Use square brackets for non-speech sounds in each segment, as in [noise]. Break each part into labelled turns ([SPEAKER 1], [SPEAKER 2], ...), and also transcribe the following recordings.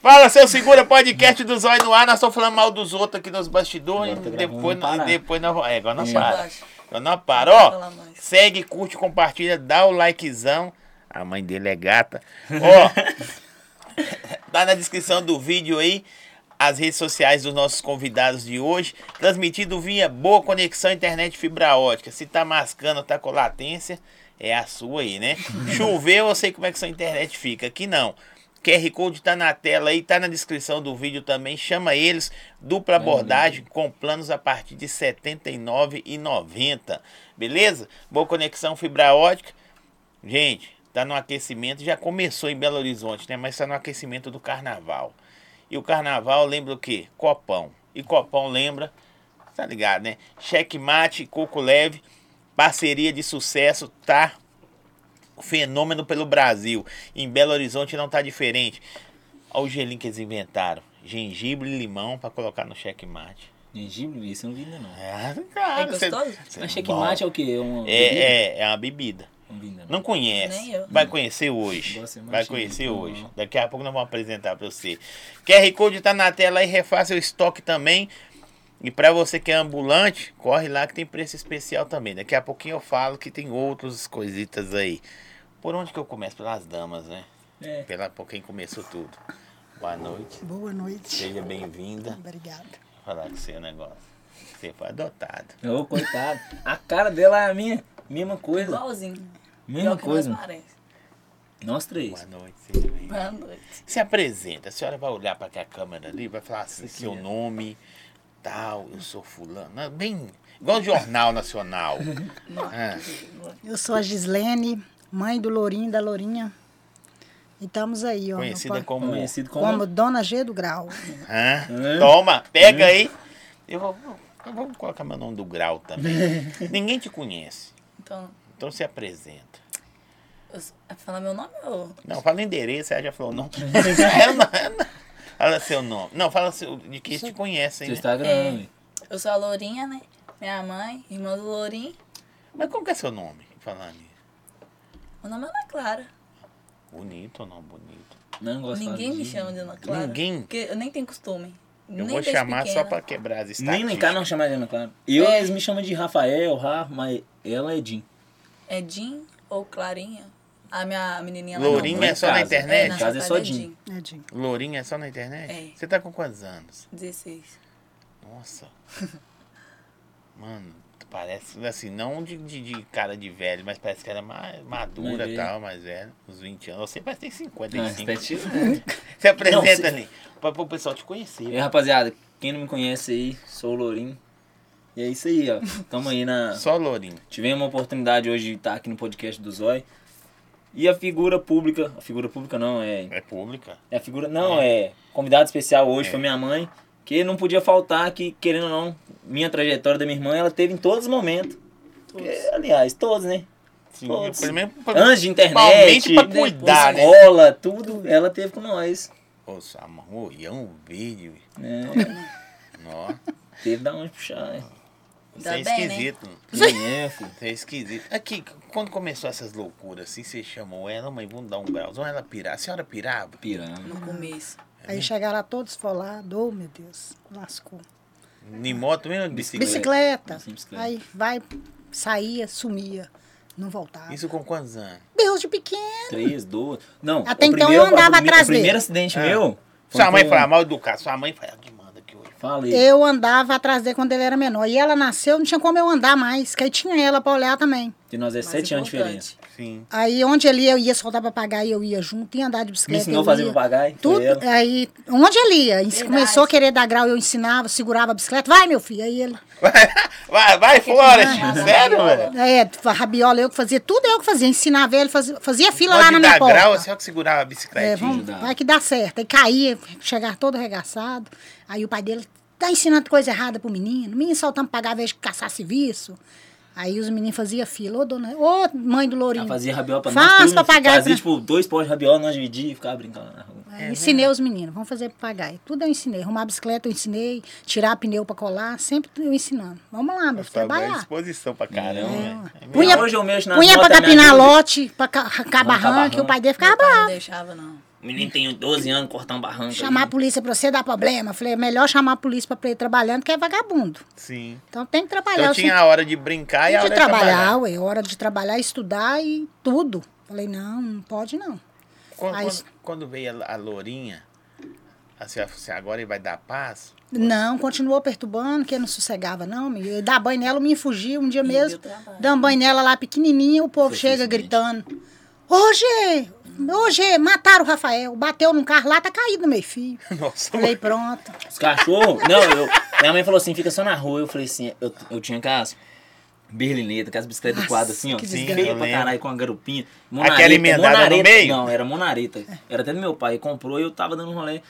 [SPEAKER 1] Fala, seu segura podcast do Zóio no ar. Nós só falando mal dos outros aqui nos bastidores.
[SPEAKER 2] Agora tá gravando,
[SPEAKER 1] depois,
[SPEAKER 2] não para.
[SPEAKER 1] depois nós vamos. É, agora não
[SPEAKER 2] É.
[SPEAKER 1] para.
[SPEAKER 3] Relaxa.
[SPEAKER 1] Agora não para.
[SPEAKER 3] Não fala
[SPEAKER 1] Ó,
[SPEAKER 3] mais.
[SPEAKER 1] segue, curte, compartilha, dá o likezão. A mãe dele é gata.
[SPEAKER 2] [laughs]
[SPEAKER 1] Ó, tá na descrição do vídeo aí as redes sociais dos nossos convidados de hoje. Transmitido via boa conexão internet e fibra ótica. Se tá mascando, tá com latência, é a sua aí, né? Choveu, eu sei como é que sua internet fica. Aqui não. QR Code tá na tela aí, tá na descrição do vídeo também. Chama eles, dupla abordagem com planos a partir de R$ 79,90. Beleza? Boa conexão fibra ótica. Gente, tá no aquecimento, já começou em Belo Horizonte, né? Mas tá no aquecimento do carnaval. E o carnaval lembra o quê? Copão. E copão lembra, tá ligado, né? Checkmate, coco leve, parceria de sucesso, tá? Fenômeno pelo Brasil. Em Belo Horizonte não tá diferente. Olha o gelinho que eles inventaram. Gengibre e limão pra colocar no checkmate.
[SPEAKER 2] Gengibre, isso eu não vi ainda um não.
[SPEAKER 1] Ah, cara,
[SPEAKER 3] É gostoso?
[SPEAKER 1] cê-
[SPEAKER 2] Mas checkmate é o quê? É um.
[SPEAKER 1] um é, é, é uma bebida.
[SPEAKER 2] Não vi ainda não.
[SPEAKER 1] Não conhece.
[SPEAKER 3] Nem eu.
[SPEAKER 1] Vai conhecer hoje.
[SPEAKER 2] Gosto mais
[SPEAKER 1] Vai
[SPEAKER 2] de
[SPEAKER 1] conhecer
[SPEAKER 2] mim.
[SPEAKER 1] hoje. Daqui a pouco nós vamos apresentar para você. QR Code tá na tela aí, refaça o estoque também. E para você que é ambulante, corre lá que tem preço especial também. Daqui a pouquinho eu falo que tem outras coisitas aí. Por onde que eu começo? Pelas damas, né?
[SPEAKER 2] É.
[SPEAKER 1] Pela por quem começou tudo. Boa noite.
[SPEAKER 4] Boa noite.
[SPEAKER 1] Seja bem-vinda.
[SPEAKER 4] Obrigada.
[SPEAKER 1] Vou falar com você o negócio. Você foi adotado.
[SPEAKER 2] Ô, coitado. A cara dela é a minha. Mesma coisa.
[SPEAKER 3] Igualzinho.
[SPEAKER 2] Mesma
[SPEAKER 3] Pior que
[SPEAKER 2] coisa.
[SPEAKER 3] nós parece.
[SPEAKER 2] Nós
[SPEAKER 1] Boa
[SPEAKER 2] três.
[SPEAKER 1] noite, seja bem-vinda.
[SPEAKER 3] Boa noite.
[SPEAKER 1] Se apresenta, a senhora vai olhar para aquela câmera ali, vai falar assim, seu
[SPEAKER 2] senhora.
[SPEAKER 1] nome, tal, eu sou fulano. Não, Bem, igual Jornal Nacional. Ah,
[SPEAKER 4] Eu sou a Gislene, mãe do Lourinho e da Lourinha. E estamos aí, ó. no
[SPEAKER 1] conhecida
[SPEAKER 4] pa-
[SPEAKER 1] como. é?
[SPEAKER 2] Conhecido como.
[SPEAKER 4] como Dona G do Grau.
[SPEAKER 1] Hã?
[SPEAKER 2] Hã?
[SPEAKER 1] Toma, pega aí. Eu vou, eu vou colocar meu nome do grau também. Ninguém te conhece,
[SPEAKER 3] Então,
[SPEAKER 1] então se apresenta.
[SPEAKER 3] eu sou- é pra falar meu nome ou.
[SPEAKER 1] Não, fala endereço, ela já falou não. [laughs] Ela não- ela não- Fala seu nome. Não, fala seu, de quem te conhece,
[SPEAKER 2] Seu
[SPEAKER 1] hein? né?
[SPEAKER 2] Instagram.
[SPEAKER 3] É.
[SPEAKER 2] né?
[SPEAKER 3] Eu sou a Lourinha, né? Minha mãe, irmã do Lourinho.
[SPEAKER 1] Mas como que é seu nome? Falando nisso.
[SPEAKER 3] Meu nome é Ana Clara.
[SPEAKER 1] Bonito ou não bonito?
[SPEAKER 2] Não gosto de falar
[SPEAKER 3] Ninguém me
[SPEAKER 2] de-
[SPEAKER 3] chama de Ana Clara.
[SPEAKER 1] Ninguém?
[SPEAKER 3] Porque eu nem tenho costume.
[SPEAKER 1] Eu
[SPEAKER 3] nem
[SPEAKER 1] vou
[SPEAKER 3] desde
[SPEAKER 1] chamar só
[SPEAKER 3] pequena.
[SPEAKER 1] pra quebrar as
[SPEAKER 2] Nem
[SPEAKER 1] estatísticas.
[SPEAKER 2] nem cá não chama de Ana Clara. Eu,
[SPEAKER 3] É.
[SPEAKER 2] eles me chamam de Rafael, Ra, mas ela é Jim.
[SPEAKER 3] É Jean ou Clarinha? A minha menininha lá não.
[SPEAKER 1] Lourinha é só na
[SPEAKER 2] casa.
[SPEAKER 1] internet?
[SPEAKER 2] É, na casa é só Jim.
[SPEAKER 4] É, Dinho?
[SPEAKER 1] Lourinha é só na internet?
[SPEAKER 3] É.
[SPEAKER 1] Você tá com quantos anos?
[SPEAKER 3] 16.
[SPEAKER 1] Nossa. Mano, tu parece, assim, não de, de- de cara de velho, mas parece que era mais madura
[SPEAKER 2] Mais
[SPEAKER 1] e
[SPEAKER 2] velho.
[SPEAKER 1] tal, mais velho. Uns 20 anos. Você parece que tem
[SPEAKER 2] Não,
[SPEAKER 1] 55.
[SPEAKER 2] você tá
[SPEAKER 1] Se apresenta
[SPEAKER 2] Não, você-
[SPEAKER 1] ali. Pra, pro pessoal te conhecer.
[SPEAKER 2] E rapaziada, quem não me conhece aí, sou o Lourinho. E é isso aí, ó. Tamo aí na.
[SPEAKER 1] Só Lourinho.
[SPEAKER 2] Tivemos uma oportunidade hoje de estar aqui no podcast do Zói. E a figura pública. A figura pública não, é.
[SPEAKER 1] É pública.
[SPEAKER 2] É a figura. Não, é. Convidado especial hoje
[SPEAKER 1] É.
[SPEAKER 2] foi minha mãe. Que não podia faltar, que querendo ou não, minha trajetória da minha irmã, ela teve em todos os momentos. Que, aliás, todos, né?
[SPEAKER 1] Sim,
[SPEAKER 2] Todos.
[SPEAKER 1] pelo menos pra-
[SPEAKER 2] Antes de internet,
[SPEAKER 1] Principalmente pra cuidar, né?
[SPEAKER 2] escola, tudo, ela teve com nós.
[SPEAKER 1] Ô, Samuel, ô, e é um vídeo. [laughs]
[SPEAKER 2] É,
[SPEAKER 1] Nó.
[SPEAKER 2] teve da onde puxar,
[SPEAKER 1] [laughs]
[SPEAKER 2] né?
[SPEAKER 1] Você
[SPEAKER 3] Tá
[SPEAKER 1] é
[SPEAKER 3] bem, né?
[SPEAKER 1] esquisito.
[SPEAKER 2] Quem é, filho?
[SPEAKER 1] Isso É esquisito. Aqui, quando começou essas loucuras assim, você chamou ela, mãe, vamos dar um grauzão, ela pirava. A senhora pirava?
[SPEAKER 2] Pirando.
[SPEAKER 3] No começo.
[SPEAKER 1] É, né?
[SPEAKER 4] Aí chegaram lá todos folados. Oh, meu Deus. Lascou.
[SPEAKER 1] Em moto mesmo, bicicleta?
[SPEAKER 4] Bicicleta.
[SPEAKER 2] Sim, bicicleta.
[SPEAKER 4] Aí vai, saía, sumia. Não voltava.
[SPEAKER 1] Isso com quantos anos?
[SPEAKER 4] Deus de pequeno.
[SPEAKER 2] Três, duas. Não, o
[SPEAKER 4] Até então
[SPEAKER 2] primeiro-
[SPEAKER 4] eu andava
[SPEAKER 2] o prime-
[SPEAKER 4] atrás
[SPEAKER 2] O primeiro
[SPEAKER 4] dele.
[SPEAKER 2] acidente
[SPEAKER 1] É.
[SPEAKER 2] meu. foi
[SPEAKER 1] Sua mãe
[SPEAKER 2] com- um
[SPEAKER 1] falava mal educada, sua mãe falava, que manda aqui hoje.
[SPEAKER 2] Falei.
[SPEAKER 4] Eu andava atrás dele quando ele era menor. E ela nasceu, não tinha como eu andar mais, que aí tinha ela pra olhar também.
[SPEAKER 2] De nós é
[SPEAKER 3] Mais
[SPEAKER 2] sete anos de
[SPEAKER 3] importante.
[SPEAKER 2] diferença.
[SPEAKER 1] Sim.
[SPEAKER 4] Aí onde ele ia, eu ia soltar papagaio, eu ia junto, ia andar de bicicleta.
[SPEAKER 2] Me ensinou a
[SPEAKER 4] eu
[SPEAKER 2] fazer
[SPEAKER 4] ia.
[SPEAKER 2] papagaio. foi
[SPEAKER 4] Tudo,
[SPEAKER 2] ela.
[SPEAKER 4] aí, onde ele ia, ens-
[SPEAKER 3] Verdade.
[SPEAKER 4] começou a querer dar grau, eu ensinava, segurava a bicicleta, vai meu filho, aí ele,
[SPEAKER 1] [laughs] Vai, vai fora,
[SPEAKER 3] que
[SPEAKER 1] tio.
[SPEAKER 3] manda?
[SPEAKER 1] Sério,
[SPEAKER 3] Rabiola.
[SPEAKER 1] velho?
[SPEAKER 4] é, fa- rabiola, eu que fazia, tudo eu que fazia, ensinava ele, fazia, fazia fila lá
[SPEAKER 1] Pode
[SPEAKER 4] na
[SPEAKER 1] dar
[SPEAKER 4] minha porta.
[SPEAKER 1] grau, a senhora que segurava a bicicleta.
[SPEAKER 4] É, vamos,
[SPEAKER 2] ajudava.
[SPEAKER 4] vai que dá certo, aí caía, chegava todo arregaçado, aí o pai dele, tá ensinando coisa errada pro menino, menino soltando pagar a vez que caçar serviço, aí os meninos faziam fila, ô dona, ô mãe do Lourinho,
[SPEAKER 2] Ela fazia rabiola pra
[SPEAKER 4] Faz
[SPEAKER 2] nós. tudo.
[SPEAKER 4] papagaio né?
[SPEAKER 2] Fazia
[SPEAKER 4] pra-
[SPEAKER 2] tipo dois pós de rabiola, nós dividia e ficava brincando na rua.
[SPEAKER 4] Aí ensinei os meninos, vamos fazer papagaio. Tudo eu ensinei. Arrumar bicicleta eu ensinei, tirar pneu pra colar, sempre eu ensinando. Vamos lá, meu,
[SPEAKER 1] Eu falo, vai
[SPEAKER 4] trabalhar.
[SPEAKER 1] exposição pra caramba,
[SPEAKER 2] É.
[SPEAKER 1] velho. É mesmo.
[SPEAKER 4] Punha,
[SPEAKER 2] Hoje eu mexo nas
[SPEAKER 4] punha pra
[SPEAKER 2] notas, me
[SPEAKER 4] capinar
[SPEAKER 2] ajuda.
[SPEAKER 4] lote, pra ca- arrancar
[SPEAKER 2] Arrancar
[SPEAKER 4] barranco, e
[SPEAKER 2] barranco.
[SPEAKER 4] o pai dele
[SPEAKER 3] Meu
[SPEAKER 4] ficava
[SPEAKER 3] pai não
[SPEAKER 4] bravo.
[SPEAKER 3] deixava, não.
[SPEAKER 2] O menino tem 12 anos, cortar um barranco.
[SPEAKER 4] Chamar a
[SPEAKER 2] aí.
[SPEAKER 4] polícia pra você dar problema. Falei, é melhor chamar a polícia pra pra ir trabalhando, que é vagabundo.
[SPEAKER 1] Sim.
[SPEAKER 4] Então tem que trabalhar.
[SPEAKER 1] Então
[SPEAKER 4] eu
[SPEAKER 1] tinha
[SPEAKER 4] senti-
[SPEAKER 1] a hora de brincar e a
[SPEAKER 4] de
[SPEAKER 1] hora de
[SPEAKER 4] trabalhar,
[SPEAKER 1] trabalhar.
[SPEAKER 4] ué, é hora de trabalhar, estudar e tudo. Falei, não, não pode não.
[SPEAKER 1] Quando,
[SPEAKER 4] Aí-
[SPEAKER 1] quando- quando veio a, a Lourinha, assim, ela falou assim, agora ele vai dar paz?
[SPEAKER 4] Não, continuou perturbando, que eu não sossegava, não. me- Eu dar banho nela, eu me fugia um dia
[SPEAKER 3] Me deu
[SPEAKER 4] mesmo.
[SPEAKER 3] trabalho.
[SPEAKER 4] Dando banho nela lá pequenininha, o povo chega gritando. Ô, Gê! Ô, Gê, mataram o Rafael. Bateu num carro lá, tá caído no meu filho.
[SPEAKER 1] Nossa,
[SPEAKER 4] Falei, pronto.
[SPEAKER 2] Os cachorros? Não, eu. Minha mãe falou assim: fica só na rua. Eu falei assim: eu, eu tinha com as berlinetas, com as bicicletas do
[SPEAKER 4] Nossa,
[SPEAKER 2] quadro assim, ó.
[SPEAKER 4] que
[SPEAKER 2] Sim,
[SPEAKER 4] desgraça.
[SPEAKER 2] feia
[SPEAKER 1] eu
[SPEAKER 2] pra
[SPEAKER 1] lembro.
[SPEAKER 2] caralho, com a garupinha.
[SPEAKER 1] Aquela emendada no
[SPEAKER 2] monareta.
[SPEAKER 1] meio?
[SPEAKER 2] Não, era monareta. Era até do meu pai. Comprou e eu tava dando um rolê.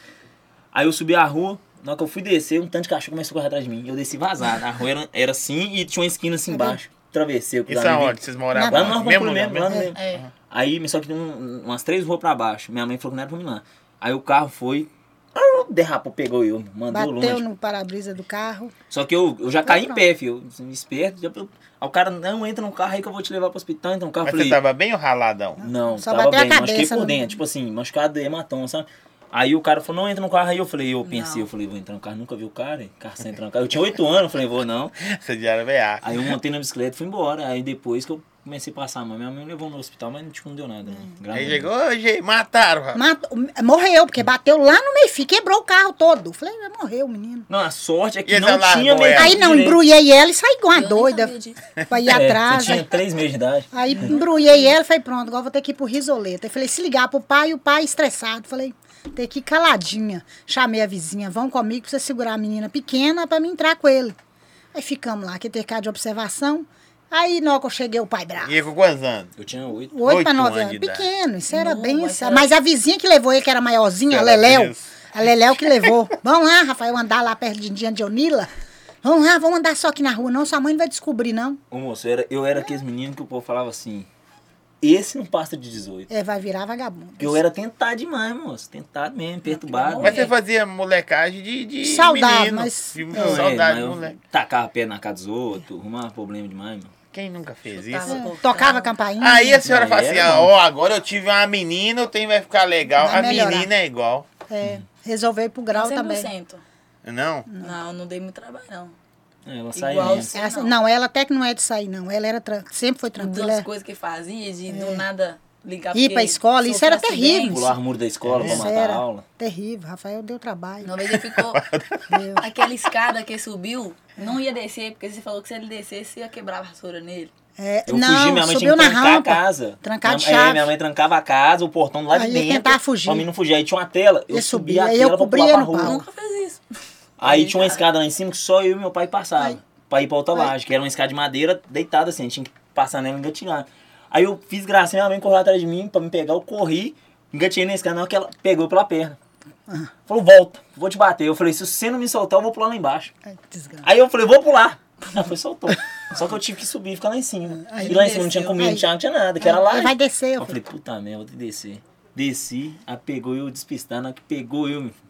[SPEAKER 2] Aí eu subi a rua. Na hora que eu fui descer, um tanto de cachorro começou a correr atrás de mim. Eu desci vazado. A rua era, era assim e tinha uma esquina
[SPEAKER 4] Uhum.
[SPEAKER 2] assim embaixo. Travessei. eu
[SPEAKER 1] isso
[SPEAKER 2] cruzava
[SPEAKER 1] aonde? Vocês moravam?
[SPEAKER 2] [laughs] Lá no Norte
[SPEAKER 1] mesmo
[SPEAKER 2] Comprou
[SPEAKER 1] lugar,
[SPEAKER 2] mesmo, lá no
[SPEAKER 1] mesmo?
[SPEAKER 2] mesmo.
[SPEAKER 3] É.
[SPEAKER 2] Aí, só que tinha um- umas três ruas pra baixo. Minha mãe falou que não era pra mim lá. Aí o carro foi. [laughs] ah, Derrapou, pegou eu, mandou longe.
[SPEAKER 4] Bateu no para-brisa do carro.
[SPEAKER 2] Só que eu, eu já caí em pé, filho. Eu, assim, Esperto. Já, eu, aí o cara, não, entra no carro aí que eu vou te levar pro hospital. Entra no carro.
[SPEAKER 1] Mas
[SPEAKER 2] eu falei,
[SPEAKER 1] você tá- tava bem ou raladão?
[SPEAKER 2] não,
[SPEAKER 4] Só
[SPEAKER 2] tava
[SPEAKER 4] bateu a
[SPEAKER 2] bem. Machuquei
[SPEAKER 4] cabeça
[SPEAKER 2] por
[SPEAKER 4] no-
[SPEAKER 2] dentro. Tipo assim, machucado, hematoma, sabe? Aí o cara falou, não, entra no carro. Aí eu falei, eu pensei,
[SPEAKER 3] Não.
[SPEAKER 2] eu falei, vou entrar no carro. Nunca vi o cara, hein? Carro sem entrar no carro. Eu tinha oito anos, eu falei, vou não.
[SPEAKER 1] Você já era veaco.
[SPEAKER 4] Ah,
[SPEAKER 2] Aí eu montei na bicicleta e fui embora. Aí depois que eu comecei a passar, mas minha mãe me levou no hospital, mas tipo, não deu nada. né? Graças a
[SPEAKER 1] Aí
[SPEAKER 2] Deus.
[SPEAKER 1] chegou, hoje mataram, rapaz.
[SPEAKER 4] Matou- morreu, porque bateu lá no meio-fio, quebrou o carro todo. Falei, "Ah, morreu o menino.
[SPEAKER 2] Não, a sorte é que
[SPEAKER 1] E
[SPEAKER 2] não
[SPEAKER 1] essa
[SPEAKER 2] tinha
[SPEAKER 1] largou
[SPEAKER 2] meio.
[SPEAKER 1] ela?
[SPEAKER 4] Aí não, embrulhei ela e saí igual uma
[SPEAKER 3] Eu nem
[SPEAKER 4] doida.
[SPEAKER 3] sabia disso.
[SPEAKER 4] Pra ir
[SPEAKER 2] É,
[SPEAKER 4] atrás.
[SPEAKER 2] você tinha três meses de idade.
[SPEAKER 4] Aí embrulhei ela e falei, pronto, agora vou ter que ir pro Risoleta. Eu falei, se ligar pro pai, o pai é estressado. Falei, tem que ir caladinha. Chamei a vizinha, vão comigo pra você segurar a menina pequena pra mim entrar com ele. Aí ficamos lá, que ter de observação. Aí, na hora que eu cheguei, o pai bravo.
[SPEAKER 1] E com quantos anos?
[SPEAKER 2] Eu tinha oito.
[SPEAKER 4] Oito pra
[SPEAKER 1] Oito
[SPEAKER 4] nove
[SPEAKER 1] anos de
[SPEAKER 4] anos.
[SPEAKER 1] idade.
[SPEAKER 4] Pequeno, isso era
[SPEAKER 3] Não,
[SPEAKER 4] bem.
[SPEAKER 3] mas
[SPEAKER 4] Mas,
[SPEAKER 3] era-
[SPEAKER 4] a vizinha que levou ele, que era maiorzinha, a
[SPEAKER 1] Era
[SPEAKER 4] Leléu.
[SPEAKER 1] isso.
[SPEAKER 4] A Leléu que levou. [laughs] Vamos lá, Rafael, andar lá perto de Diante de Onila. Vamos lá, vamos andar só aqui na rua, não. Sua mãe não vai descobrir, não.
[SPEAKER 2] Ô moço, eu era, eu era aqueles meninos que o povo falava assim: esse não passa de 18.
[SPEAKER 4] É, vai virar vagabundo.
[SPEAKER 2] Porque eu era tentado demais, moço. Tentado mesmo, perturbado.
[SPEAKER 1] Mas
[SPEAKER 3] É.
[SPEAKER 1] você fazia molecagem de, de
[SPEAKER 4] Saudável,
[SPEAKER 1] menino,
[SPEAKER 4] mas-
[SPEAKER 1] de
[SPEAKER 2] Não, é,
[SPEAKER 1] saudade,
[SPEAKER 2] mas eu
[SPEAKER 1] moleque.
[SPEAKER 2] Tacava pedra na casa dos outros, arrumava problema demais, mano.
[SPEAKER 1] Quem nunca fez
[SPEAKER 3] Chutava.
[SPEAKER 1] isso?
[SPEAKER 4] É, Tocava campainha.
[SPEAKER 1] Aí a senhora
[SPEAKER 2] Não,
[SPEAKER 1] fala
[SPEAKER 2] era
[SPEAKER 1] assim, ah,
[SPEAKER 2] não.
[SPEAKER 1] ó, agora eu tive uma menina, o trem vai ficar legal.
[SPEAKER 4] Vai
[SPEAKER 1] a
[SPEAKER 4] melhorar.
[SPEAKER 1] menina é igual,
[SPEAKER 4] É, resolveu ir pro grau também. É
[SPEAKER 3] 100%.
[SPEAKER 1] não?
[SPEAKER 3] Não, não dei muito trabalho, não.
[SPEAKER 2] É, ela saía
[SPEAKER 3] Igual
[SPEAKER 2] mesmo.
[SPEAKER 3] se-
[SPEAKER 4] Essa-
[SPEAKER 3] Não.
[SPEAKER 4] assim, não, ela até que não é de sair, não. Ela era tran- sempre foi tranquila.
[SPEAKER 3] Duas
[SPEAKER 4] é.
[SPEAKER 3] coisas que fazia, de do nada ligar
[SPEAKER 4] Ir pra
[SPEAKER 3] porque
[SPEAKER 4] escola, isso
[SPEAKER 3] sofreu
[SPEAKER 4] era
[SPEAKER 3] acidente.
[SPEAKER 4] terrível.
[SPEAKER 2] Pular o muro da escola pra
[SPEAKER 4] Isso
[SPEAKER 2] matar
[SPEAKER 4] era
[SPEAKER 2] a aula.
[SPEAKER 4] terrível. Rafael deu trabalho.
[SPEAKER 3] Uma vez ele
[SPEAKER 4] [laughs]
[SPEAKER 3] ficou.
[SPEAKER 4] Deu.
[SPEAKER 3] aquela escada que ele subiu, não ia descer, porque você falou que se ele descesse, ia quebrar a vassoura nele.
[SPEAKER 4] É,
[SPEAKER 2] Eu
[SPEAKER 4] não,
[SPEAKER 2] fugi, minha mãe tinha
[SPEAKER 4] subiu
[SPEAKER 2] que
[SPEAKER 4] na
[SPEAKER 2] trancar a
[SPEAKER 4] rampa.
[SPEAKER 2] casa.
[SPEAKER 4] Trancar de
[SPEAKER 2] minha, é,
[SPEAKER 4] chave.
[SPEAKER 2] minha mãe trancava a casa, o portão do lado
[SPEAKER 4] Aí
[SPEAKER 2] de
[SPEAKER 4] ia
[SPEAKER 2] dentro.
[SPEAKER 4] tentar fugir.
[SPEAKER 2] Pra mim não fugir. Aí tinha uma tela. Eu
[SPEAKER 4] Eu
[SPEAKER 2] subia a
[SPEAKER 4] subia, aí eu
[SPEAKER 2] tela pra
[SPEAKER 4] cobria
[SPEAKER 2] pular pra
[SPEAKER 4] no
[SPEAKER 2] rua.
[SPEAKER 4] pau.
[SPEAKER 3] Nunca fez isso.
[SPEAKER 2] Aí tinha uma
[SPEAKER 3] cara,
[SPEAKER 2] escada lá em cima que só eu e meu pai passava.
[SPEAKER 4] Ai.
[SPEAKER 2] Pra ir pra outra laje, que era uma escada de madeira deitada assim, tinha que passar nela e engatinhar. Aí eu fiz gracinha, minha mãe correu atrás de mim pra me pegar, eu corri, engatinhei na escada, na hora que ela pegou pela perna.
[SPEAKER 4] Ah.
[SPEAKER 2] Falou, volta, vou te bater. Eu falei, se você não me soltar, eu vou pular lá embaixo.
[SPEAKER 4] Ai, desgraça.
[SPEAKER 2] Aí eu falei, vou pular. [laughs] Ela foi, soltou. Só que eu tive que subir e ficar lá em cima.
[SPEAKER 4] Aí
[SPEAKER 2] e lá em cima não tinha
[SPEAKER 3] desceu.
[SPEAKER 2] comida, não
[SPEAKER 4] Aí-
[SPEAKER 2] tinha, não tinha nada, que era
[SPEAKER 4] Aí
[SPEAKER 2] lá.
[SPEAKER 4] Vai
[SPEAKER 2] Eu
[SPEAKER 4] descer. Eu
[SPEAKER 2] falei,
[SPEAKER 4] falei,
[SPEAKER 2] puta merda, vou ter que descer. Desci, aí pegou eu despistando, na hora que pegou eu, meu filho.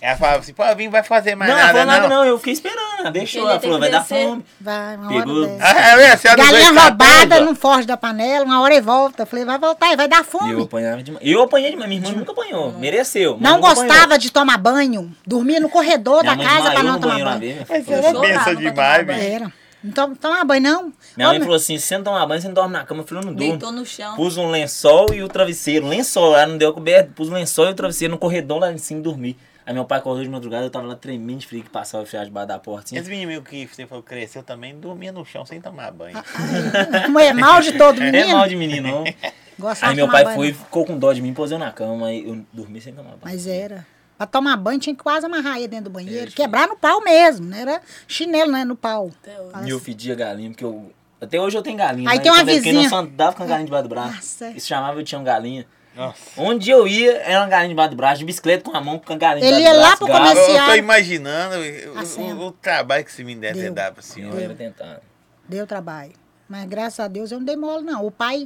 [SPEAKER 1] Ela falava assim, pô, Vim vai fazer mais
[SPEAKER 2] não, ela
[SPEAKER 1] nada,
[SPEAKER 2] falou
[SPEAKER 1] não. [laughs]
[SPEAKER 2] nada não, eu fiquei esperando. Ela deixou,
[SPEAKER 3] Ele
[SPEAKER 2] ela
[SPEAKER 3] tem
[SPEAKER 2] falou, vai
[SPEAKER 3] que
[SPEAKER 2] dar
[SPEAKER 3] descer.
[SPEAKER 2] fome.
[SPEAKER 4] vai, uma
[SPEAKER 2] Pegou-
[SPEAKER 4] hora desce.
[SPEAKER 1] Ah, é, a senhora
[SPEAKER 4] Galinha
[SPEAKER 1] veio com 14,
[SPEAKER 4] roubada
[SPEAKER 1] ó.
[SPEAKER 4] não foge da panela, uma hora e volta. Eu falei, vai voltar, e vai dar
[SPEAKER 2] E eu
[SPEAKER 4] fome.
[SPEAKER 2] apanhava demais. Eu apanhei demais, minha irmã nunca apanhou. Mereceu. mas
[SPEAKER 4] Não
[SPEAKER 2] nunca apanhou.
[SPEAKER 4] gostava de tomar banho, dormia no corredor
[SPEAKER 2] Minha
[SPEAKER 4] da
[SPEAKER 2] mãe
[SPEAKER 4] casa pra
[SPEAKER 2] desmaiou
[SPEAKER 4] não
[SPEAKER 2] no
[SPEAKER 4] tomar
[SPEAKER 2] banheiro uma
[SPEAKER 4] banho.
[SPEAKER 2] vez,
[SPEAKER 1] Mas
[SPEAKER 2] minha
[SPEAKER 1] ela
[SPEAKER 2] mãe
[SPEAKER 1] é
[SPEAKER 2] falou assim,
[SPEAKER 1] benção
[SPEAKER 3] Chorava pra
[SPEAKER 1] demais,
[SPEAKER 3] tomar
[SPEAKER 1] bicho.
[SPEAKER 3] banho.
[SPEAKER 4] Era. Não to- tomava banho, não.
[SPEAKER 2] Minha mãe
[SPEAKER 4] Ô,
[SPEAKER 2] falou assim: se você não tomar banho, você não dorme na cama. Eu falei, eu não durmo.
[SPEAKER 3] Deitou no chão.
[SPEAKER 2] Pus um lençol e o travesseiro. Lençol, ela não deu a coberta. Pus um lençol e o travesseiro no corredor lá em cima e dormi. Aí meu pai acordou de madrugada, eu tava lá tremendo de frio que passava fechado debaixo da porta. Assim.
[SPEAKER 1] Esse menino que você falou que cresceu também, dormia no chão sem tomar banho.
[SPEAKER 4] [laughs] Como é mal de
[SPEAKER 2] [laughs]
[SPEAKER 4] todo
[SPEAKER 2] É
[SPEAKER 4] menino.
[SPEAKER 2] mal de menino, [laughs] não.
[SPEAKER 4] Gostava
[SPEAKER 2] Aí
[SPEAKER 4] de
[SPEAKER 2] meu
[SPEAKER 4] tomar
[SPEAKER 2] pai
[SPEAKER 4] banho,
[SPEAKER 2] foi e
[SPEAKER 4] não.
[SPEAKER 2] ficou com dó de mim, pôs eu na cama. Aí eu dormi sem tomar banho.
[SPEAKER 3] Tá
[SPEAKER 4] Mas é, era. Pra tomar banho tinha que quase amarrar ele dentro do banheiro. Quebrar no pau mesmo, né? Era chinelo, né? No pau.
[SPEAKER 3] Até hoje.
[SPEAKER 2] E eu fedia galinha, porque eu. Até hoje eu tenho galinha.
[SPEAKER 4] Aí
[SPEAKER 2] né?
[SPEAKER 4] tem uma
[SPEAKER 2] Quando eu fiquei,
[SPEAKER 4] vizinha.
[SPEAKER 2] Eu só andava com a galinha debaixo do braço.
[SPEAKER 4] Nossa.
[SPEAKER 2] Isso chamava eu tinha uma galinha.
[SPEAKER 1] Nossa.
[SPEAKER 2] Onde eu ia, era uma galinha debaixo do braço, de bicicleta com a mão, com a galinha
[SPEAKER 4] Ele
[SPEAKER 2] debaixo do
[SPEAKER 4] ia lá
[SPEAKER 2] braço,
[SPEAKER 4] pro
[SPEAKER 2] galo.
[SPEAKER 1] Eu, eu tô
[SPEAKER 4] Passear.
[SPEAKER 1] imaginando o-
[SPEAKER 4] A cena.
[SPEAKER 1] o, o trabalho que esse menino deve ter
[SPEAKER 4] Deu.
[SPEAKER 1] dado pra
[SPEAKER 2] Eu
[SPEAKER 1] senhora.
[SPEAKER 2] ia tentar.
[SPEAKER 4] Deu trabalho. Mas graças a Deus eu não dei mole, não. O pai,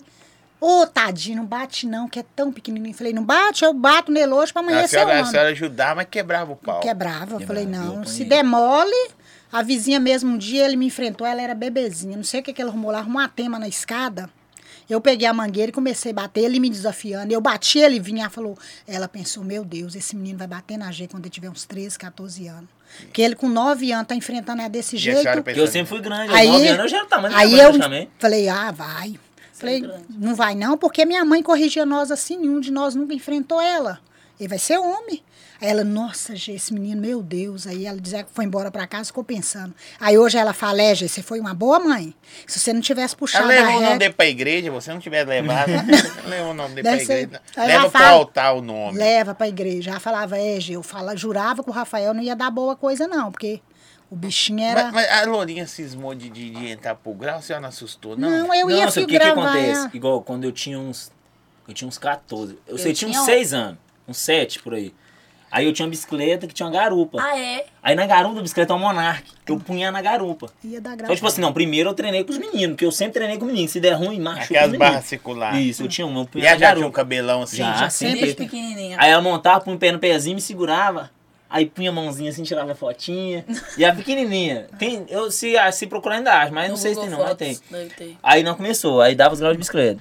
[SPEAKER 4] ô tadinho, não bate não, que é tão pequenininho. Falei, não bate, eu bato nele hoje pra amanhã
[SPEAKER 1] A
[SPEAKER 4] ser um
[SPEAKER 1] senhora, a
[SPEAKER 4] homem.
[SPEAKER 1] senhora ajudava, mas quebrava o pau.
[SPEAKER 4] Quebrava. é Eu falei,
[SPEAKER 2] Quebrava, eu
[SPEAKER 4] não, se
[SPEAKER 2] apanhei.
[SPEAKER 4] der mole, a vizinha mesmo um dia ele me enfrentou, ela era bebezinha. Não sei o que, que ela arrumou lá, arrumou uma tema na escada. Eu peguei a mangueira e comecei a bater, ele me desafiando. Eu bati, ele vinha, falou. Ela pensou, meu Deus, esse menino vai bater na G quando ele tiver uns 13, 14 anos. Porque ele com 9 anos tá enfrentando ela desse
[SPEAKER 1] E a senhora
[SPEAKER 4] jeito.
[SPEAKER 2] Porque eu sempre fui grande. Aí,
[SPEAKER 4] Aí,
[SPEAKER 2] aos 9 anos eu já era o tamanho da
[SPEAKER 4] aí
[SPEAKER 2] minha mãe
[SPEAKER 4] eu
[SPEAKER 2] praticamente.
[SPEAKER 4] falei, ah, vai. Falei,
[SPEAKER 3] grande.
[SPEAKER 4] não vai não, porque minha mãe corrigia nós assim, nenhum de nós nunca enfrentou ela. Ele vai ser homem. Aí ela, nossa, Gê, esse menino, meu Deus. Aí ela dizia que foi embora pra casa, ficou pensando. Aí hoje ela fala, é, Gê, você foi uma boa mãe. Se você não tivesse puxado
[SPEAKER 1] Ela
[SPEAKER 4] a
[SPEAKER 1] levou o nome
[SPEAKER 4] régua...
[SPEAKER 1] dele pra igreja, você não tiver
[SPEAKER 4] [laughs]
[SPEAKER 1] levado. [laughs] não levou o nome dele pra
[SPEAKER 4] Deve ser.
[SPEAKER 1] igreja.
[SPEAKER 4] Aí
[SPEAKER 1] Leva
[SPEAKER 4] ela
[SPEAKER 1] pro
[SPEAKER 4] fala-
[SPEAKER 1] altar o nome.
[SPEAKER 4] Leva pra igreja. Ela falava, é, Gê, eu fala, jurava que o Rafael não ia dar boa coisa não, porque o bichinho era...
[SPEAKER 1] Mas, mas a Lourinha cismou de, de, de entrar pro grau, a senhora não assustou, não?
[SPEAKER 4] não, eu
[SPEAKER 2] não,
[SPEAKER 4] ia
[SPEAKER 2] sabe
[SPEAKER 4] fui
[SPEAKER 2] o que que
[SPEAKER 4] gravar.
[SPEAKER 2] acontece? Igual quando eu tinha uns. Eu tinha uns 14. Eu, sei, eu tinha
[SPEAKER 4] um-
[SPEAKER 2] uns
[SPEAKER 3] tinha
[SPEAKER 2] 6 anos. Uns 7 por aí. Aí eu tinha uma bicicleta que tinha uma garupa.
[SPEAKER 3] Ah, é?
[SPEAKER 2] Aí na garupa da bicicleta é um monarque. Eu punha na garupa.
[SPEAKER 4] ah, Ia dar graça.
[SPEAKER 2] Então, tipo assim, não, primeiro eu treinei com os meninos, porque eu sempre treinei com meninos. Se der ruim, machuca.
[SPEAKER 1] Aquelas
[SPEAKER 2] os meninos.
[SPEAKER 1] barras circulares.
[SPEAKER 2] Isso, eu tinha uma, eu punha
[SPEAKER 1] E ela
[SPEAKER 2] na
[SPEAKER 1] já tinha um
[SPEAKER 2] garupa.
[SPEAKER 1] cabelão assim?
[SPEAKER 2] Já, sempre.
[SPEAKER 3] Desde pequenininha.
[SPEAKER 2] Aí ela montava, punha o pé no pezinho, me segurava. Aí punha a mãozinha assim, tirava a fotinha. E a pequenininha. Tem, eu, se, ah, se procurar ainda acho, mas
[SPEAKER 3] No
[SPEAKER 2] não sei se tem
[SPEAKER 3] Google
[SPEAKER 2] não, mas tem.
[SPEAKER 3] Fotos, Deve ter.
[SPEAKER 2] Aí não começou, aí dava os graus de bicicleta.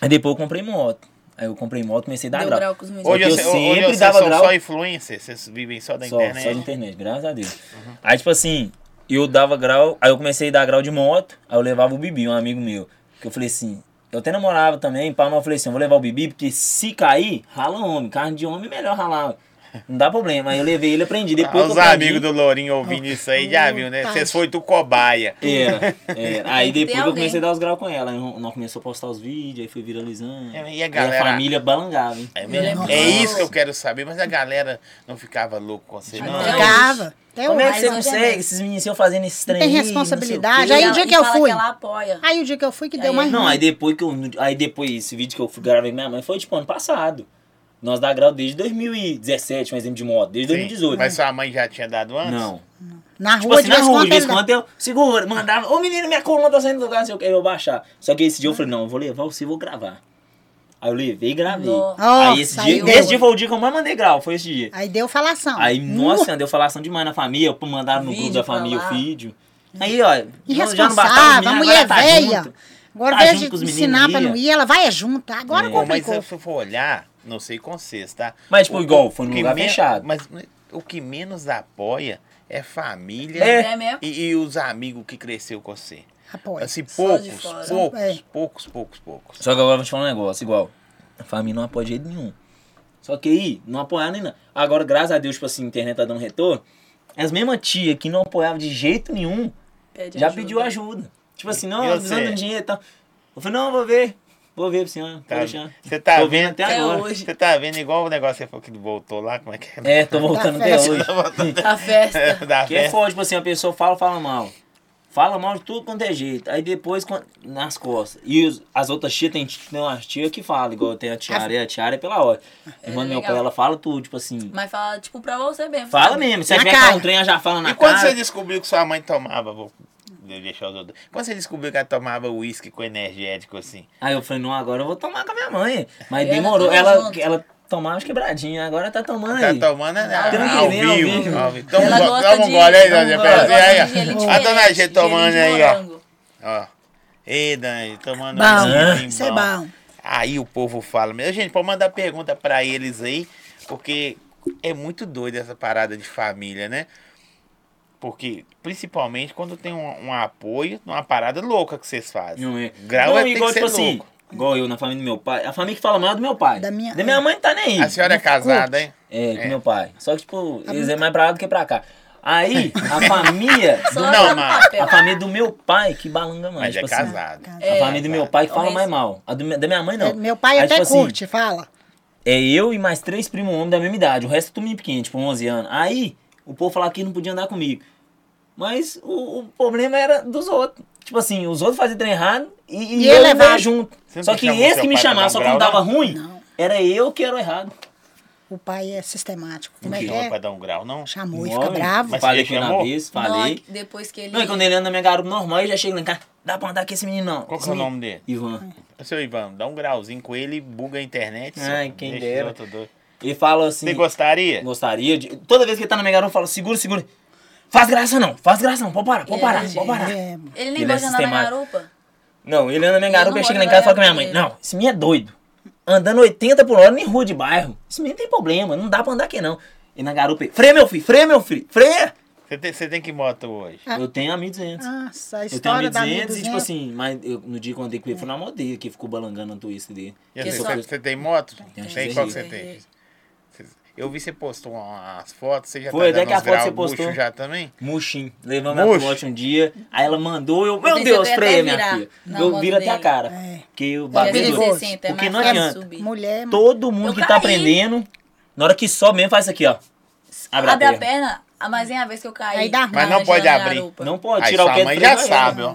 [SPEAKER 2] Aí depois eu comprei moto. Aí eu comprei moto, comecei a dar
[SPEAKER 3] Deu
[SPEAKER 2] grau.
[SPEAKER 3] grau com os meninos.
[SPEAKER 2] Só É que
[SPEAKER 1] Hoje,
[SPEAKER 2] eu
[SPEAKER 1] você- hoje
[SPEAKER 2] sempre
[SPEAKER 1] vocês
[SPEAKER 2] dava
[SPEAKER 1] são
[SPEAKER 2] grau.
[SPEAKER 1] só influencers, vocês vivem só da
[SPEAKER 2] só,
[SPEAKER 1] internet.
[SPEAKER 2] só de internet, graças a Deus. Aí tipo assim, eu dava grau, aí eu comecei a dar grau de moto, aí eu levava o Bibi, um amigo meu. Que eu falei assim, eu até namorava também, pá, mas eu falei assim, eu vou levar o Bibi, porque se cair, rala homem. Carne de homem é melhor ralar. Não dá problema. Aí eu levei ele, aprendi.
[SPEAKER 1] Ah,
[SPEAKER 2] Depois que
[SPEAKER 1] Os
[SPEAKER 2] eu aprendi,
[SPEAKER 1] amigos do Lourinho ouvindo isso aí já viu, né?
[SPEAKER 4] Tadinho.
[SPEAKER 1] Vocês foram do cobaia.
[SPEAKER 2] Era, era. É, Aí
[SPEAKER 3] Tem que ter
[SPEAKER 2] depois eu
[SPEAKER 3] alguém.
[SPEAKER 2] comecei a dar os graus com ela. Aí nós começou a postar os vídeos, aí foi viralizando.
[SPEAKER 1] E a
[SPEAKER 2] Aí
[SPEAKER 1] galera-
[SPEAKER 2] família balangava, hein?
[SPEAKER 1] É,
[SPEAKER 3] lembro
[SPEAKER 1] mesmo?
[SPEAKER 3] que
[SPEAKER 1] É
[SPEAKER 3] eu-
[SPEAKER 1] isso que eu quero saber, mas a galera não ficava louco com você, não?
[SPEAKER 2] Até hoje.
[SPEAKER 4] Ficava. Até
[SPEAKER 2] Como é que
[SPEAKER 4] hoje.
[SPEAKER 2] você
[SPEAKER 3] Mas hoje é
[SPEAKER 2] consegue?
[SPEAKER 3] mesmo.
[SPEAKER 2] Esses meninos iam fazendo esse trem.
[SPEAKER 4] tem
[SPEAKER 2] aí,
[SPEAKER 4] responsabilidade.
[SPEAKER 2] Não, sei o
[SPEAKER 4] Aí
[SPEAKER 2] quê.
[SPEAKER 4] o dia
[SPEAKER 3] e
[SPEAKER 4] que eu
[SPEAKER 3] fala
[SPEAKER 4] fui.
[SPEAKER 3] ela apoia.
[SPEAKER 4] Aí o dia que eu fui que deu
[SPEAKER 3] Aí,
[SPEAKER 4] mais
[SPEAKER 2] Não,
[SPEAKER 4] ruim.
[SPEAKER 2] aí depois que eu. Aí depois, esse vídeo que eu gravei com minha mãe foi tipo ano passado. Nós dá grau desde 2017, um exemplo de moto, desde
[SPEAKER 1] Sim,
[SPEAKER 2] 2018.
[SPEAKER 1] Mas sua mãe já tinha dado antes?
[SPEAKER 2] né? Não.
[SPEAKER 4] Na
[SPEAKER 2] Tipo
[SPEAKER 4] rua,
[SPEAKER 2] assim,
[SPEAKER 4] de
[SPEAKER 2] na
[SPEAKER 4] vez em
[SPEAKER 2] rua, de
[SPEAKER 4] quando,
[SPEAKER 2] vez em
[SPEAKER 4] ele-
[SPEAKER 2] quando eu segura, mandava, ô menino, minha coluna tá saindo do lugar, não sei o que, aí eu baixar. Só que esse dia eu falei, não, eu vou levar você e vou gravar. Aí eu levei e gravei.
[SPEAKER 3] Nossa,
[SPEAKER 2] aí esse dia,
[SPEAKER 4] saiu. Ah,
[SPEAKER 2] esse dia foi o dia que eu mais mandei grau, foi esse dia.
[SPEAKER 4] Aí deu falação.
[SPEAKER 2] Aí,
[SPEAKER 4] Nu.
[SPEAKER 2] nossa, deu falação demais na família, pô, mandaram no
[SPEAKER 3] Vídeo
[SPEAKER 2] grupo da
[SPEAKER 3] pra
[SPEAKER 2] família
[SPEAKER 3] lá.
[SPEAKER 2] o vídeo. Aí, ó, já não bastava os
[SPEAKER 4] Irresponsável, a
[SPEAKER 2] meninos,
[SPEAKER 4] mulher
[SPEAKER 2] agora tá
[SPEAKER 4] velha.
[SPEAKER 2] junto.
[SPEAKER 4] Agora,
[SPEAKER 2] Tá
[SPEAKER 4] ao invés
[SPEAKER 2] junto com os
[SPEAKER 4] de
[SPEAKER 2] meninos,
[SPEAKER 4] ensinar pra
[SPEAKER 2] ia.
[SPEAKER 4] não ir, ela vai é junto. Agora
[SPEAKER 2] É.
[SPEAKER 1] Pô, mas
[SPEAKER 4] complicou.
[SPEAKER 1] se você for olhar, não sei com vocês, tá?
[SPEAKER 2] Mas, tipo,
[SPEAKER 1] O-
[SPEAKER 2] igual,
[SPEAKER 1] o
[SPEAKER 2] foi num
[SPEAKER 1] que
[SPEAKER 2] lugar
[SPEAKER 1] men-
[SPEAKER 2] fechado.
[SPEAKER 1] Mas né, o que menos apoia é família
[SPEAKER 2] É.
[SPEAKER 3] É mesmo?
[SPEAKER 1] E, e os amigos que cresceu com você.
[SPEAKER 4] Apoio.
[SPEAKER 1] Assim,
[SPEAKER 3] Só de
[SPEAKER 1] poucos,
[SPEAKER 3] fora.
[SPEAKER 1] poucos,
[SPEAKER 4] É.
[SPEAKER 1] poucos, poucos, poucos.
[SPEAKER 2] Só que agora eu vou te falar um negócio, igual. A família não apoia de jeito nenhum. Só que aí, não apoiar nem nada. Agora, graças a Deus, tipo assim, a internet tá dando retorno. As mesmas tia que não apoiava de jeito nenhum,
[SPEAKER 3] Pede
[SPEAKER 2] já
[SPEAKER 3] ajuda.
[SPEAKER 2] pediu ajuda. Tipo assim, não,
[SPEAKER 1] E
[SPEAKER 2] eu tô
[SPEAKER 1] você?
[SPEAKER 2] precisando de um dinheiro e tal. Eu falei, não, eu vou ver. Vou ver pra senhora.
[SPEAKER 1] Tá-
[SPEAKER 2] Tá.
[SPEAKER 1] Você tá
[SPEAKER 2] tô vendo
[SPEAKER 1] vendo-
[SPEAKER 2] até
[SPEAKER 3] Até
[SPEAKER 2] agora.
[SPEAKER 3] hoje.
[SPEAKER 1] Você tá vendo igual o negócio que você falou que voltou lá, como é que é?
[SPEAKER 2] É, tô voltando
[SPEAKER 4] Tá
[SPEAKER 2] até
[SPEAKER 4] festa.
[SPEAKER 2] hoje.
[SPEAKER 3] A festa.
[SPEAKER 1] [laughs] da
[SPEAKER 2] Que é
[SPEAKER 1] festa.
[SPEAKER 2] foda, tipo assim, a pessoa fala, fala mal. Fala mal de tudo quanto é jeito. Aí depois, quan- nas costas. E os- as outras tias, tem, tem umas tias que falam, igual tem a tiara, e a tiara é pela hora. Irmã do meu pai,
[SPEAKER 3] legal.
[SPEAKER 2] ela fala tudo, tipo assim.
[SPEAKER 3] Mas fala, tipo, pra você mesmo.
[SPEAKER 2] Fala
[SPEAKER 3] sabe?
[SPEAKER 2] mesmo, se
[SPEAKER 4] Na
[SPEAKER 2] ela tiver que falar
[SPEAKER 4] cara.
[SPEAKER 2] um trem, ela já fala na
[SPEAKER 1] E quando você
[SPEAKER 2] cara.
[SPEAKER 1] descobriu que sua mãe tomava, vou deixar os outros. Quando você descobriu que ela tomava uísque com energético assim?
[SPEAKER 2] Aí eu falei, não, agora eu vou tomar com a minha mãe. Mas
[SPEAKER 3] E ela
[SPEAKER 2] demorou.
[SPEAKER 3] tava
[SPEAKER 2] Ela,
[SPEAKER 3] junto.
[SPEAKER 2] ela tomava uns quebradinhos, agora tá tomando
[SPEAKER 1] Tá
[SPEAKER 2] aí.
[SPEAKER 1] tomando né?
[SPEAKER 2] Tranquilo,
[SPEAKER 1] ao
[SPEAKER 2] hein, ao
[SPEAKER 1] vivo.
[SPEAKER 2] vivo.
[SPEAKER 1] ao vivo. Toma um
[SPEAKER 3] Ela
[SPEAKER 1] go-
[SPEAKER 3] gosta
[SPEAKER 1] toma um
[SPEAKER 3] de-
[SPEAKER 1] gole aí,
[SPEAKER 3] toma um
[SPEAKER 1] dona Gê,
[SPEAKER 2] gole.
[SPEAKER 1] peraí,
[SPEAKER 3] Gosta
[SPEAKER 1] aí,
[SPEAKER 3] de gelinho
[SPEAKER 1] ó. A dona
[SPEAKER 3] diferente,
[SPEAKER 1] G
[SPEAKER 3] gelinho
[SPEAKER 1] tomando
[SPEAKER 3] de
[SPEAKER 1] aí, ó.
[SPEAKER 3] morango.
[SPEAKER 1] Ó. Ei, Dani, tomando
[SPEAKER 4] Bom,
[SPEAKER 3] né?
[SPEAKER 1] vinhozinho
[SPEAKER 4] isso é bom.
[SPEAKER 1] Aí o povo fala, meu gente, pode mandar pergunta pra eles aí, porque é muito doido essa parada de família, né? Porque, principalmente quando tem um, um apoio, numa parada louca que vocês fazem.
[SPEAKER 2] Não é.
[SPEAKER 1] Grau
[SPEAKER 2] não,
[SPEAKER 1] é ter
[SPEAKER 2] igual,
[SPEAKER 1] que ser
[SPEAKER 2] tipo assim,
[SPEAKER 1] louco.
[SPEAKER 2] igual eu na família do meu pai. A família que fala mal é do meu pai.
[SPEAKER 4] Da minha-
[SPEAKER 2] mãe não tá nem aí.
[SPEAKER 1] A senhora é casada, hein?
[SPEAKER 2] É, com
[SPEAKER 1] É.
[SPEAKER 2] meu pai. Só que, tipo,
[SPEAKER 4] Tá
[SPEAKER 2] eles é mais pra lá do que pra cá. Aí, a
[SPEAKER 1] [laughs]
[SPEAKER 2] família.
[SPEAKER 3] Só
[SPEAKER 2] do-
[SPEAKER 1] Não,
[SPEAKER 3] tá no
[SPEAKER 1] mas-
[SPEAKER 3] papel.
[SPEAKER 2] a família do meu pai que balanga mais.
[SPEAKER 1] Mas é
[SPEAKER 2] tipo assim.
[SPEAKER 1] casado.
[SPEAKER 4] casado.
[SPEAKER 2] A família do meu pai que fala
[SPEAKER 3] Talvez-
[SPEAKER 2] mais mal. A do, da minha mãe, não.
[SPEAKER 4] É, Meu pai
[SPEAKER 2] Aí,
[SPEAKER 4] até
[SPEAKER 2] tipo assim,
[SPEAKER 4] curte, fala.
[SPEAKER 2] é eu e mais três primos homens da mesma idade. O resto é tudo menino pequeno, tipo 11 anos. Aí, o povo falava que não podia andar comigo. Mas o, o problema era dos outros. Tipo assim, os outros faziam trem errado e, e
[SPEAKER 4] E
[SPEAKER 2] eu
[SPEAKER 4] ele
[SPEAKER 2] levava
[SPEAKER 4] levava.
[SPEAKER 2] junto.
[SPEAKER 1] Você
[SPEAKER 2] só
[SPEAKER 1] nunca
[SPEAKER 2] que
[SPEAKER 1] chamou
[SPEAKER 2] esse
[SPEAKER 1] seu
[SPEAKER 2] que me
[SPEAKER 1] pai pra dar
[SPEAKER 2] chamava,
[SPEAKER 1] um
[SPEAKER 2] só
[SPEAKER 1] grau,
[SPEAKER 2] quando dava
[SPEAKER 1] não?
[SPEAKER 2] ruim,
[SPEAKER 4] Não.
[SPEAKER 2] era eu que era o errado.
[SPEAKER 4] O pai é sistemático. Como
[SPEAKER 1] Não
[SPEAKER 4] é que
[SPEAKER 1] chama pra
[SPEAKER 4] é?
[SPEAKER 1] dar um grau, não?
[SPEAKER 4] Chamou e
[SPEAKER 2] Não,
[SPEAKER 4] fica bravo.
[SPEAKER 1] Mas
[SPEAKER 2] Falei
[SPEAKER 1] você
[SPEAKER 2] com ele na
[SPEAKER 1] chamou?
[SPEAKER 2] vez,
[SPEAKER 3] Não,
[SPEAKER 2] falei.
[SPEAKER 3] é que depois que ele...
[SPEAKER 2] Não, e quando ele anda na minha garupa normal, eu já chego lá em casa. Dá pra andar com esse menino, não.
[SPEAKER 1] Qual que
[SPEAKER 2] Esse
[SPEAKER 1] é o
[SPEAKER 2] menino-
[SPEAKER 1] nome dele?
[SPEAKER 2] Ivan.
[SPEAKER 1] Seu Ivan, dá um grauzinho com ele, buga a internet. só
[SPEAKER 2] Ai, quem
[SPEAKER 1] deixa os
[SPEAKER 2] dera.
[SPEAKER 1] outros dois.
[SPEAKER 2] Ele fala assim.
[SPEAKER 1] Você gostaria?
[SPEAKER 2] Gostaria de. Toda vez que ele tá na minha garupa, eu falo, segura, segura. Faz graça não, faz graça não, pode parar, pode
[SPEAKER 3] É,
[SPEAKER 2] parar,
[SPEAKER 3] gente.
[SPEAKER 2] pode parar.
[SPEAKER 4] É,
[SPEAKER 3] Ele
[SPEAKER 2] Ele
[SPEAKER 3] nem
[SPEAKER 2] é
[SPEAKER 3] gosta de andar na
[SPEAKER 2] sistemático.
[SPEAKER 3] garupa.
[SPEAKER 2] Não, ele anda na minha
[SPEAKER 3] Ele
[SPEAKER 2] garupa,
[SPEAKER 3] não
[SPEAKER 2] eu chego lá em
[SPEAKER 3] mora
[SPEAKER 2] casa e
[SPEAKER 3] na
[SPEAKER 2] falo com a minha mãe.
[SPEAKER 3] garupa dele.
[SPEAKER 2] Não, esse menino é doido. Andando 80 por hora em rua de bairro. Esse menino tem problema, não dá pra andar aqui não. E na garupa ele, freia meu filho, freia meu filho, freia!
[SPEAKER 1] Você tem, você tem que moto hoje?
[SPEAKER 4] Ah.
[SPEAKER 2] Eu tenho a 1200.
[SPEAKER 4] Nossa,
[SPEAKER 2] eu tenho
[SPEAKER 4] a
[SPEAKER 2] a
[SPEAKER 4] história da
[SPEAKER 2] 1200 e tipo
[SPEAKER 4] 1200.
[SPEAKER 2] assim, mas eu- no dia que eu andei com ele, foi na modeia que ficou balangando no twist dele.
[SPEAKER 1] E
[SPEAKER 3] Que
[SPEAKER 1] você,
[SPEAKER 3] só-
[SPEAKER 1] você- você tem moto?
[SPEAKER 2] Tem,
[SPEAKER 1] Tem,
[SPEAKER 2] tem.
[SPEAKER 1] qual que você tem? Eu vi você postou umas fotos, você já
[SPEAKER 2] Foi,
[SPEAKER 1] tá
[SPEAKER 2] até
[SPEAKER 1] dando
[SPEAKER 2] que a
[SPEAKER 1] uns
[SPEAKER 2] foto você
[SPEAKER 1] graus
[SPEAKER 2] postou.
[SPEAKER 1] bucho já também?
[SPEAKER 2] Murchinho. Levamos a
[SPEAKER 1] Murcho.
[SPEAKER 2] Watch um dia. Aí ela mandou, eu, meu
[SPEAKER 3] pensei que eu
[SPEAKER 2] Deus,
[SPEAKER 3] ia até
[SPEAKER 2] freia, minha
[SPEAKER 3] virar
[SPEAKER 2] filha.
[SPEAKER 3] na
[SPEAKER 2] Eu
[SPEAKER 3] moto
[SPEAKER 2] viro até a
[SPEAKER 3] dele.
[SPEAKER 2] cara.
[SPEAKER 4] É.
[SPEAKER 2] Porque o
[SPEAKER 3] Porque
[SPEAKER 2] bagulho.
[SPEAKER 4] vezes
[SPEAKER 2] doido.
[SPEAKER 3] 60 é
[SPEAKER 2] Porque
[SPEAKER 3] mais
[SPEAKER 2] não
[SPEAKER 3] fácil
[SPEAKER 2] adianta.
[SPEAKER 3] subir. É
[SPEAKER 4] Mulher,
[SPEAKER 2] Todo mundo
[SPEAKER 3] Eu
[SPEAKER 2] que tá
[SPEAKER 3] caí.
[SPEAKER 2] aprendendo, na hora que sobe mesmo, faz isso aqui, ó. Abre,
[SPEAKER 3] Abre
[SPEAKER 2] a
[SPEAKER 3] a
[SPEAKER 2] perna.
[SPEAKER 3] perna, mas em a vez que eu caí.
[SPEAKER 4] Aí dá ruim.
[SPEAKER 1] Mas não
[SPEAKER 3] na
[SPEAKER 1] pode
[SPEAKER 3] janela
[SPEAKER 1] abrir.
[SPEAKER 3] garupa.
[SPEAKER 2] Não pode
[SPEAKER 1] Aí
[SPEAKER 2] tirar o
[SPEAKER 1] sua
[SPEAKER 2] pé
[SPEAKER 1] mãe
[SPEAKER 2] do
[SPEAKER 1] já
[SPEAKER 2] freio,
[SPEAKER 1] sabe, ó.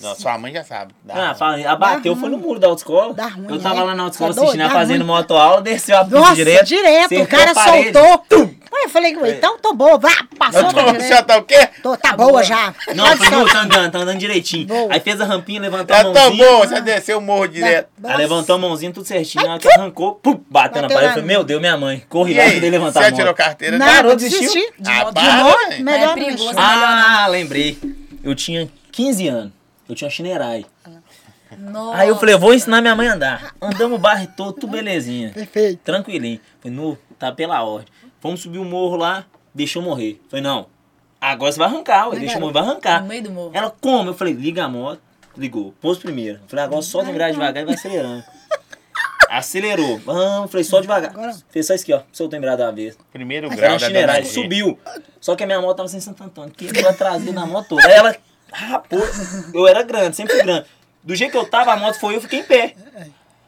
[SPEAKER 1] Não, sua mãe já sabe. Dá. [laughs]
[SPEAKER 2] Ah, fala, abateu, foi no muro da autoescola.
[SPEAKER 4] Dá ruim,
[SPEAKER 2] eu tava
[SPEAKER 4] né?
[SPEAKER 2] lá na autoescola
[SPEAKER 4] Tá doido?
[SPEAKER 2] assistindo, ela
[SPEAKER 4] Dá
[SPEAKER 2] fazendo
[SPEAKER 4] ruim.
[SPEAKER 2] motoaula, desceu a pista
[SPEAKER 4] Nossa,
[SPEAKER 2] direto.
[SPEAKER 4] direto,
[SPEAKER 2] cercou
[SPEAKER 4] o cara
[SPEAKER 2] a parede.
[SPEAKER 4] soltou. Ué, eu falei,
[SPEAKER 2] É.
[SPEAKER 4] ué, então tô boa, vá, passou
[SPEAKER 1] Eu
[SPEAKER 4] pra
[SPEAKER 1] tô, já
[SPEAKER 2] assim,
[SPEAKER 4] direito.
[SPEAKER 1] tá o quê?
[SPEAKER 4] Tô, tá
[SPEAKER 3] Tá
[SPEAKER 4] boa,
[SPEAKER 3] boa.
[SPEAKER 4] já.
[SPEAKER 2] Não, eu falei, não, tá andando, tá andando direitinho.
[SPEAKER 4] Boa.
[SPEAKER 2] Aí fez a rampinha, levantou a
[SPEAKER 1] Já tá
[SPEAKER 2] mãozinha.
[SPEAKER 1] bom, você desceu o morro direto.
[SPEAKER 2] Aí levantou a mãozinha tudo certinho, na hora que
[SPEAKER 4] tchum.
[SPEAKER 2] arrancou, pum, bateu na parede.
[SPEAKER 4] Bateu lá
[SPEAKER 2] Falei,
[SPEAKER 4] no-
[SPEAKER 2] meu Deus, minha mãe, corri
[SPEAKER 1] E
[SPEAKER 2] lá,
[SPEAKER 1] aí,
[SPEAKER 2] poder levantar
[SPEAKER 1] você já
[SPEAKER 2] a
[SPEAKER 1] tirou
[SPEAKER 2] moto.
[SPEAKER 1] carteira?
[SPEAKER 4] Não,
[SPEAKER 1] Não.
[SPEAKER 2] Parou,
[SPEAKER 4] desistiu.
[SPEAKER 2] desistiu?
[SPEAKER 1] Ah,
[SPEAKER 3] moto,
[SPEAKER 1] para,
[SPEAKER 3] moto.
[SPEAKER 1] velho.
[SPEAKER 4] Melhor
[SPEAKER 3] É
[SPEAKER 4] não
[SPEAKER 3] perigoso.
[SPEAKER 4] mexer.
[SPEAKER 2] Ah, lembrei. Eu tinha 15 anos, eu tinha chinerai.
[SPEAKER 3] Nossa.
[SPEAKER 2] Aí eu falei, eu vou ensinar minha mãe a andar. Andamos o bairro todo,
[SPEAKER 3] [laughs]
[SPEAKER 2] tudo belezinha.
[SPEAKER 4] Perfeito.
[SPEAKER 2] Tranquilinho. Falei, nu, tá pela ordem. Vamos subir o morro lá, deixou morrer. Falei, não, agora você vai arrancar, ué. deixa eu morrer, vai arrancar.
[SPEAKER 3] No meio do morro.
[SPEAKER 2] Ela, como? Eu falei, liga a moto. Ligou, pôs primeiro. Falei, agora só virar
[SPEAKER 3] então.
[SPEAKER 2] devagar e vai acelerando. Acelerou. Vamos, falei, só devagar.
[SPEAKER 4] Agora-
[SPEAKER 2] Fez só isso aqui, ó. Soltou em brada da vez.
[SPEAKER 1] Primeiro
[SPEAKER 2] Era um
[SPEAKER 1] grau
[SPEAKER 2] uma
[SPEAKER 1] da dona
[SPEAKER 2] chineiragem,
[SPEAKER 1] G.
[SPEAKER 2] subiu. Só que a minha moto tava sem Santo Antônio. Quebrou a traseira na moto toda. Aí ela rapou. Eu era grande, sempre fui grande. Do jeito que eu tava, a moto foi eu, eu fiquei em pé.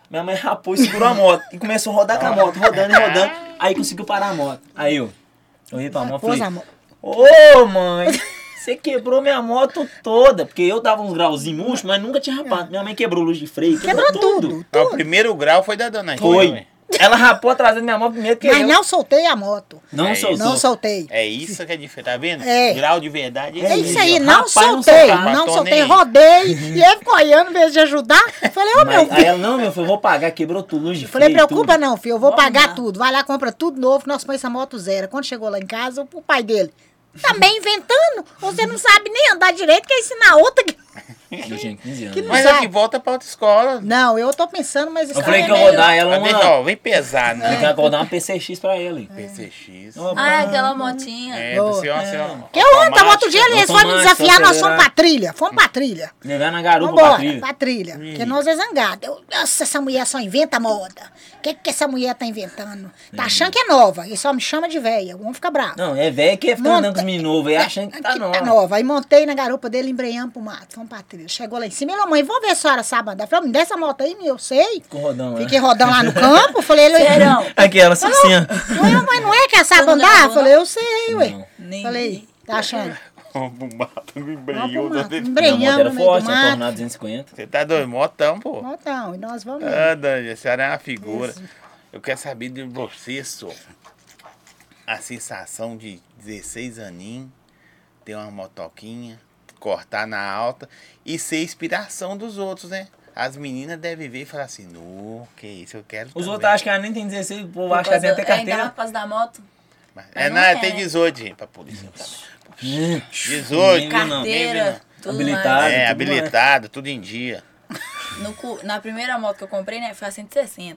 [SPEAKER 2] Minha mãe rapou e segurou a moto. E começou a rodar com a moto, rodando e rodando. Aí conseguiu parar a moto. Aí eu olhei pra moto e
[SPEAKER 4] Pôs
[SPEAKER 2] falei,
[SPEAKER 4] a mão.
[SPEAKER 2] Ô, mãe, você quebrou minha moto toda. Porque eu dava uns grauzinhos murchos, mas nunca tinha rapado. Minha mãe quebrou luz de freio, quebrou,
[SPEAKER 4] Quebrou tudo.
[SPEAKER 1] Ah, O primeiro grau foi da dona G.
[SPEAKER 2] Foi.
[SPEAKER 1] né?
[SPEAKER 2] Ela rapou atrás da minha moto primeiro que
[SPEAKER 4] Mas
[SPEAKER 2] eu.
[SPEAKER 4] não soltei a moto.
[SPEAKER 2] Não
[SPEAKER 1] É
[SPEAKER 2] soltou.
[SPEAKER 4] Não soltei.
[SPEAKER 1] É isso que é diferente, tá vendo?
[SPEAKER 4] É.
[SPEAKER 1] Grau de verdade
[SPEAKER 4] É isso aí,
[SPEAKER 2] Rapaz,
[SPEAKER 4] não
[SPEAKER 2] não
[SPEAKER 4] soltei,
[SPEAKER 2] soltava,
[SPEAKER 4] não
[SPEAKER 1] tô
[SPEAKER 4] soltei,
[SPEAKER 1] nem aí.
[SPEAKER 2] [laughs]
[SPEAKER 4] rodei. E ele ficou olhando, em vez de ajudar, eu falei, ô Ah, meu
[SPEAKER 2] Mas, aí
[SPEAKER 4] filho.
[SPEAKER 2] ela, não, meu filho, eu vou pagar, quebrou tudo, luz de
[SPEAKER 4] Eu falei,
[SPEAKER 2] freio,
[SPEAKER 4] preocupa
[SPEAKER 2] tudo.
[SPEAKER 4] não, filho, eu vou
[SPEAKER 3] Vamos
[SPEAKER 4] pagar
[SPEAKER 3] lá.
[SPEAKER 4] tudo. Vai lá, compra tudo novo, nós põe essa moto zero. Quando chegou lá em casa, o pai dele, também inventando? Você não sabe nem andar direito, quer ensinar outra que... [laughs]
[SPEAKER 2] Eu tinha 15 anos.
[SPEAKER 4] Que não-
[SPEAKER 1] Mas
[SPEAKER 4] Sabe?
[SPEAKER 1] aqui volta pra autoescola.
[SPEAKER 4] Não, eu tô pensando, mas...
[SPEAKER 2] Eu falei que eu
[SPEAKER 3] é
[SPEAKER 2] vou
[SPEAKER 3] melhor.
[SPEAKER 2] dar ela
[SPEAKER 1] Mas
[SPEAKER 2] uma...
[SPEAKER 1] vem, Tá ó, vem pesar,
[SPEAKER 2] Eu
[SPEAKER 1] né?
[SPEAKER 2] falei que eu vou dar uma PCX pra ele.
[SPEAKER 1] PCX.
[SPEAKER 2] Ó,
[SPEAKER 3] Ah, aquela motinha.
[SPEAKER 1] É, do
[SPEAKER 4] Boa.
[SPEAKER 1] senhor, senhor.
[SPEAKER 4] Que eu ando, outro dia
[SPEAKER 1] Automática.
[SPEAKER 4] eles foram me
[SPEAKER 2] automática,
[SPEAKER 4] desafiar, nós
[SPEAKER 2] acelerar.
[SPEAKER 4] fomos pra trilha, fomos pra trilha.
[SPEAKER 2] Levar na garupa,
[SPEAKER 4] Vambora,
[SPEAKER 2] Patrícia.
[SPEAKER 4] pra trilha. Porque nós é zangado. Eu, nossa, essa mulher só inventa moda. O que, que essa mulher tá inventando? Tá achando que é nova. E só me chama de velha. O homem fica bravo.
[SPEAKER 2] Não, é velho que fica andando com os meninos novos, aí achando que tá
[SPEAKER 4] Aqui
[SPEAKER 2] nova.
[SPEAKER 4] Aí montei na garupa dele, embreamos pro mato. Fomos pra trilha. Chegou lá em cima. Minha mãe, vamos ver se a senhora sabe andar. Falei, me dá essa moto aí, meu, eu sei.
[SPEAKER 2] Ficou rodão, né?
[SPEAKER 4] Fiquei rodando lá no campo. Falei, ele...
[SPEAKER 3] Serão.
[SPEAKER 2] Aqui, ela só assim, ó.
[SPEAKER 4] Ué, mãe, não é que ela sabe
[SPEAKER 3] Todo mundo
[SPEAKER 4] andar?
[SPEAKER 3] levou,
[SPEAKER 4] Falei, eu sei, ué.
[SPEAKER 3] Nem-
[SPEAKER 4] Falei, tá achando?
[SPEAKER 1] [laughs] O mato me embrenhou.
[SPEAKER 4] Vamos pro mato.
[SPEAKER 2] Minha moto
[SPEAKER 4] Embrenhamos
[SPEAKER 2] era
[SPEAKER 4] no meio do
[SPEAKER 2] é forte, uma
[SPEAKER 4] mato.
[SPEAKER 2] Tornado 250.
[SPEAKER 1] Você tá doido? Motão, pô.
[SPEAKER 4] Motão, e nós vamos.
[SPEAKER 1] Ah, Dani, a senhora é uma figura. Eu quero saber de você, só. A sensação de 16 aninhos, ter uma motoquinha, cortar na alta e ser inspiração dos outros, né? As meninas devem ver e falar assim, nu, que isso, eu quero
[SPEAKER 2] Os
[SPEAKER 1] também."
[SPEAKER 2] outros acham que ela nem tem 16, o povo acha que ela tem até
[SPEAKER 3] Por causa- é, ainda mais
[SPEAKER 2] carteira.
[SPEAKER 3] por causa da moto.
[SPEAKER 1] Mas- É,
[SPEAKER 3] Mas
[SPEAKER 1] não,
[SPEAKER 3] não é.
[SPEAKER 1] tem 18, gente, pra polícia.
[SPEAKER 2] Hum,
[SPEAKER 1] 18.
[SPEAKER 2] Não, não,
[SPEAKER 1] nem vi,
[SPEAKER 3] Carteira, tudo
[SPEAKER 2] Habilitado.
[SPEAKER 3] mais.
[SPEAKER 1] É,
[SPEAKER 2] tudo
[SPEAKER 1] habilitado, tudo em dia.
[SPEAKER 3] No cu- na primeira moto que eu comprei, né, foi a
[SPEAKER 4] [laughs]
[SPEAKER 3] 160.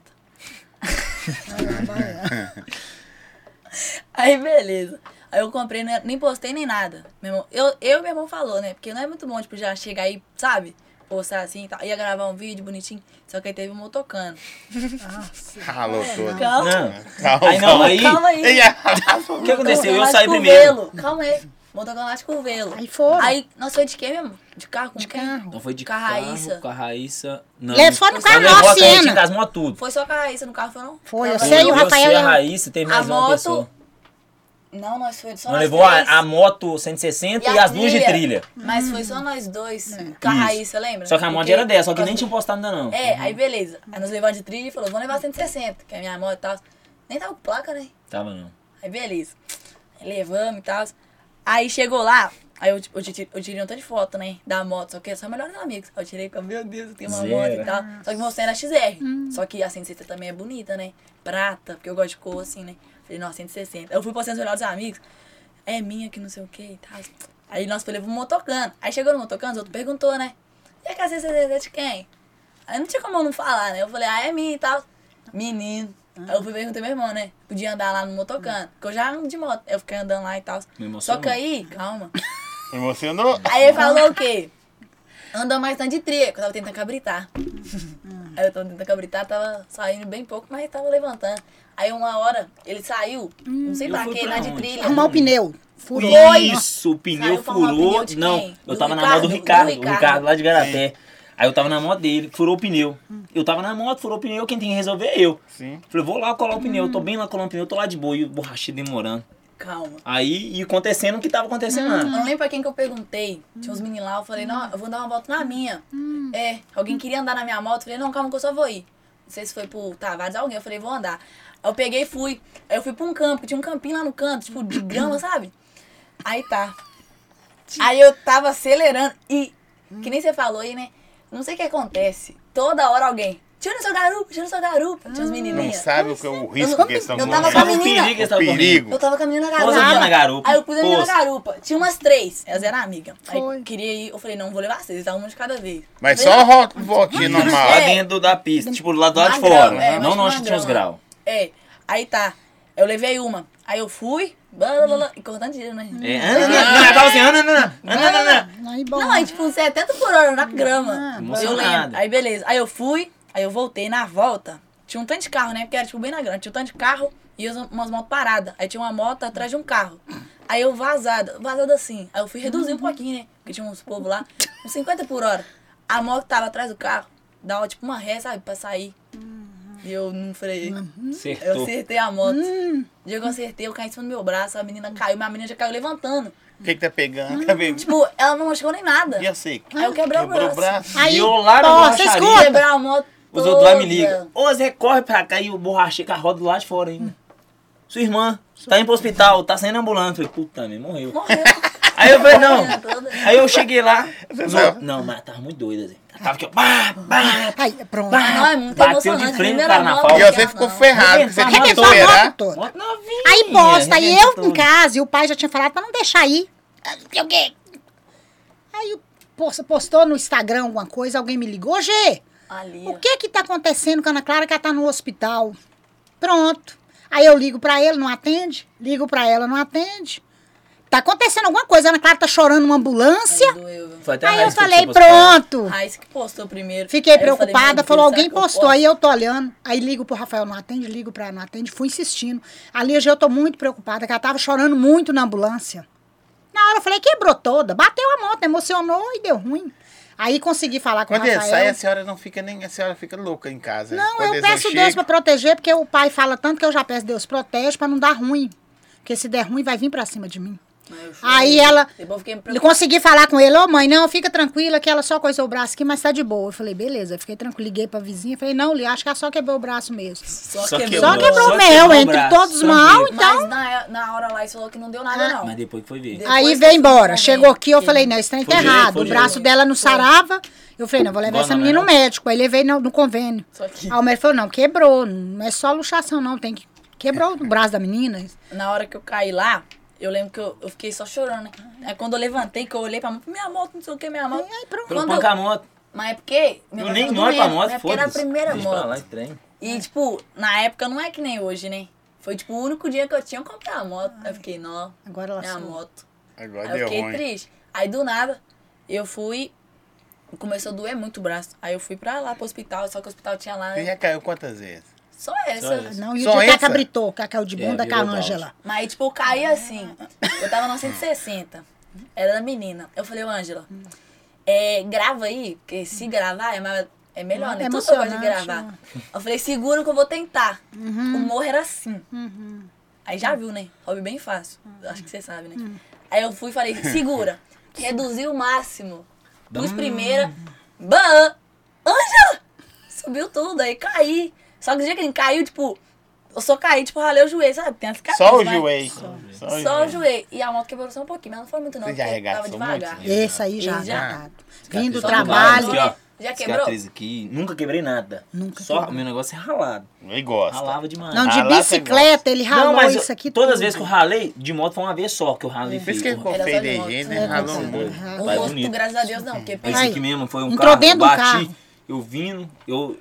[SPEAKER 3] Aí, beleza. Aí eu comprei, né, nem postei nem nada. Meu irmão, eu, eu e meu irmão falou, né? Porque não é muito bom, tipo, já chegar aí, sabe? Postar assim e tal. Ia gravar um vídeo bonitinho. Só que aí teve um motocano.
[SPEAKER 1] Ralou
[SPEAKER 2] Ah.
[SPEAKER 1] todo.
[SPEAKER 3] Calma,
[SPEAKER 2] Não.
[SPEAKER 1] Calma,
[SPEAKER 2] Aí não, aí...
[SPEAKER 3] calma
[SPEAKER 1] [laughs]
[SPEAKER 3] aí.
[SPEAKER 1] Ele ralou.
[SPEAKER 2] É. O que aconteceu? Eu
[SPEAKER 3] Motocano lá
[SPEAKER 2] saí
[SPEAKER 3] de
[SPEAKER 2] primeiro.
[SPEAKER 3] Curvelo. Calma aí. Motocano lá de curvelo.
[SPEAKER 4] Aí foram.
[SPEAKER 3] Aí, nós foi de quem mesmo? De carro com
[SPEAKER 4] De
[SPEAKER 3] quem?
[SPEAKER 4] carro.
[SPEAKER 2] Não foi de
[SPEAKER 3] Com a Raíssa.
[SPEAKER 2] carro, com a Raíssa. Não.
[SPEAKER 4] Eles foram no
[SPEAKER 2] Ela
[SPEAKER 4] carro,
[SPEAKER 2] levou
[SPEAKER 4] não,
[SPEAKER 2] a Raíssa em
[SPEAKER 4] Siena.
[SPEAKER 2] casa, mó tudo.
[SPEAKER 3] Foi só com a Raíssa no carro, foi não?
[SPEAKER 4] Foi, assim. eu
[SPEAKER 3] Tava
[SPEAKER 4] sei,
[SPEAKER 3] eu,
[SPEAKER 4] o
[SPEAKER 2] Eu,
[SPEAKER 4] Rafael
[SPEAKER 2] você,
[SPEAKER 4] e
[SPEAKER 2] a
[SPEAKER 4] a-
[SPEAKER 2] Raíssa, tem mais
[SPEAKER 3] A
[SPEAKER 2] uma
[SPEAKER 3] moto-
[SPEAKER 2] pessoa.
[SPEAKER 3] Não, nós foi só
[SPEAKER 2] Não
[SPEAKER 3] nós
[SPEAKER 2] levou a,
[SPEAKER 3] três.
[SPEAKER 2] a moto 160 e, as duas de trilha.
[SPEAKER 3] Mas foi só nós dois. Com a
[SPEAKER 2] Isso.
[SPEAKER 3] Raíssa, lembra?
[SPEAKER 2] Só que a moto
[SPEAKER 3] Porque-
[SPEAKER 2] era dessa, só que nem tinha postado ainda não.
[SPEAKER 3] É, aí beleza. Aí nós levamos de trilha e falou, vamos levar 160, que é a minha moto e tal. Nem tava com placa, né?
[SPEAKER 2] Tava não.
[SPEAKER 3] Aí beleza. Aí levamos e tal. Aí chegou lá, aí eu, eu, ti- eu tirei um tanto de foto, né? Da moto, só que é só melhores amigos. Aí eu tirei com, meu Deus, eu tenho uma moto
[SPEAKER 2] Zero.
[SPEAKER 3] e tal. Só que mostrei na XR. Só que a 160 também é bonita, né? Prata, porque eu gosto de cor assim, né? Falei, nossa, 160. Eu fui postando os melhores amigos. É minha que não sei o que e tal. Aí nós foi levamos um motocano. Aí chegou no motocano, os outros perguntou, né? E a casinha CCZ é de quem? Aí não tinha como eu não falar, né? Eu falei, ah, é minha e tal. Menino. Aí eu fui perguntar meu irmão, né? Podia andar lá no motocano. Porque eu já ando de moto. Eu fiquei andando lá e tal.
[SPEAKER 2] Me
[SPEAKER 3] Só
[SPEAKER 2] emocionou.
[SPEAKER 3] que aí, calma.
[SPEAKER 1] Emocionou?
[SPEAKER 3] Aí ele falou o quê? Andou mais tanto de tria, que eu tava tentando cabritar. Aí eu tava tentando cabritar, tava saindo bem pouco, mas tava levantando. Aí uma hora ele saiu, não sei
[SPEAKER 2] Eu
[SPEAKER 3] pra
[SPEAKER 2] fui
[SPEAKER 3] quê,
[SPEAKER 2] pra
[SPEAKER 3] na de
[SPEAKER 2] onde?
[SPEAKER 3] trilha.
[SPEAKER 4] Arrumar o pneu. Furou.
[SPEAKER 2] Isso, o pneu
[SPEAKER 3] Saiu pra arrumar o
[SPEAKER 2] furou.
[SPEAKER 3] pneu de
[SPEAKER 2] não,
[SPEAKER 3] quem?
[SPEAKER 2] eu
[SPEAKER 3] Do
[SPEAKER 2] tava na mão do
[SPEAKER 3] Ricardo?
[SPEAKER 2] Ricardo,
[SPEAKER 3] Do
[SPEAKER 2] o
[SPEAKER 3] Ricardo.
[SPEAKER 2] Ricardo lá de Garaté. Aí eu tava na moto dele, furou o pneu. Eu tava na moto, furou o pneu, quem tem que resolver é eu.
[SPEAKER 1] Sim.
[SPEAKER 2] Falei, vou lá colar o pneu, tô bem lá colando o pneu, tô lá de boa, e o borracheiro demorando.
[SPEAKER 3] Calma.
[SPEAKER 2] Aí, e acontecendo o que tava acontecendo.
[SPEAKER 1] Uhum.
[SPEAKER 3] Eu não lembro pra quem que eu perguntei. Tinha uns meninos lá, eu falei, não, eu vou dar uma volta na minha. É, alguém queria andar na minha moto, eu falei, não, calma que eu só vou ir. Não sei se foi pro Tavares, alguém, eu falei, vou andar. Aí eu peguei e fui. Aí eu fui pra um campo, que tinha um campinho lá no canto, tipo, de grama, sabe? Aí tá. Aí eu tava acelerando e, que nem você falou aí, né? Não sei o que acontece. Toda hora alguém, tira seu garupa, tira seu garupa. Tinha
[SPEAKER 1] Não
[SPEAKER 3] uns menininhos.
[SPEAKER 1] sabe o que é o risco
[SPEAKER 3] Eu
[SPEAKER 1] que estão
[SPEAKER 3] tava com a
[SPEAKER 1] correndo.
[SPEAKER 2] o
[SPEAKER 3] menina.
[SPEAKER 2] perigo que eles
[SPEAKER 1] O
[SPEAKER 2] estavam correndo.
[SPEAKER 1] perigo.
[SPEAKER 3] Eu tava caminhando na
[SPEAKER 2] Pôs a
[SPEAKER 3] garupa.
[SPEAKER 2] menina na garupa.
[SPEAKER 3] Aí eu pus a menina
[SPEAKER 2] Pôs.
[SPEAKER 3] na garupa. Tinha umas três. Elas eram amigas.
[SPEAKER 4] Foi.
[SPEAKER 3] Aí queria ir. Eu falei, não, vou levar vocês. Dá uma de cada vez.
[SPEAKER 1] Mas
[SPEAKER 3] Falei,
[SPEAKER 1] só uma vo- voltinha normal.
[SPEAKER 2] Lá
[SPEAKER 3] É.
[SPEAKER 2] dentro da pista, tipo, lá do lado de
[SPEAKER 3] Magrão,
[SPEAKER 2] fora.
[SPEAKER 3] é,
[SPEAKER 2] não
[SPEAKER 3] mas
[SPEAKER 2] longe tinha uns
[SPEAKER 3] magrão.
[SPEAKER 2] graus.
[SPEAKER 3] É. Aí tá. Eu levei uma. Aí eu fui. Blá, blá, blá, blá, e cortando dinheiro, né?
[SPEAKER 2] É, ah, não, não, não, ela tava assim, ah, não, não, não, não, não, não.
[SPEAKER 4] Aí, bom.
[SPEAKER 3] Não, aí tipo, uns 70 por hora na grama. eu
[SPEAKER 2] emocionada.
[SPEAKER 3] lembro. Aí beleza. Aí eu fui. Aí eu voltei. Na volta, tinha um tanto de carro, né? Porque era tipo bem na grama. Tinha um tanto de carro e umas- umas motos paradas. Aí tinha uma moto atrás de um carro. Aí eu vazada, vazada assim. Aí eu fui reduzir um pouquinho, né? Porque tinha uns povo lá, uns 50 por hora. A moto tava atrás do carro, dava tipo uma ré, sabe, pra sair. E eu não freiei. Eu
[SPEAKER 2] Acertou.
[SPEAKER 3] acertei a moto. O dia que eu acertei, eu caí em cima do meu braço, a menina caiu, mas a menina já caiu levantando.
[SPEAKER 1] O que, que tá pegando? Tá bem-
[SPEAKER 3] Tipo, ela não machucou nem nada.
[SPEAKER 1] Já sei.
[SPEAKER 3] Aí eu quebrei o
[SPEAKER 1] Quebrou o
[SPEAKER 3] braço.
[SPEAKER 1] braço.
[SPEAKER 4] Aí,
[SPEAKER 2] Violaram
[SPEAKER 4] pô,
[SPEAKER 2] a
[SPEAKER 4] você
[SPEAKER 2] borracharia.
[SPEAKER 4] escuta?
[SPEAKER 3] Quebrar a moto.
[SPEAKER 2] Os outros lá me
[SPEAKER 3] toda.
[SPEAKER 2] ligam. Ô, Zé, corre pra cá e o borracheiro com a roda do lado de fora ainda.
[SPEAKER 3] Hum.
[SPEAKER 2] Sua irmã, tá indo pro hospital, tá saindo ambulância. Eu Falei, puta, me morreu.
[SPEAKER 3] Morreu.
[SPEAKER 2] Aí eu falei, não.
[SPEAKER 3] Toda.
[SPEAKER 2] Aí eu cheguei lá.
[SPEAKER 1] Você
[SPEAKER 2] os
[SPEAKER 1] não.
[SPEAKER 2] outros- Não, mas tava muito doida, Zé. Ela Tava aqui, ó. Bah, bah,
[SPEAKER 4] Ah, tá Aí, pronto.
[SPEAKER 2] bah.
[SPEAKER 3] Não, é muito
[SPEAKER 2] Bateu de
[SPEAKER 3] emocionante.
[SPEAKER 2] frente no
[SPEAKER 3] Primeira
[SPEAKER 2] carnaval.
[SPEAKER 1] E
[SPEAKER 3] moto.
[SPEAKER 1] você
[SPEAKER 3] Não.
[SPEAKER 1] ficou ferrado. Você tinha que
[SPEAKER 4] Arrebentou a é moto
[SPEAKER 1] esperar.
[SPEAKER 4] toda.
[SPEAKER 3] tá
[SPEAKER 2] Moto novinha.
[SPEAKER 4] Aí bosta, aí eu
[SPEAKER 2] arrebentou.
[SPEAKER 4] em casa, e o pai já tinha falado pra não deixar ir. Ah, não sei o quê. Aí o post- postou no Instagram alguma coisa, alguém me ligou, Gê,
[SPEAKER 3] Ali.
[SPEAKER 4] o que que tá acontecendo com a Ana Clara que ela tá no hospital? Pronto. Aí eu ligo pra ele, não atende. Ligo pra ela, não atende. Tá acontecendo alguma coisa, a Ana Clara tá chorando numa ambulância.
[SPEAKER 2] Foi até a
[SPEAKER 4] Aí eu
[SPEAKER 2] Raíssa que
[SPEAKER 4] falei,
[SPEAKER 2] Tá, tipo, você postou.
[SPEAKER 4] pronto.
[SPEAKER 3] Raiz que postou primeiro.
[SPEAKER 4] Fiquei
[SPEAKER 3] Aí eu falei,
[SPEAKER 4] preocupada,
[SPEAKER 3] meu
[SPEAKER 4] falou,
[SPEAKER 3] Deus,
[SPEAKER 4] alguém
[SPEAKER 3] será que eu
[SPEAKER 4] postou,
[SPEAKER 3] posto?
[SPEAKER 4] aí eu tô olhando. Aí ligo pro Rafael, não atende, ligo pra ela, não atende, fui insistindo. Ali hoje eu tô muito preocupada, que ela tava chorando muito na ambulância. Na hora eu falei, quebrou toda, bateu a moto, emocionou e deu ruim. Aí consegui falar com
[SPEAKER 1] Quando
[SPEAKER 4] o
[SPEAKER 1] ele sai, assim, a
[SPEAKER 4] Rafael.
[SPEAKER 1] senhora não fica nem. A senhora fica louca em
[SPEAKER 2] É,
[SPEAKER 1] casa.
[SPEAKER 4] Não,
[SPEAKER 1] Quando
[SPEAKER 4] eu
[SPEAKER 1] eles
[SPEAKER 4] peço
[SPEAKER 1] chegam-
[SPEAKER 4] Deus pra proteger, porque o pai fala tanto que eu já peço Deus protege pra não dar ruim. Porque se der ruim, vai vir pra cima de mim.
[SPEAKER 3] Aí eu chorei.
[SPEAKER 4] Aí ela,
[SPEAKER 3] Depois eu fiquei
[SPEAKER 4] eu
[SPEAKER 3] preocupada.
[SPEAKER 4] consegui falar com ele, ô mãe, não, fica tranquila que ela só coisou o braço aqui, mas tá de boa. Eu falei, beleza, eu fiquei tranquila, liguei pra vizinha, falei, não, Li, acho que ela só quebrou o braço mesmo.
[SPEAKER 2] Só
[SPEAKER 3] quebrou.
[SPEAKER 2] quebrou.
[SPEAKER 4] Só quebrou
[SPEAKER 2] Só
[SPEAKER 4] o meu,
[SPEAKER 2] quebrou o
[SPEAKER 4] entre
[SPEAKER 2] braço,
[SPEAKER 4] todos
[SPEAKER 2] só
[SPEAKER 4] mal,
[SPEAKER 2] mesmo.
[SPEAKER 4] então.
[SPEAKER 3] Mas na, na hora lá, eles falou que não deu nada, não.
[SPEAKER 2] Mas depois que foi ver.
[SPEAKER 3] Depois
[SPEAKER 4] Aí
[SPEAKER 3] que
[SPEAKER 4] veio
[SPEAKER 3] eu
[SPEAKER 4] embora.
[SPEAKER 3] fui
[SPEAKER 4] Chegou aqui, eu
[SPEAKER 3] que-
[SPEAKER 4] falei, não, esse trem tá
[SPEAKER 2] Foi direito,
[SPEAKER 4] errado.
[SPEAKER 2] foi
[SPEAKER 4] O braço
[SPEAKER 2] direito.
[SPEAKER 4] dela não sarava. Eu falei, não, vou levar
[SPEAKER 2] Igual
[SPEAKER 4] essa
[SPEAKER 2] na
[SPEAKER 4] menina no
[SPEAKER 2] Vera.
[SPEAKER 4] médico. Aí levei no, no convênio.
[SPEAKER 3] Só que-
[SPEAKER 4] Aí o médico falou, não, quebrou, não é só luxação, não, tem que... Quebrou o braço da menina.
[SPEAKER 3] Na hora que eu caí lá, eu lembro que eu, eu fiquei só chorando, né? Aí quando eu levantei, que eu olhei pra moto, minha moto, não sei o que, minha moto.
[SPEAKER 4] Aí, pronto.
[SPEAKER 2] Pelo
[SPEAKER 3] Quando
[SPEAKER 2] um panca a moto.
[SPEAKER 3] Mas é porque. minha
[SPEAKER 2] Eu
[SPEAKER 3] moto
[SPEAKER 2] nem
[SPEAKER 3] tava
[SPEAKER 2] olho pra
[SPEAKER 3] doendo, né?
[SPEAKER 2] moto,
[SPEAKER 3] Porque era a
[SPEAKER 2] foda-se.
[SPEAKER 3] primeira
[SPEAKER 2] Deixa pra lá,
[SPEAKER 3] moto.
[SPEAKER 2] estranho.
[SPEAKER 3] E, tipo, na época não é que nem hoje, né? Foi, tipo, o único dia que eu tinha pra comprar a moto. Aí eu fiquei, não,
[SPEAKER 4] Agora ela
[SPEAKER 3] minha
[SPEAKER 4] sou.
[SPEAKER 3] moto.
[SPEAKER 1] Agora
[SPEAKER 3] Aí eu
[SPEAKER 1] deu
[SPEAKER 3] fiquei
[SPEAKER 1] ruim.
[SPEAKER 3] triste. Aí do nada, eu fui. Começou a doer muito o braço. Aí eu fui pra lá pro hospital, só que o hospital tinha lá. né?
[SPEAKER 1] Você já caiu quantas vezes?
[SPEAKER 3] Só essa.
[SPEAKER 2] essa.
[SPEAKER 4] Não, e
[SPEAKER 1] Só
[SPEAKER 4] o dia que
[SPEAKER 1] essa?
[SPEAKER 4] ela britou, que ela caiu de
[SPEAKER 2] É,
[SPEAKER 4] bunda com a
[SPEAKER 2] virou balde.
[SPEAKER 4] Ângela.
[SPEAKER 3] Mas, tipo, eu caí assim. Eu tava na 160. Era da menina. Eu falei, Ângela, é, grava aí, porque se gravar é, mais- é melhor, né?
[SPEAKER 4] É
[SPEAKER 3] Tudo eu gosto de
[SPEAKER 4] emocionante,
[SPEAKER 3] gravar.
[SPEAKER 4] né? Uhum.
[SPEAKER 3] Eu falei, segura que eu vou tentar. O morro era assim. Aí já viu, né? Hobby bem fácil. Acho que você sabe, né?
[SPEAKER 4] Uhum.
[SPEAKER 3] Aí eu fui e falei, segura. Reduzi o máximo. Pus primeira. Bam! Ângela! Subiu tudo, aí caí. Só que o dia que ele caiu, tipo, eu só caí, tipo, ralei o joelho, sabe? Tem as
[SPEAKER 1] Só o
[SPEAKER 3] cicatrizes, mas-
[SPEAKER 1] joelho.
[SPEAKER 3] só o joelho. E a moto quebrou só um pouquinho, mas não foi muito não,
[SPEAKER 1] Você já um
[SPEAKER 3] porque tava
[SPEAKER 1] arregaçou muito,
[SPEAKER 3] devagar.
[SPEAKER 1] né?
[SPEAKER 4] Esse aí já,
[SPEAKER 3] Ele já.
[SPEAKER 4] já. vindo do
[SPEAKER 2] Só
[SPEAKER 3] Só que
[SPEAKER 2] no
[SPEAKER 4] trabalho.
[SPEAKER 2] Aqui, ó.
[SPEAKER 3] né? Já, Já quebrou?
[SPEAKER 2] cicatriz aqui. Nunca quebrei nada.
[SPEAKER 4] Nunca
[SPEAKER 2] Só
[SPEAKER 4] quebrou.
[SPEAKER 2] meu negócio é ralado.
[SPEAKER 1] Ele gosta.
[SPEAKER 2] Ralava demais.
[SPEAKER 4] Não, de
[SPEAKER 1] Ralar, você
[SPEAKER 4] bicicleta, ele ralou
[SPEAKER 2] Ah, Não, mas
[SPEAKER 4] isso aqui
[SPEAKER 2] todas
[SPEAKER 4] tudo.
[SPEAKER 2] as vezes que eu ralei, de moto foi uma vez só que eu ralei.
[SPEAKER 1] Por isso que ele ficou
[SPEAKER 2] feio.
[SPEAKER 3] Era só
[SPEAKER 1] feio
[SPEAKER 3] de
[SPEAKER 1] de
[SPEAKER 3] moto.
[SPEAKER 1] jeito,
[SPEAKER 4] É,
[SPEAKER 1] né? Ralou
[SPEAKER 4] com
[SPEAKER 1] muito.
[SPEAKER 2] certeza.
[SPEAKER 3] O
[SPEAKER 2] Mas
[SPEAKER 3] rosto,
[SPEAKER 2] bonito.
[SPEAKER 3] graças a Deus, não. Porque
[SPEAKER 2] Esse
[SPEAKER 4] Aí.
[SPEAKER 2] aqui mesmo foi um
[SPEAKER 4] Entrou
[SPEAKER 2] carro,
[SPEAKER 4] dentro do
[SPEAKER 2] bati,
[SPEAKER 4] carro.
[SPEAKER 2] eu vindo, eu...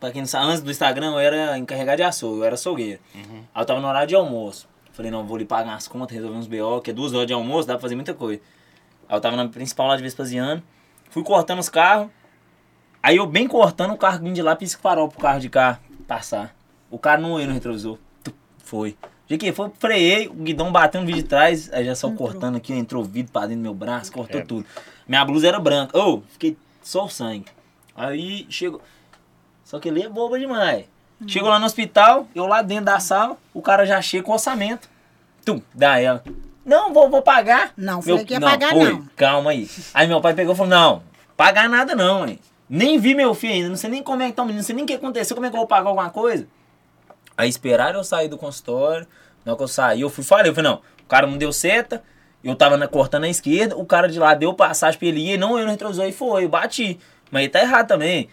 [SPEAKER 2] Pra quem não sabe, antes do Instagram eu era encarregado de açougue, eu era açougueiro. Aí eu tava no horário de almoço. Falei, não, vou lhe pagar as contas, resolver uns BO, que é duas horas de almoço, dá pra fazer muita coisa. Aí eu tava na principal lá de Vespasiano, fui cortando os carros. Aí eu bem cortando, o carro vindo de lá, pisco farol pro carro de cá passar. O cara não olhou no retrovisor. Tu- Foi. De que foi, freiei, o guidão bateu no vídeo de trás, aí já só cortando aqui, entrou o vidro pra dentro do meu braço, cortou tudo. Minha blusa era branca. Ô, fiquei só o sangue. Aí chegou. Só que ele é boba demais. Chegou lá no hospital, eu lá dentro da sala, o cara já chega com o orçamento. Tum, dá ela. Não, vou, vou pagar.
[SPEAKER 4] Não,
[SPEAKER 2] Meu-
[SPEAKER 4] falei que ia pagar,
[SPEAKER 2] foi,
[SPEAKER 4] não.
[SPEAKER 2] Calma aí. Aí meu pai pegou e falou: não, pagar nada não, hein? Nem vi meu filho ainda, não sei nem como é que tá o menino, não sei nem o que aconteceu, como é que eu vou pagar alguma coisa. Aí esperaram eu sair do consultório. Na hora que eu saí, eu fui falei, eu falei, não, o cara não deu seta, eu tava na- cortando a esquerda, o cara de lá deu passagem pra ele ir, e não eu no retrovisor e foi, eu bati. Mas ele tá errado também.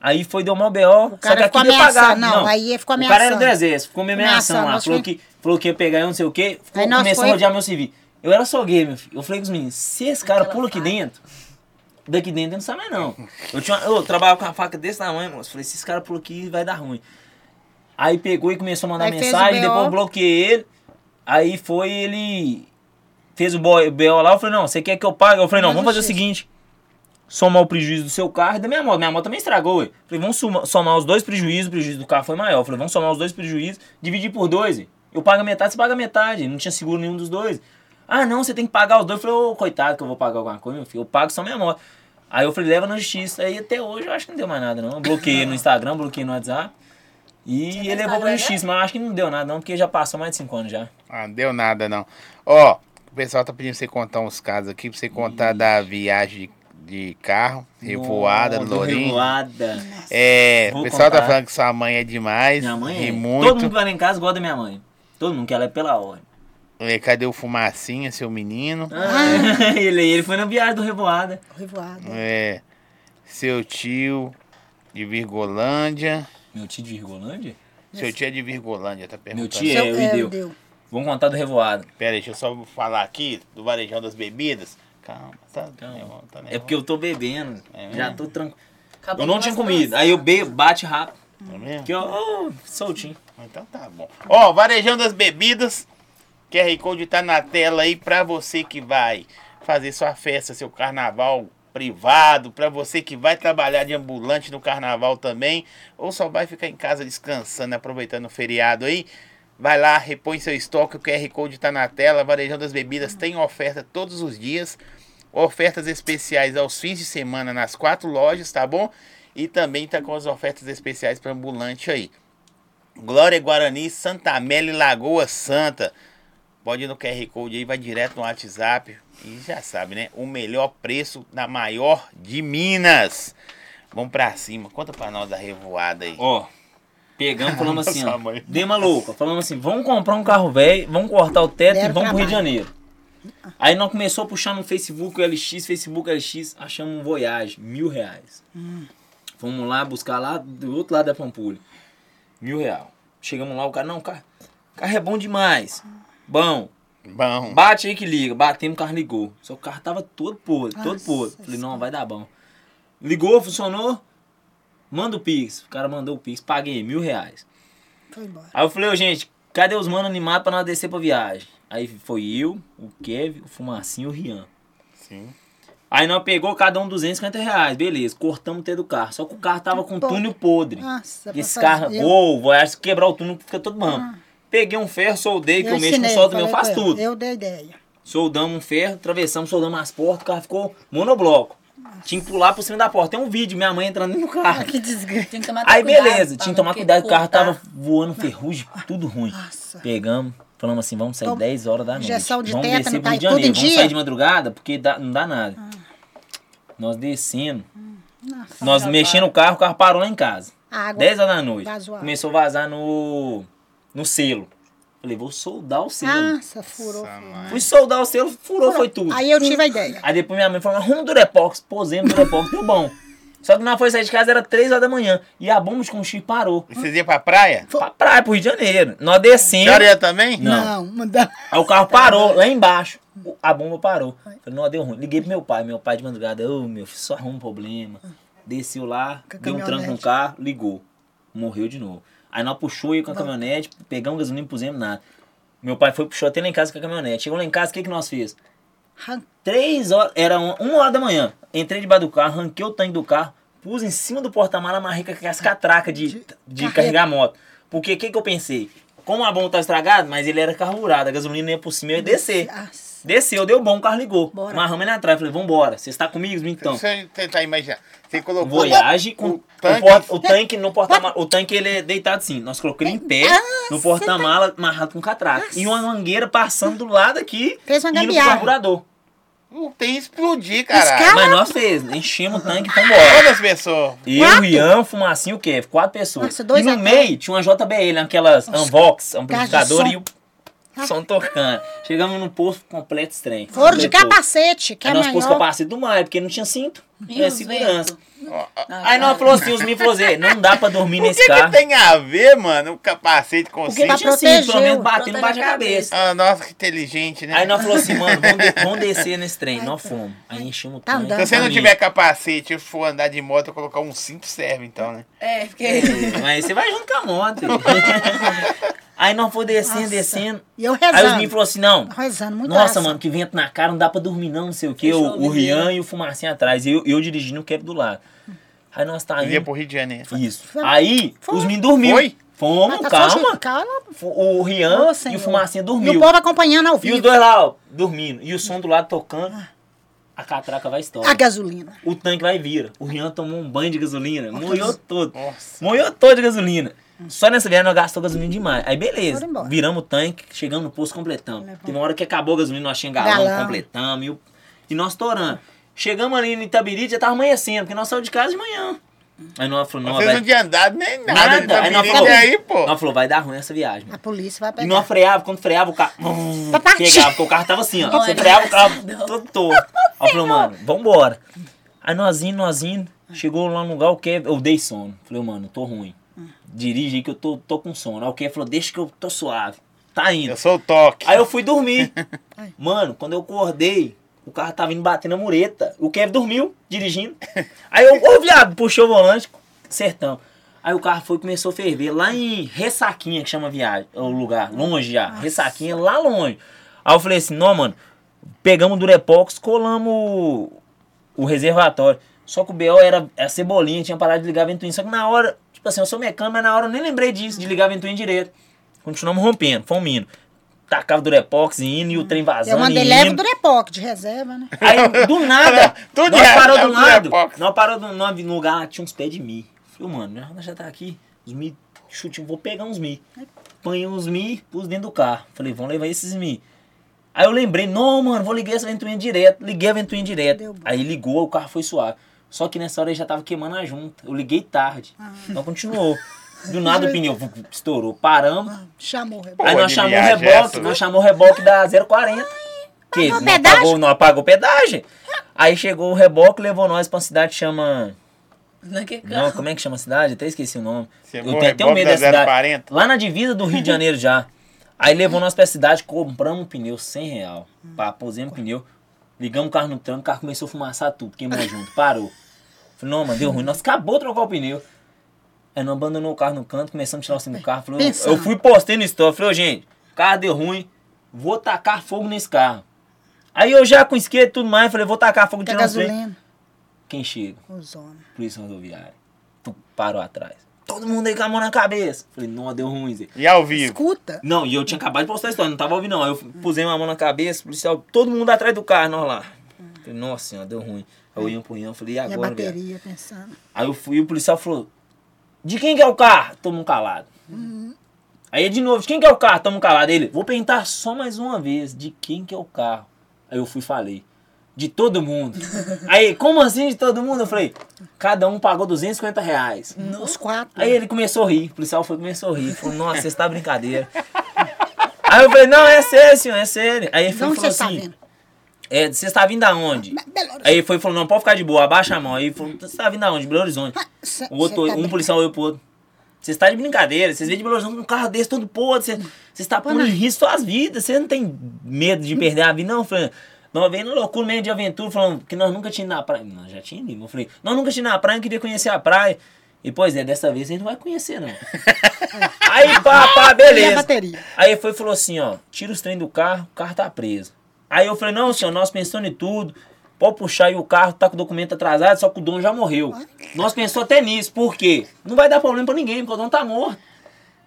[SPEAKER 2] Aí foi, deu mal B.O. O
[SPEAKER 4] cara
[SPEAKER 2] só que
[SPEAKER 4] ficou
[SPEAKER 2] aqui ia
[SPEAKER 4] ameaçando,
[SPEAKER 2] pagar.
[SPEAKER 4] não, aí ele ficou
[SPEAKER 2] O cara era do
[SPEAKER 4] ameaçando.
[SPEAKER 2] exército, ficou me ameaçando,
[SPEAKER 4] Ameaçando, né?
[SPEAKER 2] lá.
[SPEAKER 4] nós
[SPEAKER 2] Falou
[SPEAKER 4] foi-
[SPEAKER 2] que, falou que ia pegar eu não sei o quê, ficou,
[SPEAKER 4] Aí nós
[SPEAKER 2] começou
[SPEAKER 4] foi-
[SPEAKER 2] a rodear meu serviço. Eu era só gamer, filho. eu falei com os meninos, se esse cara
[SPEAKER 3] Aquela
[SPEAKER 2] pula aqui
[SPEAKER 3] faca.
[SPEAKER 2] dentro, daqui dentro eu não sai mais não. Eu, tinha, uma- eu trabalhava com uma faca desse tamanho, moço. Falei, se esse cara pula aqui, vai dar ruim. Aí pegou e começou a mandar
[SPEAKER 4] Aí fez
[SPEAKER 2] mensagem,
[SPEAKER 4] o BO.
[SPEAKER 2] depois eu bloqueei ele. Aí foi ele. Fez o boy- o BO lá, eu falei, não, você quer que eu pague? Eu falei, não,
[SPEAKER 4] Na
[SPEAKER 2] vamos fazer o
[SPEAKER 4] justiça.
[SPEAKER 2] seguinte. Somar o prejuízo do seu carro e da minha moto. Minha moto também estragou, ué. Falei, vamos suma- somar os dois prejuízos, o prejuízo do carro foi maior. Falei, vamos somar os dois prejuízos, dividir por dois. ué. Eu pago a metade, você paga a metade. Não tinha seguro nenhum dos dois. Ah, não, você tem que pagar os dois. Eu falei, ô, coitado que eu vou pagar alguma coisa, meu filho. Eu pago só minha moto. Aí eu falei, leva na justiça. Aí até hoje eu acho que não deu mais nada, não. Eu bloqueei no Instagram, bloqueei no WhatsApp. E ele levou pra
[SPEAKER 3] Instagram,
[SPEAKER 2] justiça, mas eu acho que não deu nada, não, porque já passou mais de 5 anos já.
[SPEAKER 1] Ah, não deu nada, não. Ó, o pessoal tá pedindo você contar uns casos aqui, pra você contar da viagem de, de carro, revoada,
[SPEAKER 2] Nossa,
[SPEAKER 1] Lourinho.
[SPEAKER 2] Revoada.
[SPEAKER 1] É, o
[SPEAKER 2] Vou
[SPEAKER 1] pessoal tá
[SPEAKER 2] contar.
[SPEAKER 1] falando que sua mãe é demais.
[SPEAKER 2] Minha mãe
[SPEAKER 1] ri
[SPEAKER 2] é.
[SPEAKER 1] muito.
[SPEAKER 2] Todo mundo que vai lá em casa gosta da minha mãe. Todo mundo, que ela é pela hora.
[SPEAKER 1] É, cadê o fumacinha, seu menino?
[SPEAKER 2] Ah. [laughs] ele, ele foi na viagem do Revoada.
[SPEAKER 4] Revoada.
[SPEAKER 1] É, seu tio de Virgolândia.
[SPEAKER 2] Meu tio de Virgolândia?
[SPEAKER 1] Seu tio é de Virgolândia, tá perguntando.
[SPEAKER 2] Meu tio
[SPEAKER 4] Seu-
[SPEAKER 2] é, o
[SPEAKER 4] é,
[SPEAKER 2] Ideu.
[SPEAKER 4] Ideu.
[SPEAKER 2] Vamos contar do Revoada.
[SPEAKER 1] Pera aí, deixa eu só falar aqui do varejão das bebidas. Calma, tá, nervoso, tá
[SPEAKER 2] É porque eu tô bebendo. Já tô tranquilo.
[SPEAKER 3] Acabou
[SPEAKER 2] Eu não
[SPEAKER 3] com
[SPEAKER 2] tinha
[SPEAKER 3] as
[SPEAKER 2] comido.
[SPEAKER 3] coisas.
[SPEAKER 2] Aí eu bebo, bate rápido.
[SPEAKER 1] Tá mesmo?
[SPEAKER 2] Que eu, oh, soltinho.
[SPEAKER 1] Então tá bom. Ó, varejão das bebidas. QR Code tá na tela aí pra você que vai fazer sua festa, seu carnaval privado, pra você que vai trabalhar de ambulante no carnaval também, ou só vai ficar em casa descansando, aproveitando o feriado aí. Vai lá, repõe seu estoque, o QR Code tá na tela. Varejão das Bebidas tem oferta todos os dias. Ofertas especiais aos fins de semana nas quatro lojas, tá bom? E também tá com as ofertas especiais para ambulante aí. Glória Guarani, Santa Amélia e Lagoa Santa. Pode ir no QR Code aí, vai direto no WhatsApp. E já sabe, né? O melhor preço da maior de Minas. Vamos pra cima. Conta pra nós da revoada aí.
[SPEAKER 2] assim, Ó, pegamos, falamos assim, ó.
[SPEAKER 1] Nossa, mãe.
[SPEAKER 2] Dei uma louca. Falamos assim, vamos comprar um carro velho, vamos cortar o teto e
[SPEAKER 4] Deram
[SPEAKER 2] vamos pro Rio de
[SPEAKER 4] trabalho.
[SPEAKER 2] Janeiro. Aí nós começou a puxar no Facebook o LX, Facebook LX, achamos um Voyage, mil reais. Fomos lá buscar lá do outro lado da Pampulha. Mil real. Chegamos lá, o cara, não, carro, carro é bom demais. Bom,
[SPEAKER 1] Bom.
[SPEAKER 2] Bate aí que liga. Batemos, o carro ligou. Só que o carro tava todo podre, todo
[SPEAKER 4] Nossa
[SPEAKER 2] podre. Falei, não, vai dar bom. Ligou, funcionou. Manda o Pix. O cara mandou o Pix. Paguei mil reais.
[SPEAKER 4] Foi embora.
[SPEAKER 2] Aí eu falei, ô gente, cadê os manos animados pra nós descer pra viagem? Aí foi eu, o Kevin, o Fumacinho e o Rian.
[SPEAKER 1] Sim.
[SPEAKER 2] Aí nós pegou cada um 250 reais, beleza. Cortamos o teto do carro. Só que o carro tava com um
[SPEAKER 4] Podre.
[SPEAKER 2] túnel podre.
[SPEAKER 4] Nossa,
[SPEAKER 2] E Esse
[SPEAKER 4] Ah, pra fazer-
[SPEAKER 2] carro,
[SPEAKER 4] eu-
[SPEAKER 2] ou vai quebrar o túnel que fica todo bambo. Peguei um ferro, soldei, que eu, mexo com
[SPEAKER 4] ensinei,
[SPEAKER 2] solda mesmo,
[SPEAKER 4] falei
[SPEAKER 2] faz
[SPEAKER 4] com ela.
[SPEAKER 2] tudo.
[SPEAKER 4] Eu dei ideia.
[SPEAKER 2] Soldamos um ferro, atravessamos, soldamos as portas, o carro ficou monobloco. Tinha que pular por cima da porta. Tem um vídeo, minha mãe entrando dentro do
[SPEAKER 4] Ah,
[SPEAKER 2] carro.
[SPEAKER 4] que desgraça.
[SPEAKER 3] Tinha que tomar
[SPEAKER 2] Aí
[SPEAKER 3] cuidado
[SPEAKER 2] beleza,
[SPEAKER 3] pra
[SPEAKER 2] tinha que
[SPEAKER 3] não
[SPEAKER 2] tomar
[SPEAKER 3] que-
[SPEAKER 2] cuidado, o carro
[SPEAKER 3] cortar.
[SPEAKER 2] tava voando ferrugem, tudo ruim.
[SPEAKER 4] Nossa.
[SPEAKER 2] Pegamos, falamos assim, vamos sair
[SPEAKER 4] Toma
[SPEAKER 2] 10 horas da noite.
[SPEAKER 4] injeção de
[SPEAKER 2] vamos
[SPEAKER 4] tétano,
[SPEAKER 2] descer pro
[SPEAKER 4] tá
[SPEAKER 2] Rio de
[SPEAKER 4] aí tudo
[SPEAKER 2] Janeiro,
[SPEAKER 4] em
[SPEAKER 2] vamos
[SPEAKER 4] dia. Ah.
[SPEAKER 2] sair de madrugada, porque dá- não dá nada. Nós descendo,
[SPEAKER 4] Nossa.
[SPEAKER 2] nós
[SPEAKER 3] Já
[SPEAKER 2] mexendo
[SPEAKER 3] vai.
[SPEAKER 2] o carro, o carro parou lá em casa.
[SPEAKER 4] Água.
[SPEAKER 2] 10 horas da noite.
[SPEAKER 4] Vazou a água.
[SPEAKER 2] Começou a vazar no, no selo. Falei, vou soldar o selo.
[SPEAKER 4] Nossa, furou.
[SPEAKER 1] Nossa,
[SPEAKER 4] furou.
[SPEAKER 1] mãe.
[SPEAKER 2] Fui soldar o selo, furou, foi tudo.
[SPEAKER 4] Ah. Aí eu tive a ideia.
[SPEAKER 2] Aí depois minha mãe falou, arruma um Durepox, posemos Durepox, deu bom. Só que nós foi sair de casa, era 3 horas da manhã. E a bomba de combustível parou.
[SPEAKER 1] E Vocês iam pra praia?
[SPEAKER 2] Pra praia, pro Rio de Janeiro. Nós descemos.
[SPEAKER 1] Senhora ia também?
[SPEAKER 4] Não, não dá.
[SPEAKER 2] Aí o carro parou lá embaixo. O- A bomba parou. Falei, não, deu ruim. Liguei pro meu pai. Meu pai de madrugada, ô meu filho, só arruma um problema. Desceu lá,
[SPEAKER 4] Com a
[SPEAKER 2] deu um tranco no
[SPEAKER 4] caminhonete.
[SPEAKER 2] carro, ligou. Morreu de novo. Aí nós puxou eu com a caminhonete, pegamos gasolina, pusemos nada. Meu pai foi, puxou até lá em casa com a caminhonete. Chegou lá em casa, o que, que nós fez?
[SPEAKER 4] Arran-
[SPEAKER 2] Três horas, era uma, uma hora da manhã. Entrei debaixo do carro, arranquei o tanque do carro, pus em cima do porta-mala, amarrei com aquelas catracas de, de,
[SPEAKER 4] De carreta.
[SPEAKER 2] carregar a moto. Porque o que, que eu pensei? Como a bomba tá estragada, mas ele era carburado, a gasolina ia por cima e ia descer.
[SPEAKER 4] Nossa.
[SPEAKER 2] Desceu, deu bom, o carro ligou.
[SPEAKER 4] Bora.
[SPEAKER 2] Amarramos ele atrás, falei, vambora, você está comigo então?
[SPEAKER 1] Você tentar imaginar. Você colocou.
[SPEAKER 2] Voyage com o
[SPEAKER 1] tanque.
[SPEAKER 2] tanque, o, tanque no porta-mala. O tanque ele é deitado assim. Nós colocamos ele em pé
[SPEAKER 4] Ah,
[SPEAKER 2] no porta-mala,
[SPEAKER 4] tá-
[SPEAKER 2] amarrado com catraca. E uma mangueira passando do lado aqui
[SPEAKER 4] Fez
[SPEAKER 2] e
[SPEAKER 4] uma
[SPEAKER 2] indo pro
[SPEAKER 4] gambiarra. Tá
[SPEAKER 2] carburador.
[SPEAKER 1] Não tem explodir, caralho.
[SPEAKER 4] Escala.
[SPEAKER 2] Mas nós fez, enchemos o tanque e vambora.
[SPEAKER 1] Todas as pessoas.
[SPEAKER 2] Eu,
[SPEAKER 4] Quatro?
[SPEAKER 2] Ian, Fumacinho, o quê? Quatro pessoas.
[SPEAKER 4] Nossa, dois
[SPEAKER 2] e no
[SPEAKER 4] até.
[SPEAKER 2] meio tinha uma JBL, né? aquelas Unvox, amplificador
[SPEAKER 4] som.
[SPEAKER 2] e o som tocando. Chegamos no posto completo estranho.
[SPEAKER 4] Foram de
[SPEAKER 2] Completou.
[SPEAKER 4] capacete, que
[SPEAKER 2] Aí
[SPEAKER 4] é
[SPEAKER 2] nós pôs
[SPEAKER 4] maior.
[SPEAKER 2] capacete do mar, porque não tinha cinto.
[SPEAKER 3] E
[SPEAKER 2] Não é
[SPEAKER 3] os
[SPEAKER 2] segurança.
[SPEAKER 3] ventos?
[SPEAKER 1] Ó, ó.
[SPEAKER 3] Ah,
[SPEAKER 2] Aí nós falou assim, os meninos falou assim, não dá pra
[SPEAKER 4] [laughs]
[SPEAKER 2] dormir
[SPEAKER 1] O
[SPEAKER 2] nesse
[SPEAKER 1] que, que
[SPEAKER 2] carro.
[SPEAKER 1] tem a ver, mano, o capacete com o
[SPEAKER 2] Porque
[SPEAKER 1] cinto?
[SPEAKER 2] não
[SPEAKER 4] Pra
[SPEAKER 2] tinha cinto, pelo
[SPEAKER 4] proteger,
[SPEAKER 2] menos bater, não
[SPEAKER 3] proteger
[SPEAKER 2] bate a
[SPEAKER 3] a cabeça.
[SPEAKER 2] cabeça.
[SPEAKER 1] Ah, nossa, que inteligente, né?
[SPEAKER 2] Aí nós falou assim, mano, vamos, de- vamos descer nesse trem. Nós fomos. Aí enchemos o
[SPEAKER 4] Tá
[SPEAKER 2] tanque. É,
[SPEAKER 4] andando.
[SPEAKER 1] Se você não
[SPEAKER 2] caminho.
[SPEAKER 1] tiver capacete e for andar de moto, colocar um cinto serve, então, né?
[SPEAKER 3] É, [laughs] porque.
[SPEAKER 2] Mas você vai junto com
[SPEAKER 1] [laughs]
[SPEAKER 2] a moto. Aí nós fomos descendo,
[SPEAKER 4] Nossa.
[SPEAKER 2] descendo.
[SPEAKER 4] E eu
[SPEAKER 2] Aí os meninos
[SPEAKER 4] rezando.
[SPEAKER 2] falaram assim, não.
[SPEAKER 4] Rezando, muito
[SPEAKER 2] Nossa,
[SPEAKER 4] oração.
[SPEAKER 2] mano, que vento na cara, não dá pra dormir não, não sei o quê.
[SPEAKER 3] Fechou
[SPEAKER 2] O, o
[SPEAKER 3] o menino.
[SPEAKER 2] Rian e o Fumacinho atrás. E eu, eu dirigindo o cap do lado. Aí nós tá
[SPEAKER 1] Ia
[SPEAKER 2] indo.
[SPEAKER 1] pro Rio de Janeiro.
[SPEAKER 2] Isso. Aí os meninos dormiram.
[SPEAKER 1] Foi?
[SPEAKER 2] Fomos,
[SPEAKER 4] Mas tá só
[SPEAKER 2] calma.
[SPEAKER 4] gente, calma.
[SPEAKER 2] Fu- O Rian
[SPEAKER 4] Ô,
[SPEAKER 2] e o
[SPEAKER 4] Senhor.
[SPEAKER 2] Fumacinha
[SPEAKER 4] E o
[SPEAKER 2] dormiu.
[SPEAKER 4] povo acompanhando ao
[SPEAKER 2] E, os
[SPEAKER 4] vivo.
[SPEAKER 2] dois lá, ó, dormindo. E o som do lado tocando. A catraca vai estourar.
[SPEAKER 4] Ah. A gasolina.
[SPEAKER 2] O tanque vai e vira. O Rian tomou um banho de gasolina. Molhou todo.
[SPEAKER 1] Nossa.
[SPEAKER 2] Molhou todo de gasolina. Só nessa viagem nós gastou gasolina demais. Aí beleza.
[SPEAKER 4] Foram embora.
[SPEAKER 2] Viramos o tanque, chegamos no posto, completamos.
[SPEAKER 4] Levou.
[SPEAKER 2] Teve uma hora que acabou a gasolina, nós tínhamos galão,
[SPEAKER 4] Galão.
[SPEAKER 2] completamos. E, o- e nós toramos. Chegamos ali no Itabirite, já tava amanhecendo, porque nós saímos de casa de manhã. Aí nós falamos, não,
[SPEAKER 1] Vocês não
[SPEAKER 2] vai...
[SPEAKER 1] tinham andado nem nada.
[SPEAKER 2] Nada.
[SPEAKER 1] Tá
[SPEAKER 2] Aí nós
[SPEAKER 1] vindo
[SPEAKER 2] falou,
[SPEAKER 1] aí, pô.
[SPEAKER 2] nós falou, vai dar ruim essa viagem.
[SPEAKER 4] A polícia vai
[SPEAKER 2] E nós
[SPEAKER 4] pegar.
[SPEAKER 2] freava, quando freava o carro.
[SPEAKER 4] Pra partir.
[SPEAKER 2] Pegava, porque o carro tava assim, ó.
[SPEAKER 3] Não,
[SPEAKER 2] Você
[SPEAKER 3] é
[SPEAKER 2] freava o
[SPEAKER 4] [laughs]
[SPEAKER 2] carro
[SPEAKER 3] engraçado.
[SPEAKER 2] todo torto. Aí eu falei, mano, vambora. Aí nós indo, nós indo. Chegou lá no lugar, o Kev, eu dei sono. Falei, mano, eu tô ruim.
[SPEAKER 4] Ah.
[SPEAKER 2] Dirige aí que eu tô, tô com sono. Aí o Kev falou, deixa que eu tô suave. Tá indo.
[SPEAKER 1] Eu sou o toque.
[SPEAKER 2] Aí eu fui dormir. Mano, quando eu acordei, o carro tava indo bater na mureta. O Kev dormiu, dirigindo. Aí eu, ô viado, puxou o volante, sertão. Aí o carro foi e começou a ferver lá em Ressaquinha, que chama viagem, é o lugar, longe já. Ressaquinha, lá longe. Aí eu falei assim, não, mano, pegamos o Durepox, colamos o, o reservatório. Só que o BO era a cebolinha, tinha parado de ligar a ventoinha. Só que na hora, tipo assim, eu sou mecânico, mas na hora eu nem lembrei disso, de ligar a ventoinha direto. Continuamos rompendo, fomos indo. Tacava o Durepox e indo, e o trem vazando
[SPEAKER 4] Eu mandei
[SPEAKER 2] e
[SPEAKER 4] leva
[SPEAKER 2] indo.
[SPEAKER 4] do Repoc, de reserva, né?
[SPEAKER 2] Aí, do nada,
[SPEAKER 1] [laughs] Tudo
[SPEAKER 2] nós
[SPEAKER 1] errado, né?
[SPEAKER 2] parou do
[SPEAKER 1] tudo
[SPEAKER 2] lado.
[SPEAKER 1] errado.
[SPEAKER 2] Nós parou do, nós, no lugar lá, tinha uns pés de mi. Falei, mano, né, nós já tá aqui. Os mi, chute, vou pegar uns mi. Apanhei uns mi, pus dentro do carro. Falei, vamos levar esses mi. Aí eu lembrei, não, mano, vou ligar essa ventoinha direto. Liguei a ventoinha
[SPEAKER 4] Deu
[SPEAKER 2] direto.
[SPEAKER 4] bom.
[SPEAKER 2] Aí ligou, o carro foi suave. Só que nessa hora ele já tava queimando a junta. Eu liguei tarde.
[SPEAKER 4] Ah.
[SPEAKER 2] Então continuou. Do
[SPEAKER 4] [laughs]
[SPEAKER 2] nada o pneu vu- estourou. Paramos.
[SPEAKER 4] Chamou o Repoc.
[SPEAKER 2] Aí
[SPEAKER 1] Pô,
[SPEAKER 2] nós
[SPEAKER 1] de
[SPEAKER 2] chamamos o
[SPEAKER 1] viagem
[SPEAKER 2] reboque,
[SPEAKER 1] essa, né?
[SPEAKER 2] nós
[SPEAKER 1] viu?
[SPEAKER 2] chamamos o reboque da 040. Que
[SPEAKER 4] Pagou
[SPEAKER 2] não
[SPEAKER 4] pedágio?
[SPEAKER 2] pagou, não pagou pedágio. Aí chegou o reboque, levou nós pra uma cidade que chama.
[SPEAKER 3] Naquele
[SPEAKER 2] Não,
[SPEAKER 3] carro.
[SPEAKER 2] como é que chama a cidade? Até esqueci o nome.
[SPEAKER 1] Você levou o reboque da 040?
[SPEAKER 2] Lá na divisa do Rio de Janeiro já. Aí levou nós pra cidade, compramos um pneu, 100 real. Pá, posemos o pneu, ligamos o carro no trânsito, o carro começou a fumaçar tudo, queimou junto, parou. Falei, não, mano, deu ruim. Nós acabou de trocar o pneu. Aí nós abandonou o carro no canto, começamos a tirar o cinto do carro. Falou,
[SPEAKER 4] Pensa.
[SPEAKER 2] eu fui postei no story, falei, ô, gente, o carro deu ruim, vou tacar fogo nesse carro. Aí eu já com isqueiro e tudo mais, falei, vou tacar fogo,
[SPEAKER 4] Que a
[SPEAKER 2] tirar o freio.
[SPEAKER 4] gasolina.
[SPEAKER 2] Quem chega?
[SPEAKER 4] Os homens.
[SPEAKER 2] Polícia rodoviária. Tu parou atrás. Todo mundo aí com a mão na cabeça. Falei, não, deu ruim, Zé.
[SPEAKER 1] E ao vivo.
[SPEAKER 4] Escuta.
[SPEAKER 2] Não, e eu tinha acabado de postar a história, não tava ouvindo, não. Aí eu pusei uma mão na cabeça, policial, todo mundo atrás do carro, nós lá. Falei, nossa senhora, deu ruim. Aí eu ia pro Ian, falei, e
[SPEAKER 4] E a
[SPEAKER 2] agora, velho?
[SPEAKER 4] bateria, pensando.
[SPEAKER 2] Aí eu fui e o policial falou: De quem que é o carro? Todo mundo calado.
[SPEAKER 4] Uhum.
[SPEAKER 2] Aí de novo, de quem que é o carro? Todo mundo calado. Ele, vou perguntar só mais uma vez, de quem que é o carro? Aí eu fui e falei. De todo
[SPEAKER 4] [laughs]
[SPEAKER 2] mundo. Aí, como assim de todo mundo? Eu falei, cada um pagou 250 reais.
[SPEAKER 4] Os quatro.
[SPEAKER 2] Aí ele começou a rir, o policial foi e começou a rir. Falou, nossa, tá você está brincadeira. Aí eu falei, não, é sério, senhor, é sério. Aí ele
[SPEAKER 4] De
[SPEAKER 2] foi e
[SPEAKER 4] onde
[SPEAKER 2] falou
[SPEAKER 4] você tá
[SPEAKER 2] assim,
[SPEAKER 4] vendo?
[SPEAKER 2] É, você está vindo aonde?
[SPEAKER 4] Belo Horizonte.
[SPEAKER 2] Aí foi e falou, não, pode ficar de boa, abaixa a mão. Aí falou, você está vindo aonde? Belo Horizonte.
[SPEAKER 4] Cê-
[SPEAKER 2] O outro,
[SPEAKER 4] cê tá
[SPEAKER 2] um
[SPEAKER 4] bem-
[SPEAKER 2] policial olhou pro outro. Você está de brincadeira, vocês vêm de Belo Horizonte com um carro desse todo podre, você está pondo em risco suas vidas, você não tem medo de perder a vida, não, Fran. Nós vem na loucura meio de aventura, falando que nós nunca tinha ido na praia. Nós já tinha ido, eu falei, nós nunca tinha ido na praia, eu queria conhecer a praia. E pois é, dessa vez a gente não vai conhecer,
[SPEAKER 4] [laughs]
[SPEAKER 2] não. Aí, pá, pá,
[SPEAKER 4] E a
[SPEAKER 2] beleza.
[SPEAKER 4] bateria?
[SPEAKER 2] Aí foi e falou assim, ó, tira os trem do carro, o carro tá preso. Aí eu falei, não, senhor, nós pensando em tudo, pode puxar aí o carro, tá com o documento atrasado, só que o dono já morreu. Nós pensamos até nisso, por quê? Não vai dar problema pra ninguém, porque o dono tá morto.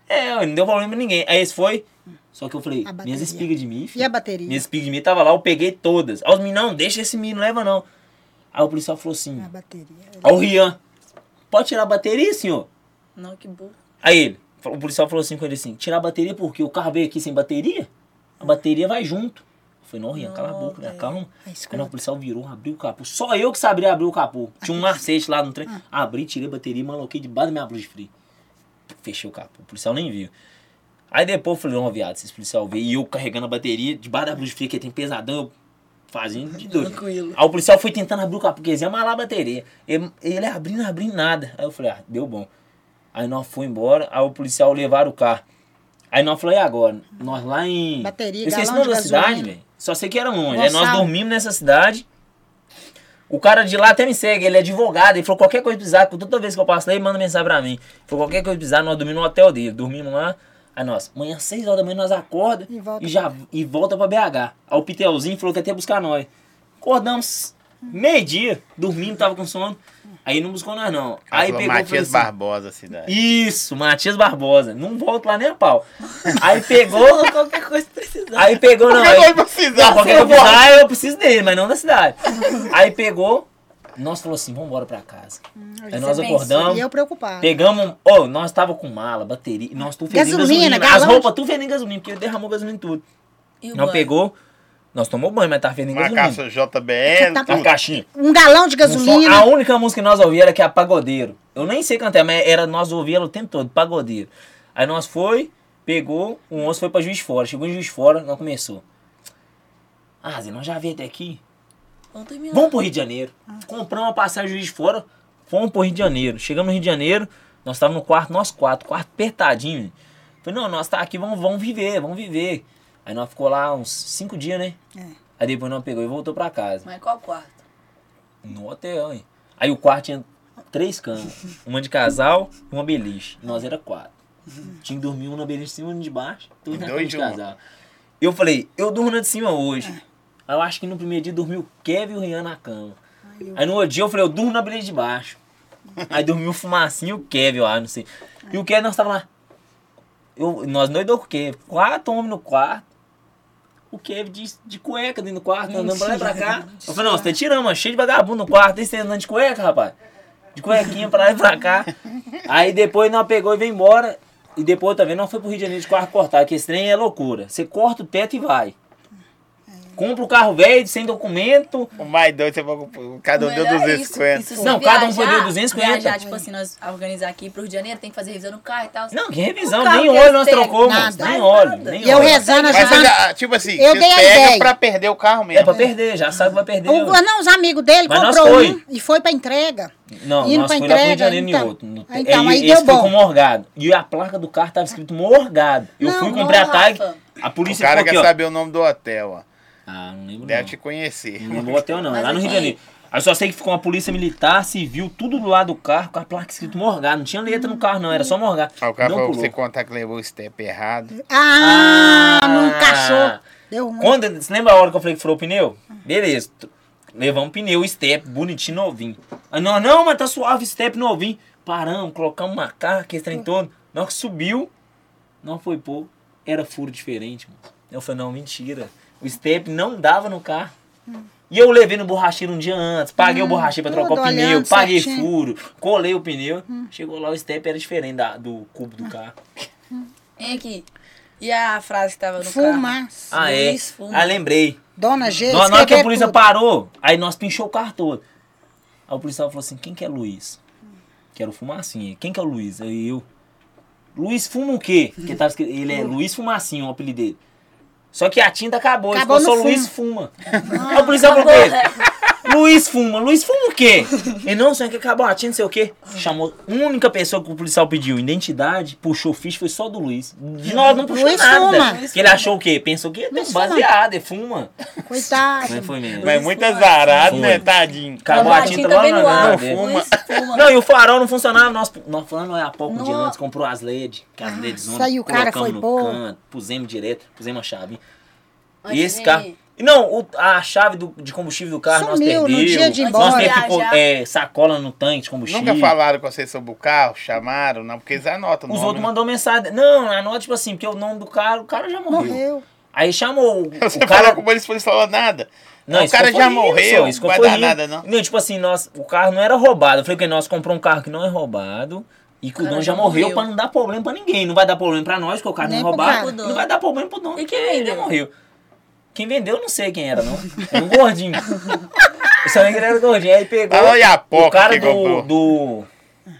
[SPEAKER 2] É, ué, não deu problema pra ninguém. Aí esse foi, só que eu falei,
[SPEAKER 4] A bateria.
[SPEAKER 2] minhas espigas de milho,
[SPEAKER 4] E a bateria?
[SPEAKER 2] minhas espigas de milho tava lá, eu peguei todas. Aí os meninos, não, deixa esse milho, não leva não. Aí o policial falou assim,
[SPEAKER 4] A bateria.
[SPEAKER 2] ó o Rian, pode tirar a bateria, senhor?
[SPEAKER 3] Não, que burro.
[SPEAKER 2] Aí ele, o policial falou assim com ele assim, tirar a bateria porque o carro veio aqui sem bateria, a bateria vai junto. Eu falei, não, Rian, cala a
[SPEAKER 3] Não,
[SPEAKER 2] boca, né?
[SPEAKER 3] velho.
[SPEAKER 2] calma.
[SPEAKER 4] Aí
[SPEAKER 2] Aí
[SPEAKER 4] escuta.
[SPEAKER 2] não, o policial virou, abriu o capô. Só eu que sabia abrir o capô. Tinha um macete lá no trem. Abri, tirei a bateria, maloquei debaixo da minha blusa de frio. Fechei o capô, o policial nem viu. Aí depois eu falei, não, viado, se esse policial ver, e eu carregando a bateria debaixo da blusa de frio, que tem pesadão, eu fazendo de doido.
[SPEAKER 3] Tranquilo.
[SPEAKER 2] Aí o policial foi tentando abrir o capô, porque é eles iam amalar a bateria. Ele, ele é abrindo, abrindo nada. Aí eu falei, ah, deu bom. Aí nós fomos embora, aí o policial levaram o carro. Aí nós falamos, e agora? Nós lá em.
[SPEAKER 4] Bateria,
[SPEAKER 2] Eu esqueci o
[SPEAKER 4] galão
[SPEAKER 2] nome da
[SPEAKER 4] de gasolina.
[SPEAKER 2] cidade, velho. Só sei que era longe. Aí nós
[SPEAKER 4] Gonçalo.
[SPEAKER 2] dormimos nessa cidade. O cara de lá até me segue, ele é advogado. Ele falou, qualquer coisa que precisar, toda vez que eu passo lá, ele manda mensagem pra mim. Ele falou, qualquer coisa que precisar, nós dormimos no hotel dele. Dormimos lá. Aí nós, amanhã às 6 horas da manhã nós acorda
[SPEAKER 4] E volta
[SPEAKER 2] e já e volta pra BH. Aí o Pitelzinho falou que ia até buscar nós. Acordamos meio-dia, dormindo, tava com sono. Aí não buscou nós não. Aí
[SPEAKER 1] Falou
[SPEAKER 2] pegou e falou
[SPEAKER 1] Matias
[SPEAKER 2] assim,
[SPEAKER 1] Barbosa, a cidade.
[SPEAKER 2] isso, Matias Barbosa. Não volto lá nem a pau. Aí
[SPEAKER 4] [laughs]
[SPEAKER 2] pegou,
[SPEAKER 3] Ou qualquer coisa que precisar.
[SPEAKER 2] aí pegou, não.
[SPEAKER 1] Qualquer
[SPEAKER 2] Aí,
[SPEAKER 1] coisa que precisar,
[SPEAKER 2] não, qualquer
[SPEAKER 1] você
[SPEAKER 2] coisa que é precisar, Ah, eu preciso dele, mas não da
[SPEAKER 4] [laughs]
[SPEAKER 2] cidade. Aí pegou, nós falou assim, vamos embora pra casa. Aí nós
[SPEAKER 3] você
[SPEAKER 2] acordamos,
[SPEAKER 4] Hum, E eu preocupada.
[SPEAKER 2] pegamos, um- oh, nós tava com mala, bateria, nós tudo feliz em
[SPEAKER 4] Gasolina,
[SPEAKER 2] gasolina, as
[SPEAKER 4] galão de-
[SPEAKER 2] roupas tudo feliz em gasolina, porque derramou gasolina em tudo.
[SPEAKER 3] E o
[SPEAKER 2] Não
[SPEAKER 3] banho?
[SPEAKER 2] pegou, nós tomou banho, mas tava feliz em
[SPEAKER 1] Uma
[SPEAKER 2] gasolina.
[SPEAKER 1] caça JBL.
[SPEAKER 4] Tá
[SPEAKER 2] Uma
[SPEAKER 1] tudo.
[SPEAKER 2] caixinha.
[SPEAKER 4] Um galão de
[SPEAKER 2] Um som-
[SPEAKER 4] gasolina.
[SPEAKER 2] a única música que nós ouvíamos era que é a Pagodeiro. Eu nem sei cantar, mas era, nós ouvíamos o tempo todo, Pagodeiro. Aí nós foi, pegou, o moço foi pra Juiz de Fora. Chegou em Juiz de Fora, nós começou. Ah, Zé, nós já veio até aqui.
[SPEAKER 3] Vamos terminar.
[SPEAKER 2] Vamos pro Rio de Janeiro. Compramos uma passagem Juiz de Fora, fomos pro Rio de Janeiro. Chegamos no Rio de Janeiro, nós estávamos no quarto, nós quatro, quarto apertadinho. né? Falei, não, nós tá aqui, vamos, vamos viver, vamos viver. Aí nós ficou lá uns cinco dias, né?
[SPEAKER 4] É.
[SPEAKER 2] Aí depois nós pegou e voltou pra casa.
[SPEAKER 3] Mas qual quarto?
[SPEAKER 2] No hotel, hein? Aí o quarto tinha três camas. Uma de casal e uma beliche. Nós era quatro. Tinha que dormir um na beliche de cima e um de baixo. Dois
[SPEAKER 1] E
[SPEAKER 2] na
[SPEAKER 1] dois
[SPEAKER 2] cama de
[SPEAKER 1] de uma.
[SPEAKER 2] casal. Eu falei, eu durmo na de cima hoje. Aí eu acho que no primeiro dia dormiu o Kevin e o Rian na cama. Aí no outro dia eu falei, eu durmo na beliche de baixo. Aí dormiu o Fumacinho e o Kevin, eu acho, não sei. E o Kevin, nós tava lá. Eu, nós doidou com o Kevin. Quatro homens no quarto. O Kevin de, de cueca dentro do quarto, né? andando pra lá e pra cá. Eu falei, não, você tá tirando, mano, cheio de vagabundo no quarto, aí você andando de cueca, rapaz. De cuequinha pra lá e pra
[SPEAKER 4] [laughs]
[SPEAKER 2] cá. Aí depois nós pegou e veio embora. E depois também nós foi pro Rio de Janeiro de quarto cortar, que esse trem é loucura. Você corta o teto e vai.
[SPEAKER 4] É.
[SPEAKER 2] Compra o carro velho, sem documento.
[SPEAKER 1] O um mais doido, você vai- cada um deu
[SPEAKER 3] Melhor é isso,
[SPEAKER 1] 250.
[SPEAKER 3] isso, se
[SPEAKER 2] Não, cada um foi deu 250.
[SPEAKER 3] Viajar, tipo assim, nós organizar aqui pro Rio de Janeiro, tem que fazer revisão no carro e tal.
[SPEAKER 2] Não, que revisão,
[SPEAKER 3] O carro
[SPEAKER 2] nem
[SPEAKER 3] que
[SPEAKER 2] óleo
[SPEAKER 3] eles
[SPEAKER 2] nós
[SPEAKER 3] pegam,
[SPEAKER 2] trocou,
[SPEAKER 4] é nada.
[SPEAKER 2] moço. Nem óleo, nem
[SPEAKER 4] E eu
[SPEAKER 2] óleo.
[SPEAKER 4] rezando,
[SPEAKER 1] Mas você
[SPEAKER 4] ajudando.
[SPEAKER 1] já, tipo assim,
[SPEAKER 4] Eu
[SPEAKER 1] vocês
[SPEAKER 4] dei a
[SPEAKER 1] pegam
[SPEAKER 4] ideia.
[SPEAKER 1] pra perder o carro mesmo.
[SPEAKER 2] É pra perder, já sabe que vai perder.
[SPEAKER 4] O- não, os amigos dele
[SPEAKER 2] Mas nós
[SPEAKER 4] comprou
[SPEAKER 2] foi.
[SPEAKER 4] um e foi pra entrega.
[SPEAKER 2] Não,
[SPEAKER 4] Indo
[SPEAKER 2] nós
[SPEAKER 4] pra
[SPEAKER 2] foi lá pro Rio de
[SPEAKER 4] entrega,
[SPEAKER 2] Janeiro
[SPEAKER 4] então.
[SPEAKER 2] em outro. No-
[SPEAKER 4] Então, aí
[SPEAKER 2] esse
[SPEAKER 4] deu
[SPEAKER 2] foi
[SPEAKER 4] bom.
[SPEAKER 2] com Morgado. E a placa do carro tava escrito Morgado. Eu
[SPEAKER 4] Não,
[SPEAKER 2] fui, comprei
[SPEAKER 3] não,
[SPEAKER 2] a tag,
[SPEAKER 3] Rafa.
[SPEAKER 2] a
[SPEAKER 1] O
[SPEAKER 2] polícia
[SPEAKER 1] cara
[SPEAKER 2] ficou
[SPEAKER 1] quer
[SPEAKER 2] aqui, ó.
[SPEAKER 1] saber o nome do hotel, ó.
[SPEAKER 2] Ah, não lembro
[SPEAKER 1] Deve
[SPEAKER 2] não.
[SPEAKER 1] te conhecer.
[SPEAKER 2] Não lembro o hotel não, É
[SPEAKER 3] Mas
[SPEAKER 2] lá no Rio de
[SPEAKER 3] aqui-
[SPEAKER 2] Janeiro. Aí só sei que ficou uma polícia militar, civil, tudo do lado do carro, com a placa escrito Morgado. Não tinha letra no carro não, era só Morgado.
[SPEAKER 1] Ah, o cara
[SPEAKER 2] não
[SPEAKER 1] falou pra
[SPEAKER 2] pulou.
[SPEAKER 1] você contar que levou o step errado.
[SPEAKER 4] Ah, não encaixou. Deu ruim.
[SPEAKER 2] Quando, você lembra a hora que eu falei que furou o pneu? Beleza. t- Levamos pneu, step, bonitinho, novinho. Aí nós, não, mas tá suave, step novinho. Paramos, colocamos uma carga, esse trem todo. Na hora que subiu, não foi pouco. Era furo diferente, mano. Eu falei, não, mentira. O step não dava no carro. E eu levei no borracheiro um dia antes, paguei o borracheiro pra
[SPEAKER 4] Hum, tudo
[SPEAKER 2] trocar o pneu,
[SPEAKER 4] olhando
[SPEAKER 2] paguei
[SPEAKER 4] certinho. Hum.
[SPEAKER 2] furo, colei o pneu. Chegou lá, o step era diferente da- do cubo do carro.
[SPEAKER 3] Vem aqui. E a frase que tava no carro?
[SPEAKER 4] Fumaça.
[SPEAKER 2] Ah, é?
[SPEAKER 3] Luiz
[SPEAKER 4] um
[SPEAKER 3] Fumo.
[SPEAKER 2] Ah, lembrei.
[SPEAKER 4] Dona G.
[SPEAKER 2] Na na hora é que a
[SPEAKER 4] escrever
[SPEAKER 2] polícia
[SPEAKER 4] tudo.
[SPEAKER 2] parou, aí nós pinchou o carro todo. Aí o policial falou assim, quem que é Luiz? Que era o Fumacinha. Quem que é o Luiz? tá Aí eu. Luiz fuma o quê? Porque tava escrito, ele é Luiz Fumacinha, o apelido dele. Só que a tinta acabou, ele
[SPEAKER 4] Acabou
[SPEAKER 2] ficou só
[SPEAKER 4] no
[SPEAKER 2] Luiz Fuma. Aí É o policial falou
[SPEAKER 3] [laughs]
[SPEAKER 2] pra ele, Luiz Fuma, Luiz Fuma o quê? Ele, não, senhor, é que acabou a tinta, não sei o quê. Chamou a única pessoa que o policial pediu identidade, puxou o ficha, foi só do Luiz. De nós não puxou
[SPEAKER 4] Luiz
[SPEAKER 2] nada.
[SPEAKER 4] Fuma.
[SPEAKER 2] Que ele achou o quê? Pensou que é
[SPEAKER 4] Luiz Fuma.
[SPEAKER 2] baseado, é fuma.
[SPEAKER 4] Coitado.
[SPEAKER 2] Mas foi mesmo.
[SPEAKER 1] Mas muito azarado,
[SPEAKER 2] assim. Foi.
[SPEAKER 1] né? Tadinho.
[SPEAKER 2] Acabou a tinta lá
[SPEAKER 3] bem
[SPEAKER 2] na
[SPEAKER 3] no ar.
[SPEAKER 2] na-
[SPEAKER 1] Não
[SPEAKER 2] dele.
[SPEAKER 1] fuma.
[SPEAKER 3] Luiz fuma.
[SPEAKER 2] Não, e o farol não funcionava. Nós, nós falando há pouco, um dia
[SPEAKER 3] Nó.
[SPEAKER 2] antes, comprou as LEDs. Que as LEDs
[SPEAKER 4] Nossa, e Ah, o cara
[SPEAKER 2] colocamos
[SPEAKER 4] foi
[SPEAKER 2] no
[SPEAKER 4] bom.
[SPEAKER 2] canto, pusemos direto, pusemos a chave.
[SPEAKER 3] Antes
[SPEAKER 2] E esse
[SPEAKER 3] de-
[SPEAKER 2] carro. e Não, o- a chave do- de combustível do carro
[SPEAKER 4] Sumiu
[SPEAKER 2] nós
[SPEAKER 4] no
[SPEAKER 2] perdemos.
[SPEAKER 4] dia de ir
[SPEAKER 2] Nós
[SPEAKER 4] embora.
[SPEAKER 2] temos que pôr,
[SPEAKER 3] Viajar.
[SPEAKER 2] é, sacola no tanque de combustível.
[SPEAKER 1] Nunca falaram com vocês sobre o carro? Chamaram? Não, porque eles anotam. o
[SPEAKER 2] Os
[SPEAKER 1] nome,
[SPEAKER 2] outros
[SPEAKER 1] né?
[SPEAKER 2] mandou mensagem. Não, anota, tipo assim, porque o nome do cara, o cara já morreu.
[SPEAKER 4] Morreu.
[SPEAKER 2] Aí chamou o,
[SPEAKER 1] [laughs] Você
[SPEAKER 2] o
[SPEAKER 1] falou
[SPEAKER 2] cara.
[SPEAKER 1] como eles não falaram nada. É, o
[SPEAKER 2] isso
[SPEAKER 1] cara
[SPEAKER 2] foi
[SPEAKER 1] já
[SPEAKER 2] rindo,
[SPEAKER 1] morreu,
[SPEAKER 2] só, isso
[SPEAKER 1] não vai
[SPEAKER 2] foi
[SPEAKER 1] dar
[SPEAKER 2] rindo.
[SPEAKER 1] nada, não.
[SPEAKER 2] Não, tipo assim, nós, o carro não era roubado. Eu falei que nós compramos um carro que não é roubado e que o
[SPEAKER 3] Cara,
[SPEAKER 2] dono já
[SPEAKER 3] já
[SPEAKER 2] morreu
[SPEAKER 3] morreu.
[SPEAKER 2] pra não dar problema pra ninguém. Não vai dar problema pra nós, porque o carro
[SPEAKER 4] Nem
[SPEAKER 2] não é
[SPEAKER 4] pro
[SPEAKER 2] roubado.
[SPEAKER 4] cara.
[SPEAKER 2] e Não vai dar problema pro dono,
[SPEAKER 3] E
[SPEAKER 2] porque
[SPEAKER 3] quem
[SPEAKER 2] ele já
[SPEAKER 3] vendeu?
[SPEAKER 2] morreu. Quem vendeu, eu não sei quem era, não. Era um gordinho. Eu só lembro que ele era gordinho. Aí pegou.
[SPEAKER 1] Fala aí a
[SPEAKER 2] o
[SPEAKER 1] poca
[SPEAKER 2] cara
[SPEAKER 1] que
[SPEAKER 2] do,
[SPEAKER 1] comprou.
[SPEAKER 2] do.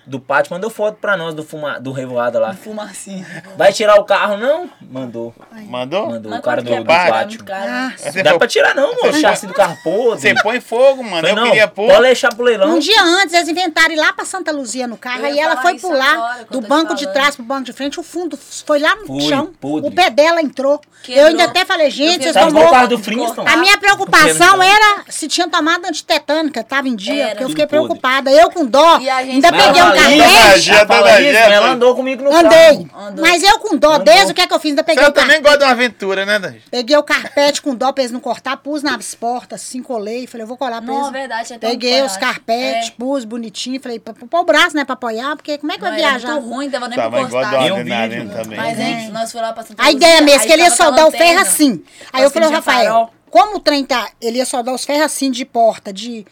[SPEAKER 2] Do pátio mandou foto pra nós do, fuma, do revoado lá.
[SPEAKER 3] Fumacinha.
[SPEAKER 2] Vai tirar o carro, não? Mandou.
[SPEAKER 1] Mandou?
[SPEAKER 2] Mandou. O
[SPEAKER 3] Mas
[SPEAKER 2] cara
[SPEAKER 3] quanto que é?
[SPEAKER 2] do, do
[SPEAKER 1] pátio.
[SPEAKER 2] pátio.
[SPEAKER 4] Ah,
[SPEAKER 1] Você
[SPEAKER 2] Não dá
[SPEAKER 1] falou,
[SPEAKER 2] pra tirar, não, mano. O chassi do carro podre.
[SPEAKER 1] Você põe fogo, mano.
[SPEAKER 2] Falei,
[SPEAKER 1] Eu
[SPEAKER 2] não,
[SPEAKER 1] queria pôr.
[SPEAKER 2] Pode deixar pro leilão.
[SPEAKER 4] Um dia antes, eles inventaram ir lá pra Santa Luzia no carro.
[SPEAKER 3] Então, Eu ia
[SPEAKER 4] Aí ela
[SPEAKER 3] falar
[SPEAKER 4] foi
[SPEAKER 3] isso
[SPEAKER 4] pular
[SPEAKER 3] agora, que eu
[SPEAKER 4] do
[SPEAKER 3] tô
[SPEAKER 4] banco
[SPEAKER 3] te
[SPEAKER 4] de
[SPEAKER 3] falando.
[SPEAKER 4] trás pro banco de frente. O fundo foi lá no
[SPEAKER 2] Foi,
[SPEAKER 4] chão.
[SPEAKER 2] podre.
[SPEAKER 4] O pé dela entrou. Eu
[SPEAKER 3] Quebrou.
[SPEAKER 4] ainda até falei, gente,
[SPEAKER 3] Eu
[SPEAKER 4] vocês
[SPEAKER 3] vi- um
[SPEAKER 4] estão
[SPEAKER 2] Sabe igual o
[SPEAKER 4] loucos.
[SPEAKER 2] carro do Flintstone?
[SPEAKER 4] A minha preocupação
[SPEAKER 2] Porque-
[SPEAKER 4] era se tinha tomado antitetânica, tava em dia,
[SPEAKER 3] Era.
[SPEAKER 4] porque eu fiquei
[SPEAKER 2] Tudo podre.
[SPEAKER 4] preocupada. Eu com dó,
[SPEAKER 3] E a gente-
[SPEAKER 4] ainda
[SPEAKER 3] Mas
[SPEAKER 4] peguei um
[SPEAKER 1] a Valíria-
[SPEAKER 4] carrete,
[SPEAKER 1] Magia,
[SPEAKER 2] Ela fala
[SPEAKER 1] dona
[SPEAKER 2] isso,
[SPEAKER 1] Jéssica.
[SPEAKER 2] ela andou comigo no
[SPEAKER 4] andei.
[SPEAKER 2] carro.
[SPEAKER 3] Andou.
[SPEAKER 4] Mas eu com dó, desde o que é que eu fiz? Ainda peguei
[SPEAKER 1] Você
[SPEAKER 4] o
[SPEAKER 1] também
[SPEAKER 4] carpete.
[SPEAKER 1] gosta de uma aventura, né, Dani?
[SPEAKER 4] Peguei o carpete com dó pra eles não cortar, pus nas portas, assim, colei. Falei, eu vou colar pra
[SPEAKER 3] Não,
[SPEAKER 4] eles.
[SPEAKER 3] verdade, tinha até um
[SPEAKER 4] Peguei os
[SPEAKER 3] coragem.
[SPEAKER 4] carpetes,
[SPEAKER 3] É.
[SPEAKER 4] pus bonitinho. Falei, pra pra pôr o braço, né, pra apoiar, porque como é que
[SPEAKER 3] Não,
[SPEAKER 4] vai
[SPEAKER 3] era
[SPEAKER 4] viajar?
[SPEAKER 3] muito ruim, tava nem
[SPEAKER 1] Tá,
[SPEAKER 3] pra
[SPEAKER 1] mas igual
[SPEAKER 3] encostar.
[SPEAKER 1] da
[SPEAKER 2] Eu vi, é,
[SPEAKER 1] adrenalina
[SPEAKER 2] viu?
[SPEAKER 1] também.
[SPEAKER 3] Mas,
[SPEAKER 1] né?
[SPEAKER 3] hein, nós fomos lá pra Santa
[SPEAKER 4] A ideia
[SPEAKER 3] Luzia, então,
[SPEAKER 4] mesmo, é
[SPEAKER 3] aí
[SPEAKER 4] que ele ia
[SPEAKER 3] tava com a
[SPEAKER 4] soldar o
[SPEAKER 3] lanterna.
[SPEAKER 4] ferro assim. Aí eu
[SPEAKER 3] Nós
[SPEAKER 4] falei,
[SPEAKER 3] sentia
[SPEAKER 4] Rafael,
[SPEAKER 3] farol.
[SPEAKER 4] como o trem tá. Ele ia soldar os ferros assim de porta, de,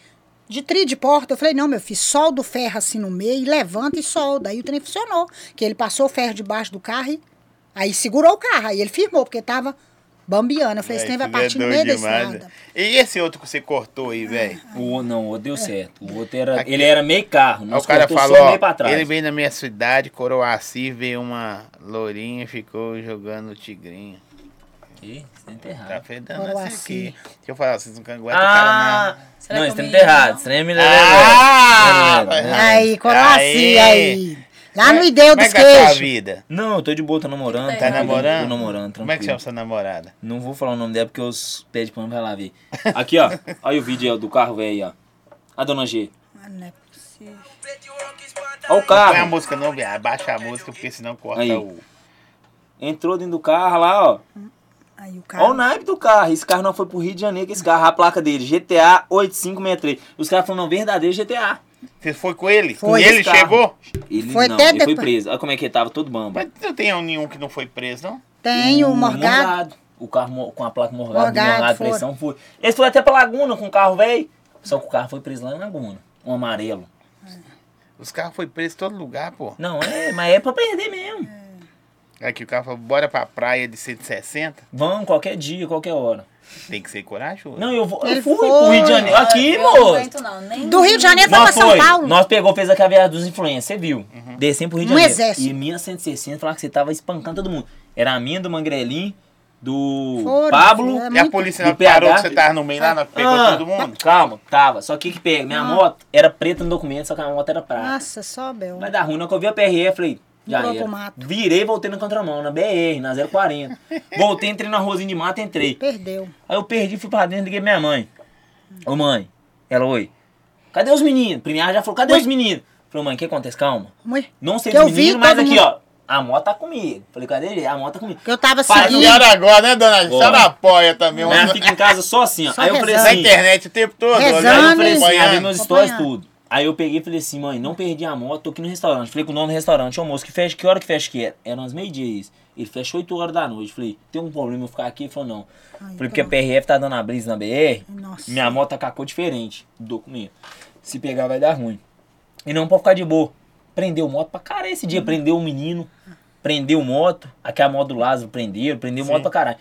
[SPEAKER 4] de tri de porta. Eu falei, não, meu filho, solda o ferro assim no meio, e levanta e solda. Aí o trem funcionou. Que ele passou o ferro debaixo do carro e. Aí segurou o carro. Aí ele firmou, porque tava bambiando. Eu falei, esse trem vai
[SPEAKER 1] Véi,
[SPEAKER 4] partir
[SPEAKER 1] isso é
[SPEAKER 4] no meio da
[SPEAKER 1] doido demais,
[SPEAKER 4] estrada.
[SPEAKER 1] né? E esse outro que você cortou
[SPEAKER 2] Ah.
[SPEAKER 1] aí, velho?
[SPEAKER 2] O, não, o deu certo. O outro era.
[SPEAKER 1] Aqui.
[SPEAKER 2] Ele era meio carro.
[SPEAKER 1] Aí
[SPEAKER 2] Nós
[SPEAKER 1] o cara
[SPEAKER 2] cortou só
[SPEAKER 1] falou,
[SPEAKER 2] meio pra
[SPEAKER 1] ó,
[SPEAKER 2] trás.
[SPEAKER 1] ele veio na minha cidade, Coroaci, veio uma lourinha e ficou jogando o tigrinho.
[SPEAKER 2] Ih, você tá
[SPEAKER 1] Tá
[SPEAKER 2] enterrado.
[SPEAKER 1] fedendo essa
[SPEAKER 4] Coroaci.
[SPEAKER 1] aqui. Deixa eu falar, vocês não aguentam Tá o cara
[SPEAKER 2] Ah!
[SPEAKER 1] não.
[SPEAKER 3] Será
[SPEAKER 2] Não,
[SPEAKER 3] que
[SPEAKER 2] isso tá
[SPEAKER 3] eu me-
[SPEAKER 2] enterrado. Isso é não é me
[SPEAKER 1] Ah!
[SPEAKER 4] É. Aí, Coroaci,
[SPEAKER 1] Aí.
[SPEAKER 4] aí. Lá no
[SPEAKER 1] Como é-
[SPEAKER 4] Ideu
[SPEAKER 1] como é que
[SPEAKER 4] dos
[SPEAKER 1] tá a sua
[SPEAKER 4] Queijos.
[SPEAKER 1] vida?
[SPEAKER 2] Não, eu tô de boa, tô namorando.
[SPEAKER 3] Tá
[SPEAKER 1] Tá
[SPEAKER 2] tranquilo,
[SPEAKER 1] namorando?
[SPEAKER 2] É Tô namorando, tranquilo.
[SPEAKER 1] Como é que chama sua namorada?
[SPEAKER 2] Não vou falar o nome dela porque os pés de pano vai lá ver. Aqui, ó. Olha o vídeo aí, ó, do carro velho aí, ó. A dona G.
[SPEAKER 4] Ah, não é
[SPEAKER 2] Olha o
[SPEAKER 1] Põe a
[SPEAKER 2] carro.
[SPEAKER 1] música não, viado. Baixa a música, porque senão corta
[SPEAKER 2] Aí.
[SPEAKER 1] o...
[SPEAKER 2] Entrou dentro do carro lá, ó.
[SPEAKER 4] Aí o
[SPEAKER 2] Olha o
[SPEAKER 4] cara.
[SPEAKER 2] naipe do carro. Esse carro não foi pro Rio de Janeiro, que esse carro, a placa dele, GTA 8563. Os caras falaram, não, verdadeiro GTA.
[SPEAKER 1] Você foi com ele?
[SPEAKER 4] Foi.
[SPEAKER 1] E ele
[SPEAKER 2] Esse carro.
[SPEAKER 1] chegou?
[SPEAKER 2] Ele
[SPEAKER 4] Foi
[SPEAKER 2] não,
[SPEAKER 4] até
[SPEAKER 2] ele foi
[SPEAKER 4] depois.
[SPEAKER 2] preso. Olha como é que ele tava, todo bambo.
[SPEAKER 1] Mas não tem nenhum que não foi preso, não?
[SPEAKER 4] Tem o Morgado.
[SPEAKER 2] O carro mo- com a placa morgado,
[SPEAKER 4] Morgado,
[SPEAKER 2] morgado,
[SPEAKER 4] foram.
[SPEAKER 2] pressão, foi. Eles foram até pra Laguna com o carro velho. Só que o carro foi preso lá em Laguna. Um amarelo.
[SPEAKER 1] Os carros foram presos em todo lugar, pô.
[SPEAKER 2] Não, é, mas é pra perder mesmo.
[SPEAKER 1] Aqui o cara falou, bora pra praia de 160.
[SPEAKER 2] Vão qualquer dia, qualquer hora.
[SPEAKER 1] Tem que ser corajoso.
[SPEAKER 2] Não, eu, vou, eu
[SPEAKER 4] Ele
[SPEAKER 2] fui
[SPEAKER 4] foi.
[SPEAKER 2] pro Rio de Janeiro. Aqui,
[SPEAKER 3] Eu não
[SPEAKER 2] moço.
[SPEAKER 3] aguento, não, nem-
[SPEAKER 4] Do Rio de Janeiro pra
[SPEAKER 2] Nós
[SPEAKER 4] São
[SPEAKER 2] foi.
[SPEAKER 4] Paulo.
[SPEAKER 2] Nós pegou, fez a caveira dos influencers, você viu?
[SPEAKER 1] Uhum.
[SPEAKER 2] Descemos pro Rio de
[SPEAKER 4] Um
[SPEAKER 2] Janeiro.
[SPEAKER 4] exército.
[SPEAKER 2] E minha 160 falava que você tava espancando todo mundo. Era a minha do Mangrelin, do
[SPEAKER 4] Foram,
[SPEAKER 2] Pablo.
[SPEAKER 4] é
[SPEAKER 1] E a
[SPEAKER 4] muito-
[SPEAKER 1] polícia
[SPEAKER 2] do
[SPEAKER 1] não parou
[SPEAKER 2] PH?
[SPEAKER 1] que você tava no meio lá, não pegou
[SPEAKER 2] Ah,
[SPEAKER 1] todo mundo?
[SPEAKER 2] Calma, tava. Só que o que pega? Minha moto era preta no documento, só que a moto era prata.
[SPEAKER 4] Ah. Nossa, só, Bel.
[SPEAKER 2] Vai dar ruim, não que eu vi a PRE, falei, já
[SPEAKER 4] Entrou pro
[SPEAKER 2] era.
[SPEAKER 4] mato.
[SPEAKER 2] Virei e voltei na contramão, na BR, na
[SPEAKER 4] [laughs]
[SPEAKER 2] 040. voltei, entrei na Rosinha de Mata, entrei.
[SPEAKER 4] Perdeu.
[SPEAKER 2] Aí eu perdi, fui pra dentro, liguei pra minha mãe. Ô mãe, ela, oi. Cadê os meninos? Primeiro ela já falou, cadê os meninos? Falei, mãe, o que acontece? Calma.
[SPEAKER 4] Mui.
[SPEAKER 2] Não sei
[SPEAKER 4] Que
[SPEAKER 2] dos
[SPEAKER 4] eu vi
[SPEAKER 2] meninos, mas
[SPEAKER 4] todo
[SPEAKER 2] aqui,
[SPEAKER 4] mundo-
[SPEAKER 2] ó. A moto tá comigo. Falei, cadê ele? A moto tá comigo.
[SPEAKER 4] Que eu tava
[SPEAKER 2] Faz
[SPEAKER 1] A
[SPEAKER 4] seguindo.
[SPEAKER 1] senhora agora, né, dona? A senhora
[SPEAKER 2] Bora.
[SPEAKER 1] apoia também.
[SPEAKER 2] Ela
[SPEAKER 1] uma-
[SPEAKER 2] fica em casa só assim, ó.
[SPEAKER 4] Só
[SPEAKER 2] Aí eu falei
[SPEAKER 4] rezando.
[SPEAKER 1] Na
[SPEAKER 2] assim.
[SPEAKER 1] internet o tempo todo.
[SPEAKER 2] Aí
[SPEAKER 4] Rezando,
[SPEAKER 2] eu
[SPEAKER 1] olhando,
[SPEAKER 2] falei assim,
[SPEAKER 1] acompanhando.
[SPEAKER 2] abri meus stories
[SPEAKER 4] acompanhando.
[SPEAKER 2] tudo. Aí eu peguei e falei assim, mãe, não perdi a moto, tô aqui no restaurante. Falei com o dono do restaurante, ô moço, que fecha, que hora que fecha que é? Era umas meio-dia isso. Ele fecha 8 horas da noite. Falei, tem um problema eu ficar aqui? Ele falou, não. falei,
[SPEAKER 4] então,
[SPEAKER 2] porque a PRF tá dando a brisa na BR,
[SPEAKER 4] Nossa.
[SPEAKER 2] minha moto tá com a cor diferente do documento. Se pegar vai dar ruim. E não pode ficar de boa. Prendeu moto pra caralho esse dia. Prendeu um menino, prendeu moto. Aqui é a moto do Lázaro prenderam, prendeu moto pra caralho.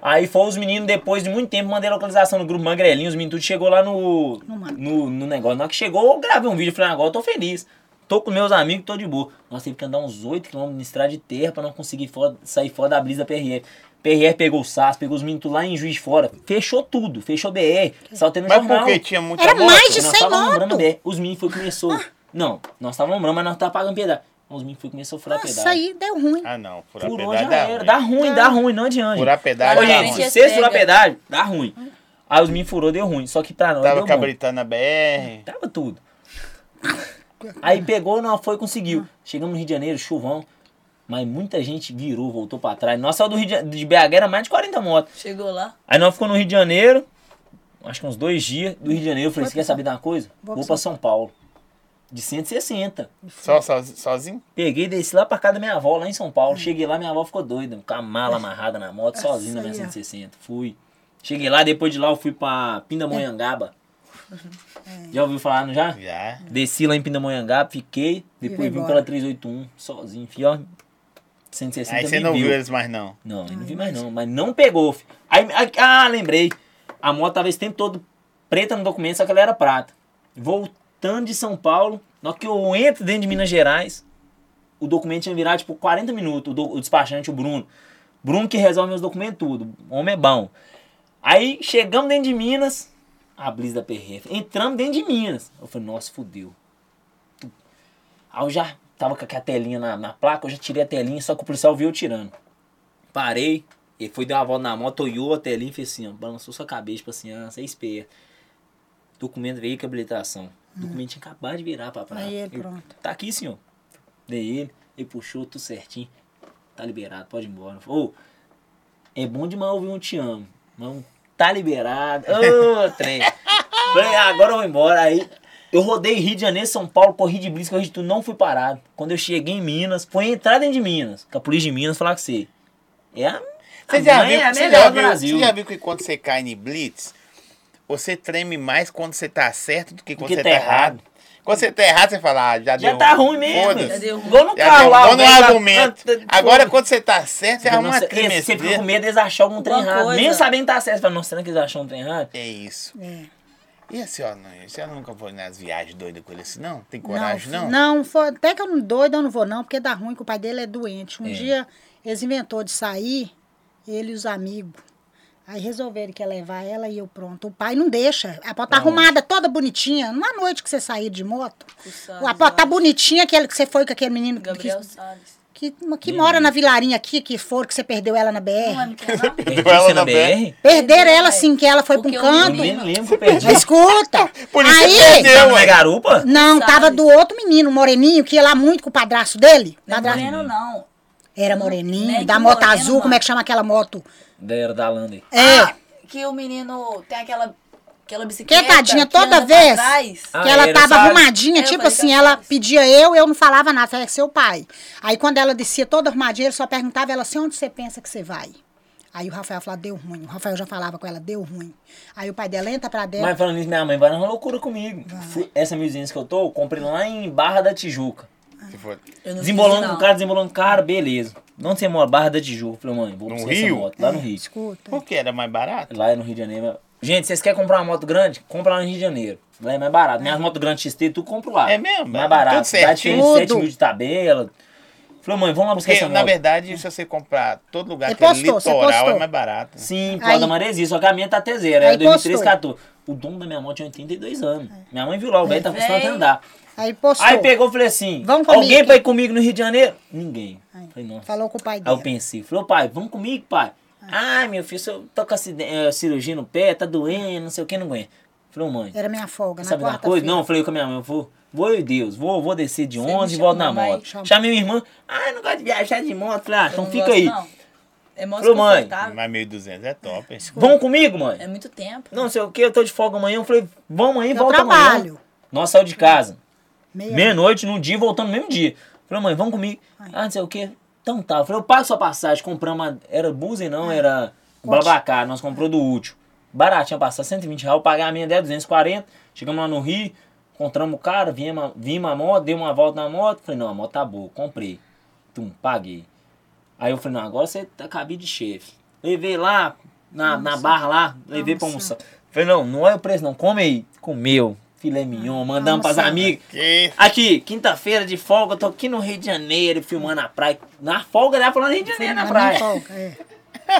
[SPEAKER 2] Aí foi os meninos, depois de muito tempo, mandei a localização no grupo Magrelinho. Os meninos tudo chegou lá no,
[SPEAKER 4] mato.
[SPEAKER 2] no, no negócio. Na hora que chegou, eu gravei um vídeo. Falei, agora eu tô feliz. Tô com meus amigos, tô de boa. Nós tivemos que andar uns 8km na estrada de terra pra não conseguir fora- sair fora da brisa da PRF. PRR pegou o SAS, pegou os meninos tudo lá em Juiz de Fora. Fechou tudo, fechou BR, saiu tendo
[SPEAKER 1] Mas
[SPEAKER 2] jornal.
[SPEAKER 1] por que tinha muita
[SPEAKER 4] Era
[SPEAKER 1] moto?
[SPEAKER 4] mais de-
[SPEAKER 2] nós
[SPEAKER 4] 100
[SPEAKER 2] tava lembrando
[SPEAKER 4] moto. Ah.
[SPEAKER 2] BR. Os meninos foi que começou. Não, nós tava lembrando, mas nós tava pagando piedade. Os meninos foi que começou a furar
[SPEAKER 4] Nossa,
[SPEAKER 2] piedade.
[SPEAKER 4] aí deu ruim.
[SPEAKER 1] Ah, não. Furar
[SPEAKER 2] Furou
[SPEAKER 1] pedal
[SPEAKER 2] já
[SPEAKER 1] dá
[SPEAKER 2] era.
[SPEAKER 1] ruim.
[SPEAKER 2] Dá ruim, dá ruim, não adianta.
[SPEAKER 1] Furar pedal
[SPEAKER 2] Ô,
[SPEAKER 1] dá
[SPEAKER 2] gente,
[SPEAKER 1] ruim.
[SPEAKER 2] se vocês furar
[SPEAKER 3] Pega.
[SPEAKER 2] pedal, dá ruim. Aí os meninos furou, deu ruim. Só que pra nós
[SPEAKER 1] Tava
[SPEAKER 2] deu bom.
[SPEAKER 1] cabritando a BR.
[SPEAKER 2] Tava tudo. Aí pegou, não foi, conseguiu. Chegamos no Rio de Janeiro, chuvão. Mas muita gente virou, voltou pra trás. Nós saiu do Rio de, Jane- de BH, era mais de 40 motos.
[SPEAKER 3] Chegou lá.
[SPEAKER 2] Aí nós ficou no Rio de Janeiro, acho que uns dois dias do Rio de Janeiro. Eu falei,
[SPEAKER 4] Vai
[SPEAKER 2] você
[SPEAKER 4] pra
[SPEAKER 2] quer
[SPEAKER 4] São-
[SPEAKER 2] saber de uma coisa?
[SPEAKER 4] Vou
[SPEAKER 2] Vou,
[SPEAKER 4] pra
[SPEAKER 2] pra São Paulo. De 160.
[SPEAKER 1] Só sozi- sozinho?
[SPEAKER 2] Peguei, desci lá pra casa da minha avó, lá em São Paulo. Cheguei lá, minha avó ficou doida, com a mala amarrada na moto,
[SPEAKER 4] Hum. É. Essa
[SPEAKER 2] sozinha na minha
[SPEAKER 4] aí, ó.
[SPEAKER 2] 160. Fui. Cheguei lá, depois de lá eu fui pra Pindamonhangaba.
[SPEAKER 4] É.
[SPEAKER 2] Já ouviu falar, não já?
[SPEAKER 1] Já.
[SPEAKER 2] Desci lá em Pindamonhangaba, fiquei,
[SPEAKER 4] E foi
[SPEAKER 2] depois vim
[SPEAKER 4] embora.
[SPEAKER 2] pela 381, sozinho, fi, ó. 160
[SPEAKER 1] Aí você
[SPEAKER 2] me
[SPEAKER 1] não
[SPEAKER 2] viu.
[SPEAKER 1] viu eles mais, não.
[SPEAKER 2] Não, aí não vi mais não, mas não pegou, fi. Aí, aí- ah, lembrei. A moto tava esse tempo todo preta no documento, só que ela era prata. Voltando de São Paulo, na hora que eu entro dentro de Minas Gerais, o documento tinha virado tipo 40 minutos, o, do- o despachante, o Bruno. Bruno que resolve meus documentos tudo, homem é bom. Aí chegamos dentro de Minas, a Blitz da PRF. Entramos dentro de Minas. Eu falei, nossa, fudeu. Aí eu já tava com a telinha na, na placa, eu já tirei a telinha, só que o policial viu eu tirando. Parei, ele foi dar uma volta na moto, olhou a telinha e fez assim, ó, balançou sua cabeça, tipo assim, ah, você é esperto. Documento veio com habilitação. Documento tinha acabado de virar pra praia.
[SPEAKER 4] Aí ele,
[SPEAKER 2] Eu,
[SPEAKER 4] pronto.
[SPEAKER 2] Tá aqui, senhor. Dei ele, ele puxou tudo certinho. Tá liberado, pode ir embora. Ô, é bom demais ouvir um te amo. Mas um tá liberado.
[SPEAKER 1] [laughs]
[SPEAKER 2] Ô, trem. Falei, ah, agora eu vou embora. Aí eu rodei Rio de Janeiro, São Paulo, corri de brisa, corri de tudo, não fui parado. Quando eu cheguei em Minas, foi entrar dentro de Minas, que a polícia de Minas falar com você. É a. a
[SPEAKER 1] Você já
[SPEAKER 2] mãe
[SPEAKER 1] viu,
[SPEAKER 2] é a
[SPEAKER 1] você
[SPEAKER 2] melhor
[SPEAKER 1] já
[SPEAKER 2] do
[SPEAKER 1] viu,
[SPEAKER 2] Brasil.
[SPEAKER 1] você já viu que quando você cai em blitz, você treme mais quando você tá certo do que quando
[SPEAKER 2] que
[SPEAKER 1] você
[SPEAKER 2] tá
[SPEAKER 1] tá errado. Quando você tá errado, você fala, ah, já,
[SPEAKER 2] Já
[SPEAKER 1] deu
[SPEAKER 2] tá ruim mesmo.
[SPEAKER 1] Foda-se.
[SPEAKER 3] Já deu ruim.
[SPEAKER 2] Igual no
[SPEAKER 1] Já
[SPEAKER 2] carro
[SPEAKER 1] deu-
[SPEAKER 2] lá.
[SPEAKER 1] Quando
[SPEAKER 2] o velho
[SPEAKER 1] é
[SPEAKER 2] lá-
[SPEAKER 1] argumento.
[SPEAKER 2] Ah, tá-
[SPEAKER 1] Agora, quando você tá certo, você
[SPEAKER 2] Fala,
[SPEAKER 1] arruma uma
[SPEAKER 2] nossa, esse- Você é, fica com
[SPEAKER 1] tremedeira.
[SPEAKER 2] medo deles acharem algum trem
[SPEAKER 3] Alguma
[SPEAKER 2] errado.
[SPEAKER 3] coisa.
[SPEAKER 2] Mesmo sabendo que tá certo. Você fala, nossa, será que eles acharam um trem errado?
[SPEAKER 1] É isso.
[SPEAKER 4] É.
[SPEAKER 1] E a senhora, não, a senhora nunca foi nas viagens doidas com ele assim, não? Tem coragem, não?
[SPEAKER 4] Não, foi, até que eu não doida, eu não vou não, porque dá ruim que o pai dele é doente. Um
[SPEAKER 2] É.
[SPEAKER 4] dia eles inventou de sair, ele e os amigos. Aí resolveram que ia levar ela e eu pronto. O pai não deixa. A pó tá
[SPEAKER 2] Pra onde?
[SPEAKER 4] arrumada, toda bonitinha. Numa noite que você sair de moto,
[SPEAKER 3] O Salles
[SPEAKER 4] a pó tá
[SPEAKER 3] lá.
[SPEAKER 4] bonitinha, aquele que você foi com aquele menino que-
[SPEAKER 3] Gabriel Salles.
[SPEAKER 4] que, que, mora na vilarinha aqui, que for, que você perdeu ela na
[SPEAKER 3] Não é
[SPEAKER 4] BR.
[SPEAKER 3] Miquel,
[SPEAKER 4] [laughs]
[SPEAKER 3] não?
[SPEAKER 2] Perdi
[SPEAKER 1] ela na
[SPEAKER 2] você na BR?
[SPEAKER 4] Perderam ela, sim, que ela foi pra um
[SPEAKER 3] Porque eu não
[SPEAKER 2] Eu
[SPEAKER 4] canto.
[SPEAKER 2] nem lembro que eu perdi.
[SPEAKER 4] Mas Escuta!
[SPEAKER 1] [laughs] Por isso
[SPEAKER 4] aí,
[SPEAKER 1] que perdeu.
[SPEAKER 2] Tava na
[SPEAKER 1] ué.
[SPEAKER 2] garupa?
[SPEAKER 4] Não,
[SPEAKER 3] Sabe?
[SPEAKER 4] tava do outro menino, moreninho, que ia lá muito com o padrasto dele.
[SPEAKER 3] Não é
[SPEAKER 4] Padrasto-
[SPEAKER 3] moreno, não.
[SPEAKER 4] Era moreninho,
[SPEAKER 3] Né,
[SPEAKER 4] da
[SPEAKER 3] que
[SPEAKER 4] moto
[SPEAKER 3] moreno,
[SPEAKER 4] azul, como é que chama aquela moto?
[SPEAKER 2] Da era da Landa.
[SPEAKER 4] É,
[SPEAKER 3] Ah, Que o menino tem aquela, aquela bicicleta.
[SPEAKER 4] quentadinha
[SPEAKER 3] que anda
[SPEAKER 4] é toda
[SPEAKER 3] pra
[SPEAKER 4] vez.
[SPEAKER 3] trás.
[SPEAKER 2] Ah,
[SPEAKER 4] que ela
[SPEAKER 2] era,
[SPEAKER 4] tava
[SPEAKER 2] sabe?
[SPEAKER 4] arrumadinha,
[SPEAKER 3] É, eu
[SPEAKER 4] tipo
[SPEAKER 3] falei,
[SPEAKER 4] assim,
[SPEAKER 3] já
[SPEAKER 4] ela
[SPEAKER 3] fiz.
[SPEAKER 4] pedia eu, eu não falava nada, falei, é seu pai. Aí quando ela descia toda arrumadinha, ele só perguntava ela assim, onde você pensa que você vai? Aí o Rafael falava, deu ruim. O Rafael já falava com ela, deu ruim. Aí o pai dela entra pra dentro.
[SPEAKER 2] Mas falando isso, minha mãe vai numa loucura comigo. Fui- Essa 1200 que eu tô, eu comprei lá em Barra da Tijuca.
[SPEAKER 1] Se for-
[SPEAKER 3] Eu não
[SPEAKER 2] Desembolando
[SPEAKER 3] fiz,
[SPEAKER 2] com
[SPEAKER 3] não.
[SPEAKER 2] o cara, desembolando com o cara, beleza. Não sei, mora Barra da Tijuca. Falei, mãe, vou
[SPEAKER 1] No
[SPEAKER 2] precisar dessa
[SPEAKER 1] Rio?
[SPEAKER 2] moto, lá no Rio. Hum.
[SPEAKER 4] Escuta.
[SPEAKER 1] Por que era mais barato?
[SPEAKER 2] Lá é no Rio de Janeiro. Gente, vocês querem comprar uma moto grande? Compra lá no Rio de Janeiro. Lá é mais barato. Minhas motos grandes XT, tu compra lá.
[SPEAKER 1] É mesmo?
[SPEAKER 2] Mais barato.
[SPEAKER 1] Tudo
[SPEAKER 2] Cidade tem
[SPEAKER 4] certinho.
[SPEAKER 2] 7 mil de tabela. Falei, mãe, vamos lá buscar
[SPEAKER 1] Porque,
[SPEAKER 2] essa
[SPEAKER 1] na
[SPEAKER 2] moto.
[SPEAKER 1] verdade, se você comprar todo lugar
[SPEAKER 4] Você
[SPEAKER 1] que é
[SPEAKER 4] postou, você
[SPEAKER 1] litoral, é
[SPEAKER 4] postou.
[SPEAKER 1] mais barato. né?
[SPEAKER 2] Sim, por
[SPEAKER 4] Aí-
[SPEAKER 2] causa da maresia, só que a minha tá até zero. É
[SPEAKER 4] Aí
[SPEAKER 2] 2003,
[SPEAKER 4] postou.
[SPEAKER 2] 14. O dono da minha moto tinha 82 anos. Minha mãe viu lá, o velho tá funcionando até
[SPEAKER 3] Véi.
[SPEAKER 2] andar.
[SPEAKER 4] Aí postou.
[SPEAKER 2] Aí pegou e falei assim:
[SPEAKER 4] Vamos comigo
[SPEAKER 2] alguém
[SPEAKER 4] aqui.
[SPEAKER 2] pra ir comigo no Rio de Janeiro? Ninguém.
[SPEAKER 4] Aí,
[SPEAKER 2] Falei, nossa.
[SPEAKER 4] Falou com o pai
[SPEAKER 2] Aí eu
[SPEAKER 4] dele.
[SPEAKER 2] pensei, falei, ô pai, vamos comigo, pai. Ah, meu filho, se eu tô com aciden- eh, cirurgia no pé, tá doendo, não sei o que, não aguento. Falei, ô, mãe,
[SPEAKER 4] Era minha folga, na
[SPEAKER 2] sabe uma coisa?
[SPEAKER 4] quarta-feira.
[SPEAKER 2] Não, eu falei com a minha mãe, eu vou, vou eu Deus, vou, vou descer de
[SPEAKER 3] me
[SPEAKER 2] onde e
[SPEAKER 3] chama,
[SPEAKER 2] volto na
[SPEAKER 3] mãe,
[SPEAKER 2] moto.
[SPEAKER 4] chama.
[SPEAKER 2] Chamei minha irmã, ah, eu não gosto de viajar de moto. Falei, ah,
[SPEAKER 3] Eu
[SPEAKER 2] então
[SPEAKER 3] não
[SPEAKER 2] fica
[SPEAKER 3] gosto,
[SPEAKER 2] aí.
[SPEAKER 3] não. É mó
[SPEAKER 2] Falou, mãe.
[SPEAKER 3] desconfortável.
[SPEAKER 1] Mas 1.200 é top. hein?
[SPEAKER 2] Vão comigo, mãe?
[SPEAKER 3] É muito tempo.
[SPEAKER 2] Não sei o que, eu tô de folga amanhã. Eu falei, vamos amanhã e
[SPEAKER 4] Eu
[SPEAKER 2] volta
[SPEAKER 4] trabalho.
[SPEAKER 2] amanhã. Nós saímos de casa.
[SPEAKER 4] Meia-
[SPEAKER 2] Meia-noite, num dia, voltando no mesmo dia. Falei, mãe, vamos comigo. Ah, não sei o que. Então tá. Eu falei, eu pago sua passagem. Compramos uma... Era Buzi, não, era Blabacar. Nós comprou do útil. Baratinha, passar 120 reais. Eu paguei a minha dela, 240. Chegamos lá no Rio, encontramos o cara, viemos, a- vimos a moto, dei uma volta na moto. Falei, não, a moto tá boa, comprei. Tum, paguei. Aí eu falei, não, agora você tá cabide de chefe. Levei lá, na, na barra lá, levei pra almoçar. Falei, não, não é o preço não, come aí. Comeu, filé mignon, mandamos pras
[SPEAKER 4] Almoçar.
[SPEAKER 2] amigas.
[SPEAKER 1] Que
[SPEAKER 2] Aqui, quinta-feira de folga, eu tô aqui no Rio de Janeiro filmando a praia. Na folga dela né? falando Rio de Janeiro na [laughs]
[SPEAKER 4] Na minha
[SPEAKER 2] praia.
[SPEAKER 4] folga, é.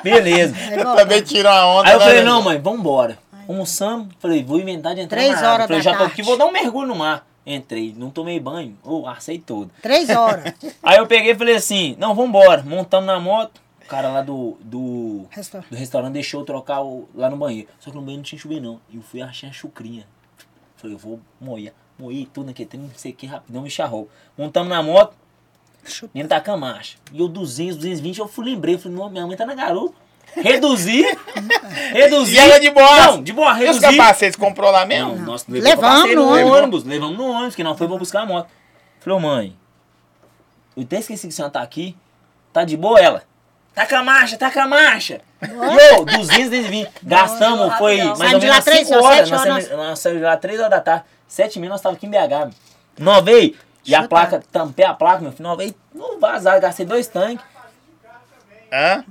[SPEAKER 2] Beleza.
[SPEAKER 4] Aí voltava.
[SPEAKER 1] Também tirou a onda.
[SPEAKER 2] Aí eu
[SPEAKER 1] né,
[SPEAKER 2] falei,
[SPEAKER 1] né?
[SPEAKER 2] não, mãe, vambora. Almoçamos, falei, vou inventar de entrar
[SPEAKER 4] Três
[SPEAKER 2] na água.
[SPEAKER 4] horas
[SPEAKER 2] falei,
[SPEAKER 4] da
[SPEAKER 2] já tô
[SPEAKER 4] tarde.
[SPEAKER 2] aqui, vou dar um mergulho no mar. Entrei, não tomei banho, ou arcei todo.
[SPEAKER 4] Três horas.
[SPEAKER 2] Aí eu peguei e falei assim, não, vambora. Montamos na moto, o cara lá do, do,
[SPEAKER 4] Restaurante.
[SPEAKER 2] do restaurante deixou eu trocar o- lá no banheiro. Só que no banheiro não tinha chuveiro não, e eu fui achar a chucrinha. Falei, eu vou moer, moer tudo naquele trem, não sei o que, rapidão, me charrou. Montamos na moto,
[SPEAKER 4] Chupa.
[SPEAKER 2] Menino tá com a marcha. E eu 200, 220, eu fui, lembrei. Falei, não, minha mãe tá na garupa.
[SPEAKER 1] [laughs]
[SPEAKER 2] Reduzi. reduzi.
[SPEAKER 1] E ela de boa.
[SPEAKER 2] Não, de boa,
[SPEAKER 1] E os
[SPEAKER 2] reduzi.
[SPEAKER 1] capacetes comprou lá
[SPEAKER 2] Não,
[SPEAKER 1] mesmo?
[SPEAKER 2] nós
[SPEAKER 4] Levamos
[SPEAKER 2] levamos no
[SPEAKER 4] no
[SPEAKER 2] ônibus.
[SPEAKER 4] ônibus.
[SPEAKER 2] Levamos no ônibus, que não foi pra buscar a moto. Falei, ô, mãe, eu até esqueci que a senhora tá aqui. Tá de boa ela? Tá com a marcha, tá com a marcha. Yo, 200, 220. Gastamos,
[SPEAKER 3] Nossa,
[SPEAKER 2] foi mais
[SPEAKER 3] rapidão.
[SPEAKER 4] Saímos
[SPEAKER 2] ou
[SPEAKER 4] de lá
[SPEAKER 2] menos 5
[SPEAKER 4] três horas,
[SPEAKER 2] horas.
[SPEAKER 4] sete
[SPEAKER 2] Nós
[SPEAKER 4] horas, né?
[SPEAKER 2] saímos- nós saímos de lá 3 horas da tarde. 7 mil, nós tava aqui em BH. Novei. E a
[SPEAKER 4] Chuta.
[SPEAKER 2] placa, tampei a placa, meu filho. Novei, não vazar, gastei dois tanques.
[SPEAKER 1] Hã?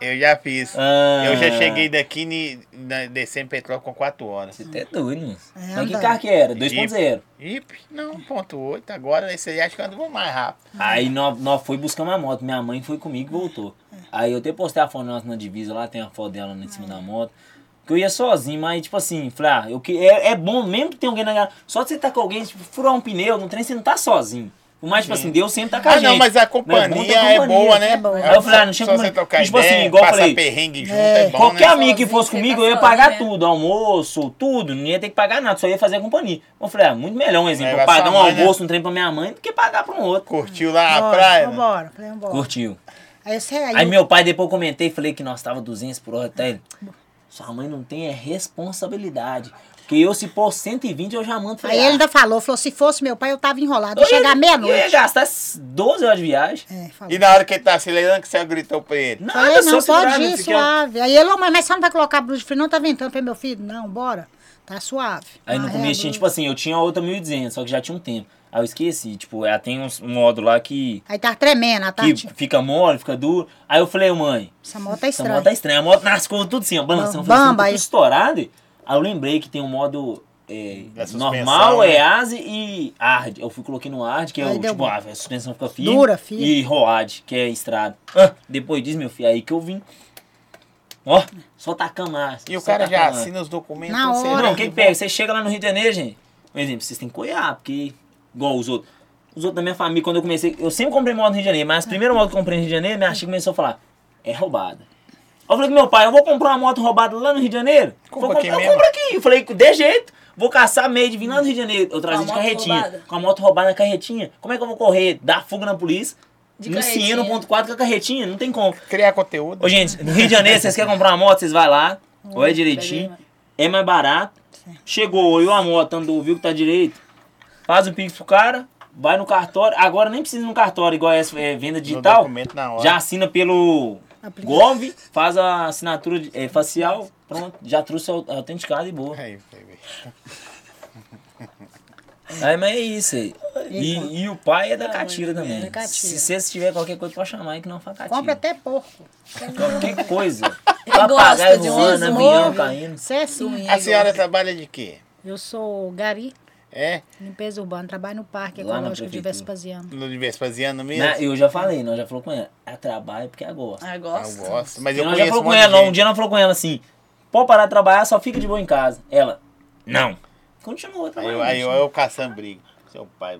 [SPEAKER 1] Eu já fiz.
[SPEAKER 2] Ah.
[SPEAKER 1] Eu já cheguei daqui ni- na- descendo Petróleo com 4 horas.
[SPEAKER 2] Você tá doido, mano.
[SPEAKER 4] É,
[SPEAKER 2] Mas que
[SPEAKER 4] anda.
[SPEAKER 2] carro que era? 2.0.
[SPEAKER 1] Ip, não, ponto 8. Agora esse aí acho que eu ando mais rápido.
[SPEAKER 2] Aí nós, nós foi buscar uma moto. Minha mãe foi comigo e voltou. Aí eu até postei a foto nossa na divisa lá, tem a foto dela em cima
[SPEAKER 1] É.
[SPEAKER 2] da moto. Que eu ia sozinho, mas tipo assim, falei, ah, eu que, é, é bom mesmo que tem alguém na garagem. Só de você tá com alguém, tipo, furar um pneu no trem, você não tá sozinho. Por mais, tipo assim, Deus sempre tá com a
[SPEAKER 1] Ah,
[SPEAKER 2] gente.
[SPEAKER 1] não, mas a
[SPEAKER 2] bom ter
[SPEAKER 1] companhia é,
[SPEAKER 2] companhia.
[SPEAKER 1] boa, né?
[SPEAKER 4] é boa.
[SPEAKER 2] Aí eu falei, ah, não tinha
[SPEAKER 1] só
[SPEAKER 2] como-
[SPEAKER 1] você trocar
[SPEAKER 2] tipo assim,
[SPEAKER 1] ideia,
[SPEAKER 2] igual eu
[SPEAKER 1] passar
[SPEAKER 2] falei,
[SPEAKER 1] perrengue junto
[SPEAKER 4] é,
[SPEAKER 1] é, bom,
[SPEAKER 2] Qualquer
[SPEAKER 1] né?
[SPEAKER 2] amigo que
[SPEAKER 3] Sozinho,
[SPEAKER 2] fosse
[SPEAKER 3] você
[SPEAKER 2] comigo,
[SPEAKER 3] tá
[SPEAKER 2] eu ia
[SPEAKER 3] sozinho,
[SPEAKER 2] pagar
[SPEAKER 3] né?
[SPEAKER 2] tudo, almoço, tudo, não ia ter que pagar nada, só ia fazer a companhia. Eu falei, ah, muito melhor um exemplo,
[SPEAKER 1] Leva
[SPEAKER 2] eu
[SPEAKER 1] sua
[SPEAKER 2] pagar um
[SPEAKER 1] mãe, né?
[SPEAKER 2] almoço, um trem pra minha mãe, do que pagar pra um outro.
[SPEAKER 1] Curtiu lá a
[SPEAKER 4] Bora,
[SPEAKER 1] praia? né?
[SPEAKER 4] Vambora, falei, vambora.
[SPEAKER 2] Curtiu.
[SPEAKER 4] Aí você aí.
[SPEAKER 2] Aí meu pai, depois eu comentei, falei que nós tava 200 por hora até ele. Sua mãe não tem é responsabilidade. Porque eu, se pôr 120, eu já mando.
[SPEAKER 4] aí
[SPEAKER 2] frear.
[SPEAKER 4] ele ainda falou, falou, se fosse meu pai, eu tava enrolado. Eu
[SPEAKER 2] Eu ia-
[SPEAKER 4] chegar
[SPEAKER 2] Eu ia
[SPEAKER 4] meia-noite.
[SPEAKER 2] gastar essas 12 horas de viagem.
[SPEAKER 4] É, falou.
[SPEAKER 1] E na hora que ele tá acelerando, que você gritou pra ele.
[SPEAKER 2] Nada,
[SPEAKER 4] Falei, não,
[SPEAKER 2] só segurar, não
[SPEAKER 4] pode ir,
[SPEAKER 2] sei o que lá.
[SPEAKER 4] suave. Aí ele, ô mãe, mas você não vai colocar blusa de frio, não tá ventando. Eu Falei, meu filho, não, bora. Tá suave.
[SPEAKER 2] Aí no
[SPEAKER 4] Marré a
[SPEAKER 2] começo tinha,
[SPEAKER 4] blusa.
[SPEAKER 2] tipo assim, eu tinha a outra 1.200, só que já tinha um tempo. Aí eu esqueci, tipo, ela tem uns- um módulo lá que,
[SPEAKER 4] Aí tá tremendo,
[SPEAKER 2] que
[SPEAKER 4] a tarde.
[SPEAKER 2] fica mole, fica duro. Aí eu falei, mãe,
[SPEAKER 4] Essa moto tá
[SPEAKER 2] Essa
[SPEAKER 4] estranha.
[SPEAKER 2] moto tá estranha. A moto nas curvas, tudo assim, ó, balançando.
[SPEAKER 4] Bamba,
[SPEAKER 2] Bamba,
[SPEAKER 4] aí.
[SPEAKER 2] tudo estourado. Aí eu lembrei que tem um modo é,
[SPEAKER 1] Da suspensão,
[SPEAKER 2] normal,
[SPEAKER 1] né?
[SPEAKER 2] é ASE e ARD. Eu fui coloquei no ARD, que é
[SPEAKER 4] Aí
[SPEAKER 2] o
[SPEAKER 4] deu
[SPEAKER 2] tipo,
[SPEAKER 4] bom.
[SPEAKER 2] a suspensão fica firme.
[SPEAKER 4] Dura, firme.
[SPEAKER 2] E ROAD, que é estrada. Ah, depois disso, meu filho, aí que eu vim. Ó, só tacar mais.
[SPEAKER 1] E o
[SPEAKER 2] só
[SPEAKER 1] cara
[SPEAKER 2] tacar
[SPEAKER 1] já
[SPEAKER 2] mais.
[SPEAKER 1] assina os documentos.
[SPEAKER 4] Na
[SPEAKER 1] você
[SPEAKER 4] hora.
[SPEAKER 1] vê
[SPEAKER 2] Não, quem pega? Você chega lá no Rio de Janeiro, gente. Por exemplo, vocês têm que coiar, porque. Igual os outros. Os outros da minha família, quando eu comecei. Eu sempre comprei moto no Rio de Janeiro, mas a primeira moto que eu comprei no Rio de Janeiro, minha tia começou a falar: é roubada. Aí eu falei com meu pai: eu vou comprar uma moto roubada lá no Rio de Janeiro?
[SPEAKER 1] Compra
[SPEAKER 2] Vou comprar-
[SPEAKER 1] aqui
[SPEAKER 2] eu
[SPEAKER 1] mesmo.
[SPEAKER 2] compro aqui. Eu falei: de jeito. Vou caçar meio de vir lá no Rio de Janeiro. Eu trazia
[SPEAKER 3] Com
[SPEAKER 2] de
[SPEAKER 3] a moto
[SPEAKER 2] carretinha.
[SPEAKER 3] roubada?
[SPEAKER 2] Com a moto roubada na carretinha. Como é que eu vou correr? Dar fuga na polícia?
[SPEAKER 3] De
[SPEAKER 2] no
[SPEAKER 3] carretinha.
[SPEAKER 2] Cieno 1.4 com a carretinha? Não tem como.
[SPEAKER 1] Criar conteúdo.
[SPEAKER 2] Ô, gente, no Rio de Janeiro, vocês querem comprar uma moto, vocês vão lá, olha direitinho,
[SPEAKER 3] beleza.
[SPEAKER 2] é mais barato. Chegou, olhou a moto, andou, viu que tá direito, faz o pix pro cara, vai no cartório. Agora nem precisa ir no cartório, igual essa é, venda digital.
[SPEAKER 1] documento na hora.
[SPEAKER 2] Já assina pelo
[SPEAKER 4] Aplicativo.
[SPEAKER 2] Gov, faz a assinatura de- é, facial, pronto, já trouxe o autenticado e
[SPEAKER 4] É.
[SPEAKER 2] boa.
[SPEAKER 1] Aí, baby.
[SPEAKER 2] Aí, mas é isso aí. E, e o pai é da catira também.
[SPEAKER 4] da catira.
[SPEAKER 2] Se vocês tiver qualquer coisa, pode chamar aí que não faz catira.
[SPEAKER 4] Compra até um. porco.
[SPEAKER 2] Qualquer coisa.
[SPEAKER 4] [laughs]
[SPEAKER 3] gosta
[SPEAKER 2] Papagaio
[SPEAKER 3] de um
[SPEAKER 2] voando,
[SPEAKER 3] esmorro.
[SPEAKER 2] avião caindo.
[SPEAKER 4] Você é sim.
[SPEAKER 2] assim.
[SPEAKER 1] A senhora trabalha de quê?
[SPEAKER 4] Eu sou gari,
[SPEAKER 1] É?
[SPEAKER 4] limpeza urbana, trabalho no Parque
[SPEAKER 2] Lá na
[SPEAKER 4] Ecológico de
[SPEAKER 2] prefeitura.
[SPEAKER 4] Vespasiano.
[SPEAKER 1] No de Vespasiano mesmo?
[SPEAKER 2] Na- eu já falei, nós já falou com ela. Ela trabalha porque ela gosta.
[SPEAKER 3] Ah,
[SPEAKER 1] eu
[SPEAKER 3] gosto.
[SPEAKER 1] gosto. Mas eu
[SPEAKER 2] nós
[SPEAKER 1] conheço
[SPEAKER 2] já falou
[SPEAKER 1] um
[SPEAKER 2] com
[SPEAKER 1] monte
[SPEAKER 2] ela,
[SPEAKER 1] de
[SPEAKER 2] um
[SPEAKER 1] gente.
[SPEAKER 2] dia nós falou com ela assim: pode parar de trabalhar, só fica de boa em casa. Ela, não. Continua
[SPEAKER 1] Aí,
[SPEAKER 2] trabalhando.
[SPEAKER 1] eu- aí eu, eu caçando briga. Seu pai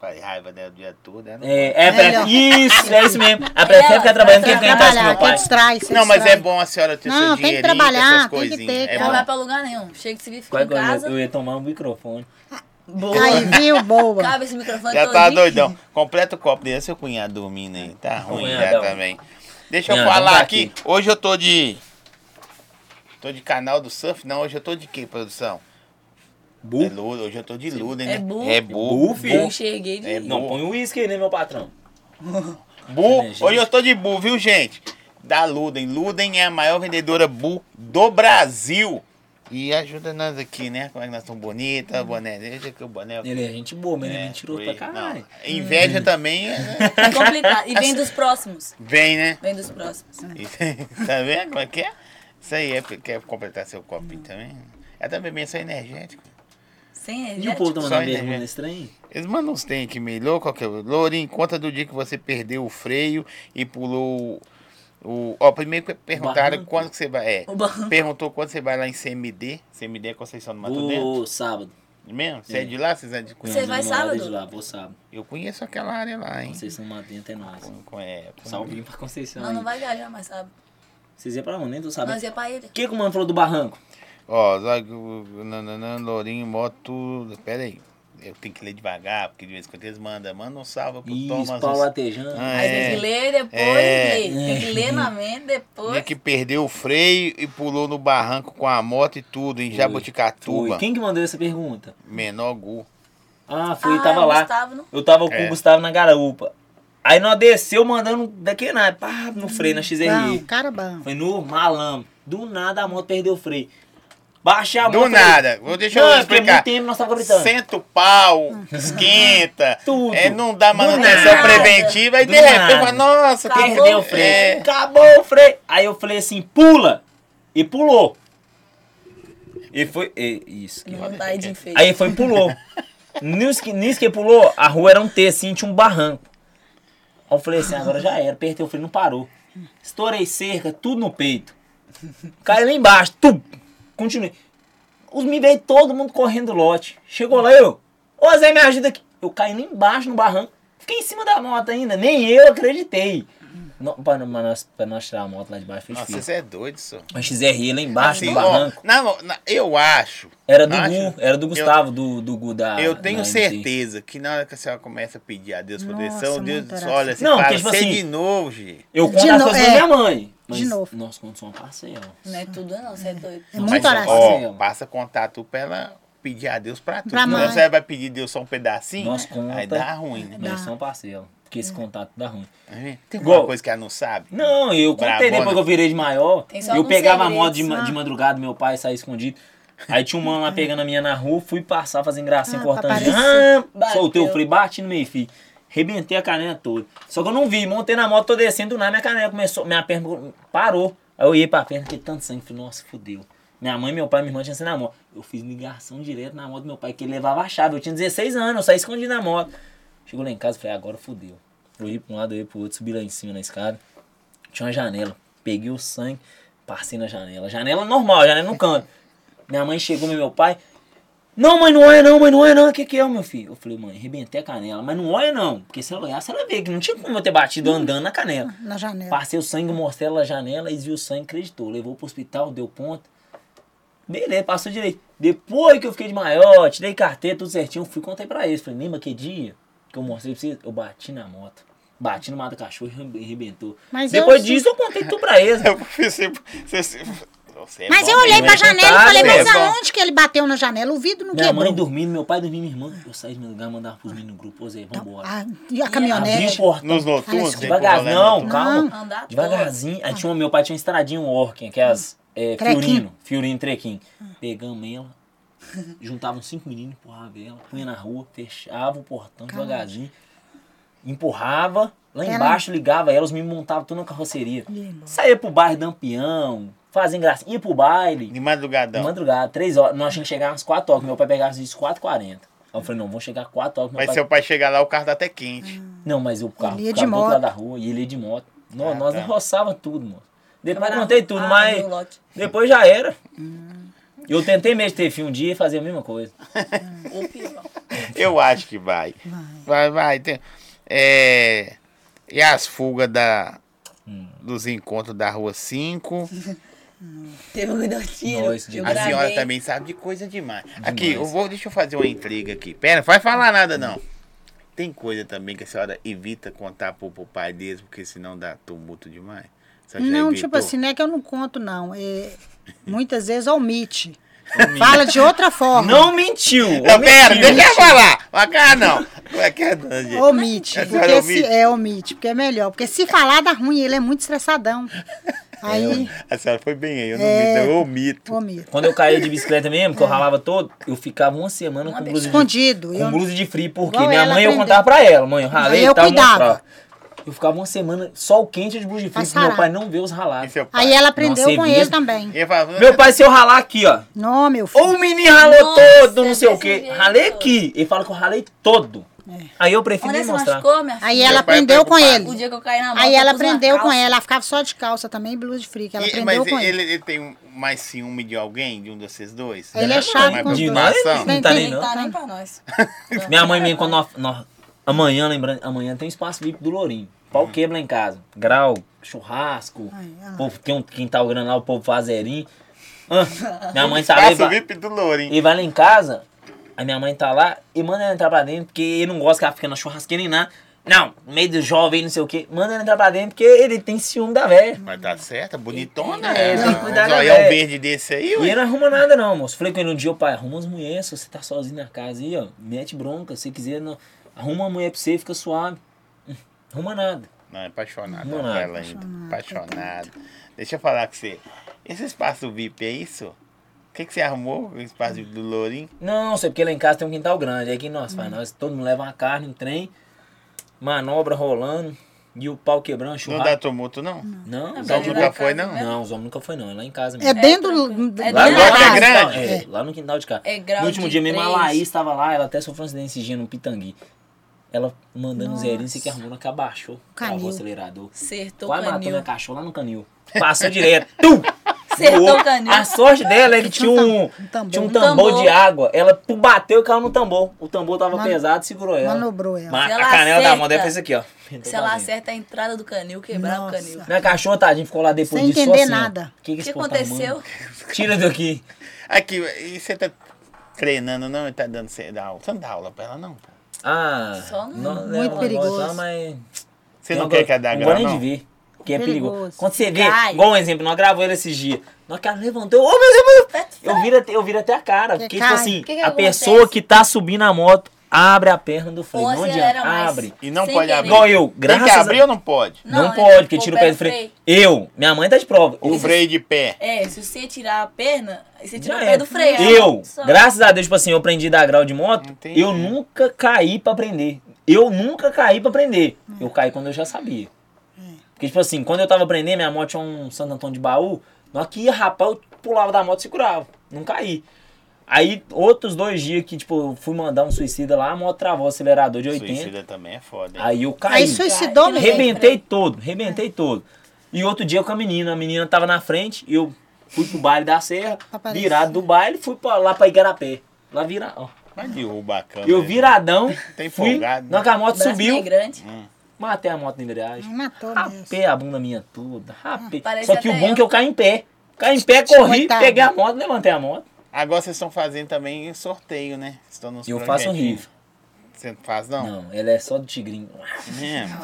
[SPEAKER 1] faz raiva dela o dia todo. ela não
[SPEAKER 2] É, é,
[SPEAKER 4] Melhor.
[SPEAKER 2] prefere- isso, é isso mesmo. A prefere ficar
[SPEAKER 3] ela
[SPEAKER 2] trabalhando
[SPEAKER 3] vai
[SPEAKER 2] que ficar em casa com meu
[SPEAKER 4] que
[SPEAKER 2] pai.
[SPEAKER 4] distrai. você
[SPEAKER 1] Não, mas é
[SPEAKER 4] distrai.
[SPEAKER 1] bom a senhora ter
[SPEAKER 4] Não,
[SPEAKER 1] seu
[SPEAKER 4] tem que
[SPEAKER 1] dinheirinho,
[SPEAKER 4] trabalhar,
[SPEAKER 1] essas
[SPEAKER 4] tem que
[SPEAKER 1] coisinhas.
[SPEAKER 4] ter, tá
[SPEAKER 1] é
[SPEAKER 3] Não vai
[SPEAKER 1] bom.
[SPEAKER 3] pra lugar nenhum. Chega de se vir, fica
[SPEAKER 2] Qual
[SPEAKER 3] em
[SPEAKER 2] é que eu, ia-
[SPEAKER 3] casa.
[SPEAKER 2] eu ia tomar um microfone.
[SPEAKER 4] Aí, viu, boa.
[SPEAKER 3] Cabe esse microfone
[SPEAKER 1] Já
[SPEAKER 3] todo
[SPEAKER 1] tá
[SPEAKER 3] aí.
[SPEAKER 1] doidão. Completa o copo dele. Seu cunhado dormindo aí. Tá ruim já
[SPEAKER 2] cunhadão.
[SPEAKER 1] também. Deixa eu
[SPEAKER 2] Não,
[SPEAKER 1] falar
[SPEAKER 2] vamos
[SPEAKER 1] aqui.
[SPEAKER 2] aqui.
[SPEAKER 1] Hoje eu tô de... Tô de canal do surf? Não, hoje eu tô de quê, produção? É
[SPEAKER 2] Bu.
[SPEAKER 1] Lula, hoje eu tô de Lula, né?
[SPEAKER 3] É bu.
[SPEAKER 1] É bu.
[SPEAKER 2] Bu,
[SPEAKER 3] Eu
[SPEAKER 2] filho.
[SPEAKER 3] enxerguei de
[SPEAKER 1] É,
[SPEAKER 3] mim.
[SPEAKER 2] Não, põe o uísque aí, né, meu patrão?
[SPEAKER 1] Bu,
[SPEAKER 2] Né, gente?
[SPEAKER 1] hoje eu tô de Bu, viu, gente? Da Luden. Luden é a maior vendedora Bu do Brasil. E ajuda nós aqui, né? Como é que nós estamos bonitas, boné. Deixa que o boné.
[SPEAKER 2] Ele é gente boa, mas ele é mentiroso pra
[SPEAKER 1] Não,
[SPEAKER 2] caralho.
[SPEAKER 1] Inveja também é-
[SPEAKER 3] É complicado. E
[SPEAKER 1] [laughs]
[SPEAKER 3] vem dos próximos.
[SPEAKER 1] vem, né?
[SPEAKER 3] Vem dos próximos.
[SPEAKER 1] Isso aí, [laughs] tá vendo como é que é? Isso aí, é, quer completar seu copinho também? Ela tá bebendo só energético.
[SPEAKER 3] Sem
[SPEAKER 2] E o
[SPEAKER 3] energético.
[SPEAKER 2] povo tá
[SPEAKER 1] É tipo Só
[SPEAKER 2] mandando
[SPEAKER 1] energia.
[SPEAKER 2] bermuda nesse trem?
[SPEAKER 1] Eles mandam uns tem é aqui meio louco, ok? Lourinho, conta do dia que você perdeu o freio e pulou o- O, ó, primeiro que perguntaram
[SPEAKER 2] Barranco.
[SPEAKER 1] quando que você vai. É,
[SPEAKER 3] O barranco.
[SPEAKER 1] perguntou quando você vai lá em CMD. CMD é Conceição do Mato Dentro.
[SPEAKER 2] Vou sábado.
[SPEAKER 1] Mesmo? Você é. de lá? Vocês é de
[SPEAKER 2] com a
[SPEAKER 1] Cunha?
[SPEAKER 3] Você
[SPEAKER 2] minha
[SPEAKER 3] vai
[SPEAKER 2] namorada
[SPEAKER 3] sábado?
[SPEAKER 2] de lá, vou sábado.
[SPEAKER 1] Eu conheço aquela área lá, hein?
[SPEAKER 2] Conceição Matinha até nós.
[SPEAKER 1] Com- É, com-
[SPEAKER 2] Salvinho pra Conceição.
[SPEAKER 3] Não, não
[SPEAKER 2] Então aí. Tá
[SPEAKER 3] vai viajar mais, sabe?
[SPEAKER 2] Vocês iam pra onde? Nem tô
[SPEAKER 3] Nós
[SPEAKER 2] sabendo.
[SPEAKER 3] ia pra ele.
[SPEAKER 2] O é que, que o mano falou do barranco?
[SPEAKER 1] Ó, Zago, nananã, Lourinho, moto. Pera aí. Eu tenho que ler devagar, porque de vez em quando eles mandam. Manda um salve pro
[SPEAKER 2] Isso,
[SPEAKER 1] Thomas.
[SPEAKER 2] Paulo
[SPEAKER 1] Paulo...
[SPEAKER 2] Atejano.
[SPEAKER 1] Ah,
[SPEAKER 3] Aí
[SPEAKER 1] é.
[SPEAKER 3] tem que ler depois,
[SPEAKER 1] É.
[SPEAKER 3] ler. Tem que ler na mente depois.
[SPEAKER 1] Dia que perdeu o freio e pulou no barranco com a moto e tudo, em Jabuticatuba.
[SPEAKER 2] Foi. Quem que mandou essa pergunta?
[SPEAKER 1] Menor Gu.
[SPEAKER 2] Ah, foi,
[SPEAKER 3] Ah,
[SPEAKER 2] tava
[SPEAKER 3] o
[SPEAKER 2] lá.
[SPEAKER 3] Gustavo, não?
[SPEAKER 2] Eu tava com
[SPEAKER 1] É.
[SPEAKER 2] o Gustavo na garupa. Aí nós desceu mandando daqui nada, pá, no freio, na XRI.
[SPEAKER 4] Bom, cara é bom.
[SPEAKER 2] Foi no malambo. Do nada a moto perdeu o freio. Baixei a moto.
[SPEAKER 1] Do
[SPEAKER 2] falei,
[SPEAKER 1] nada. Vou- Deixa
[SPEAKER 2] Tá Não,
[SPEAKER 1] eu
[SPEAKER 2] é porque
[SPEAKER 1] explicar.
[SPEAKER 2] muito tempo nós tava gritando.
[SPEAKER 1] Senta o
[SPEAKER 2] [laughs]
[SPEAKER 1] pau, esquenta.
[SPEAKER 2] Tudo.
[SPEAKER 1] É, não dá
[SPEAKER 2] Do
[SPEAKER 1] manutenção
[SPEAKER 2] nada.
[SPEAKER 1] preventiva. E
[SPEAKER 2] Do
[SPEAKER 1] de repente,
[SPEAKER 2] nada. Tá
[SPEAKER 1] fala, nossa, que-
[SPEAKER 2] Perdeu o freio.
[SPEAKER 1] É,
[SPEAKER 2] Acabou o freio. Aí eu falei assim, pula. E pulou. E foi. e- isso. que
[SPEAKER 3] Não tá aí de enfeite.
[SPEAKER 2] é. Aí foi e pulou. nisso, que, nisso que pulou, a rua era um T, assim, tinha um barranco. Aí eu falei assim, agora já era, apertei o freio, não parou. Estourei cerca, tudo no peito. Caí lá embaixo, tum, continuei. Os me veio todo mundo correndo do lote. Chegou lá eu, ô Zé, me ajuda aqui. Eu caí lá embaixo no barranco, fiquei em cima da moto ainda, nem eu acreditei. Não, pra, pra nós, pra nós tirar a moto lá de baixo foi
[SPEAKER 1] Nossa,
[SPEAKER 2] difícil.
[SPEAKER 1] você é doido, senhor.
[SPEAKER 2] Uma XRE lá embaixo,
[SPEAKER 1] Assim,
[SPEAKER 2] no
[SPEAKER 1] ó,
[SPEAKER 2] barranco.
[SPEAKER 1] na, mo- na- eu acho.
[SPEAKER 2] Era do
[SPEAKER 1] acho,
[SPEAKER 2] Gu, era do Gustavo, do, do Gu da.
[SPEAKER 1] Eu tenho
[SPEAKER 2] da MC.
[SPEAKER 1] certeza que na hora que a senhora começa a pedir a Deus
[SPEAKER 4] Nossa,
[SPEAKER 1] proteção, Deus
[SPEAKER 4] muito
[SPEAKER 1] olha,
[SPEAKER 4] oração.
[SPEAKER 1] você
[SPEAKER 2] Não,
[SPEAKER 1] fala,
[SPEAKER 2] porque, tipo
[SPEAKER 1] "Cê
[SPEAKER 2] assim-
[SPEAKER 1] de novo, gente.
[SPEAKER 2] Eu conto
[SPEAKER 4] De
[SPEAKER 2] as
[SPEAKER 4] novo,
[SPEAKER 2] coisas
[SPEAKER 4] é.
[SPEAKER 2] da minha mãe. Mas,
[SPEAKER 4] De novo.
[SPEAKER 2] Nós um quando somos parceiros.
[SPEAKER 3] Não é tudo, não, você é doido.
[SPEAKER 4] É muito
[SPEAKER 1] Mas,
[SPEAKER 4] oração.
[SPEAKER 1] ó,
[SPEAKER 2] oração.
[SPEAKER 1] passa contato pra ela pedir a Deus pra tudo.
[SPEAKER 4] Pra
[SPEAKER 1] Quando
[SPEAKER 4] mãe.
[SPEAKER 1] a senhora vai pedir Deus só um pedacinho,
[SPEAKER 2] Nós conta.
[SPEAKER 1] aí dá ruim, né?
[SPEAKER 4] Dá.
[SPEAKER 2] Nós somos parceiros. Porque
[SPEAKER 4] É.
[SPEAKER 2] esse contato dá ruim.
[SPEAKER 1] Tem alguma
[SPEAKER 2] Igual-
[SPEAKER 1] coisa que ela não sabe?
[SPEAKER 2] Não, eu contei
[SPEAKER 1] Bravona.
[SPEAKER 2] depois que eu virei de maior.
[SPEAKER 3] Tem só
[SPEAKER 2] Eu
[SPEAKER 3] alguns
[SPEAKER 2] pegava a
[SPEAKER 3] segredos,
[SPEAKER 2] moto de, ma-
[SPEAKER 4] né?
[SPEAKER 2] de madrugada, meu pai saía escondido. Aí tinha um mano lá pegando a minha na rua, fui passar fazendo gracinha,
[SPEAKER 4] Ah,
[SPEAKER 2] cortando.
[SPEAKER 4] paparazzi.
[SPEAKER 2] Ah,
[SPEAKER 3] Bateu.
[SPEAKER 2] soltei o freio, bati no meio, filho. Rebentei a canela toda. Só que eu não vi, montei na moto, tô descendo, do nada minha canela começou, minha perna parou. Aí eu olhei pra perna, fiquei tanto sangue, falei, nossa, fudeu. Minha mãe, meu pai, minha irmã tinha sido na moto. Eu fiz ligação direto na moto do meu pai, que ele levava a chave. Eu tinha 16 anos, eu saí escondido na moto. Chegou lá em casa, falei, agora fudeu. Eu ia pra um lado, eu ia pro outro, subi lá em cima na escada. Tinha uma janela. Peguei o sangue, passei na janela. Janela normal, janela no canto. Minha mãe chegou, meu pai. Não, mãe, não olha não, mãe, não olha não. O que que é, meu filho? Eu falei, mãe, arrebentei a canela. Mas não olha não. Porque se ela olhasse, ela vê que não tinha como eu ter batido andando na canela.
[SPEAKER 4] Na janela.
[SPEAKER 2] Passei o sangue, mostrei ela a janela, eles viu o sangue, acreditou. Levou pro hospital, deu ponto. Beleza, passou direito. Depois que eu fiquei de maior, tirei carteira, tudo certinho, fui contei pra eles. Falei, lembra que dia que eu mostrei pra vocês? Eu bati na moto. Bati no mato cachorro e arrebentou.
[SPEAKER 4] Mas
[SPEAKER 2] Depois
[SPEAKER 4] eu-
[SPEAKER 2] disso, eu contei tudo pra eles.
[SPEAKER 1] [laughs] Eu pensei- você- você- você é
[SPEAKER 4] Mas
[SPEAKER 1] bom,
[SPEAKER 4] eu olhei
[SPEAKER 1] hein?
[SPEAKER 4] pra
[SPEAKER 2] mas
[SPEAKER 4] janela e
[SPEAKER 2] contado,
[SPEAKER 4] falei,
[SPEAKER 1] é
[SPEAKER 4] mas
[SPEAKER 1] bom.
[SPEAKER 4] aonde que ele bateu na janela? O vidro não
[SPEAKER 2] Minha mãe
[SPEAKER 4] quebrou.
[SPEAKER 2] dormindo, meu pai dormindo, minha irmã. Eu saí do meu lugar, mandava pros meninos no grupo, ô Zé, vambora.
[SPEAKER 4] Ah, né? e a
[SPEAKER 2] Abri o
[SPEAKER 4] caminhonete.
[SPEAKER 2] portão.
[SPEAKER 1] Nos noturnos, né,
[SPEAKER 4] Fala,
[SPEAKER 1] tem
[SPEAKER 2] Devagar,
[SPEAKER 1] problema
[SPEAKER 2] não,
[SPEAKER 1] noturno.
[SPEAKER 2] calma.
[SPEAKER 3] Andar todo.
[SPEAKER 2] Devagarzinho. Aí tinha, meu pai tinha uma estradinha, um Orkin, aquelas é,
[SPEAKER 4] Trequinho.
[SPEAKER 2] Fiorino, Fiorino Trequinho.
[SPEAKER 4] Ah.
[SPEAKER 2] Pegamos ela, [laughs] juntavam cinco meninos, empurrava ela, punha na rua, fechava o portão
[SPEAKER 4] Caralho.
[SPEAKER 2] devagarzinho, empurrava, lá
[SPEAKER 4] Ela-
[SPEAKER 2] embaixo ligava ela, os meninos montavam tudo na carroceria.
[SPEAKER 4] Ia embora.
[SPEAKER 2] Saía pro bairro dampião, fazia gracinha, ia pro baile.
[SPEAKER 1] De madrugadão.
[SPEAKER 2] De madrugada, 3 horas. Nós tínhamos que chegar às 4 horas. que Meu pai pegava às 4h40. Aí eu falei, não, vamos chegar às 4 horas. que Meu
[SPEAKER 1] Mas
[SPEAKER 2] pai...
[SPEAKER 1] seu pai chegar lá, o carro tá até quente.
[SPEAKER 2] Não, mas o carro
[SPEAKER 4] Ele ia
[SPEAKER 2] ficava
[SPEAKER 4] de
[SPEAKER 2] do outro lado
[SPEAKER 4] moto.
[SPEAKER 2] da rua e ele ia de moto. Nó-
[SPEAKER 1] Ah,
[SPEAKER 2] nós
[SPEAKER 1] tá.
[SPEAKER 2] roçava tudo, mano. Depois eu
[SPEAKER 3] Trabalhava-
[SPEAKER 2] contei tudo,
[SPEAKER 3] Ah,
[SPEAKER 2] mas
[SPEAKER 3] no lote.
[SPEAKER 2] depois já era.
[SPEAKER 4] Hum.
[SPEAKER 2] Eu tentei mesmo ter fim um dia e fazer a mesma
[SPEAKER 4] [laughs]
[SPEAKER 2] coisa.
[SPEAKER 3] Ou pior.
[SPEAKER 1] Eu acho que vai. Vai, vai. tem- É, E as fugas da... dos encontros da Rua 5.
[SPEAKER 3] Teve um que deu tiro.
[SPEAKER 2] Nossa,
[SPEAKER 3] eu
[SPEAKER 2] gente.
[SPEAKER 1] A
[SPEAKER 3] gravei.
[SPEAKER 1] senhora também sabe de coisa demais. Aqui, eu vou, deixa eu fazer uma intriga aqui. Pera, não vai falar nada não. Tem coisa também que a senhora evita contar pro, pro pai deles, porque senão dá tumulto demais. A senhora já
[SPEAKER 4] Não,
[SPEAKER 1] evitou?
[SPEAKER 4] tipo assim, não é que eu não conto, não. É, muitas vezes omite. Fala de outra forma.
[SPEAKER 2] Não mentiu!
[SPEAKER 1] Não, pera,
[SPEAKER 2] omitiu.
[SPEAKER 1] deixa eu falar. Pra cá não. Como é que é, dona Gê?
[SPEAKER 4] Omite.
[SPEAKER 1] A senhora
[SPEAKER 4] Porque se,
[SPEAKER 1] omite.
[SPEAKER 4] é, omite, porque é melhor. Porque se falar dá ruim, ele é muito estressadão. Aí,
[SPEAKER 1] A senhora foi bem aí, eu não
[SPEAKER 4] é.
[SPEAKER 1] mito, eu omito.
[SPEAKER 4] omito.
[SPEAKER 2] Quando eu caía de bicicleta mesmo,
[SPEAKER 4] É.
[SPEAKER 2] que eu ralava todo, eu ficava uma semana com blusa de
[SPEAKER 4] Escondido.
[SPEAKER 2] Com
[SPEAKER 4] Eu-
[SPEAKER 2] blusa de frio, porque
[SPEAKER 4] Igual
[SPEAKER 2] minha
[SPEAKER 4] ela
[SPEAKER 2] mãe eu
[SPEAKER 4] aprendeu.
[SPEAKER 2] contava pra ela, mãe, eu ralei
[SPEAKER 4] Aí eu
[SPEAKER 2] e tal,
[SPEAKER 4] cuidava.
[SPEAKER 2] mostrava. Eu ficava uma semana sol quente de blusa de frio,
[SPEAKER 4] Pra
[SPEAKER 2] pro meu
[SPEAKER 4] sarar.
[SPEAKER 2] pai não ver os ralados.
[SPEAKER 1] E seu pai?
[SPEAKER 4] Aí ela aprendeu
[SPEAKER 2] Nossa,
[SPEAKER 4] com
[SPEAKER 2] você
[SPEAKER 4] ele
[SPEAKER 2] via?
[SPEAKER 4] também.
[SPEAKER 1] Ele falava,
[SPEAKER 2] Meu pai, se eu ralar aqui, ó.
[SPEAKER 4] Não, meu filho.
[SPEAKER 2] Ou o menino ralou
[SPEAKER 3] Nossa,
[SPEAKER 2] todo, não sei o
[SPEAKER 3] desse
[SPEAKER 2] quê.
[SPEAKER 3] jeito.
[SPEAKER 2] Ralei aqui. Ele fala que eu ralei todo. Aí eu prefiro
[SPEAKER 3] É. Onde
[SPEAKER 2] nem
[SPEAKER 3] você
[SPEAKER 2] mostrar.
[SPEAKER 3] machucou, minha filha?
[SPEAKER 4] Aí
[SPEAKER 1] Meu
[SPEAKER 4] ela
[SPEAKER 1] pai é
[SPEAKER 4] aprendeu com
[SPEAKER 1] preocupado.
[SPEAKER 3] O
[SPEAKER 4] ele.
[SPEAKER 3] dia que eu caí na moto,
[SPEAKER 4] Aí
[SPEAKER 3] eu
[SPEAKER 4] ela
[SPEAKER 3] pus uma
[SPEAKER 4] aprendeu com
[SPEAKER 3] calça.
[SPEAKER 4] ela. Ela ficava só de calça também, blusa de frio, que ela
[SPEAKER 1] E-
[SPEAKER 4] aprendeu
[SPEAKER 1] mas
[SPEAKER 4] com
[SPEAKER 1] ele,
[SPEAKER 4] ele.
[SPEAKER 1] ele tem um- mais ciúme de alguém, de um desses dois?
[SPEAKER 4] Ele é
[SPEAKER 1] Tem
[SPEAKER 4] chato
[SPEAKER 1] mais
[SPEAKER 4] com os dois.
[SPEAKER 1] preocupação?
[SPEAKER 2] Não tá nem
[SPEAKER 3] Não
[SPEAKER 2] não.
[SPEAKER 3] tá nem pra
[SPEAKER 2] [laughs]
[SPEAKER 3] nós.
[SPEAKER 2] Minha mãe mesmo, quando nós, nós- Amanhã, lembrando, amanhã tem um espaço VIP do Lourinho.
[SPEAKER 1] Hum.
[SPEAKER 2] Pau quebra lá em casa. Grau, churrasco.
[SPEAKER 4] Ai, ah.
[SPEAKER 2] o povo, tem um quintal grande lá, o povo fazerinho.
[SPEAKER 3] [laughs]
[SPEAKER 2] Ah, minha mãe tá lá e
[SPEAKER 1] Espaço
[SPEAKER 2] vai,
[SPEAKER 1] VIP do Lourinho.
[SPEAKER 2] e vai lá em casa. A minha mãe tá lá e manda ela entrar pra dentro, porque ele não gosta que ela fica na churrasqueira nem nada. Não, no meio do jovem, não sei o quê. Manda ela entrar pra dentro, porque ele tem ciúme da velha.
[SPEAKER 1] Mas tá certa, bonitona
[SPEAKER 2] É,
[SPEAKER 1] ela.
[SPEAKER 2] tem que cuidar
[SPEAKER 1] Um
[SPEAKER 2] da
[SPEAKER 1] zoião
[SPEAKER 2] velha.
[SPEAKER 1] verde desse aí,
[SPEAKER 2] E
[SPEAKER 1] ué.
[SPEAKER 2] ele não arruma nada, não, moço. Falei com ele um dia, ô pai, arruma as mulheres, se você tá sozinho na casa aí, ó. Mete bronca, se você quiser, não. arruma uma mulher pra você, fica suave. Hum, Arruma nada.
[SPEAKER 1] Não, é apaixonada
[SPEAKER 2] Não,
[SPEAKER 1] por
[SPEAKER 2] não,
[SPEAKER 1] ela ainda. Apaixonada. Deixa eu falar com você. Esse espaço VIP é isso? O que, que você arrumou com o espaço VIP do Lourinho?
[SPEAKER 2] Não, sei porque lá em casa tem um quintal grande. Aí que nós faz, nós todo mundo leva uma carne, um trem, manobra rolando, e o pau quebrando, um
[SPEAKER 1] Não dá
[SPEAKER 2] churrasco.
[SPEAKER 1] tumulto, não?
[SPEAKER 2] Não,
[SPEAKER 1] Os
[SPEAKER 2] não,
[SPEAKER 1] homens
[SPEAKER 3] Não,
[SPEAKER 1] nunca
[SPEAKER 3] não.
[SPEAKER 1] foi, não?
[SPEAKER 2] não, os homens nunca foi, não. É lá em casa mesmo.
[SPEAKER 4] É dentro
[SPEAKER 3] tranquilo.
[SPEAKER 4] do.
[SPEAKER 3] É
[SPEAKER 4] da
[SPEAKER 2] Lá,
[SPEAKER 3] dentro
[SPEAKER 2] lá
[SPEAKER 3] da
[SPEAKER 2] no
[SPEAKER 1] casa.
[SPEAKER 2] quintal-
[SPEAKER 1] É grande?
[SPEAKER 2] é, lá no quintal de casa.
[SPEAKER 3] É grau
[SPEAKER 2] no último
[SPEAKER 3] de
[SPEAKER 2] dia mesmo, a
[SPEAKER 3] três.
[SPEAKER 2] Laís tava lá, ela até sofreu um acidente esse dia no Pitangui. Ela mandando um zerinho, você que arrumou, ela que abaixou.
[SPEAKER 4] Canil.
[SPEAKER 2] Travou o acelerador.
[SPEAKER 3] Acertou
[SPEAKER 2] Quase
[SPEAKER 3] o
[SPEAKER 2] matou minha
[SPEAKER 3] canil.
[SPEAKER 2] cachorra lá no canil. Passou direto. [laughs] Tum!
[SPEAKER 3] Acertou
[SPEAKER 2] Voou.
[SPEAKER 3] o é canil.
[SPEAKER 2] A sorte dela é que tinha
[SPEAKER 4] Tinha um
[SPEAKER 2] um,
[SPEAKER 4] tam- um tambor.
[SPEAKER 2] tinha um
[SPEAKER 4] Um
[SPEAKER 2] tambor,
[SPEAKER 3] tambor.
[SPEAKER 2] de água. Ela pum, bateu e caiu no tambor. O tambor tava
[SPEAKER 4] Mano- é.
[SPEAKER 2] pesado, segurou ela.
[SPEAKER 4] Manobrou ela.
[SPEAKER 2] Mas
[SPEAKER 3] Se
[SPEAKER 2] a
[SPEAKER 3] ela
[SPEAKER 2] canela da
[SPEAKER 3] acerta-
[SPEAKER 2] mão dela fez isso aqui, ó.
[SPEAKER 3] Se ela acerta a entrada do canil, quebrar o
[SPEAKER 4] Nossa.
[SPEAKER 3] canil.
[SPEAKER 2] Minha cachorra, tadinha, ficou lá depois
[SPEAKER 4] Sem
[SPEAKER 2] disso
[SPEAKER 4] entender
[SPEAKER 2] assim, ó.
[SPEAKER 4] nada.
[SPEAKER 2] O que, que
[SPEAKER 3] O que
[SPEAKER 2] esse povo tá
[SPEAKER 3] aconteceu?
[SPEAKER 2] arrumando? Tira daqui.
[SPEAKER 1] Aqui, e você tá treinando, não? E tá dando você dá aula? Você não dá aula pra ela, não? pô?
[SPEAKER 2] Ah,
[SPEAKER 3] Só não-
[SPEAKER 2] não,
[SPEAKER 4] Muito
[SPEAKER 2] é um
[SPEAKER 4] perigoso.
[SPEAKER 2] negócio lá, mas...
[SPEAKER 1] Você
[SPEAKER 2] Eu
[SPEAKER 1] não quer que ela dá
[SPEAKER 2] Não
[SPEAKER 1] grau,
[SPEAKER 2] gosto nem de
[SPEAKER 1] não?
[SPEAKER 2] ver. Que é perigoso.
[SPEAKER 4] Perigoso.
[SPEAKER 2] Quando você vê,
[SPEAKER 3] Cai.
[SPEAKER 2] igual um exemplo, nós gravamos ele esses dias. Na hora que ela levantou, ô meu Deus, meu Deus! Eu viro até, eu viro até a cara. Porque, tipo
[SPEAKER 4] cai.
[SPEAKER 2] assim,
[SPEAKER 3] Que que
[SPEAKER 2] a
[SPEAKER 3] acontece?
[SPEAKER 2] pessoa que tá subindo a moto abre a perna do freio.
[SPEAKER 3] Ou
[SPEAKER 2] não
[SPEAKER 3] acelera
[SPEAKER 2] adianta.
[SPEAKER 3] mais.
[SPEAKER 2] Abre.
[SPEAKER 1] E não
[SPEAKER 3] Sem
[SPEAKER 1] pode
[SPEAKER 3] querer.
[SPEAKER 1] abrir.
[SPEAKER 2] Igual eu,
[SPEAKER 1] Tem
[SPEAKER 2] graças
[SPEAKER 1] que abrir
[SPEAKER 2] a
[SPEAKER 1] ou não pode?
[SPEAKER 2] Não,
[SPEAKER 3] Não,
[SPEAKER 2] pode,
[SPEAKER 3] ele
[SPEAKER 2] porque
[SPEAKER 3] ficou
[SPEAKER 2] tira o pé do freio. Eu, minha mãe tá de prova.
[SPEAKER 1] O freio de pé.
[SPEAKER 3] É, se você tirar a perna, aí você tira
[SPEAKER 2] Já
[SPEAKER 3] o pé
[SPEAKER 2] é.
[SPEAKER 3] do freio.
[SPEAKER 2] Eu,
[SPEAKER 3] Só.
[SPEAKER 2] graças a Deus, tipo assim, eu aprendi a dar grau de moto,
[SPEAKER 1] Entendi.
[SPEAKER 2] eu nunca caí pra aprender. Eu nunca caí pra aprender. Eu caí quando eu já sabia. Porque, tipo assim, quando eu tava aprendendo, minha moto tinha um Santo Antônio de baú, na hora que ia rapar, eu pulava da moto e segurava. Não caí. Aí, outros dois dias que, tipo, eu fui mandar um suicida lá, a moto travou o acelerador de 80.
[SPEAKER 1] Suicida também é foda. hein?
[SPEAKER 2] Aí eu caí.
[SPEAKER 4] Aí suicidou
[SPEAKER 3] Ai, que
[SPEAKER 4] mesmo.
[SPEAKER 3] arrebenta.
[SPEAKER 2] Rebentei todo,
[SPEAKER 3] É.
[SPEAKER 2] rebentei todo. E outro dia com a menina, a menina tava na frente, eu fui pro baile da serra,
[SPEAKER 4] Apareceu.
[SPEAKER 2] virado do baile, fui pra, lá pra Igarapé. Lá vira, ó.
[SPEAKER 1] Vai derrubar a câmera.
[SPEAKER 2] Eu viradão,
[SPEAKER 1] Tem
[SPEAKER 2] fui,
[SPEAKER 1] folgado,
[SPEAKER 2] na hora que a moto
[SPEAKER 3] O braço
[SPEAKER 2] subiu,
[SPEAKER 3] meio grande.
[SPEAKER 2] matei a moto na embreagem.
[SPEAKER 4] Matou mesmo.
[SPEAKER 2] Rapei a bunda minha toda, rapei.
[SPEAKER 3] Ah, Parece
[SPEAKER 2] Só que o
[SPEAKER 3] até
[SPEAKER 2] bom é
[SPEAKER 3] eu.
[SPEAKER 2] que eu caí em pé. Caí em pé, corri,
[SPEAKER 4] Coitado.
[SPEAKER 2] peguei a moto, levantei a moto.
[SPEAKER 1] Agora vocês estão fazendo também sorteio, né? Estão nos
[SPEAKER 2] E eu faço um
[SPEAKER 1] projetinhos.
[SPEAKER 2] riff.
[SPEAKER 1] Você não faz, não?
[SPEAKER 2] Não, ela é só do tigrinho. [laughs]
[SPEAKER 1] Mesmo?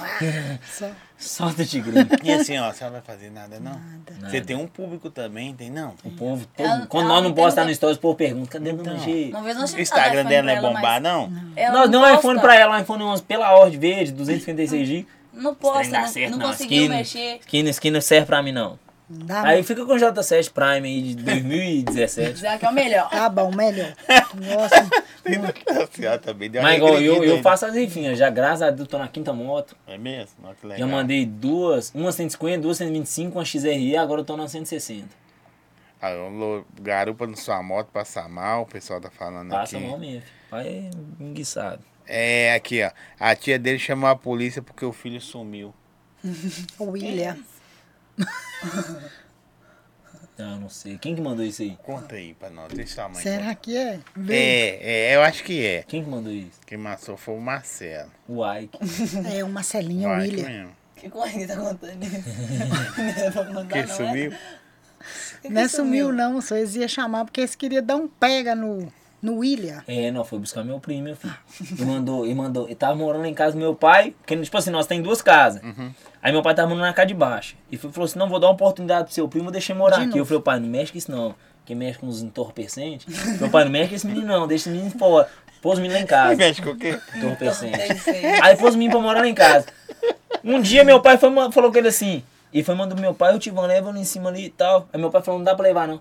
[SPEAKER 4] Só.
[SPEAKER 2] Só do
[SPEAKER 3] [laughs]
[SPEAKER 2] tigrinho.
[SPEAKER 1] E assim, ó, é você não vai fazer nada, não? Você tem um público também, tem não?
[SPEAKER 2] O povo, todo
[SPEAKER 3] Ela-
[SPEAKER 2] mundo. quando
[SPEAKER 3] ela
[SPEAKER 2] nós
[SPEAKER 3] não
[SPEAKER 2] não
[SPEAKER 3] tem
[SPEAKER 2] postamos no
[SPEAKER 3] muita-
[SPEAKER 2] stories, o povo pergunta, cadê
[SPEAKER 3] Então,
[SPEAKER 2] meu jeito?
[SPEAKER 3] Uma vez nós
[SPEAKER 1] O
[SPEAKER 3] chegamos a dar
[SPEAKER 1] Instagram
[SPEAKER 3] iPhone
[SPEAKER 1] dela não é
[SPEAKER 3] pra ela,
[SPEAKER 1] bombar,
[SPEAKER 3] mas
[SPEAKER 1] não?
[SPEAKER 3] Ela
[SPEAKER 2] Nós
[SPEAKER 4] é
[SPEAKER 2] deu um
[SPEAKER 3] posta.
[SPEAKER 2] iPhone pra ela, um iPhone 11 pela Ordem Verde, 256G.
[SPEAKER 3] Não
[SPEAKER 2] Esse trem
[SPEAKER 3] posta,
[SPEAKER 2] dá
[SPEAKER 3] não,
[SPEAKER 2] certo,
[SPEAKER 3] não
[SPEAKER 2] não.
[SPEAKER 3] conseguiu
[SPEAKER 2] Skinner-
[SPEAKER 3] mexer. Ah,
[SPEAKER 2] Skinner, Skinner serve pra mim, não.
[SPEAKER 4] Não Assim, dá
[SPEAKER 2] Aí fica com o J7 Prime aí
[SPEAKER 3] [laughs]
[SPEAKER 2] de 2017.
[SPEAKER 3] Dizer que é o melhor. [laughs]
[SPEAKER 4] Tá
[SPEAKER 2] [laughs]
[SPEAKER 4] bom, melhor. Nossa,
[SPEAKER 1] [laughs] A senhora também deu uma
[SPEAKER 2] Mas igual eu,
[SPEAKER 1] regredida
[SPEAKER 2] eu
[SPEAKER 1] aí.
[SPEAKER 2] faço as rifinhas, já graças a Deus tô na quinta moto.
[SPEAKER 1] É mesmo? Olha que legal.
[SPEAKER 2] Já mandei duas, uma 150, duas 125, uma XRE, agora eu tô na 160.
[SPEAKER 1] Ah, um lo- garupa na sua moto, passa mal, o pessoal tá falando
[SPEAKER 2] Passa
[SPEAKER 1] aqui.
[SPEAKER 2] mal mesmo. Pai é enguiçado.
[SPEAKER 1] É, aqui, ó. A tia dele chamou a polícia porque o filho sumiu.
[SPEAKER 4] William.
[SPEAKER 2] Não, não sei. Quem que mandou isso aí?
[SPEAKER 1] Conta aí pra nós, deixa sua mãe.
[SPEAKER 4] Será que é?
[SPEAKER 1] contar. É, é, eu acho que é.
[SPEAKER 2] Quem que mandou isso?
[SPEAKER 1] Quem matou foi o Marcelo.
[SPEAKER 2] O Ike.
[SPEAKER 4] É o Marcelinho
[SPEAKER 1] Olha aqui
[SPEAKER 4] William.
[SPEAKER 1] mesmo.
[SPEAKER 3] Que coisa que
[SPEAKER 1] [laughs]
[SPEAKER 3] tá contando isso? Não é pra mandar,
[SPEAKER 1] Que
[SPEAKER 3] não é?
[SPEAKER 1] sumiu?
[SPEAKER 4] Não é sumiu, não. Só eles iam chamar porque eles queriam dar um pega no, no William.
[SPEAKER 2] É, não, foi buscar meu primo, meu filho. E mandou, e mandou. E tava morando lá em casa do meu pai, porque, tipo assim, nós tem duas casas. Aí meu pai tava morando na casa de baixo. E foi- falou assim: não, vou dar uma oportunidade pro seu primo, deixa ele morar
[SPEAKER 4] De
[SPEAKER 2] aqui. Eu
[SPEAKER 4] novo.
[SPEAKER 2] falei, pai, não mexe com isso não. Quem mexe com os entorpecentes. meu pai, não mexe com esse menino não, deixa esse menino fora. Pôs o menino lá em
[SPEAKER 1] Você
[SPEAKER 2] casa.
[SPEAKER 1] mexe com o quê?
[SPEAKER 2] entorpecente.
[SPEAKER 3] Tem seis.
[SPEAKER 2] É, Aí pôs o menino pra morar lá em casa. Um dia meu pai foi, ma- falou com ele assim. E foi mandando meu pai, eu Tivan, leva ele em cima ali e tal. Aí meu pai falou, não dá pra levar não.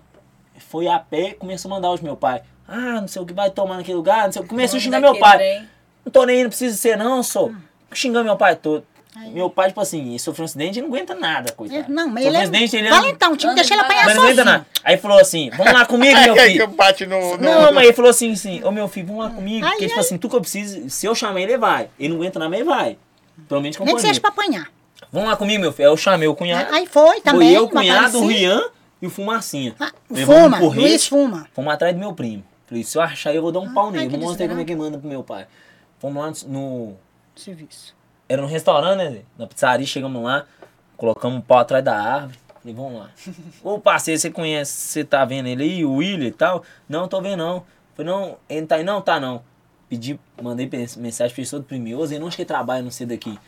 [SPEAKER 2] Foi a pé e começou a mandar os meu pai. Ah, não sei o que vai tomar naquele lugar, não sei o que. Começou a xingar meu
[SPEAKER 3] um Daquele
[SPEAKER 2] pai.
[SPEAKER 3] trem.
[SPEAKER 4] Hum.
[SPEAKER 2] Não tô nem indo, preciso ser não, sou. Xingar meu pai todo. Meu pai, tipo assim, ele sofreu um acidente e não aguenta nada, coitado.
[SPEAKER 4] Ele- Não, mas
[SPEAKER 2] Sofreu
[SPEAKER 4] ele
[SPEAKER 2] um
[SPEAKER 4] é.
[SPEAKER 2] acidente, ele
[SPEAKER 4] Fala
[SPEAKER 2] não-
[SPEAKER 4] então, tinha que deixar ele apanhar
[SPEAKER 2] mas não aguenta
[SPEAKER 4] sozinho.
[SPEAKER 2] nada. Aí falou assim, vamos lá comigo,
[SPEAKER 1] [laughs]
[SPEAKER 2] meu
[SPEAKER 1] Aí é que
[SPEAKER 2] filho.
[SPEAKER 1] bate no. no-
[SPEAKER 2] Não,
[SPEAKER 1] no-
[SPEAKER 2] mas ele falou assim, assim, ô meu filho, vamos lá comigo.
[SPEAKER 4] Ah. Ai,
[SPEAKER 2] Porque, tipo
[SPEAKER 4] ai.
[SPEAKER 2] assim, tu que eu preciso, se eu chamar ele, ele vai. Ele não aguenta nada, mas ele vai. Pelo menos
[SPEAKER 4] Nem
[SPEAKER 2] companhia.
[SPEAKER 4] que seja pra apanhar.
[SPEAKER 2] Vamos lá comigo, meu filho. Aí eu chamei o cunhado.
[SPEAKER 4] Aí foi também.
[SPEAKER 2] foi eu, o
[SPEAKER 4] uma
[SPEAKER 2] cunhado, o
[SPEAKER 4] parecia.
[SPEAKER 2] Rian e o Fumacinha.
[SPEAKER 4] Ah,
[SPEAKER 2] Levamos
[SPEAKER 4] Fuma,
[SPEAKER 2] um porrete,
[SPEAKER 4] Luiz Fuma. Ah,
[SPEAKER 2] Fomos atrás do meu primo. Falei, se eu achar, eu vou dar um pau nele.
[SPEAKER 4] que
[SPEAKER 2] Não mostrei como é
[SPEAKER 4] desgraça.
[SPEAKER 2] que manda pro meu pai. Fomos lá no... no-
[SPEAKER 4] Serviço.
[SPEAKER 2] Era num restaurante, né? Zé? Na pizzaria, chegamos lá, colocamos um pau atrás da árvore. Falei, vamos lá. Ô parceiro, você conhece, você tá vendo ele aí, o William e tal? Não, tô vendo não. Falei, não, ele não tá aí, não, tá não. Pedi, mandei pens- mensagem pra pessoa do primeiro, ô Zé, não acho que ele trabalha, não sei daqui.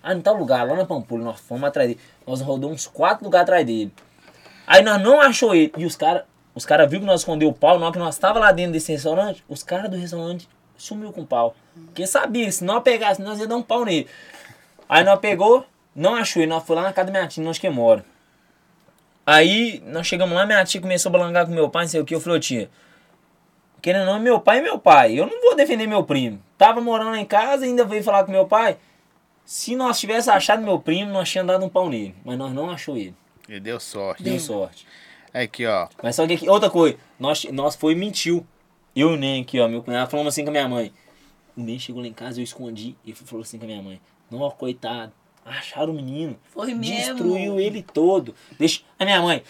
[SPEAKER 2] Ah, não tá lugar, lá na Pampulha, nós fomos atrás dele. Nós rodamos uns quatro lugares atrás dele. Aí nós não achou ele. E os caras, os caras viram que nós escondeu o pau, na hora que nós tava lá dentro desse restaurante, os caras do restaurante sumiu com o pau. Porque sabia, que se nós pegasse, nós ia dar um pau nele. Aí nós pegou, não achou ele, nós foi lá na casa da minha tia, nós que mora. Aí nós chegamos lá, minha tia começou a balangar com meu pai, não sei o que, eu falei, ô tia, querendo ou não, meu pai é meu pai, eu não vou defender meu primo. Tava morando lá em casa, ainda veio falar com meu pai. Se nós tivéssemos achado meu primo, nós tínhamos dado um pau nele. Mas nós não achou ele.
[SPEAKER 1] Ele deu sorte.
[SPEAKER 2] Deu sorte.
[SPEAKER 1] Aqui, ó.
[SPEAKER 2] Mas só que aqui, outra coisa, nós, nós foi e mentiu. Eu e o Nen aqui, ó, meu cunhado, falamos assim com a minha mãe. O Nen chegou lá em casa, eu escondi e falou assim com a minha mãe. Não, coitado, acharam o menino.
[SPEAKER 3] Foi mesmo.
[SPEAKER 2] Destruiu ele todo. Deixa... A minha mãe,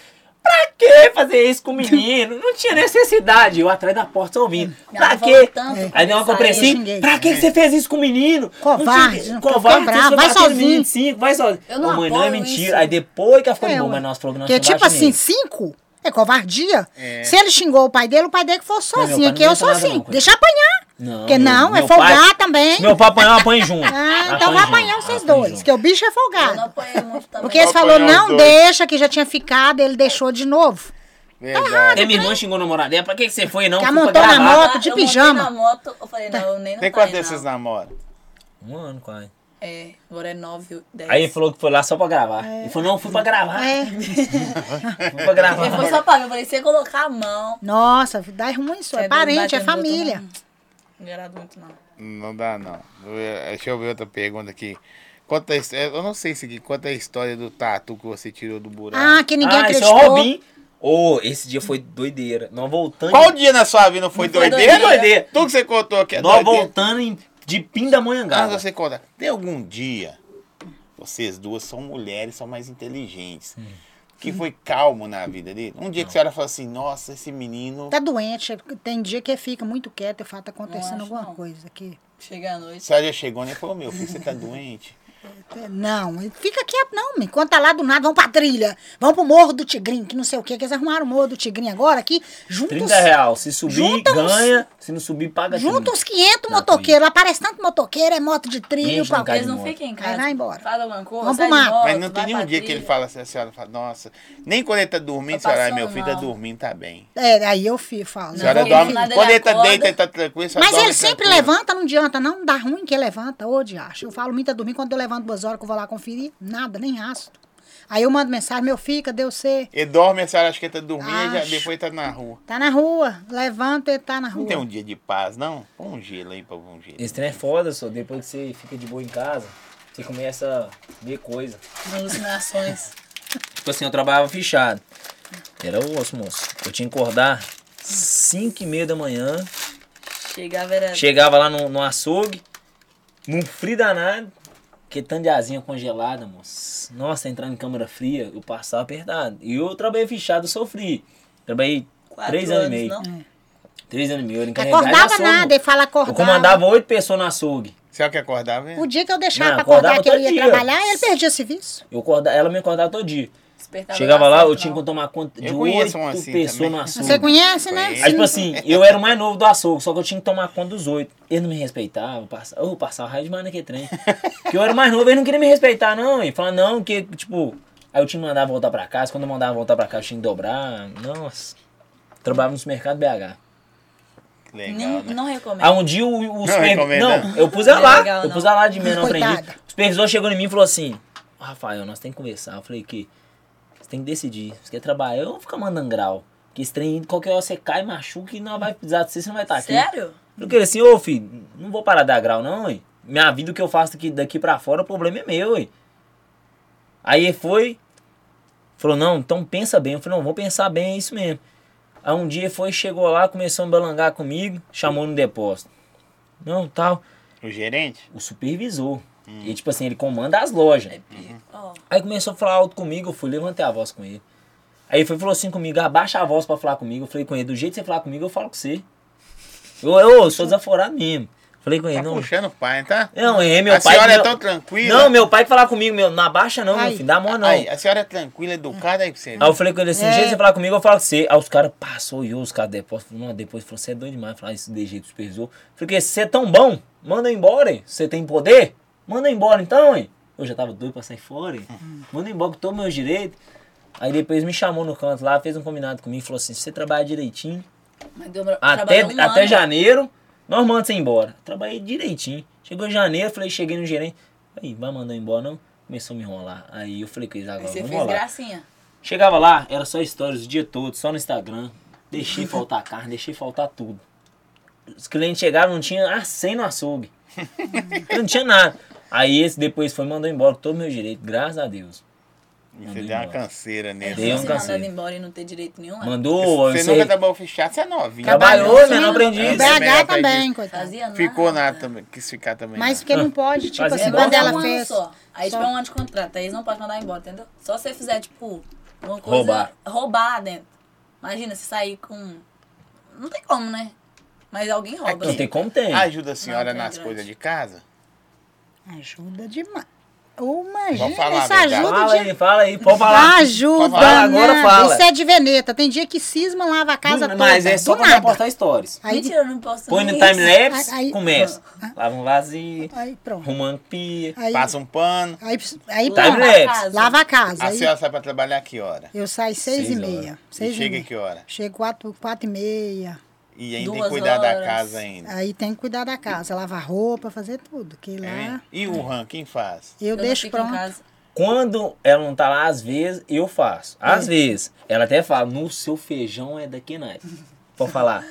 [SPEAKER 2] pra que fazer isso com o menino? Não tinha necessidade. Eu atrás da porta só ouvindo.
[SPEAKER 3] Minha
[SPEAKER 2] Pra
[SPEAKER 3] mãe falou
[SPEAKER 2] quê?
[SPEAKER 3] tanto pra
[SPEAKER 2] Aí deu uma
[SPEAKER 3] sair.
[SPEAKER 4] Eu
[SPEAKER 2] compressão.
[SPEAKER 4] xinguei.
[SPEAKER 2] Pra que que você fez isso com o menino?
[SPEAKER 4] Covarde,
[SPEAKER 2] Não tinha-
[SPEAKER 4] não quer
[SPEAKER 2] Covarde,
[SPEAKER 4] ficar
[SPEAKER 2] você
[SPEAKER 4] bravo, vai
[SPEAKER 2] bateu no
[SPEAKER 4] sozinho.
[SPEAKER 2] 25, vai sozinho.
[SPEAKER 3] Eu não
[SPEAKER 2] Ô, mãe, não é
[SPEAKER 3] apoio
[SPEAKER 2] mentira.
[SPEAKER 3] isso.
[SPEAKER 2] Aí depois que ela ficou
[SPEAKER 4] É,
[SPEAKER 2] bom,
[SPEAKER 4] ué.
[SPEAKER 2] mas nós falou que nós
[SPEAKER 4] Porque,
[SPEAKER 2] tínhamos
[SPEAKER 4] tipo
[SPEAKER 2] batido
[SPEAKER 4] assim,
[SPEAKER 2] nele.
[SPEAKER 4] cinco é covardia.
[SPEAKER 1] É.
[SPEAKER 4] Se ele xingou o pai dele, o pai dele que for
[SPEAKER 2] meu pai
[SPEAKER 4] sozinho.
[SPEAKER 2] não
[SPEAKER 4] Aqui eu
[SPEAKER 2] aguenta
[SPEAKER 4] sou
[SPEAKER 2] nada,
[SPEAKER 4] assim.
[SPEAKER 2] não, coitado.
[SPEAKER 4] Deixa apanhar.
[SPEAKER 2] Não,
[SPEAKER 4] Porque não, é
[SPEAKER 2] meu pai-
[SPEAKER 4] folgar também.
[SPEAKER 2] Meu papai apanhou, apanha junto.
[SPEAKER 4] [laughs] Ah, então vai
[SPEAKER 2] Apanha
[SPEAKER 4] apanhar
[SPEAKER 2] junto,
[SPEAKER 4] vocês
[SPEAKER 2] apanha
[SPEAKER 4] dois,
[SPEAKER 2] junto.
[SPEAKER 4] que o bicho é
[SPEAKER 3] Eu não
[SPEAKER 4] folgado.
[SPEAKER 3] apoiei muito também.
[SPEAKER 4] Porque eles
[SPEAKER 1] Vai
[SPEAKER 4] falou
[SPEAKER 1] apanhar os
[SPEAKER 4] não
[SPEAKER 1] dois.
[SPEAKER 4] deixa, que já tinha ficado, ele deixou de novo.
[SPEAKER 1] Verdade.
[SPEAKER 2] Até minha irmã xingou o namorado dela. Pra que que você foi, não?
[SPEAKER 4] Que
[SPEAKER 2] Fui
[SPEAKER 4] amontou
[SPEAKER 2] pra
[SPEAKER 4] na
[SPEAKER 2] gravar.
[SPEAKER 4] moto. de
[SPEAKER 3] Eu montei
[SPEAKER 4] pijama.
[SPEAKER 3] na moto, eu falei, não, eu nem não
[SPEAKER 1] Tem
[SPEAKER 3] tá aí,
[SPEAKER 1] quantos desses
[SPEAKER 3] não.
[SPEAKER 1] namoram?
[SPEAKER 2] Um ano, quase.
[SPEAKER 3] É, agora é 9, 10.
[SPEAKER 2] Aí ele falou que foi lá só pra gravar. Ele falou, não, fui pra gravar.
[SPEAKER 4] É.
[SPEAKER 2] Fui pra
[SPEAKER 3] Ele foi
[SPEAKER 2] gravar.
[SPEAKER 3] só pra mim, eu falei, se você colocar a mão.
[SPEAKER 4] Nossa, dá ruim isso.
[SPEAKER 3] você
[SPEAKER 4] É
[SPEAKER 3] não bate
[SPEAKER 4] parente, é
[SPEAKER 3] no outro,
[SPEAKER 4] família.
[SPEAKER 3] não. Não agrado muito, não.
[SPEAKER 1] Não dá, não. Deixa eu ver outra pergunta aqui. Conta a his- eu não sei se aqui, conta a história do tatu que você tirou do buraco.
[SPEAKER 4] Ah, que ninguém
[SPEAKER 2] ah, esse é
[SPEAKER 4] acreditou.
[SPEAKER 2] o Robin. Ô, esse dia foi doideira. Nós voltando.
[SPEAKER 1] Qual dia na sua vida não foi
[SPEAKER 3] Não foi
[SPEAKER 1] doideira?
[SPEAKER 3] doideira.
[SPEAKER 2] Doideira.
[SPEAKER 1] Tudo que você contou aqui é
[SPEAKER 2] Nós
[SPEAKER 1] doideira.
[SPEAKER 2] voltando em- de Pindamonhangaba.
[SPEAKER 1] Antes de você contar, tem algum dia, vocês duas são mulheres, são mais inteligentes, que foi calmo na vida dele? Um dia que a senhora falou assim, nossa, esse menino...
[SPEAKER 4] Tá doente. Tem dia que fica muito quieto e fala, tá acontecendo
[SPEAKER 3] acho,
[SPEAKER 4] alguma
[SPEAKER 3] não.
[SPEAKER 4] coisa aqui.
[SPEAKER 3] Chega à
[SPEAKER 1] A
[SPEAKER 3] noite.
[SPEAKER 1] senhora já chegou né, e falou, meu filho, você tá doente?
[SPEAKER 4] É, Não, fica quieto não, me conta lá do nada, vamos pra trilha, vamos pro Morro do Tigrinho, que não sei o que, que eles arrumaram o Morro do Tigrinho agora aqui,
[SPEAKER 2] 30
[SPEAKER 4] juntos,
[SPEAKER 2] reais. Se subir,
[SPEAKER 4] junta uns-
[SPEAKER 2] ganha. Se não subir, paga
[SPEAKER 4] junta
[SPEAKER 2] tudo.
[SPEAKER 4] uns 500
[SPEAKER 2] Não,
[SPEAKER 4] motoqueiros, lá parece tanto motoqueiro, é moto de trilho,
[SPEAKER 2] Gente, não
[SPEAKER 4] pra...
[SPEAKER 2] cai
[SPEAKER 3] Eles não
[SPEAKER 2] embora.
[SPEAKER 3] fiquem em
[SPEAKER 4] Aí
[SPEAKER 3] casa.
[SPEAKER 4] vai embora.
[SPEAKER 3] Fala alguma coisa,
[SPEAKER 4] Vamos
[SPEAKER 3] sai
[SPEAKER 4] pro
[SPEAKER 3] de
[SPEAKER 4] mato.
[SPEAKER 3] moto,
[SPEAKER 1] Mas não
[SPEAKER 3] vai
[SPEAKER 1] tem nenhum
[SPEAKER 3] pra
[SPEAKER 1] dia que ele
[SPEAKER 3] trilha.
[SPEAKER 1] fala assim, a senhora fala, nossa... Nem quando ele tá dormindo, a
[SPEAKER 3] Tô
[SPEAKER 1] senhora, ah,
[SPEAKER 3] passando
[SPEAKER 1] meu filho tá
[SPEAKER 3] mal.
[SPEAKER 1] dormindo, tá bem.
[SPEAKER 4] é, aí eu fico, falo.
[SPEAKER 1] A
[SPEAKER 4] né?
[SPEAKER 1] senhora
[SPEAKER 4] Vamos,
[SPEAKER 1] dorme...
[SPEAKER 4] filho.
[SPEAKER 3] nada, ele
[SPEAKER 1] Quando ele tá
[SPEAKER 3] acorda.
[SPEAKER 1] deita, ele tá tranquilo, a senhora
[SPEAKER 4] Mas
[SPEAKER 1] dorme
[SPEAKER 4] ele sempre
[SPEAKER 1] tranquila.
[SPEAKER 4] levanta, não adianta não, dá ruim que ele levanta, ô de acho. Eu falo, muita dormir, quando eu levanto duas horas que eu vou lá conferir, nada, nem rasto. Aí eu mando mensagem, meu filho, cadê você?
[SPEAKER 1] Ele dorme, a senhora acha que ele tá dormindo, e já,
[SPEAKER 4] Acho.
[SPEAKER 1] depois tá na rua.
[SPEAKER 4] Tá na rua, levanta e tá na
[SPEAKER 1] Não
[SPEAKER 4] rua.
[SPEAKER 1] tem um dia de paz, não? Põe um gelo aí pra pôr um gelo.
[SPEAKER 2] Esse trem é foda, só. Depois que você fica de boa em casa, você começa a ver coisa.
[SPEAKER 3] Alucinações.
[SPEAKER 2] Tipo assim, eu trabalhava fechado. Era o osso, moço. Eu tinha que acordar 5 e meia da manhã.
[SPEAKER 3] Chegava era...
[SPEAKER 2] Chegava lá no, no açougue, num frio danado. Que tanto de asinha congelada, moço. Nossa, entrar em câmara fria, eu passava apertado. E eu trabalhei fechado, eu sofri. Trabalhei
[SPEAKER 3] Quatro
[SPEAKER 2] três anos, e
[SPEAKER 3] anos,
[SPEAKER 2] meio.
[SPEAKER 3] não?
[SPEAKER 2] Três anos e meio. Eu era encarregado de
[SPEAKER 4] Acordava
[SPEAKER 2] açougue,
[SPEAKER 4] nada,
[SPEAKER 2] moço.
[SPEAKER 4] ele fala acordava.
[SPEAKER 2] Eu comandava oito pessoas no açougue.
[SPEAKER 1] Será que acordava? hein?
[SPEAKER 4] O dia que eu deixava
[SPEAKER 2] Não,
[SPEAKER 4] pra acordar
[SPEAKER 2] acordava
[SPEAKER 4] que eu
[SPEAKER 2] todo
[SPEAKER 4] ia
[SPEAKER 2] dia.
[SPEAKER 4] trabalhar, ele perdia serviço.
[SPEAKER 2] Eu acordava, ela me acordava todo dia.
[SPEAKER 3] Despertava
[SPEAKER 2] Chegava
[SPEAKER 3] às
[SPEAKER 2] lá,
[SPEAKER 3] sete,
[SPEAKER 2] eu tinha
[SPEAKER 3] não.
[SPEAKER 2] que tomar conta de
[SPEAKER 1] Eu conheço
[SPEAKER 2] oito
[SPEAKER 1] um assim
[SPEAKER 2] pessoas
[SPEAKER 1] também.
[SPEAKER 2] no
[SPEAKER 1] Você
[SPEAKER 2] açougue.
[SPEAKER 4] Você conhece, né?
[SPEAKER 1] Conheço.
[SPEAKER 2] Aí, tipo assim, eu era o mais novo do açougue, só que eu tinha que tomar conta dos oito. Ele não me respeitava, passava, eu passava raio demais naquele trem. Porque eu era o mais novo, ele não queria me respeitar, não. Ele falava, não, que, tipo. Aí eu tinha que mandar voltar pra casa, quando eu mandava voltar pra casa, eu tinha que dobrar. Nossa. Trabalhava no supermercado BH.
[SPEAKER 1] Legal,
[SPEAKER 3] Não,
[SPEAKER 1] né?
[SPEAKER 3] não recomendo.
[SPEAKER 2] Aí um dia o, o
[SPEAKER 1] recomendo,
[SPEAKER 2] supermercado. Não,
[SPEAKER 1] não.
[SPEAKER 2] eu pus ela
[SPEAKER 3] Não é
[SPEAKER 2] lá.
[SPEAKER 3] legal,
[SPEAKER 2] eu
[SPEAKER 3] não.
[SPEAKER 2] pus ela lá de menor aprendi.
[SPEAKER 4] Coitada.
[SPEAKER 2] O supervisor chegou em mim e falou assim: "Ó, Rafael, nós temos que conversar. Eu falei que você tem que decidir. Você quer trabalhar ou ficar mandando grau? Porque esse trem, qualquer hora você cai, machuca e não vai precisar de você, você não vai estar tá aqui.
[SPEAKER 3] Sério?
[SPEAKER 2] Eu falei assim: ô filho, não vou parar de dar grau, não, hein? minha vida, o que eu faço daqui, daqui pra fora, o problema é meu, ué. Aí ele foi, falou, não, então pensa bem. Eu falei, não, vou pensar bem, é isso mesmo. Aí um dia foi, chegou lá, começou a embalangar comigo, chamou no depósito. Não, tal,
[SPEAKER 1] O gerente?
[SPEAKER 2] o supervisor. E tipo assim, ele comanda as lojas.
[SPEAKER 3] Ó,
[SPEAKER 2] Aí começou a falar alto comigo, eu fui, levantei a voz com ele. Aí ele foi, falou assim comigo, abaixa a voz pra falar comigo. Eu falei com ele, do jeito que você falar comigo, eu falo com você. Eu, eu, sou desaforado mesmo. Falei com ele,
[SPEAKER 1] Tá
[SPEAKER 2] não.
[SPEAKER 1] puxando o pai, tá?
[SPEAKER 2] Não, é meu
[SPEAKER 1] a
[SPEAKER 2] pai.
[SPEAKER 1] senhora
[SPEAKER 2] meu-
[SPEAKER 1] é tão tranquila.
[SPEAKER 2] Não, meu pai que falar comigo, meu, não abaixa não,
[SPEAKER 4] Aí.
[SPEAKER 2] meu filho, dá mó não.
[SPEAKER 1] Aí,
[SPEAKER 2] Aí,
[SPEAKER 1] a senhora é tranquila, educada aí pra você. ver.
[SPEAKER 2] eu falei com ele assim, do jeito
[SPEAKER 3] É.
[SPEAKER 2] que você falar comigo, eu falo com você. Aí os caras passou e eu, os caras depósito, não, depois falou, você é doido demais, falar isso de jeito supervisor. Falei, você é tão bom, manda eu embora, hein? você tem poder? Manda eu embora então, hein? Eu já tava doido pra sair fora,
[SPEAKER 3] É.
[SPEAKER 2] hein? manda eu embora que eu tô meu direito. Aí depois me chamou no canto lá, fez um combinado comigo, falou assim, se você trabalhar direitinho,
[SPEAKER 3] mas deu pra-
[SPEAKER 2] até,
[SPEAKER 3] trabalhou um
[SPEAKER 2] até
[SPEAKER 3] ano.
[SPEAKER 2] janeiro, nós mandamos você embora. Trabalhei direitinho. Chegou em janeiro, falei, cheguei no gerente. Aí, vai mandar embora não? Começou a me enrolar. Aí eu falei com eles
[SPEAKER 3] Aí
[SPEAKER 2] agora,
[SPEAKER 3] você
[SPEAKER 2] vamos
[SPEAKER 3] fez
[SPEAKER 2] rolar.
[SPEAKER 3] gracinha.
[SPEAKER 2] Chegava lá, era só stories o dia todo, só no Instagram. Deixei faltar carne, deixei faltar tudo. Os clientes chegaram, não tinha arcém no
[SPEAKER 4] [laughs]
[SPEAKER 2] açougue. não tinha nada. Aí esse depois foi, mandou embora todo meu direito, graças a Deus.
[SPEAKER 1] Você deu uma canseira nele.
[SPEAKER 2] Deu um
[SPEAKER 3] Você
[SPEAKER 2] canseiro.
[SPEAKER 3] mandando embora e não ter direito nenhum. né?
[SPEAKER 2] Mandou,
[SPEAKER 1] Você
[SPEAKER 2] eu sei.
[SPEAKER 1] nunca trabalhou fechado, você é novinha.
[SPEAKER 2] Trabalhou, né,
[SPEAKER 1] Trabalhou,
[SPEAKER 2] menor aprendiz.
[SPEAKER 4] O BH
[SPEAKER 1] Menor
[SPEAKER 4] também,
[SPEAKER 1] aprendiz.
[SPEAKER 4] coitado.
[SPEAKER 3] Fazia nada.
[SPEAKER 1] Ficou na área também, quis ficar também.
[SPEAKER 4] Mas
[SPEAKER 1] na-
[SPEAKER 4] porque não pode, tipo
[SPEAKER 2] Fazia
[SPEAKER 4] assim,
[SPEAKER 2] igual
[SPEAKER 4] quando
[SPEAKER 3] Quando
[SPEAKER 2] a
[SPEAKER 4] ela
[SPEAKER 3] um
[SPEAKER 4] fez.
[SPEAKER 3] Ano só. Aí
[SPEAKER 4] só-
[SPEAKER 3] tiver um ano de contrato, aí eles não podem mandar embora, entendeu? Só se você fizer, tipo, uma coisa.
[SPEAKER 2] Roubar.
[SPEAKER 3] roubar dentro. Imagina, se sair com. um- Não tem como, né? Mas alguém rouba.
[SPEAKER 2] Não tem como tem.
[SPEAKER 1] Ajuda a senhora
[SPEAKER 3] Não, tem
[SPEAKER 1] nas
[SPEAKER 3] grande.
[SPEAKER 1] coisas de casa?
[SPEAKER 4] Ajuda demais. Ô, imagina,
[SPEAKER 1] Vamos falar a
[SPEAKER 4] isso
[SPEAKER 1] verdade.
[SPEAKER 4] ajuda
[SPEAKER 2] Fala aí,
[SPEAKER 4] de...
[SPEAKER 2] fala aí, pode falar.
[SPEAKER 4] Ajuda,
[SPEAKER 2] Fala agora,
[SPEAKER 4] né?
[SPEAKER 2] fala.
[SPEAKER 4] Isso é de veneta. Tem dia que cisma, lava a casa
[SPEAKER 2] Não,
[SPEAKER 4] toda.
[SPEAKER 2] Mas é só
[SPEAKER 4] do
[SPEAKER 2] pra
[SPEAKER 4] nada.
[SPEAKER 2] postar stories.
[SPEAKER 4] Aí,
[SPEAKER 3] Mentira, eu não posso.
[SPEAKER 2] Põe no
[SPEAKER 3] nem isso.
[SPEAKER 2] time-lapse,
[SPEAKER 4] Aí- aí-
[SPEAKER 2] começa. Lava um vazio,
[SPEAKER 4] aí pronto.
[SPEAKER 2] arrumando pia.
[SPEAKER 4] Aí,
[SPEAKER 1] Passa um pano.
[SPEAKER 4] aí, aí
[SPEAKER 2] Tá,
[SPEAKER 4] pronto.
[SPEAKER 2] né?
[SPEAKER 3] Time-lapse.
[SPEAKER 4] Lava a casa.
[SPEAKER 1] A
[SPEAKER 4] aí
[SPEAKER 1] senhora sai pra trabalhar que hora?
[SPEAKER 4] eu saio seis,
[SPEAKER 2] Seis
[SPEAKER 4] e meia.
[SPEAKER 2] horas.
[SPEAKER 4] Seis
[SPEAKER 1] e
[SPEAKER 4] e
[SPEAKER 1] chega
[SPEAKER 4] meia.
[SPEAKER 1] que hora?
[SPEAKER 4] Chego quatro, quatro e meia.
[SPEAKER 1] E ainda tem que
[SPEAKER 3] Duas
[SPEAKER 1] cuidar da
[SPEAKER 3] horas.
[SPEAKER 1] casa ainda.
[SPEAKER 4] Aí tem que cuidar da casa, lavar roupa, fazer tudo. Que
[SPEAKER 1] É
[SPEAKER 4] lá
[SPEAKER 1] mesmo? E o ran, quem faz?
[SPEAKER 4] eu,
[SPEAKER 3] não
[SPEAKER 4] deixo
[SPEAKER 3] fico em
[SPEAKER 4] pronto.
[SPEAKER 3] casa.
[SPEAKER 2] Quando ela não tá lá, às vezes eu faço. Às
[SPEAKER 3] É.
[SPEAKER 2] vezes. Ela até fala, no seu feijão é daqui, nós. Pode
[SPEAKER 3] [laughs]
[SPEAKER 2] falar.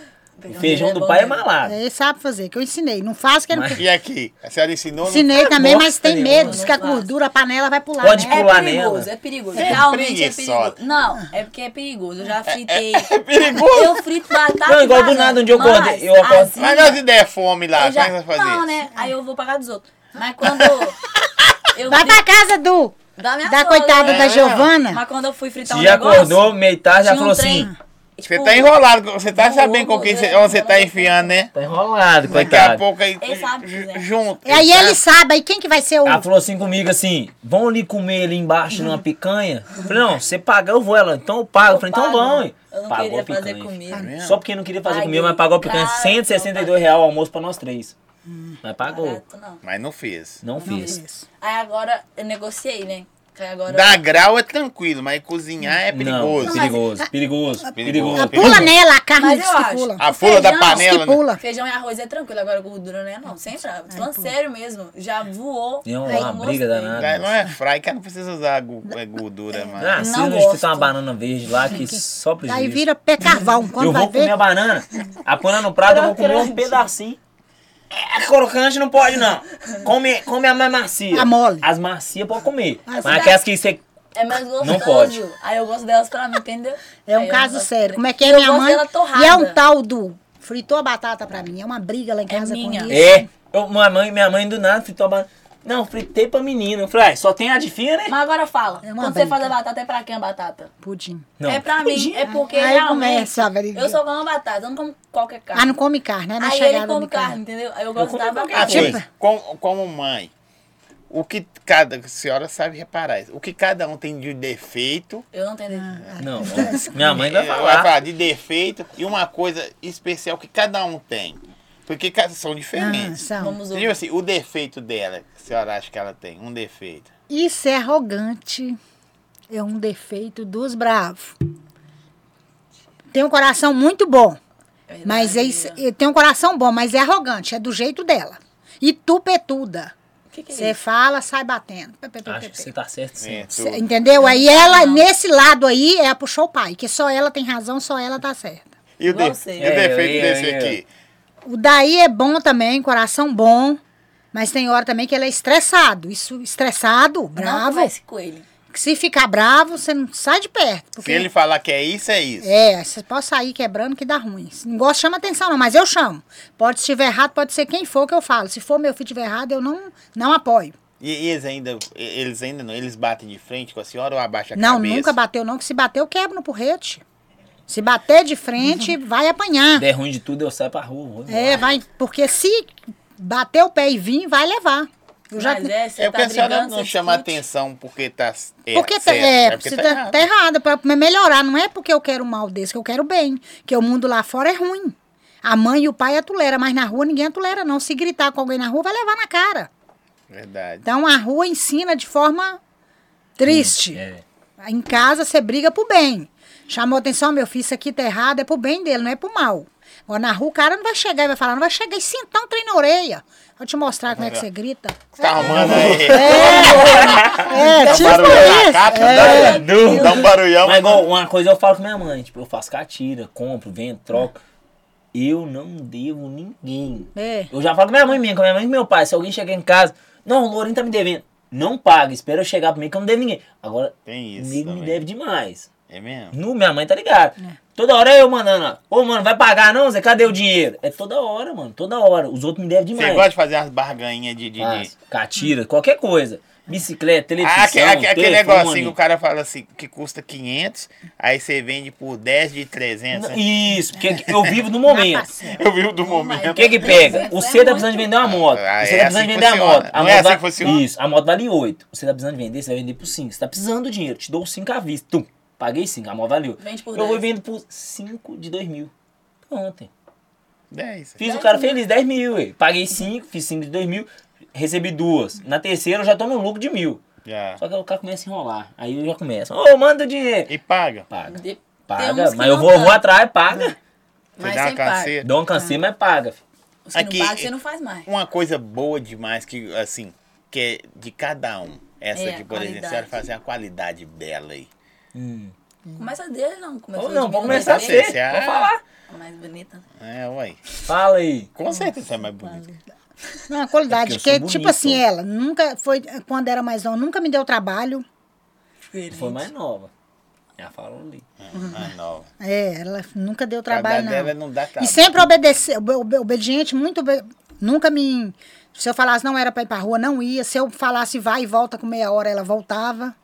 [SPEAKER 2] O feijão do pai é
[SPEAKER 3] né?
[SPEAKER 2] malado.
[SPEAKER 4] Ele sabe fazer, que eu ensinei. Não faço que ele
[SPEAKER 2] Mas-
[SPEAKER 1] E aqui? A senhora ensinou? não?
[SPEAKER 4] Ensinei também, mas
[SPEAKER 2] bosta
[SPEAKER 4] tem
[SPEAKER 2] nenhuma.
[SPEAKER 4] medo. Diz que a
[SPEAKER 3] Não faço.
[SPEAKER 4] gordura, a panela vai pular.
[SPEAKER 2] Pode
[SPEAKER 4] né?
[SPEAKER 2] pular.
[SPEAKER 3] É perigoso,
[SPEAKER 2] nela.
[SPEAKER 3] é perigoso.
[SPEAKER 1] Você é
[SPEAKER 3] Realmente é
[SPEAKER 1] preguiçosa.
[SPEAKER 3] perigoso. Não, é porque é perigoso. Eu já fritei.
[SPEAKER 1] É perigoso.
[SPEAKER 3] Eu frito batata.
[SPEAKER 2] Não,
[SPEAKER 3] e
[SPEAKER 2] igual do
[SPEAKER 3] banana,
[SPEAKER 2] nada, um dia eu acordei-
[SPEAKER 3] mas
[SPEAKER 2] eu acordo-
[SPEAKER 3] assim,
[SPEAKER 1] Mas as ideias fome lá,
[SPEAKER 3] eu já-
[SPEAKER 1] como é que vai fazer?
[SPEAKER 3] Não, né? Aí eu vou pagar dos outros. Mas
[SPEAKER 2] [laughs]
[SPEAKER 3] quando. eu
[SPEAKER 4] Vai
[SPEAKER 3] frito-
[SPEAKER 4] pra casa, Du!
[SPEAKER 3] Da minha
[SPEAKER 4] Da
[SPEAKER 3] sogra,
[SPEAKER 4] coitada
[SPEAKER 3] né?
[SPEAKER 4] da Giovana.
[SPEAKER 3] Mas quando eu fui fritar
[SPEAKER 2] Você
[SPEAKER 3] um
[SPEAKER 2] já
[SPEAKER 3] negócio...
[SPEAKER 2] acordou, meio tarde, já
[SPEAKER 3] tinha
[SPEAKER 2] falou
[SPEAKER 3] um trem,
[SPEAKER 2] assim.
[SPEAKER 1] Você
[SPEAKER 3] tipo,
[SPEAKER 1] tá enrolado, você tá
[SPEAKER 3] Não,
[SPEAKER 1] sabendo com quem
[SPEAKER 3] não,
[SPEAKER 1] você,
[SPEAKER 3] não,
[SPEAKER 1] onde você tá
[SPEAKER 3] não,
[SPEAKER 1] enfiando, né?
[SPEAKER 2] Tá
[SPEAKER 1] Daqui
[SPEAKER 2] enrolado,
[SPEAKER 1] a
[SPEAKER 2] coitado.
[SPEAKER 1] pouco aí
[SPEAKER 3] Ele sabe,
[SPEAKER 1] ju-
[SPEAKER 3] né?
[SPEAKER 1] junto.
[SPEAKER 4] E aí ele sabe, aí quem que vai ser o.
[SPEAKER 2] Ela falou assim comigo assim: vão ali comer ali embaixo
[SPEAKER 3] Uhum.
[SPEAKER 2] numa picanha? Eu Falei, não, você paga, eu vou. Ela, então eu pago. Eu falei, então
[SPEAKER 3] pago.
[SPEAKER 2] vamos. hein?
[SPEAKER 3] Eu não
[SPEAKER 2] Pagou
[SPEAKER 3] queria
[SPEAKER 2] a picanha.
[SPEAKER 3] fazer
[SPEAKER 2] filho.
[SPEAKER 3] comigo.
[SPEAKER 1] mesmo?
[SPEAKER 2] Só porque não queria fazer
[SPEAKER 3] Paguei.
[SPEAKER 2] comigo, mas pagou a picanha
[SPEAKER 3] Cara,
[SPEAKER 2] 162 reais o almoço pra nós três. Mas pagou.
[SPEAKER 3] Barato, não.
[SPEAKER 1] Mas não fez.
[SPEAKER 2] Não fiz.
[SPEAKER 4] Isso.
[SPEAKER 3] Aí agora eu negociei, né? Aí agora...
[SPEAKER 1] Dar grau é tranquilo, mas cozinhar é perigoso.
[SPEAKER 2] Não, perigoso, perigoso,
[SPEAKER 1] Perigoso.
[SPEAKER 2] perigoso.
[SPEAKER 4] Pula nela, a carne
[SPEAKER 3] Mas
[SPEAKER 4] diz
[SPEAKER 3] eu
[SPEAKER 4] que
[SPEAKER 3] acho.
[SPEAKER 4] pula.
[SPEAKER 1] A fula da
[SPEAKER 3] Feijão.
[SPEAKER 4] Diz
[SPEAKER 1] panela,
[SPEAKER 4] que
[SPEAKER 1] né?
[SPEAKER 4] pula.
[SPEAKER 3] Feijão e arroz é tranquilo, agora gordura não é não, sem fraude. Falando sério mesmo, já voou.
[SPEAKER 2] Deu uma
[SPEAKER 3] aí não
[SPEAKER 2] briga
[SPEAKER 3] gostei.
[SPEAKER 2] danada.
[SPEAKER 1] Lá Não é fry, cara, não precisa usar gu- é gordura,
[SPEAKER 2] Ah,
[SPEAKER 1] mano.
[SPEAKER 2] se
[SPEAKER 3] Não
[SPEAKER 2] não espetar uma
[SPEAKER 3] gosto.
[SPEAKER 2] banana verde lá que só prejuízo.
[SPEAKER 4] Aí vira pé carvão. Quando
[SPEAKER 2] eu
[SPEAKER 4] vai
[SPEAKER 2] vou comer
[SPEAKER 4] ver.
[SPEAKER 2] a banana, a banana no prato, eu vou comer um pedacinho. É, crocante não pode, não. Come, come a mais macia.
[SPEAKER 4] A mole.
[SPEAKER 2] As macias pode comer. Mas
[SPEAKER 4] macia.
[SPEAKER 2] aquelas que você...
[SPEAKER 3] É mais gostoso.
[SPEAKER 2] Não pode.
[SPEAKER 3] Aí eu gosto delas pra mim, entendeu?
[SPEAKER 4] É um
[SPEAKER 3] Aí eu
[SPEAKER 4] caso
[SPEAKER 3] gosto
[SPEAKER 4] sério.
[SPEAKER 3] dela.
[SPEAKER 4] Como é que
[SPEAKER 3] E
[SPEAKER 4] é
[SPEAKER 3] eu
[SPEAKER 4] minha
[SPEAKER 3] gosto
[SPEAKER 4] mãe?
[SPEAKER 3] dela torrada.
[SPEAKER 4] E é um tal do. Fritou a batata pra mim. É uma briga lá em casa com
[SPEAKER 3] minha.
[SPEAKER 4] isso.
[SPEAKER 2] É. Eu, minha, mãe, minha mãe do nada fritou a banana. Não, fritei pra menina. Eu falei, ah, só tem a de fia, né?
[SPEAKER 3] Mas agora fala,
[SPEAKER 4] É uma
[SPEAKER 3] quando você
[SPEAKER 4] brinca.
[SPEAKER 3] faz a batata, é pra quem a batata?
[SPEAKER 4] Pudim.
[SPEAKER 2] Não.
[SPEAKER 3] É pra mim, é porque
[SPEAKER 4] Aí
[SPEAKER 3] realmente
[SPEAKER 4] começa a briga.
[SPEAKER 3] eu só como batata, eu não como qualquer carne.
[SPEAKER 4] Ah, não come carne, né? Na
[SPEAKER 3] Aí ele
[SPEAKER 4] chegada
[SPEAKER 3] come
[SPEAKER 4] do carro.
[SPEAKER 3] carne, entendeu? Aí eu gosto
[SPEAKER 2] como
[SPEAKER 3] da
[SPEAKER 2] qualquer
[SPEAKER 3] batata.
[SPEAKER 1] Assim,
[SPEAKER 4] Tipo-
[SPEAKER 1] como, como mãe, o que cada a senhora sabe reparar, isso. o que cada um tem de defeito,
[SPEAKER 3] Eu não
[SPEAKER 4] Ah.
[SPEAKER 3] entendi.
[SPEAKER 4] [laughs]
[SPEAKER 2] Não, ó, minha mãe vai
[SPEAKER 1] é,
[SPEAKER 2] falar.
[SPEAKER 1] de defeito e uma coisa especial que cada um tem, porque ca- são
[SPEAKER 2] é
[SPEAKER 4] Ah,
[SPEAKER 1] diferentes.
[SPEAKER 4] são.
[SPEAKER 3] Vamos
[SPEAKER 1] Diga
[SPEAKER 3] ouvir.
[SPEAKER 1] assim, o defeito dela, que a senhora acha que ela tem, um defeito.
[SPEAKER 4] Isso é arrogante. É um defeito dos bravos. Tem um coração muito bom. Mas é isso,
[SPEAKER 3] O
[SPEAKER 4] e tem um coração bom, mas é arrogante, é do jeito dela. E tupetuda.
[SPEAKER 3] que, que é
[SPEAKER 4] Você
[SPEAKER 3] isso?
[SPEAKER 4] fala, sai batendo. Pe, pe, pe,
[SPEAKER 2] Acho
[SPEAKER 4] pe,
[SPEAKER 2] que
[SPEAKER 4] pe.
[SPEAKER 2] você tá certo, sim.
[SPEAKER 1] É, tu-
[SPEAKER 4] Cê- entendeu? Aí ela, nesse lado aí, ela puxou o pai, que só ela tem razão, só ela tá certa.
[SPEAKER 1] E o, de-
[SPEAKER 3] Igual você.
[SPEAKER 1] e o
[SPEAKER 2] É,
[SPEAKER 1] defeito
[SPEAKER 2] eu ia-
[SPEAKER 1] desse
[SPEAKER 2] eu ia-
[SPEAKER 1] aqui?
[SPEAKER 4] O daí é bom também, coração bom, Mas tem hora também que ele é estressado. Isso, estressado,
[SPEAKER 3] Não
[SPEAKER 4] bravo.
[SPEAKER 3] converse com ele.
[SPEAKER 4] que Se ficar bravo, você não sai de perto.
[SPEAKER 1] Se
[SPEAKER 4] Porque
[SPEAKER 1] ele falar que é isso, é isso.
[SPEAKER 4] É, você pode sair quebrando que dá ruim. Se Não gosto, chama atenção, não, mas eu chamo. Pode, se estiver errado, pode ser quem for que eu falo. Se for meu filho estiver errado, eu não, não apoio.
[SPEAKER 1] E e eles ainda, e- eles ainda não, eles batem de frente com a senhora ou abaixa É a
[SPEAKER 4] não,
[SPEAKER 1] cabeça?
[SPEAKER 4] nunca bateu, não, que se bater, eu quebro no porrete. Se bater de frente,
[SPEAKER 3] [laughs]
[SPEAKER 4] vai apanhar.
[SPEAKER 2] Der ruim de tudo, eu saio pra rua. Vou embora.
[SPEAKER 4] É, vai. Porque se bater o pé e vir, vai levar. Eu já.
[SPEAKER 3] Mas é, você
[SPEAKER 1] É
[SPEAKER 3] tá
[SPEAKER 1] porque a senhora
[SPEAKER 3] brigando,
[SPEAKER 1] não
[SPEAKER 3] você
[SPEAKER 1] chama
[SPEAKER 3] discute.
[SPEAKER 1] atenção porque tá é,
[SPEAKER 4] porque tá,
[SPEAKER 1] certo,
[SPEAKER 4] é,
[SPEAKER 1] né? Porque
[SPEAKER 4] se
[SPEAKER 1] tá
[SPEAKER 4] tá,
[SPEAKER 1] errado.
[SPEAKER 4] tá errado, pra me melhorar. Não é porque eu quero mal desse, que eu quero bem. Que o mundo lá fora é ruim. A mãe e o pai atolera, mas na rua ninguém atolera, não. Se gritar com alguém na rua, vai levar na cara.
[SPEAKER 1] Verdade.
[SPEAKER 4] Então a rua ensina de forma triste.
[SPEAKER 2] É.
[SPEAKER 4] Em casa você briga pro bem. Chamou atenção, meu filho, isso aqui tá errado, é pro bem dele, não é pro mal. Agora na rua o cara não vai chegar e vai falar, não vai chegar e sentar um trem na orelha. Vou te mostrar como é que você grita.
[SPEAKER 1] Você tá arrumando aí. [laughs]
[SPEAKER 4] É, tipo
[SPEAKER 1] então, barulho na
[SPEAKER 4] isso.
[SPEAKER 1] capa,
[SPEAKER 2] É.
[SPEAKER 1] dá, dá um barulhão.
[SPEAKER 2] Mas igual, uma coisa eu falo com minha mãe, tipo, eu faço catira, compro, vendo, troco. Eu não devo ninguém.
[SPEAKER 4] É.
[SPEAKER 2] Eu já falo com minha mãe minha, com minha mãe e com meu pai. Se alguém chegar em casa, não, o Lourinho tá me devendo. Não paga, espera eu chegar pra mim que eu não devo ninguém. Agora,
[SPEAKER 1] Tem isso
[SPEAKER 2] amigo me
[SPEAKER 1] também.
[SPEAKER 2] deve demais.
[SPEAKER 1] É mesmo?
[SPEAKER 2] No, minha mãe tá ligada. Toda hora eu mandando, ó, ô mano, vai pagar não, Zé? Cadê o dinheiro? É toda hora, mano, toda hora. Os outros me devem
[SPEAKER 1] Você
[SPEAKER 2] demais.
[SPEAKER 1] gosta de fazer umas barganhas de... de, de...
[SPEAKER 2] Faço. Catira, qualquer coisa. Bicicleta, televisão,
[SPEAKER 1] Ah, aque- aque- aquele,
[SPEAKER 2] telefone.
[SPEAKER 1] negocinho que o cara fala assim, que custa 500, aí você vende por 10 de 300. né?
[SPEAKER 2] Isso, porque eu vivo no momento.
[SPEAKER 1] Eu vi o do momento.
[SPEAKER 2] O que que pega?
[SPEAKER 3] é
[SPEAKER 2] O C tá precisando de vender uma moto.
[SPEAKER 1] Ah,
[SPEAKER 2] O C
[SPEAKER 1] é
[SPEAKER 2] tá
[SPEAKER 1] assim
[SPEAKER 2] precisando
[SPEAKER 1] que
[SPEAKER 2] de vender a
[SPEAKER 1] funciona.
[SPEAKER 2] moto. A
[SPEAKER 1] Não
[SPEAKER 2] moto
[SPEAKER 1] é assim
[SPEAKER 2] vale-
[SPEAKER 1] que funciona?
[SPEAKER 2] Isso, a moto vale 8. O C tá precisando de vender, você vai vender por 5. Você tá precisando do dinheiro, te dou 5 à vista. Tum, paguei 5, a moto valeu.
[SPEAKER 3] Vende por
[SPEAKER 2] Eu vou
[SPEAKER 3] 10.
[SPEAKER 2] vendo por 5 de 2 mil. Ontem.
[SPEAKER 1] 10.
[SPEAKER 2] Fiz o cara feliz, 10 mil, ué. Paguei 5, fiz 5 de 2 mil, recebi duas. Na terceira eu já tô no lucro de mil.
[SPEAKER 1] Já.
[SPEAKER 2] Só que aí o cara começa a enrolar. Aí eu já começo. Ô, manda o dinheiro.
[SPEAKER 1] E paga.
[SPEAKER 2] Paga.
[SPEAKER 3] De- tem uns
[SPEAKER 2] Paga,
[SPEAKER 3] que
[SPEAKER 2] mas eu
[SPEAKER 3] não
[SPEAKER 2] vou,
[SPEAKER 3] dão.
[SPEAKER 2] vou atrás, paga.
[SPEAKER 1] Você
[SPEAKER 3] Mas
[SPEAKER 1] dá uma
[SPEAKER 3] sem paga.
[SPEAKER 1] canseira.
[SPEAKER 2] Dou um cansei, mas paga. filho.
[SPEAKER 3] Os que
[SPEAKER 1] Aqui-
[SPEAKER 3] não pagam, você não faz
[SPEAKER 4] É.
[SPEAKER 3] mais.
[SPEAKER 1] Uma coisa boa demais que, assim, que é de cada um. Essa
[SPEAKER 3] É,
[SPEAKER 1] aqui,
[SPEAKER 3] a
[SPEAKER 1] por exemplo, a
[SPEAKER 3] qualidade.
[SPEAKER 1] senhora fazer uma qualidade bela aí.
[SPEAKER 2] Hum.
[SPEAKER 3] Começa dele, não. Começa
[SPEAKER 2] Ou não,
[SPEAKER 3] de
[SPEAKER 2] vou
[SPEAKER 3] mim,
[SPEAKER 2] começar a
[SPEAKER 3] dele.
[SPEAKER 2] ser.
[SPEAKER 1] Você é-
[SPEAKER 2] Vou falar.
[SPEAKER 3] Mais bonita.
[SPEAKER 1] É, ué.
[SPEAKER 2] Fala aí.
[SPEAKER 1] Com certeza é mais bonito.
[SPEAKER 4] Não, a qualidade,
[SPEAKER 2] É porque eu
[SPEAKER 4] que
[SPEAKER 2] sou
[SPEAKER 4] tipo
[SPEAKER 2] bonito.
[SPEAKER 4] assim, ela nunca foi, quando era mais nova, nunca me deu trabalho.
[SPEAKER 3] Diferente.
[SPEAKER 2] Foi mais nova. Já falou ali.
[SPEAKER 1] Ah, nova.
[SPEAKER 4] É, ela nunca deu
[SPEAKER 1] Cada
[SPEAKER 4] trabalho, não.
[SPEAKER 1] dela não dá trabalho.
[SPEAKER 4] E sempre obedeceu, obe- obe- obediente, muito. obe- Nunca me. Se eu falasse não era pra ir pra rua, não ia. Se eu falasse vai e volta com meia hora, ela voltava.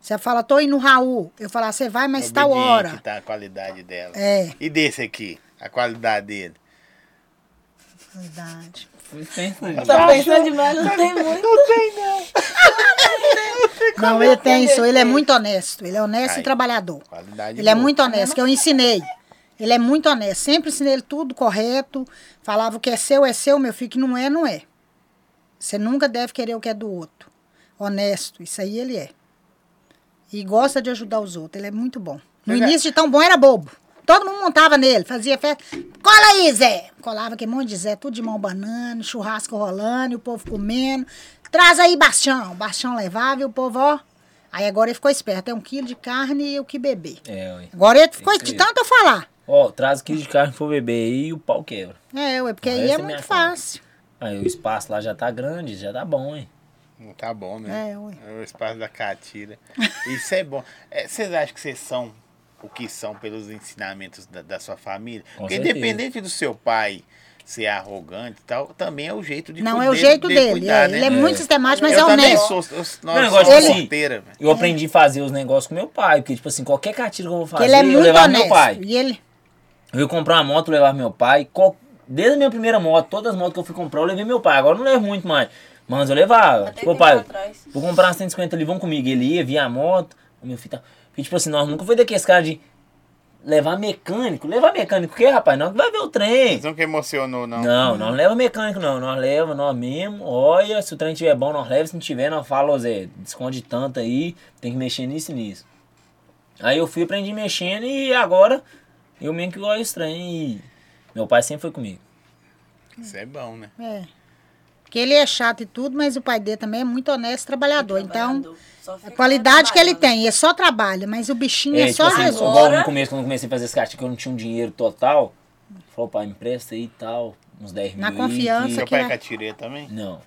[SPEAKER 4] Se ela fala, tô indo no Raul, eu falava, você vai, mas tal
[SPEAKER 1] Obediente,
[SPEAKER 4] hora.
[SPEAKER 1] Tá a qualidade dela.
[SPEAKER 4] É.
[SPEAKER 1] E desse aqui, a qualidade dele.
[SPEAKER 4] Verdade.
[SPEAKER 2] [laughs]
[SPEAKER 3] Tá pensando demais, não tem muito.
[SPEAKER 4] Não, ele tem isso, ele é muito honesto. Ele é honesto
[SPEAKER 1] Aí.
[SPEAKER 4] e trabalhador.
[SPEAKER 1] Qualidade
[SPEAKER 4] Ele é
[SPEAKER 1] boa.
[SPEAKER 4] muito honesto, que eu ensinei. Ele é muito honesto. Sempre ensinei ele tudo correto. Falava o que é seu, é seu, meu filho, que não é, não é. Você nunca deve querer o que é do outro. Honesto, isso aí ele é. E gosta de ajudar os outros, ele é muito bom. No
[SPEAKER 1] Ele é-
[SPEAKER 4] início de tão bom era bobo. Todo mundo montava nele, fazia festa. Cola aí, Zé! Colava aquele monte de Zé, tudo de mão banana, churrasco rolando, e o povo comendo. Traz aí, Bastião. Bastião levava e o povo, ó. Aí agora ele ficou esperto, é um quilo de carne e o que beber.
[SPEAKER 2] É, ué.
[SPEAKER 4] Agora ele ficou
[SPEAKER 2] Isso
[SPEAKER 4] de
[SPEAKER 2] aí.
[SPEAKER 4] tanto eu falar.
[SPEAKER 2] Ó, traz o quilo de carne pro bebê aí e o pau quebra.
[SPEAKER 4] É, ué, porque
[SPEAKER 2] Ah,
[SPEAKER 4] aí
[SPEAKER 2] essa
[SPEAKER 4] é
[SPEAKER 2] é minha conta.
[SPEAKER 4] muito fácil.
[SPEAKER 2] Aí o espaço lá já tá grande, já tá bom, hein?
[SPEAKER 1] Não tá bom, né?
[SPEAKER 4] É, ué.
[SPEAKER 1] o espaço da catira.
[SPEAKER 4] [laughs]
[SPEAKER 1] Isso é bom. É, Vocês acham que vocês são o que são pelos ensinamentos da, da sua família?
[SPEAKER 2] Com
[SPEAKER 1] Porque
[SPEAKER 2] certeza.
[SPEAKER 1] independente do seu pai ser arrogante e tal, também é o jeito de
[SPEAKER 4] Não
[SPEAKER 1] cuidar-
[SPEAKER 4] é o jeito
[SPEAKER 1] de
[SPEAKER 4] dele.
[SPEAKER 1] cuidar,
[SPEAKER 4] é,
[SPEAKER 1] né?
[SPEAKER 4] Ele é, muito sistemático, mas
[SPEAKER 1] eu
[SPEAKER 4] é
[SPEAKER 1] também
[SPEAKER 4] honesto.
[SPEAKER 1] sou, eu, sou- nós
[SPEAKER 2] Não, eu
[SPEAKER 1] somos
[SPEAKER 2] gosto assim.
[SPEAKER 1] porteira, velho.
[SPEAKER 4] É.
[SPEAKER 2] Eu aprendi a fazer os negócios com meu pai, porque, tipo assim, qualquer catira que eu vou
[SPEAKER 4] Porque
[SPEAKER 2] fazer,
[SPEAKER 4] ele é
[SPEAKER 2] eu
[SPEAKER 4] muito
[SPEAKER 2] levava meu pai.
[SPEAKER 4] honesto. E ele.
[SPEAKER 2] Eu ia comprar uma moto, eu levava meu pai. Qual- Desde a minha primeira moto, todas as motos que eu fui comprar, eu levei meu pai. Agora eu não levo muito mais. Mas eu levava.
[SPEAKER 3] Até
[SPEAKER 2] tipo,
[SPEAKER 3] tempo
[SPEAKER 2] pai,
[SPEAKER 3] atrás.
[SPEAKER 2] vou comprar umas 150 ali, vão comigo. Ele ia, via a moto. O meu filho tá... Porque, tipo assim, nós nunca foi daqueles caras de levar mecânico. Levar mecânico o quê, rapaz? Nós que vai ver o trem.
[SPEAKER 1] Vocês nunca emocionou, não.
[SPEAKER 2] Não, nós não leva mecânico, não. Nós leva, nós mesmo. Olha, se o trem tiver bom, nós leva. Se não tiver, nós fala, ô Zé, esconde tanto aí. Tem que mexer nisso e nisso. Aí eu fui, aprendi mexendo e agora eu mesmo que gosto dos trem. E meu pai sempre foi comigo.
[SPEAKER 1] Isso é bom, né?
[SPEAKER 4] É. Porque ele é chato e tudo, mas o pai dele também é muito honesto e trabalhador. Então,
[SPEAKER 3] Trabalhador. Tá Só
[SPEAKER 4] a
[SPEAKER 3] fica
[SPEAKER 4] qualidade que ele
[SPEAKER 3] trabalhando.
[SPEAKER 4] tem, ele só trabalha, mas o bichinho é, só
[SPEAKER 2] assim,
[SPEAKER 4] Jesus.
[SPEAKER 2] igual
[SPEAKER 3] Agora-
[SPEAKER 2] no começo, quando eu comecei a fazer esse cartão, que eu não tinha um dinheiro total. Falou, pai, me empresta aí e tal. uns 10 mil.
[SPEAKER 4] Na
[SPEAKER 2] e
[SPEAKER 4] confiança.
[SPEAKER 1] Seu
[SPEAKER 4] Isso aqui
[SPEAKER 1] pai
[SPEAKER 4] é-
[SPEAKER 1] é catireiro também?
[SPEAKER 2] Não.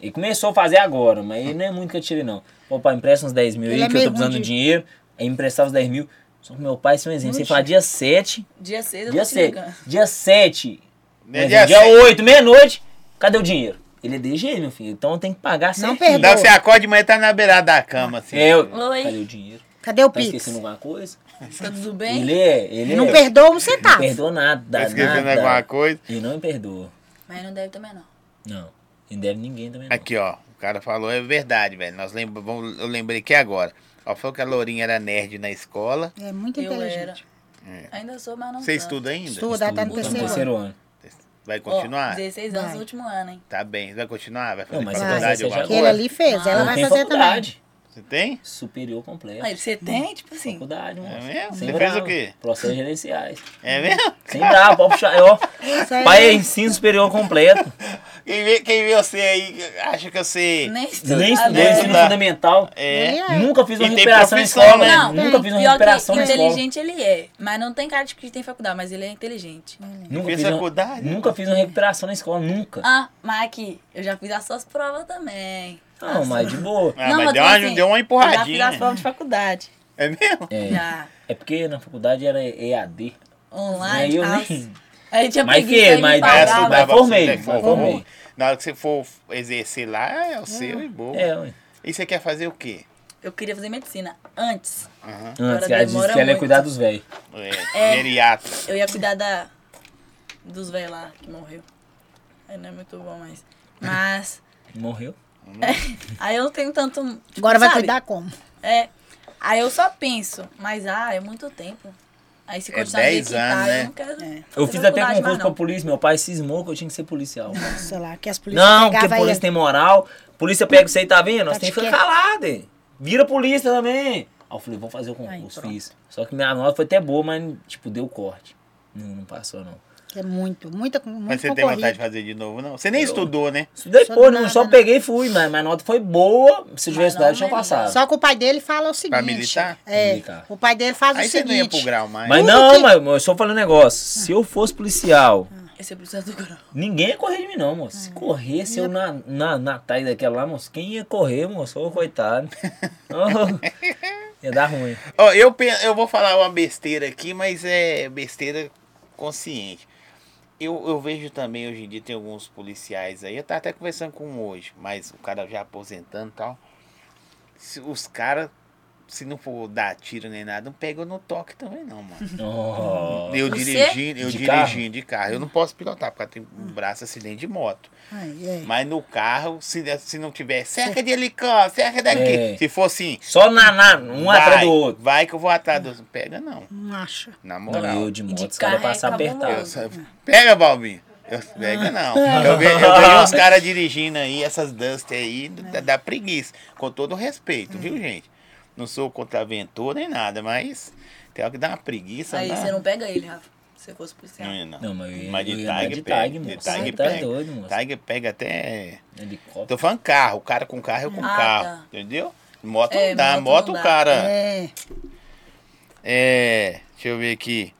[SPEAKER 2] Ele começou a fazer agora, mas ele não é muito que eu tirei, não. Pô, pai, empresta uns 10 mil
[SPEAKER 4] Ah. Ele
[SPEAKER 2] aí,
[SPEAKER 4] é
[SPEAKER 2] que eu
[SPEAKER 4] meio
[SPEAKER 2] tô
[SPEAKER 4] ruim
[SPEAKER 2] precisando de
[SPEAKER 4] de-
[SPEAKER 2] dinheiro. Aí emprestar os 10 mil. Só que meu pai, isso é um exemplo. Você
[SPEAKER 4] Muito
[SPEAKER 2] fala dia 7.
[SPEAKER 3] Dia 6 eu
[SPEAKER 2] Dia
[SPEAKER 3] tô te
[SPEAKER 2] 7.
[SPEAKER 3] ligando.
[SPEAKER 2] Dia 7.
[SPEAKER 1] Dia
[SPEAKER 2] Dia, dia
[SPEAKER 1] seis.
[SPEAKER 2] 8, meia-noite. Cadê o dinheiro? Ele é DG, meu filho. Então tem que pagar
[SPEAKER 4] Não
[SPEAKER 2] certinho.
[SPEAKER 1] Dá, você acorda de manhã e tá na beirada da cama, assim.
[SPEAKER 2] É, eu...
[SPEAKER 3] Oi.
[SPEAKER 2] Cadê o dinheiro?
[SPEAKER 4] Cadê o
[SPEAKER 2] Tá
[SPEAKER 4] Pix?
[SPEAKER 2] esquecendo alguma coisa?
[SPEAKER 3] Tá tudo bem?
[SPEAKER 2] Ele é. Ele
[SPEAKER 4] Não
[SPEAKER 2] é.
[SPEAKER 4] perdoa um
[SPEAKER 2] Não
[SPEAKER 4] centavo.
[SPEAKER 2] perdoa nada.
[SPEAKER 1] Tá esquecendo
[SPEAKER 2] nada.
[SPEAKER 1] alguma coisa.
[SPEAKER 2] Ele não me perdoa.
[SPEAKER 3] Mas não deve também, não.
[SPEAKER 2] Não. E Não deve ninguém também. Não.
[SPEAKER 1] Aqui, ó. O cara falou, é verdade, velho. Nós lembra, vamos- eu lembrei que agora. Ó, falou que a Lourinha era nerd na escola.
[SPEAKER 4] É muito
[SPEAKER 3] Eu era.
[SPEAKER 4] inteligente.
[SPEAKER 2] É.
[SPEAKER 3] Ainda sou, mas não
[SPEAKER 1] Você
[SPEAKER 3] tanto.
[SPEAKER 1] estuda ainda?
[SPEAKER 4] Estuda, tá no
[SPEAKER 2] Tá
[SPEAKER 4] terceiro, ano.
[SPEAKER 2] ano.
[SPEAKER 1] Vai
[SPEAKER 3] Ó,
[SPEAKER 1] continuar?
[SPEAKER 3] 16 anos,
[SPEAKER 4] Vai.
[SPEAKER 3] último ano, hein?
[SPEAKER 1] Tá bem. Vai continuar? Vai fazer
[SPEAKER 2] Não, mas você
[SPEAKER 1] faculdade
[SPEAKER 2] vai, você já-
[SPEAKER 1] alguma
[SPEAKER 4] Que
[SPEAKER 1] coisa?
[SPEAKER 4] ele ali fez,
[SPEAKER 3] Ah,
[SPEAKER 4] ela
[SPEAKER 2] Não
[SPEAKER 4] vai
[SPEAKER 2] tem
[SPEAKER 4] fazer também.
[SPEAKER 2] faculdade.
[SPEAKER 1] Você tem?
[SPEAKER 2] Superior completo.
[SPEAKER 3] Mas você tem, tipo assim.
[SPEAKER 2] Faculdade, mano.
[SPEAKER 1] É mesmo? Você
[SPEAKER 2] Sem
[SPEAKER 1] fez
[SPEAKER 2] brava.
[SPEAKER 1] o quê?
[SPEAKER 2] Processos gerenciais.
[SPEAKER 1] É mesmo?
[SPEAKER 2] Sem bravo, pode puxar. Ó,
[SPEAKER 4] aí
[SPEAKER 2] pai é
[SPEAKER 4] é-
[SPEAKER 2] ensino superior completo.
[SPEAKER 1] Quem vê, quem vê você aí, acha que você...
[SPEAKER 3] Nem Ah, estudar.
[SPEAKER 2] Nem estudou
[SPEAKER 1] né?
[SPEAKER 2] ensino fundamental.
[SPEAKER 1] É.
[SPEAKER 4] Ele é.
[SPEAKER 2] Nunca fiz uma
[SPEAKER 1] E tem
[SPEAKER 2] recuperação na
[SPEAKER 1] profissão,
[SPEAKER 2] escola.
[SPEAKER 1] né?
[SPEAKER 3] Não,
[SPEAKER 2] Nunca fiz uma
[SPEAKER 3] pior
[SPEAKER 2] recuperação
[SPEAKER 3] que
[SPEAKER 2] na escola.
[SPEAKER 3] inteligente ele é. Mas não tem cara de que tem faculdade, mas ele é inteligente.
[SPEAKER 2] Nunca
[SPEAKER 1] Fez
[SPEAKER 2] fiz, uma,
[SPEAKER 1] faculdade?
[SPEAKER 2] nunca fiz uma recuperação na escola, nunca.
[SPEAKER 3] Ah, mas aqui, eu já fiz as suas provas também.
[SPEAKER 2] Não, mas de boa.
[SPEAKER 1] Ah, mas deu, uma, deu uma
[SPEAKER 3] Eu já
[SPEAKER 1] empurradinha.
[SPEAKER 3] fiz as provas de faculdade.
[SPEAKER 1] É mesmo?
[SPEAKER 2] É,
[SPEAKER 3] Já.
[SPEAKER 2] é porque na faculdade era EAD.
[SPEAKER 3] Online,
[SPEAKER 2] Aí Né? eu
[SPEAKER 3] tal.
[SPEAKER 2] nem-
[SPEAKER 3] Aí tinha
[SPEAKER 2] Mas que-
[SPEAKER 3] preguiça,
[SPEAKER 2] mas-
[SPEAKER 3] aí me
[SPEAKER 1] Aí
[SPEAKER 2] Mas
[SPEAKER 3] pagava.
[SPEAKER 1] estudava,
[SPEAKER 2] formei,
[SPEAKER 1] você né,
[SPEAKER 2] mas
[SPEAKER 1] formou.
[SPEAKER 2] formei.
[SPEAKER 1] Na hora que você for exercer lá, é o seu e boa.
[SPEAKER 2] [laughs] É, ué.
[SPEAKER 1] E você quer fazer o quê?
[SPEAKER 3] Eu queria fazer medicina. Antes, Agora
[SPEAKER 2] Antes, ela disse
[SPEAKER 3] demora
[SPEAKER 2] que ela ia
[SPEAKER 3] muito.
[SPEAKER 2] cuidar dos velhos.
[SPEAKER 1] É, geriatra.
[SPEAKER 3] eu ia cuidar da, dos velhos lá que morreu. Aí não é muito bom, mas. Mas.
[SPEAKER 2] Morreu.
[SPEAKER 3] aí eu não tenho tanto. tipo,
[SPEAKER 4] Agora vai
[SPEAKER 3] sabe?
[SPEAKER 4] cuidar como?
[SPEAKER 3] É. Aí eu só penso, mas ah, é muito tempo. Aí se
[SPEAKER 1] É
[SPEAKER 3] continuar do
[SPEAKER 1] 10
[SPEAKER 3] jeito que
[SPEAKER 1] anos,
[SPEAKER 3] tá,
[SPEAKER 1] né?
[SPEAKER 3] eu não quero.
[SPEAKER 4] É.
[SPEAKER 2] Eu
[SPEAKER 3] fazer
[SPEAKER 2] fiz até
[SPEAKER 3] faculdade mais,
[SPEAKER 2] concurso pra
[SPEAKER 3] não.
[SPEAKER 2] polícia, meu pai cismou que eu tinha que ser policial.
[SPEAKER 4] Sei lá, que as polícias
[SPEAKER 2] Não, porque a
[SPEAKER 4] pegavam
[SPEAKER 2] polícia
[SPEAKER 4] ele.
[SPEAKER 2] tem moral. Polícia pega você aí, tá vendo? Nós
[SPEAKER 4] Tá
[SPEAKER 2] tem que
[SPEAKER 4] te
[SPEAKER 2] ficar
[SPEAKER 4] quieto.
[SPEAKER 2] calado. hein? Vira polícia também. Aí eu falei, vou fazer o
[SPEAKER 4] Aí,
[SPEAKER 2] concurso,
[SPEAKER 4] pronto.
[SPEAKER 2] fiz. Só que minha nota foi até boa, mas, tipo, deu corte. Não, não passou, não.
[SPEAKER 4] É muito, muita, muito
[SPEAKER 1] Mas você tem
[SPEAKER 4] concorrido.
[SPEAKER 1] vontade de fazer de novo, não? Você nem estudou, né?
[SPEAKER 2] Estudei
[SPEAKER 4] Só
[SPEAKER 2] pô,
[SPEAKER 4] do
[SPEAKER 2] não,
[SPEAKER 4] nada,
[SPEAKER 2] só
[SPEAKER 4] né?
[SPEAKER 2] peguei e fui, mas minha nota foi boa. Se eu tivesse estudado, eu
[SPEAKER 3] Mas não
[SPEAKER 2] tinha
[SPEAKER 3] melhor.
[SPEAKER 2] passado.
[SPEAKER 4] Só que o pai dele fala o seguinte.
[SPEAKER 1] militar?
[SPEAKER 4] É,
[SPEAKER 2] Militar.
[SPEAKER 4] o pai dele faz
[SPEAKER 1] Aí
[SPEAKER 4] o
[SPEAKER 1] você não ia pro
[SPEAKER 4] seguinte.
[SPEAKER 1] grau mais.
[SPEAKER 2] Mas
[SPEAKER 4] Tudo
[SPEAKER 2] não,
[SPEAKER 4] que-
[SPEAKER 2] mas eu só falei um negócio. Se eu fosse policial,
[SPEAKER 3] Esse é policial do grau.
[SPEAKER 2] Ninguém ia correr de mim, não, moço. Se corresse eu na, na, na taia daquela lá, moço, quem ia correr, moço? Ô, coitado. Ô, ia dar ruim.
[SPEAKER 1] Ó, eu, pe- eu vou falar uma besteira aqui, mas é besteira consciente. Eu, eu vejo também hoje em dia tem alguns policiais aí, eu tava até conversando com um hoje, mas o cara já aposentando e tal. Se os caras, se não for dar tiro nem nada, não pega no toque também não,
[SPEAKER 2] [laughs]
[SPEAKER 1] mano.
[SPEAKER 2] Ó,
[SPEAKER 1] Eu
[SPEAKER 3] Você?
[SPEAKER 1] dirigindo, eu
[SPEAKER 2] De carro?
[SPEAKER 1] dirigindo de carro. Eu não posso pilotar, porque eu tenho um braço acidente de moto.
[SPEAKER 4] Ai, é.
[SPEAKER 1] Mas no carro, se, se não tiver cerca de helicóptero, cerca daqui.
[SPEAKER 2] É.
[SPEAKER 1] Se for assim,
[SPEAKER 2] Só na, na um
[SPEAKER 1] vai,
[SPEAKER 2] atrás do outro.
[SPEAKER 1] vai que eu vou atrás do outro. Pega não.
[SPEAKER 4] Não acha.
[SPEAKER 1] Na
[SPEAKER 2] Não,
[SPEAKER 1] moral.
[SPEAKER 2] eu de moto,
[SPEAKER 3] de
[SPEAKER 2] os caras
[SPEAKER 3] carro é
[SPEAKER 2] passam
[SPEAKER 1] Eu
[SPEAKER 2] apertado.
[SPEAKER 3] cabuloso.
[SPEAKER 1] só- Pega, Balbinho. Eu, pega não. Eu, ve- eu vejo
[SPEAKER 2] [laughs]
[SPEAKER 1] os caras dirigindo aí, essas Duster aí, dá, dá preguiça. Com todo o respeito, viu,
[SPEAKER 2] Hum.
[SPEAKER 1] gente? Não sou contraventor nem nada, mas tem hora que dá uma preguiça.
[SPEAKER 3] Aí você não pega ele, Rafa. Se eu fosse policial.
[SPEAKER 1] Não, não.
[SPEAKER 2] Não, mas eu-
[SPEAKER 1] de
[SPEAKER 2] eu ia andar
[SPEAKER 1] Tiger
[SPEAKER 2] de
[SPEAKER 1] pega.
[SPEAKER 2] Tiger,
[SPEAKER 1] de
[SPEAKER 2] moço.
[SPEAKER 1] Tiger
[SPEAKER 2] Você tá
[SPEAKER 1] pega.
[SPEAKER 2] doido, é moço.
[SPEAKER 1] Tiger pega até...
[SPEAKER 2] Helicóptero.
[SPEAKER 1] Tô falando carro. O cara com carro, eu com
[SPEAKER 3] Ah,
[SPEAKER 1] carro.
[SPEAKER 3] tá.
[SPEAKER 1] Entendeu? Moto
[SPEAKER 3] É,
[SPEAKER 1] não dá.
[SPEAKER 3] moto
[SPEAKER 1] Moto,
[SPEAKER 3] não dá.
[SPEAKER 1] o cara...
[SPEAKER 4] É.
[SPEAKER 1] É, deixa eu ver aqui.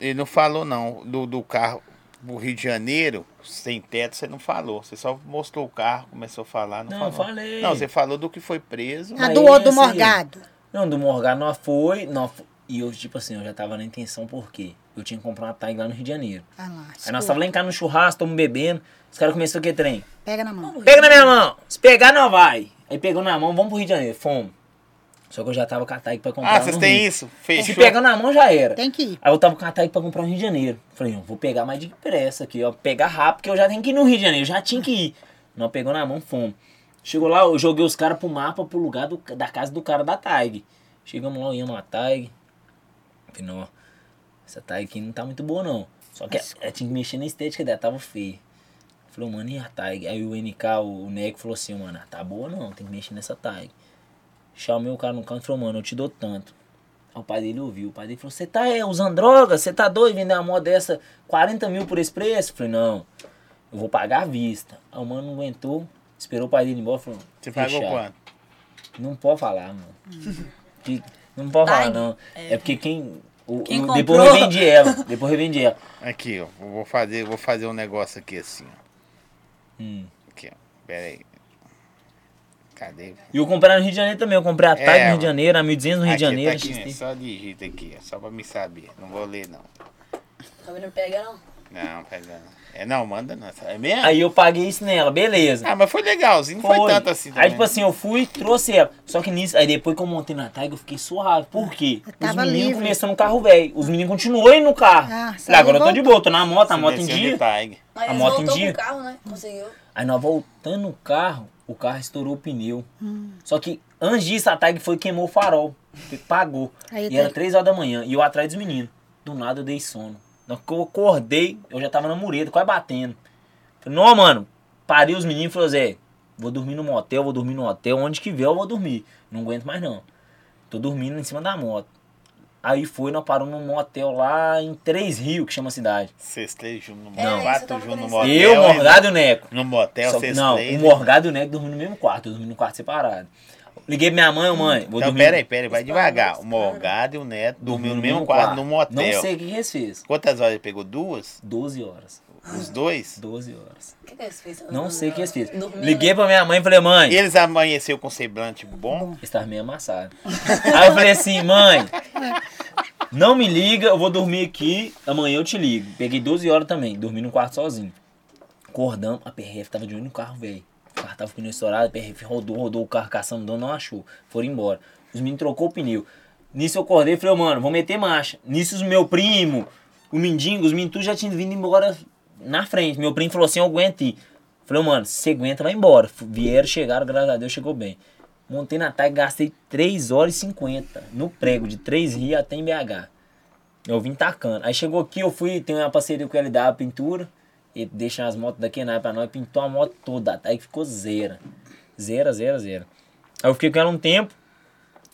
[SPEAKER 1] Ele não falou, não, do, do carro pro Rio de Janeiro, sem teto, você não falou. Você só mostrou o carro, começou a falar, não,
[SPEAKER 2] Não,
[SPEAKER 1] falou.
[SPEAKER 2] falei.
[SPEAKER 1] Não, você falou do que foi preso.
[SPEAKER 4] A
[SPEAKER 2] Mas
[SPEAKER 4] do outro, do
[SPEAKER 2] esse-
[SPEAKER 4] Morgado.
[SPEAKER 2] Não, do Morgado nós foi, nós fo- E eu, tipo assim, eu já tava na intenção porque eu tinha que comprar uma Tiger lá no Rio de Janeiro.
[SPEAKER 4] Ah lá,
[SPEAKER 2] Aí nós tava lá em casa no churrasco, tamo bebendo. Os caras começaram a que trem.
[SPEAKER 4] Pega na mão.
[SPEAKER 2] Pega na minha mão. Se pegar, não vai. Aí pegou na mão, vamos pro Rio de Janeiro. Fomos. Só que eu já tava com a tag pra comprar.
[SPEAKER 1] ah, vocês
[SPEAKER 2] no
[SPEAKER 1] têm
[SPEAKER 2] Rio.
[SPEAKER 1] isso? Fechou.
[SPEAKER 2] Se pegar na mão, já era.
[SPEAKER 4] Tem que ir.
[SPEAKER 2] Aí eu tava com a tag pra comprar no Rio de Janeiro. Falei, não, vou pegar mais depressa aqui, ó. Pegar rápido, porque eu já tenho que ir no Rio de Janeiro. Já tinha que ir. Não, pegou na mão, fomos. Chegou lá, eu joguei os caras pro mapa, pro lugar do- da casa do cara da tag. Chegamos lá, olhamos a tag. Falei, não, essa tag aqui não tá muito boa, não. Só que ela tinha que mexer na estética dela, tava feia. Falou, mano, e a tag? Aí o NK, o, o Neco, falou assim, mano, ah, tá boa não, tem que mexer nessa tag. Chamei o cara no canto e falou, mano, eu te dou tanto. Aí o pai dele ouviu, o pai dele falou, você tá é, usando droga? Você tá doido vender uma moto dessa 40 mil por esse preço? Falei, não, eu vou pagar à vista. Aí o mano não aguentou, esperou o pai dele ir embora, falou,
[SPEAKER 1] Você pagou
[SPEAKER 2] fechado.
[SPEAKER 1] quanto?
[SPEAKER 2] Não pode falar, mano. Que- Não pode falar,
[SPEAKER 3] Tag?
[SPEAKER 2] não. É, porque quem, O-
[SPEAKER 3] Quem
[SPEAKER 2] o-
[SPEAKER 3] comprou?
[SPEAKER 2] depois eu revendi ela. Depois eu revendi
[SPEAKER 3] [laughs]
[SPEAKER 2] ela.
[SPEAKER 1] Aqui, ó. eu Vou fazer, vou fazer um negócio aqui assim, ó.
[SPEAKER 2] Hum.
[SPEAKER 1] Aqui, ó. Pera aí. Cadê?
[SPEAKER 2] E eu comprei lá no Rio de Janeiro também. Eu comprei a TAG no Rio
[SPEAKER 1] É, mano.
[SPEAKER 2] de Janeiro, a 1200 no Rio de
[SPEAKER 1] Aqui, tá
[SPEAKER 2] Janeiro.
[SPEAKER 1] aqui, né?
[SPEAKER 2] XT.
[SPEAKER 1] Só digita aqui, ó, só pra me saber. Não vou ler, não.
[SPEAKER 3] Também não Tá pega, não.
[SPEAKER 1] Não, pega não. É, não, manda não. É mesmo?
[SPEAKER 2] Aí eu paguei isso nela, beleza.
[SPEAKER 1] Ah, mas foi legalzinho. Não foi, tanto assim também.
[SPEAKER 2] Aí, tipo assim, eu fui, trouxe ela. Só que nisso, aí depois que eu montei na tag, eu fiquei suave. Por quê? Os
[SPEAKER 4] Tava
[SPEAKER 2] meninos
[SPEAKER 4] livre.
[SPEAKER 2] começaram no carro velho. Os meninos continuam indo no carro.
[SPEAKER 4] Ah,
[SPEAKER 2] Falei,
[SPEAKER 4] saiu
[SPEAKER 2] agora eu tô
[SPEAKER 4] voltou.
[SPEAKER 2] de boa, tô na moto, a
[SPEAKER 1] Você
[SPEAKER 2] moto em
[SPEAKER 1] desceu de
[SPEAKER 2] dia.
[SPEAKER 1] Tag.
[SPEAKER 3] Mas
[SPEAKER 2] A
[SPEAKER 3] eles
[SPEAKER 2] moto em
[SPEAKER 3] voltou
[SPEAKER 2] dia?
[SPEAKER 3] com o carro, né? Conseguiu.
[SPEAKER 2] Aí nós voltando o carro, o carro estourou o pneu.
[SPEAKER 4] Hum.
[SPEAKER 2] Só que antes disso, a tag foi e queimou o farol. que Pagou.
[SPEAKER 4] Aí
[SPEAKER 2] e
[SPEAKER 4] tá.
[SPEAKER 2] era três horas da manhã. E eu atrás dos meninos. Do nada eu dei sono. Na hora que eu acordei, eu já tava na mureta, quase batendo. Falei, não, mano. Parei os meninos e falei, Zé, vou dormir no motel, vou dormir no hotel. Onde que vier eu vou dormir. Não aguento mais não. Tô dormindo em cima da moto. Aí foi, nós paramos num motel lá em Três Rios, que chama a cidade.
[SPEAKER 1] Vocês três juntos no
[SPEAKER 3] É, isso eu
[SPEAKER 1] motel. Quatro
[SPEAKER 3] tava
[SPEAKER 1] juntos no
[SPEAKER 3] pensando.
[SPEAKER 1] motel.
[SPEAKER 2] eu,
[SPEAKER 1] hein?
[SPEAKER 2] Morgado e o Neco.
[SPEAKER 1] No motel,
[SPEAKER 2] Só-
[SPEAKER 1] vocês
[SPEAKER 2] não,
[SPEAKER 1] três.
[SPEAKER 2] o Morgado e o Neco dormiam no mesmo quarto, eu dormi no quarto separado. Liguei pra minha mãe, ô mãe, vou
[SPEAKER 1] Então,
[SPEAKER 2] dormir.
[SPEAKER 1] peraí, peraí, vai
[SPEAKER 3] Os
[SPEAKER 1] devagar.
[SPEAKER 3] pais,
[SPEAKER 1] O Morgado e o Neto
[SPEAKER 2] dormi
[SPEAKER 1] dormiam no mesmo quarto, no motel.
[SPEAKER 2] Não sei o que que eles fez.
[SPEAKER 1] Quantas horas ele pegou? Duas?
[SPEAKER 2] 12 horas.
[SPEAKER 1] Os dois?
[SPEAKER 2] 12 horas.
[SPEAKER 3] O que, é que eles fizeram?
[SPEAKER 2] Não sei o que é eles fez.
[SPEAKER 3] Dormindo.
[SPEAKER 2] Liguei pra minha mãe e falei, mãe, eles
[SPEAKER 1] Eles amanheceu com semblante bom?
[SPEAKER 2] estavam meio amassados. Aí eu falei assim, mãe, não me liga, eu vou dormir aqui, amanhã eu te ligo. Peguei 12 horas também, dormi no quarto sozinho. Acordamos, a PRF tava de olho no carro, velho. O carro tava com o pneu estourado, a PRF rodou, rodou o carro caçando, o dono não achou. Foram embora. Os meninos trocou o pneu. Nisso eu acordei e falei, mano, vou meter marcha. Nisso os meu primo, o Mindingo, os meninos tudo já tinham vindo embora na frente. Meu primo falou assim, eu aguento ir. Falei, mano, se você aguenta, vai embora. F- Vieram, chegaram, graças a Deus, chegou bem. Montei na TAG, gastei 3 horas e 50 no prego, de 3 rios até em BH. Eu vim tacando. Aí chegou aqui, eu fui, tem uma parceria com o LDA Pintura. E deixa as motos da Kenai pra nós. Pintou a moto toda. Aí ficou zera. Zera, zera, zera. Aí eu fiquei com ela um tempo.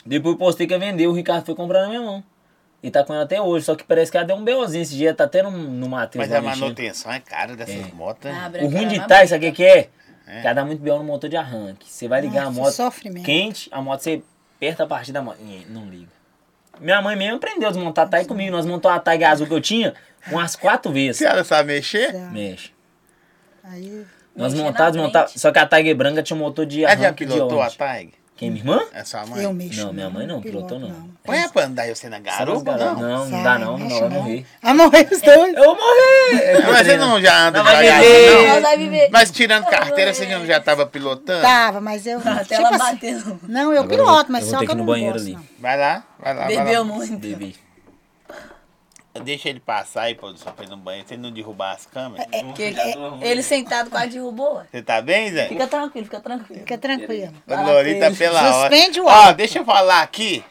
[SPEAKER 2] Depois eu postei que ia vender. O Ricardo foi comprar na minha mão. E tá com ela até hoje. Só que parece que ela deu um BOzinho esse dia. Tá até no, no Matheus.
[SPEAKER 1] Mas
[SPEAKER 2] lá
[SPEAKER 1] a
[SPEAKER 2] mexendo.
[SPEAKER 1] manutenção é cara dessas motos. né?
[SPEAKER 3] Ah,
[SPEAKER 2] O
[SPEAKER 3] branca
[SPEAKER 2] ruim
[SPEAKER 3] era
[SPEAKER 2] de
[SPEAKER 3] mais
[SPEAKER 2] trás, sabe o que, que é?
[SPEAKER 1] É.
[SPEAKER 2] Que ela dá muito BO no motor de arranque. Você vai ligar
[SPEAKER 4] Nossa,
[SPEAKER 2] a moto
[SPEAKER 4] sofrimento.
[SPEAKER 2] quente, a moto você aperta a parte da moto. Nhê, Não liga. Minha mãe mesmo aprendeu a desmontar a tag comigo. Nós montamos a tag azul que eu tinha umas quatro vezes.
[SPEAKER 1] Se ela sabe mexer,
[SPEAKER 4] Tá.
[SPEAKER 2] Mexe.
[SPEAKER 4] Aí,
[SPEAKER 2] Nós
[SPEAKER 3] Mexer na
[SPEAKER 2] montávamos, montávamos.
[SPEAKER 3] frente.
[SPEAKER 2] Só que a Tiger branca tinha um motor de
[SPEAKER 1] ela já
[SPEAKER 2] arranque de
[SPEAKER 1] pilotou a
[SPEAKER 2] ônibus.
[SPEAKER 1] Tag?
[SPEAKER 2] Quem, minha irmã?
[SPEAKER 1] É sua mãe?
[SPEAKER 4] eu mexo.
[SPEAKER 2] Não, minha mãe não, pilotou não.
[SPEAKER 1] Põe a pra andar eu sendo a garupa,
[SPEAKER 2] Não, é
[SPEAKER 1] não?
[SPEAKER 2] não,
[SPEAKER 4] Sai,
[SPEAKER 2] dá não, não,
[SPEAKER 4] mexe
[SPEAKER 2] vai morrer.
[SPEAKER 4] Vai morrer os dois.
[SPEAKER 2] Eu vou morrer!
[SPEAKER 1] Mas você não já anda
[SPEAKER 2] Não, mas
[SPEAKER 1] devagarzinho,
[SPEAKER 2] bebê.
[SPEAKER 1] não?
[SPEAKER 3] Nós vai viver.
[SPEAKER 1] Mas tirando carteira, você não já tava pilotando?
[SPEAKER 4] Tava, mas
[SPEAKER 2] [laughs]
[SPEAKER 4] eu.
[SPEAKER 3] Tá, Até
[SPEAKER 4] tipo
[SPEAKER 3] ela
[SPEAKER 4] assim,
[SPEAKER 3] bateu.
[SPEAKER 4] Não, eu
[SPEAKER 2] Agora eu
[SPEAKER 4] piloto,
[SPEAKER 2] vou-
[SPEAKER 4] mas
[SPEAKER 2] eu vou
[SPEAKER 4] só
[SPEAKER 2] ter
[SPEAKER 4] que
[SPEAKER 2] que ir
[SPEAKER 4] eu
[SPEAKER 2] no
[SPEAKER 4] não
[SPEAKER 2] banheiro
[SPEAKER 4] gosto,
[SPEAKER 2] ali.
[SPEAKER 4] não.
[SPEAKER 1] Vai lá, Ah, vai lá, vai
[SPEAKER 3] Bebeu
[SPEAKER 1] lá.
[SPEAKER 3] muito.
[SPEAKER 2] Bebê.
[SPEAKER 1] Deixa ele passar aí, produção, pra ir no banheiro. Você não derrubar as câmeras?
[SPEAKER 3] Que- é que- ele sentado quase derrubou. ué.
[SPEAKER 1] Você tá bem, Zé?
[SPEAKER 3] Fica tranquilo, fica tranquilo.
[SPEAKER 4] Fica tranquilo.
[SPEAKER 1] A Lorita pela hora.
[SPEAKER 4] Suspende o
[SPEAKER 1] Ó,
[SPEAKER 4] áudio.
[SPEAKER 1] deixa eu falar aqui.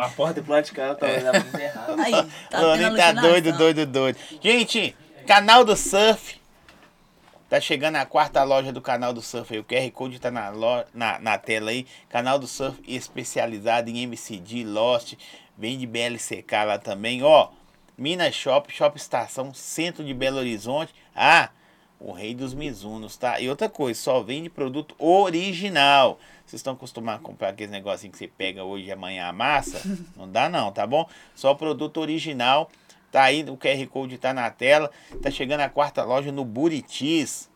[SPEAKER 2] A porta do lado de cá, eu tava olhando errado.
[SPEAKER 3] Aí, tá tendo
[SPEAKER 1] Lorita
[SPEAKER 3] alucinação.
[SPEAKER 1] doido, doido, doido. Gente, canal do Surf. Tá chegando a quarta loja do canal do Surf aí. O QR Code tá na, lo- na, na tela aí. Canal do Surf especializado em MCD, Lost. Vende BLCK lá também. Ó, Minas Shop, Shop Estação, Centro de Belo Horizonte. Ah, o rei dos Mizunos, tá? E outra coisa, só vende produto original. Vocês estão acostumados a comprar aqueles negocinhos que você pega hoje e amanhã amassa? Não dá não, tá bom? Só produto original. Tá aí, o QR Code tá na tela. Tá chegando a quarta loja no Buritis.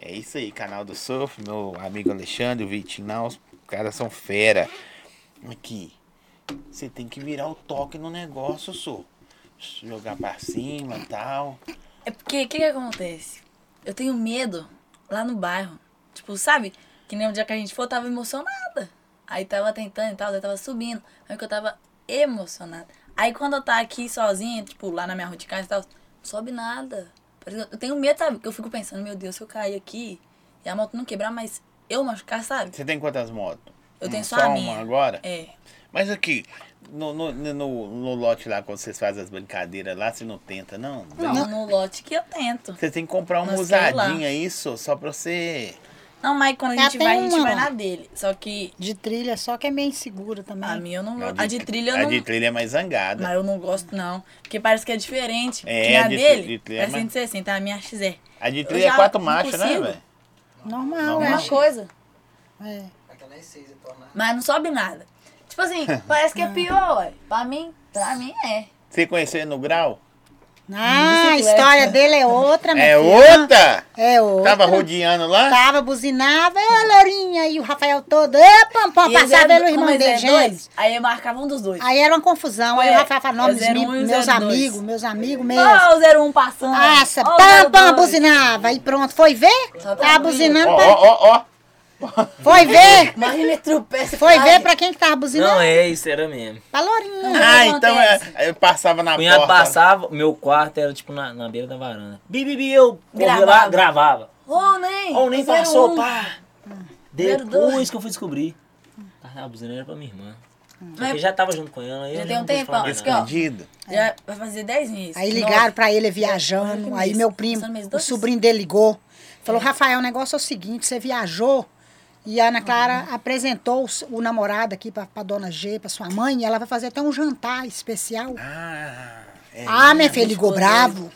[SPEAKER 1] É isso aí, canal do Surf, meu amigo Alexandre, o Vitinho, não, os caras são fera. Aqui, você tem que virar o toque no negócio, Sur. Jogar pra cima e tal.
[SPEAKER 3] É porque, o que que acontece? Eu tenho medo lá no bairro. Tipo, sabe? Que nem o dia que a gente foi, eu tava emocionada. Aí tava tentando e tal, aí tava subindo. Aí que eu tava emocionada. Aí quando eu tava aqui sozinha, tipo, lá na minha rua de casa e tal, não sobe nada. Parece que Eu eu tenho medo, sabe? Porque eu fico pensando, meu Deus, se eu cair aqui e a moto não quebrar, mas eu machucar, sabe?
[SPEAKER 1] Você tem quantas motos?
[SPEAKER 3] Eu tenho
[SPEAKER 1] Hum,
[SPEAKER 3] só,
[SPEAKER 1] só
[SPEAKER 3] a
[SPEAKER 1] uma
[SPEAKER 3] minha.
[SPEAKER 1] agora?
[SPEAKER 3] É.
[SPEAKER 1] Mas aqui, no, no, no, no lote lá, quando vocês fazem as brincadeiras lá, você não tenta, não?
[SPEAKER 3] Não, no lote que eu tento.
[SPEAKER 1] Você tem que comprar uma
[SPEAKER 3] Nós temos
[SPEAKER 1] usadinha isso, só pra você.
[SPEAKER 3] Não, mas quando a
[SPEAKER 4] Ela
[SPEAKER 3] gente
[SPEAKER 4] tem
[SPEAKER 3] vai, a gente
[SPEAKER 4] uma.
[SPEAKER 3] vai na dele. Só que
[SPEAKER 4] De trilha, só que é meio insegura também.
[SPEAKER 3] a Ah, minha eu não gosto. A de trilha eu
[SPEAKER 1] A
[SPEAKER 3] não.
[SPEAKER 1] de trilha é mais zangada.
[SPEAKER 3] Mas eu não gosto, não. Porque parece que é diferente.
[SPEAKER 1] É,
[SPEAKER 3] que a
[SPEAKER 1] de-
[SPEAKER 3] dele
[SPEAKER 1] de- de-
[SPEAKER 3] é
[SPEAKER 1] mas-
[SPEAKER 3] 160, a minha XR.
[SPEAKER 1] A de
[SPEAKER 3] eu
[SPEAKER 1] trilha é
[SPEAKER 3] já
[SPEAKER 1] quatro
[SPEAKER 3] não
[SPEAKER 1] marchas, né,
[SPEAKER 3] consigo.
[SPEAKER 1] velho?
[SPEAKER 4] Normal,
[SPEAKER 1] Normal.
[SPEAKER 4] é.
[SPEAKER 3] Uma coisa,
[SPEAKER 4] É.
[SPEAKER 3] mas não sobe nada. Tipo assim, parece que é pior, ué. Pra mim, pra mim é.
[SPEAKER 1] Você conheceu ele no grau?
[SPEAKER 4] Ah, a
[SPEAKER 3] Bicicleta.
[SPEAKER 4] história dele é
[SPEAKER 3] Ah,
[SPEAKER 4] outra, minha
[SPEAKER 1] É
[SPEAKER 4] filha.
[SPEAKER 1] outra?
[SPEAKER 4] É outra.
[SPEAKER 1] Tava rodeando lá?
[SPEAKER 3] Tá,
[SPEAKER 4] Tava, buzinava, ô Lourinha, e o Rafael todo, ô pam, pam,
[SPEAKER 3] E eles
[SPEAKER 4] passava
[SPEAKER 3] eram-
[SPEAKER 4] ele e o irmão
[SPEAKER 3] mas
[SPEAKER 4] dele,
[SPEAKER 3] eram
[SPEAKER 4] gente.
[SPEAKER 3] dois, Aí marcava um dos dois.
[SPEAKER 4] Aí era uma confusão. Aí
[SPEAKER 3] É,
[SPEAKER 4] o Rafael falava, não,
[SPEAKER 3] é zero um e
[SPEAKER 4] meus, meus
[SPEAKER 3] zero dois.
[SPEAKER 4] amigos, meus amigos mesmo.
[SPEAKER 3] Ó, o 01 passando.
[SPEAKER 4] Nossa,
[SPEAKER 3] Ó, o
[SPEAKER 4] pam,
[SPEAKER 3] 02.
[SPEAKER 4] pam, buzinava. E pronto, foi ver?
[SPEAKER 3] Só pra
[SPEAKER 4] Tava
[SPEAKER 3] ouvir.
[SPEAKER 1] Ó,
[SPEAKER 4] buzinando, pra...
[SPEAKER 1] ó, ó,
[SPEAKER 4] foi ver?
[SPEAKER 3] Marina tropeça. e
[SPEAKER 4] Foi
[SPEAKER 3] cai.
[SPEAKER 4] ver pra quem que tava buzinando?
[SPEAKER 2] Não, é isso, era mesmo.
[SPEAKER 4] Pra
[SPEAKER 1] ó.
[SPEAKER 4] Lourinha.
[SPEAKER 1] Ah,
[SPEAKER 3] que
[SPEAKER 1] então
[SPEAKER 3] acontece?
[SPEAKER 1] é, eu passava na
[SPEAKER 2] Cunhado
[SPEAKER 1] porta.
[SPEAKER 2] passava, meu quarto era tipo na, na beira da varanda. Bibi, bi, eu corria lá,
[SPEAKER 3] Gravava.
[SPEAKER 2] gravava.
[SPEAKER 3] Ô, nem.
[SPEAKER 2] Ou nem
[SPEAKER 3] zero
[SPEAKER 2] passou,
[SPEAKER 3] um.
[SPEAKER 2] pá.
[SPEAKER 3] Zero
[SPEAKER 2] Depois
[SPEAKER 3] dois.
[SPEAKER 2] que eu fui descobrir. A buzina era pra minha irmã. Só que
[SPEAKER 3] Mas-
[SPEAKER 2] eu já tava junto com ela. aí
[SPEAKER 3] Já
[SPEAKER 2] eu
[SPEAKER 3] tem um
[SPEAKER 2] não quis falar
[SPEAKER 3] tempão.
[SPEAKER 2] mais
[SPEAKER 3] Isso
[SPEAKER 2] nada.
[SPEAKER 3] ó.
[SPEAKER 1] Bandido.
[SPEAKER 3] Já vai fazer 10 meses.
[SPEAKER 4] Aí
[SPEAKER 3] Nove.
[SPEAKER 4] ligaram pra ele
[SPEAKER 3] Olha que
[SPEAKER 4] viajando. Aí
[SPEAKER 3] mês.
[SPEAKER 4] meu primo,
[SPEAKER 3] São mês
[SPEAKER 4] o
[SPEAKER 3] dois?
[SPEAKER 4] sobrinho dele ligou. Falou, Rafael, o negócio é o seguinte, você viajou e a Ana Clara apresentou o s- o namorado aqui pra, pra dona G, pra sua mãe, e ela vai fazer até um jantar especial.
[SPEAKER 1] Ah, é.
[SPEAKER 4] ah, minha filha, ligou
[SPEAKER 3] Ficou
[SPEAKER 4] bravo.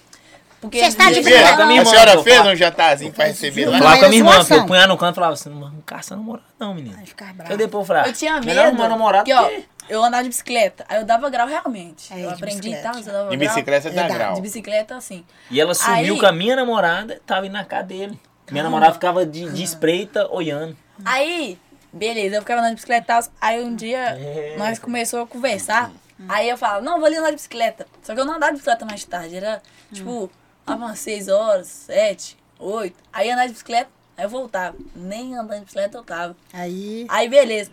[SPEAKER 3] Porque
[SPEAKER 4] Cê
[SPEAKER 3] eles
[SPEAKER 4] está de
[SPEAKER 3] viram-
[SPEAKER 1] Fez?
[SPEAKER 4] Não,
[SPEAKER 1] a
[SPEAKER 2] não.
[SPEAKER 1] senhora
[SPEAKER 2] Não.
[SPEAKER 1] fez um jantarzinho pra receber
[SPEAKER 4] Não.
[SPEAKER 1] lá?
[SPEAKER 2] Eu
[SPEAKER 4] Não.
[SPEAKER 2] falava com a minha irmã,
[SPEAKER 4] zoação.
[SPEAKER 2] filho, eu punhava no canto e falava assim, não vamos caçar namorado não, menino.
[SPEAKER 4] Aí ficar bravo.
[SPEAKER 2] Eu depois falava,
[SPEAKER 3] Eu tinha medo.
[SPEAKER 2] melhor arrumar namorado
[SPEAKER 3] Porque, ó,
[SPEAKER 2] que...
[SPEAKER 3] eu andava de bicicleta. Aí eu dava grau realmente.
[SPEAKER 4] É,
[SPEAKER 3] eu
[SPEAKER 4] de
[SPEAKER 3] aprendi e
[SPEAKER 4] bicicleta.
[SPEAKER 3] tal, mas eu dava
[SPEAKER 1] De
[SPEAKER 3] grau.
[SPEAKER 1] bicicleta dá
[SPEAKER 4] É, dá.
[SPEAKER 1] grau.
[SPEAKER 3] De bicicleta, assim.
[SPEAKER 2] E ela sumiu
[SPEAKER 3] Aí-
[SPEAKER 2] com a minha namorada, tava indo na casa dele. Minha namorada ficava de, de espreita, olhando.
[SPEAKER 3] Aí, beleza, eu ficava andando de bicicleta e tal. Aí um dia
[SPEAKER 4] É.
[SPEAKER 3] nós começou a conversar. Aí eu falo, não, vou ali andar de bicicleta. Só que eu não andava de bicicleta mais tarde. Era tipo, lá umas 6 horas, 7, 8. Aí eu andava de bicicleta, aí eu voltava. Nem andando de bicicleta eu tava.
[SPEAKER 4] Aí,
[SPEAKER 3] Aí beleza.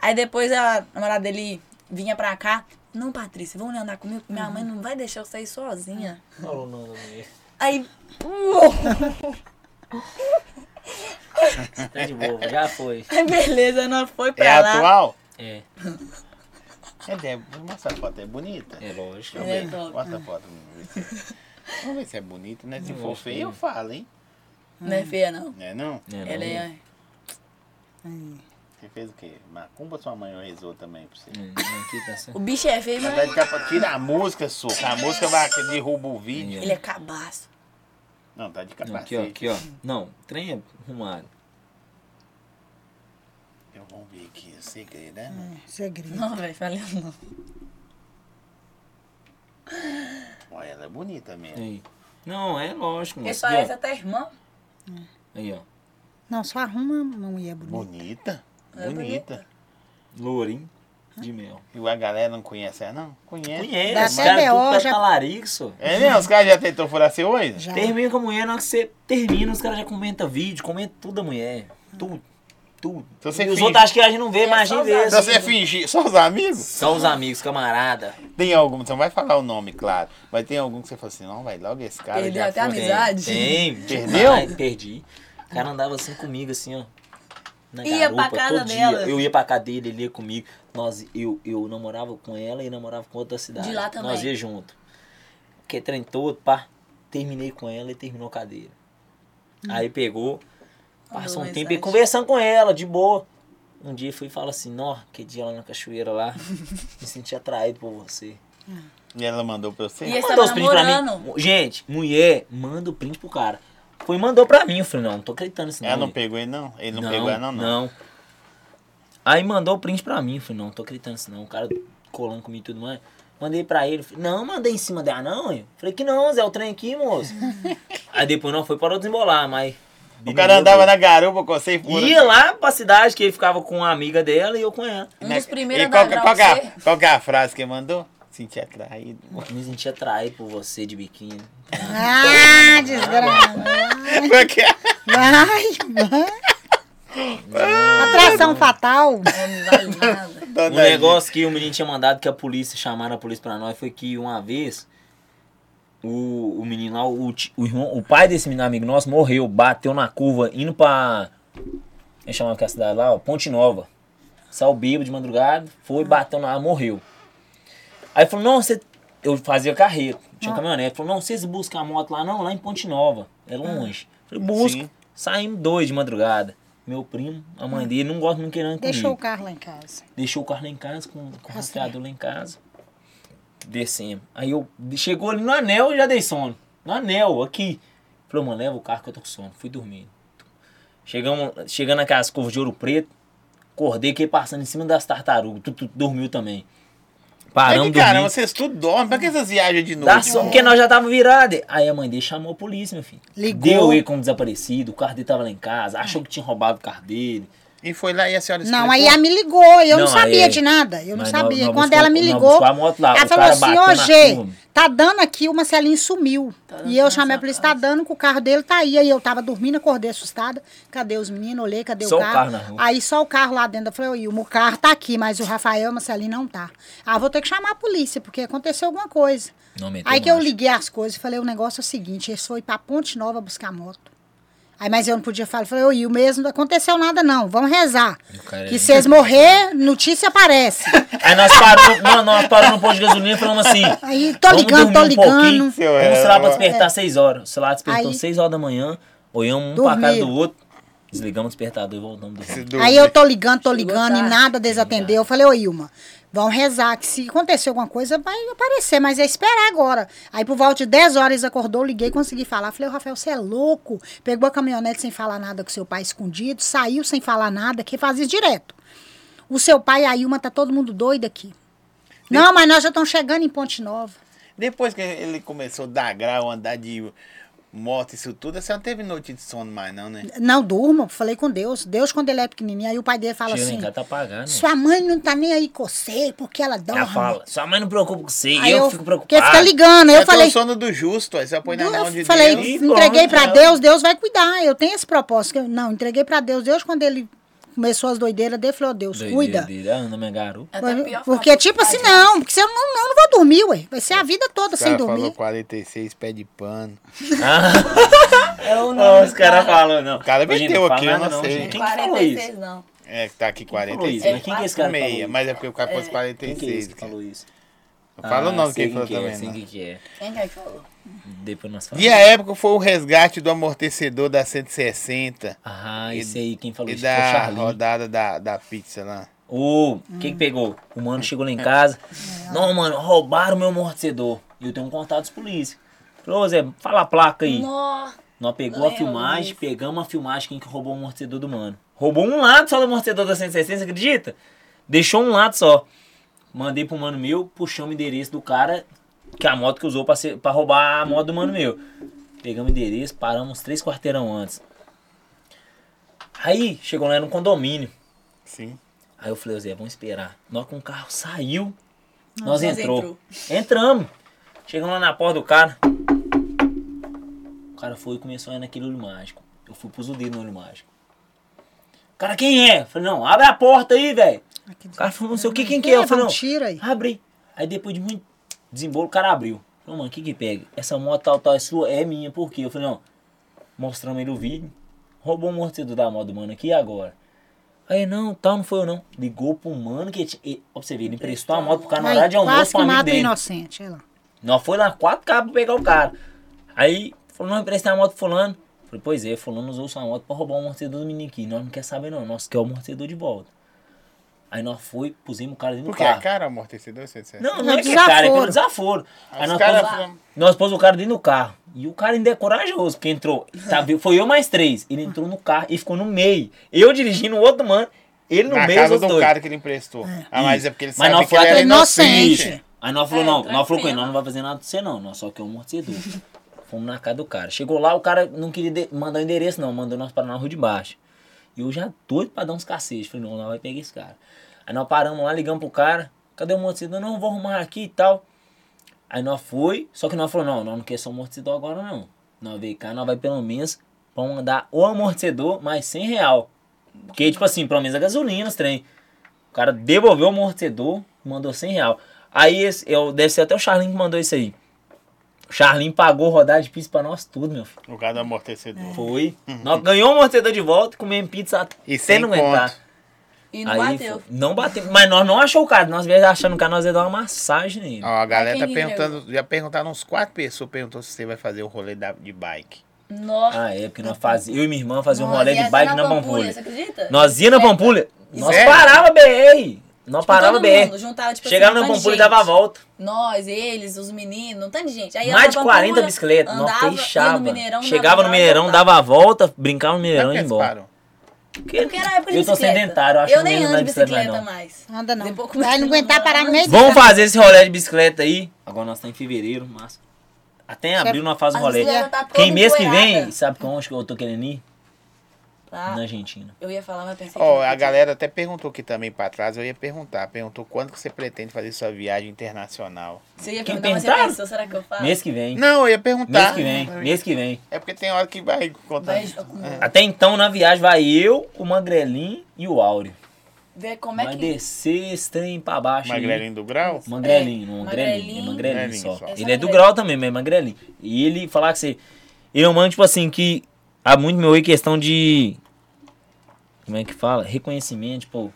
[SPEAKER 3] Aí depois a namorada dele vinha pra cá. Não, Patrícia, vamos andar comigo? Minha mãe não vai deixar eu sair sozinha.
[SPEAKER 2] Falou, não, não, não,
[SPEAKER 3] Aí.
[SPEAKER 2] tá de boa, já foi.
[SPEAKER 3] [laughs] Aí beleza, nós foi pra
[SPEAKER 1] É
[SPEAKER 3] lá.
[SPEAKER 1] atual?
[SPEAKER 2] É,
[SPEAKER 1] É, de- mostra a foto, é bonita.
[SPEAKER 2] é
[SPEAKER 1] Deixa
[SPEAKER 2] lógico.
[SPEAKER 1] eu ver.
[SPEAKER 3] É top.
[SPEAKER 1] Mostra a foto. Vamos ver se, vamos ver se é bonita, né? Se
[SPEAKER 2] Não
[SPEAKER 1] for
[SPEAKER 2] gostei.
[SPEAKER 1] feio, eu falo, hein?
[SPEAKER 3] Não é feia, não.
[SPEAKER 1] Não é não?
[SPEAKER 2] É, não.
[SPEAKER 3] Ela é.
[SPEAKER 1] Você fez o quê? Macumba sua mãe rezou também pra você?
[SPEAKER 2] Hum, aqui tá certo.
[SPEAKER 3] O bicho é feio,
[SPEAKER 1] Na
[SPEAKER 3] mas
[SPEAKER 1] verdade, tá pra- tira a música, sua. que A música vai derruba o vídeo.
[SPEAKER 3] [laughs] ele é cabaço.
[SPEAKER 1] Não, tá de
[SPEAKER 2] Não,
[SPEAKER 1] capacete.
[SPEAKER 2] aqui, ó, aqui, ó. Não, trem é arrumado.
[SPEAKER 1] Eu vou ver aqui o segredo, né?
[SPEAKER 3] Hum.
[SPEAKER 1] mano?
[SPEAKER 4] é, segredo.
[SPEAKER 3] Não, velho, falei não.
[SPEAKER 1] Olha, ela é bonita mesmo.
[SPEAKER 2] Aí. Não, é lógico,
[SPEAKER 3] Ele
[SPEAKER 2] moço.
[SPEAKER 3] parece
[SPEAKER 2] Aqui,
[SPEAKER 3] até irmão.
[SPEAKER 2] ó. Aí, ó.
[SPEAKER 4] Não, só arruma uma mulher bonita.
[SPEAKER 1] Bonita?
[SPEAKER 3] É
[SPEAKER 1] Bonita.
[SPEAKER 2] Lourinho de mel.
[SPEAKER 1] E a galera não conhece ela, não? Conhece.
[SPEAKER 4] Dá
[SPEAKER 2] Conhece, os
[SPEAKER 4] até
[SPEAKER 2] caras
[SPEAKER 4] B.O.
[SPEAKER 2] tudo
[SPEAKER 4] já-
[SPEAKER 2] pra talarico, só.
[SPEAKER 1] É mesmo? Os caras já tentou furar seu olho?
[SPEAKER 3] É.
[SPEAKER 4] Já.
[SPEAKER 2] Termina com a mulher, na hora que você termina, os caras já comentam vídeo, comentam tudo da mulher. Tudo. Tudo.
[SPEAKER 1] Se Então você
[SPEAKER 2] e os
[SPEAKER 1] finge-
[SPEAKER 2] outros acham que a gente não vê,
[SPEAKER 3] É,
[SPEAKER 2] mas a
[SPEAKER 3] só
[SPEAKER 2] gente
[SPEAKER 3] os
[SPEAKER 2] vê.
[SPEAKER 3] amigos.
[SPEAKER 2] assim.
[SPEAKER 1] Então você fingir, só os amigos?
[SPEAKER 2] Só os amigos, camarada.
[SPEAKER 1] Tem algum, você não vai falar o nome, claro, mas tem algum que você fala assim, não, vai logo esse cara
[SPEAKER 3] Perdeu
[SPEAKER 1] já
[SPEAKER 3] até a
[SPEAKER 1] foi.
[SPEAKER 3] amizade. Verdade?
[SPEAKER 2] Tem.
[SPEAKER 1] Perdeu?
[SPEAKER 2] Ai, perdi. O cara andava assim comigo, assim, ó. Na
[SPEAKER 3] Ia pra
[SPEAKER 2] garupa,
[SPEAKER 3] casa
[SPEAKER 2] todo
[SPEAKER 3] dela.
[SPEAKER 2] Dia. Eu ia pra casa dele, ele ia comigo. Nós, eu, eu namorava com ela e namorava com outra cidade.
[SPEAKER 3] De lá também.
[SPEAKER 2] Nós ia junto. Porque trem todo, pá. Terminei com ela e terminou com a dele.
[SPEAKER 3] Hum.
[SPEAKER 2] Aí pegou, passou um
[SPEAKER 3] Mandou
[SPEAKER 2] tempo e
[SPEAKER 3] mensagem.
[SPEAKER 2] conversando com ela, de boa. Um dia fui e falo assim, nó, que dia lá na cachoeira
[SPEAKER 3] [laughs]
[SPEAKER 2] lá, me senti atraído por você.
[SPEAKER 1] E ela mandou pra você?
[SPEAKER 3] E esse
[SPEAKER 2] Mandou
[SPEAKER 3] tava
[SPEAKER 2] os prints pra
[SPEAKER 3] namorando.
[SPEAKER 2] mim. Gente, mulher, manda o print pro cara. Foi e mandou pra mim. Eu falei, não, não tô acreditando nisso.
[SPEAKER 1] Ela É, não
[SPEAKER 2] velho.
[SPEAKER 1] pegou ele, não? Ele não, pegou ela, não, não?
[SPEAKER 2] não. Aí mandou o print pra mim. Eu falei, não, não tô acreditando nisso, não. O cara colando comigo e tudo mais. Mandei pra ele. Falei, não, mandei em cima dela, não. Eu falei que não, Zé, é o trem aqui,
[SPEAKER 3] [laughs]
[SPEAKER 2] moço. Aí depois não foi, parou de desembolar, mas.
[SPEAKER 1] O cara andava na né? garupa com você e fura. assim,
[SPEAKER 2] Ia lá pra cidade que ele ficava com a amiga dela e eu com ela.
[SPEAKER 3] Um dos primeiros
[SPEAKER 1] né? e
[SPEAKER 3] a
[SPEAKER 1] qual,
[SPEAKER 3] dar um
[SPEAKER 1] que-
[SPEAKER 3] grau
[SPEAKER 1] qual, que
[SPEAKER 3] pra
[SPEAKER 1] é,
[SPEAKER 3] você.
[SPEAKER 1] qual que é a frase que ele mandou? Senti atraído. [laughs]
[SPEAKER 2] Me senti atraído por você de biquíni.
[SPEAKER 4] Ah, desgraça.
[SPEAKER 1] Qual que é?
[SPEAKER 4] Vai, vai. Atração fatal.
[SPEAKER 2] [laughs]
[SPEAKER 3] Não vale nada.
[SPEAKER 1] Dona
[SPEAKER 2] O
[SPEAKER 1] Gil.
[SPEAKER 2] Um negócio que o menino tinha mandado que a polícia chamaram a polícia pra nós foi que uma vez o, o menino lá, o, ti- o irmão, o pai desse menino amigo nosso morreu, bateu na curva, indo pra. Eu chamava que a cidade lá, ó, Ponte Nova. Saiu bêbado de madrugada, foi, bateu na morreu. Aí falou, não, você. Eu fazia carreto, tinha caminhonete. Falou, não, vocês buscam a moto lá, não, lá em Ponte Nova. É longe. Falei, busca.
[SPEAKER 1] Sim.
[SPEAKER 2] Saímos dois de madrugada. Meu primo, a mãe dele, não gosta, não querendo
[SPEAKER 4] Deixou o
[SPEAKER 2] comigo.
[SPEAKER 4] carro lá em casa.
[SPEAKER 2] Deixou o carro lá em casa, com, com o rastreador lá em casa. Descemos. Aí eu chegou ali no anel e já dei sono. No anel, aqui. Falou, mano, leva o carro que eu tô com sono. Fui dormindo. Chegamos, chegando naquelas curvas de ouro preto, acordei que passando em cima das tartarugas. Tu, tu, dormiu também.
[SPEAKER 1] Mas É
[SPEAKER 2] Paramos
[SPEAKER 1] que
[SPEAKER 2] de dormir.
[SPEAKER 1] caramba, vocês tudo dormem. Pra que essas viagens de noite?
[SPEAKER 2] Dá som, porque nós já tava virado. Aí a mãe dele chamou a polícia, meu filho.
[SPEAKER 4] Ligou.
[SPEAKER 2] Deu ele como desaparecido, o carro dele tava lá em casa, achou que tinha roubado o carro dele.
[SPEAKER 1] E foi lá e a senhora
[SPEAKER 4] Não,
[SPEAKER 1] explicou?
[SPEAKER 4] aí ela me ligou, eu não,
[SPEAKER 2] Não,
[SPEAKER 4] sabia
[SPEAKER 2] aí-
[SPEAKER 4] de nada, eu não
[SPEAKER 2] Mas nós-
[SPEAKER 4] sabia.
[SPEAKER 2] nós
[SPEAKER 4] Quando
[SPEAKER 2] buscamos-
[SPEAKER 4] ela me
[SPEAKER 2] nós
[SPEAKER 4] ligou,
[SPEAKER 2] buscamos a moto lá,
[SPEAKER 4] ela
[SPEAKER 2] o
[SPEAKER 4] falou
[SPEAKER 2] cara
[SPEAKER 4] assim, ô
[SPEAKER 2] bateu na
[SPEAKER 4] G,
[SPEAKER 2] turma."
[SPEAKER 4] tá dando aqui, o Marcelinho sumiu.
[SPEAKER 3] Tá
[SPEAKER 4] e eu
[SPEAKER 3] dando
[SPEAKER 4] chamei a
[SPEAKER 3] essa
[SPEAKER 4] polícia, tá dando que o carro dele tá aí. Aí eu tava dormindo, acordei assustada. Cadê os meninos? Olhei, cadê
[SPEAKER 2] Só
[SPEAKER 4] o
[SPEAKER 2] o
[SPEAKER 4] carro?
[SPEAKER 2] carro na rua.
[SPEAKER 4] Aí só o carro lá dentro. Eu falei, ô Ilma, o carro tá aqui, mas o Rafael e o Marcelinho não tá. Ah, vou ter que chamar a polícia, porque aconteceu alguma coisa.
[SPEAKER 2] Não meteu
[SPEAKER 4] Aí que eu
[SPEAKER 2] marcha.
[SPEAKER 4] liguei as coisas e falei, o negócio é o seguinte, eles foram pra Ponte Nova buscar a moto. Aí, mas eu não podia falar, eu falei, ô Ilma, mesmo não aconteceu nada não, vamos rezar.
[SPEAKER 2] E o cara- é.
[SPEAKER 4] Que se eles morrer,
[SPEAKER 2] [laughs]
[SPEAKER 4] notícia aparece.
[SPEAKER 2] Aí nós paramos, mano, nós paramos no posto de gasolina e falamos assim.
[SPEAKER 4] Aí, tô
[SPEAKER 2] "Vamos
[SPEAKER 4] ligando, tô
[SPEAKER 2] dormir um pouquinho,
[SPEAKER 4] ligando."
[SPEAKER 1] Seu
[SPEAKER 2] Vamos lá pra
[SPEAKER 1] é,
[SPEAKER 2] despertar 6 horas. O celular despertou
[SPEAKER 4] Aí-
[SPEAKER 2] 6 horas da manhã, olhamos um pra cara
[SPEAKER 4] Dormiram.
[SPEAKER 2] do outro, desligamos o despertador e voltamos dormir.
[SPEAKER 4] Aí eu tô ligando, tô
[SPEAKER 3] Chegou
[SPEAKER 4] ligando e
[SPEAKER 3] tarde.
[SPEAKER 4] nada deles atendeu. Eu falei, ô Ilma, vão rezar, que se acontecer alguma coisa vai aparecer, mas é esperar agora. Aí por volta de 10 horas eles acordou, liguei, consegui falar. Falei, ô Rafael, você é louco. Pegou a caminhonete sem falar nada com seu pai escondido, saiu sem falar nada, que faz isso direto. O seu pai e a Ilma, tá todo mundo doido aqui. Não, mas nós já estamos chegando em Ponte Nova.
[SPEAKER 1] Depois que ele começou a dar grau, andar de moto, isso tudo, você não teve noite de sono mais, não, né?
[SPEAKER 4] Não durma, falei com Deus. Deus, quando ele é pequenininho, aí o pai dele fala
[SPEAKER 2] Chega em
[SPEAKER 4] assim:
[SPEAKER 2] casa, tá apagando.
[SPEAKER 4] Sua mãe não tá nem aí com você, porque ela dorme.
[SPEAKER 2] Ela fala, sua mãe não preocupa com você,
[SPEAKER 4] Aí
[SPEAKER 2] eu, fico
[SPEAKER 4] Porque
[SPEAKER 2] preocupado.
[SPEAKER 4] fica ligando. Aí eu
[SPEAKER 1] Você tem
[SPEAKER 4] falei.
[SPEAKER 1] o sono do justo, aí você põe na mão de
[SPEAKER 4] Eu falei,
[SPEAKER 1] Deus.
[SPEAKER 2] Ih,
[SPEAKER 4] entreguei
[SPEAKER 2] pronto,
[SPEAKER 4] pra
[SPEAKER 2] já.
[SPEAKER 4] Deus, Deus vai cuidar. Eu tenho esse propósito. que eu- Não, entreguei pra Deus. Deus, quando ele começou as doideiras dele, falou, Deus,
[SPEAKER 2] Doideira
[SPEAKER 4] cuida.
[SPEAKER 2] dele, ah, Anda, minha garupa.
[SPEAKER 3] É
[SPEAKER 2] [laughs]
[SPEAKER 3] Até pior
[SPEAKER 4] Porque,
[SPEAKER 3] falar,
[SPEAKER 4] tipo assim,
[SPEAKER 3] pai,
[SPEAKER 4] não, porque se eu não, não, não vou dormir, ué. Vai ser
[SPEAKER 2] É.
[SPEAKER 4] a vida toda
[SPEAKER 1] O cara
[SPEAKER 4] sem
[SPEAKER 1] falou
[SPEAKER 4] dormir.
[SPEAKER 1] 46, pé de pano.
[SPEAKER 3] É
[SPEAKER 2] Não,
[SPEAKER 3] o nome
[SPEAKER 2] Ah, os caras falam, não. O
[SPEAKER 1] cara meteu aqui, eu não sei.
[SPEAKER 2] Quem que falou isso?
[SPEAKER 3] 46, não.
[SPEAKER 1] É, que tá aqui
[SPEAKER 2] Quem falou
[SPEAKER 1] 46.
[SPEAKER 2] isso? Mas quem que esse cara falou
[SPEAKER 1] meia,
[SPEAKER 2] isso?
[SPEAKER 1] mas é porque o cara pôs
[SPEAKER 2] Quem que é
[SPEAKER 1] 46.
[SPEAKER 2] esse que falou isso?
[SPEAKER 1] Fala o nome que
[SPEAKER 2] sei
[SPEAKER 1] ele falou
[SPEAKER 2] quem que é,
[SPEAKER 1] também. né?
[SPEAKER 2] Sei
[SPEAKER 1] não.
[SPEAKER 2] quem que é.
[SPEAKER 3] Quem que é que falou?
[SPEAKER 2] Depois nós falamos.
[SPEAKER 1] E a época foi o resgate do amortecedor da 160
[SPEAKER 2] Ah,
[SPEAKER 1] E-
[SPEAKER 2] esse aí, quem falou
[SPEAKER 1] e
[SPEAKER 2] isso foi o
[SPEAKER 1] da
[SPEAKER 2] Charlinho.
[SPEAKER 1] rodada da, da pizza lá.
[SPEAKER 2] Ô, quem que pegou? O mano chegou lá em casa. Não, mano, roubaram meu amortecedor. E eu tenho um contato dos polícia. Falou, ô Zé, fala a placa aí.
[SPEAKER 3] Nó.
[SPEAKER 2] Nós pegou a
[SPEAKER 3] Lembro
[SPEAKER 2] filmagem,
[SPEAKER 3] disso.
[SPEAKER 2] pegamos a filmagem quem que roubou o amortecedor do mano. Roubou um lado só do amortecedor da 160, você acredita? Deixou um lado só. Mandei pro mano meu, puxamos o endereço do cara, que é a moto que usou pra, ser, pra roubar a moto do mano meu. Pegamos o endereço, paramos uns três quarteirão antes. Aí, chegou lá no condomínio.
[SPEAKER 1] Sim.
[SPEAKER 2] Aí eu falei, ô Zé, vamos esperar. Na hora que um carro saiu, nós,
[SPEAKER 3] nós
[SPEAKER 2] entrou.
[SPEAKER 3] entrou.
[SPEAKER 2] Entramos. Chegamos lá na porta do cara. O cara foi e começou a ir naquele olho mágico. Eu fui pus o dedo no olho mágico. Cara, quem é? Eu falei, não, abre a porta aí, velho. O cara falou, não sei o que, quem que é? Eu falei, não,
[SPEAKER 4] Tira aí.
[SPEAKER 2] abre. Aí depois de muito desembolo, o cara abriu. Falei, mano, o que que pega? Essa moto tal, tal, é sua, é minha, por quê? Eu falei, não, mostramos ele o vídeo. Roubou o amortecedor da moto, do mano, aqui e agora? Aí, não, tal, não foi eu não. Ligou pro mano que tinha. e, Ó, pra você ver, ele emprestou a moto pro cara na é
[SPEAKER 4] Aí,
[SPEAKER 2] hora de almoço
[SPEAKER 4] quase
[SPEAKER 2] pro
[SPEAKER 4] que
[SPEAKER 2] amigo
[SPEAKER 4] mata o
[SPEAKER 2] dele.
[SPEAKER 4] inocente. olha lá.
[SPEAKER 2] Nós foi lá quatro cabos pra pegar o cara. Aí, falou, não, emprestei a moto pro fulano. Falei, pois é, fulano usou sua moto pra roubar o amortecedor do menino aqui. Nós não quer saber não, nós quer o amortecedor de volta. Aí nós foi, pusemos o cara dentro do
[SPEAKER 1] Porque é
[SPEAKER 2] carro.
[SPEAKER 1] caro o amortecedor 160?
[SPEAKER 2] Tá. Não,
[SPEAKER 4] É
[SPEAKER 2] não é que é cara, é pelo
[SPEAKER 4] desaforo.
[SPEAKER 2] desaforo. Aí
[SPEAKER 1] Os
[SPEAKER 2] nós,
[SPEAKER 1] cara- um-
[SPEAKER 2] pôs, nós pôs o cara dentro do carro. E o cara ainda é corajoso, porque entrou. Tá, viu? foi eu mais três. Ele entrou no carro e ficou no meio. Eu dirigindo, o outro mano, ele no
[SPEAKER 1] Na
[SPEAKER 2] meio, os
[SPEAKER 1] casa de
[SPEAKER 2] outros
[SPEAKER 1] um
[SPEAKER 2] dois.
[SPEAKER 1] cara que ele emprestou. Ah, mas é porque ele
[SPEAKER 2] Mas
[SPEAKER 1] sabe
[SPEAKER 2] nós
[SPEAKER 1] que ele
[SPEAKER 2] fomos
[SPEAKER 1] era
[SPEAKER 4] até inocente.
[SPEAKER 1] inocente.
[SPEAKER 2] Aí nós
[SPEAKER 3] É,
[SPEAKER 2] falou, não, nós falou com ele,
[SPEAKER 3] tranquilo.
[SPEAKER 2] nós não vai fazer nada pra você não, nós só quer um amortecedor. Fomos na casa do cara. Chegou lá, o cara não queria de- mandar o endereço não, mandou nós parar na rua de baixo. E eu já doido pra dar uns cacetes. Falei, não, nós vai pegar esse cara. Aí nós paramos lá, ligamos pro cara, cadê o amortecedor? Não, vou arrumar aqui e tal. Aí nós foi, só que nós falou, não, nós não quer só amortecedor agora não. Nós veio cá, nós vai pelo menos, vamos mandar o amortecedor mais 100 real. Porque, tipo assim, pelo menos a gasolina, os trem. O cara devolveu o amortecedor, mandou 100 real. Aí esse, eu, deve ser até o Charlin que mandou isso aí. O Charlin pagou rodada de pizza pra nós tudo, meu filho.
[SPEAKER 1] No caso do amortecedor.
[SPEAKER 2] Foi. Nós ganhou o amortecedor de volta, comemos pizza
[SPEAKER 1] E
[SPEAKER 2] até
[SPEAKER 1] sem
[SPEAKER 2] não aguentar.
[SPEAKER 1] conto.
[SPEAKER 3] E não
[SPEAKER 2] Aí
[SPEAKER 3] bateu.
[SPEAKER 2] foi- Não bateu. Mas nós não achou o cara. Nós viemos achando que nós ia dar uma massagem nele.
[SPEAKER 1] Ó, a galera tá
[SPEAKER 3] quem
[SPEAKER 1] perguntando, já perguntaram uns quatro pessoas, perguntou se você vai fazer o rolê da- de bike.
[SPEAKER 3] Nossa.
[SPEAKER 2] Ah, é, porque nós fazíamos. Eu e minha irmã fazíamos um
[SPEAKER 3] Nós
[SPEAKER 2] rolê
[SPEAKER 3] ia
[SPEAKER 2] de
[SPEAKER 3] ser
[SPEAKER 2] bike na
[SPEAKER 3] Pampulha, É.
[SPEAKER 2] Pampulha.
[SPEAKER 3] Você acredita?
[SPEAKER 2] Nós ia na Pampulha. Nós
[SPEAKER 1] Sério?
[SPEAKER 2] parava BR. Nós parava
[SPEAKER 3] Tipo, todo
[SPEAKER 2] BR.
[SPEAKER 3] mundo, juntava, tipo,
[SPEAKER 2] Chegava
[SPEAKER 3] assim, um
[SPEAKER 2] na
[SPEAKER 3] tanto de
[SPEAKER 2] Pampulha e dava a
[SPEAKER 3] gente.
[SPEAKER 2] volta.
[SPEAKER 3] Nós, eles, os meninos, um tanto de gente. Aí
[SPEAKER 2] Mais de
[SPEAKER 3] andava na
[SPEAKER 2] 40
[SPEAKER 3] Pampulha,
[SPEAKER 2] bicicletas. Nós
[SPEAKER 3] andava, ia no
[SPEAKER 2] fechava.
[SPEAKER 3] Mineirão,
[SPEAKER 2] Chegava no
[SPEAKER 3] navegava e
[SPEAKER 2] Mineirão,
[SPEAKER 3] voltava.
[SPEAKER 2] dava a volta, brincava no
[SPEAKER 1] Sabe
[SPEAKER 2] Mineirão
[SPEAKER 1] que
[SPEAKER 2] e ia
[SPEAKER 1] eles
[SPEAKER 2] embora.
[SPEAKER 1] param?
[SPEAKER 3] Porque era época de
[SPEAKER 2] Eu tô
[SPEAKER 3] bicicleta.
[SPEAKER 2] sedentário, eu acho
[SPEAKER 3] Eu
[SPEAKER 2] que
[SPEAKER 3] nem
[SPEAKER 2] não
[SPEAKER 3] ando de
[SPEAKER 2] ando de bicicleta
[SPEAKER 3] bicicleta
[SPEAKER 2] mais, não.
[SPEAKER 3] mais.
[SPEAKER 4] Anda não.
[SPEAKER 3] Depois começou
[SPEAKER 4] Vai não
[SPEAKER 3] a
[SPEAKER 4] aguentar
[SPEAKER 3] namorar.
[SPEAKER 4] parar no meio de
[SPEAKER 2] Vamos fazer esse rolê de bicicleta aí. Agora nós estamos em fevereiro, março. Até em abril nós fazemos um
[SPEAKER 3] As
[SPEAKER 2] rolê.
[SPEAKER 3] bicicletas tá toda
[SPEAKER 2] Quem mês que
[SPEAKER 3] empoeirada.
[SPEAKER 2] vem, sabe com onde que eu tô querendo ir?
[SPEAKER 3] Tá.
[SPEAKER 2] Na Argentina.
[SPEAKER 3] Eu ia falar, mas pensei.
[SPEAKER 1] Ó,
[SPEAKER 3] que-
[SPEAKER 1] a galera até perguntou aqui também pra trás, eu ia perguntar. Perguntou quando que você pretende fazer sua viagem internacional.
[SPEAKER 3] Você ia
[SPEAKER 2] Quem
[SPEAKER 3] perguntar, mas você
[SPEAKER 2] perguntaram?
[SPEAKER 3] pensou, será que eu falo?
[SPEAKER 2] Mês que vem.
[SPEAKER 1] Não, tá. eu ia
[SPEAKER 2] Mês
[SPEAKER 1] perguntar.
[SPEAKER 2] que vem. Mês que vem.
[SPEAKER 1] É porque tem hora que vai contar.
[SPEAKER 3] Vai acumulando.
[SPEAKER 2] Até então, na viagem, vai eu, o Magrelin e o Áureo.
[SPEAKER 3] Ver como é
[SPEAKER 2] Vai
[SPEAKER 3] que.
[SPEAKER 2] descer esse trem pra baixo. aí.
[SPEAKER 1] Magrelinho do grau?
[SPEAKER 2] Magrelinho,
[SPEAKER 3] É,
[SPEAKER 2] não, Magrelinho, é Magrelinho
[SPEAKER 3] magrelinho.
[SPEAKER 1] Magrelinho
[SPEAKER 2] só.
[SPEAKER 1] só.
[SPEAKER 2] Ele é do
[SPEAKER 3] Magrelinho.
[SPEAKER 2] grau também, mas é Magrelinho. E ele falar que você. Ele é um mano, tipo assim, que há muito meu oi questão de. Como é que fala? Reconhecimento, tipo.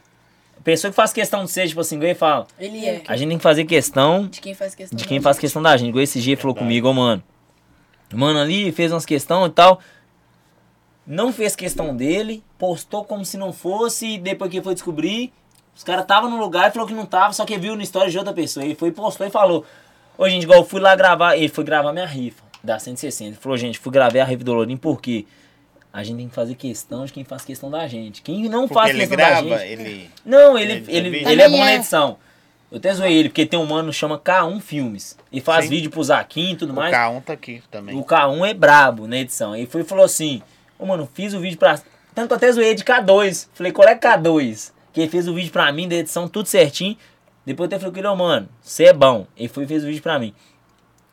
[SPEAKER 2] a Pessoa que faz questão de ser, tipo assim, igual ele fala.
[SPEAKER 3] Ele é.
[SPEAKER 2] A gente tem que fazer questão
[SPEAKER 3] De quem faz questão.
[SPEAKER 2] de quem
[SPEAKER 3] da
[SPEAKER 2] faz
[SPEAKER 3] gente.
[SPEAKER 2] questão da gente. Igual esse dia falou comigo, ô mano. Mano ali fez umas questão e tal. Não fez questão dele, postou como se não fosse, e depois que foi descobrir, os caras tava no lugar e falou que não tava, só que viu na história de outra pessoa. Ele foi, postou e falou: Ô gente, igual eu fui lá gravar, ele foi gravar minha rifa da 160. Ele falou: gente, fui gravar a rifa do Lourinho porque a gente tem que fazer questão de quem faz questão da gente. Quem não
[SPEAKER 1] Porque
[SPEAKER 2] faz
[SPEAKER 1] ele
[SPEAKER 2] questão da
[SPEAKER 1] grava,
[SPEAKER 2] gente.
[SPEAKER 1] ele.
[SPEAKER 2] Não, ele,
[SPEAKER 1] Ele-
[SPEAKER 2] ele,
[SPEAKER 1] ele
[SPEAKER 2] ele é bom
[SPEAKER 4] Também
[SPEAKER 2] na
[SPEAKER 4] é.
[SPEAKER 2] edição. Eu até zoei ele, porque tem um mano que chama K1 Filmes. E faz
[SPEAKER 1] Sim.
[SPEAKER 2] vídeo pro Zaquim e tudo
[SPEAKER 1] O
[SPEAKER 2] mais.
[SPEAKER 1] K1 tá aqui também.
[SPEAKER 2] O K1 é brabo na edição. E foi e falou assim: Ô mano, fiz o vídeo pra. Tanto que eu até zoei de K2. Falei, qual é K2? Que ele fez o vídeo pra mim da edição, tudo certinho. Depois eu até falei com ele, ô mano, você é bom. Ele foi e fez o vídeo pra mim.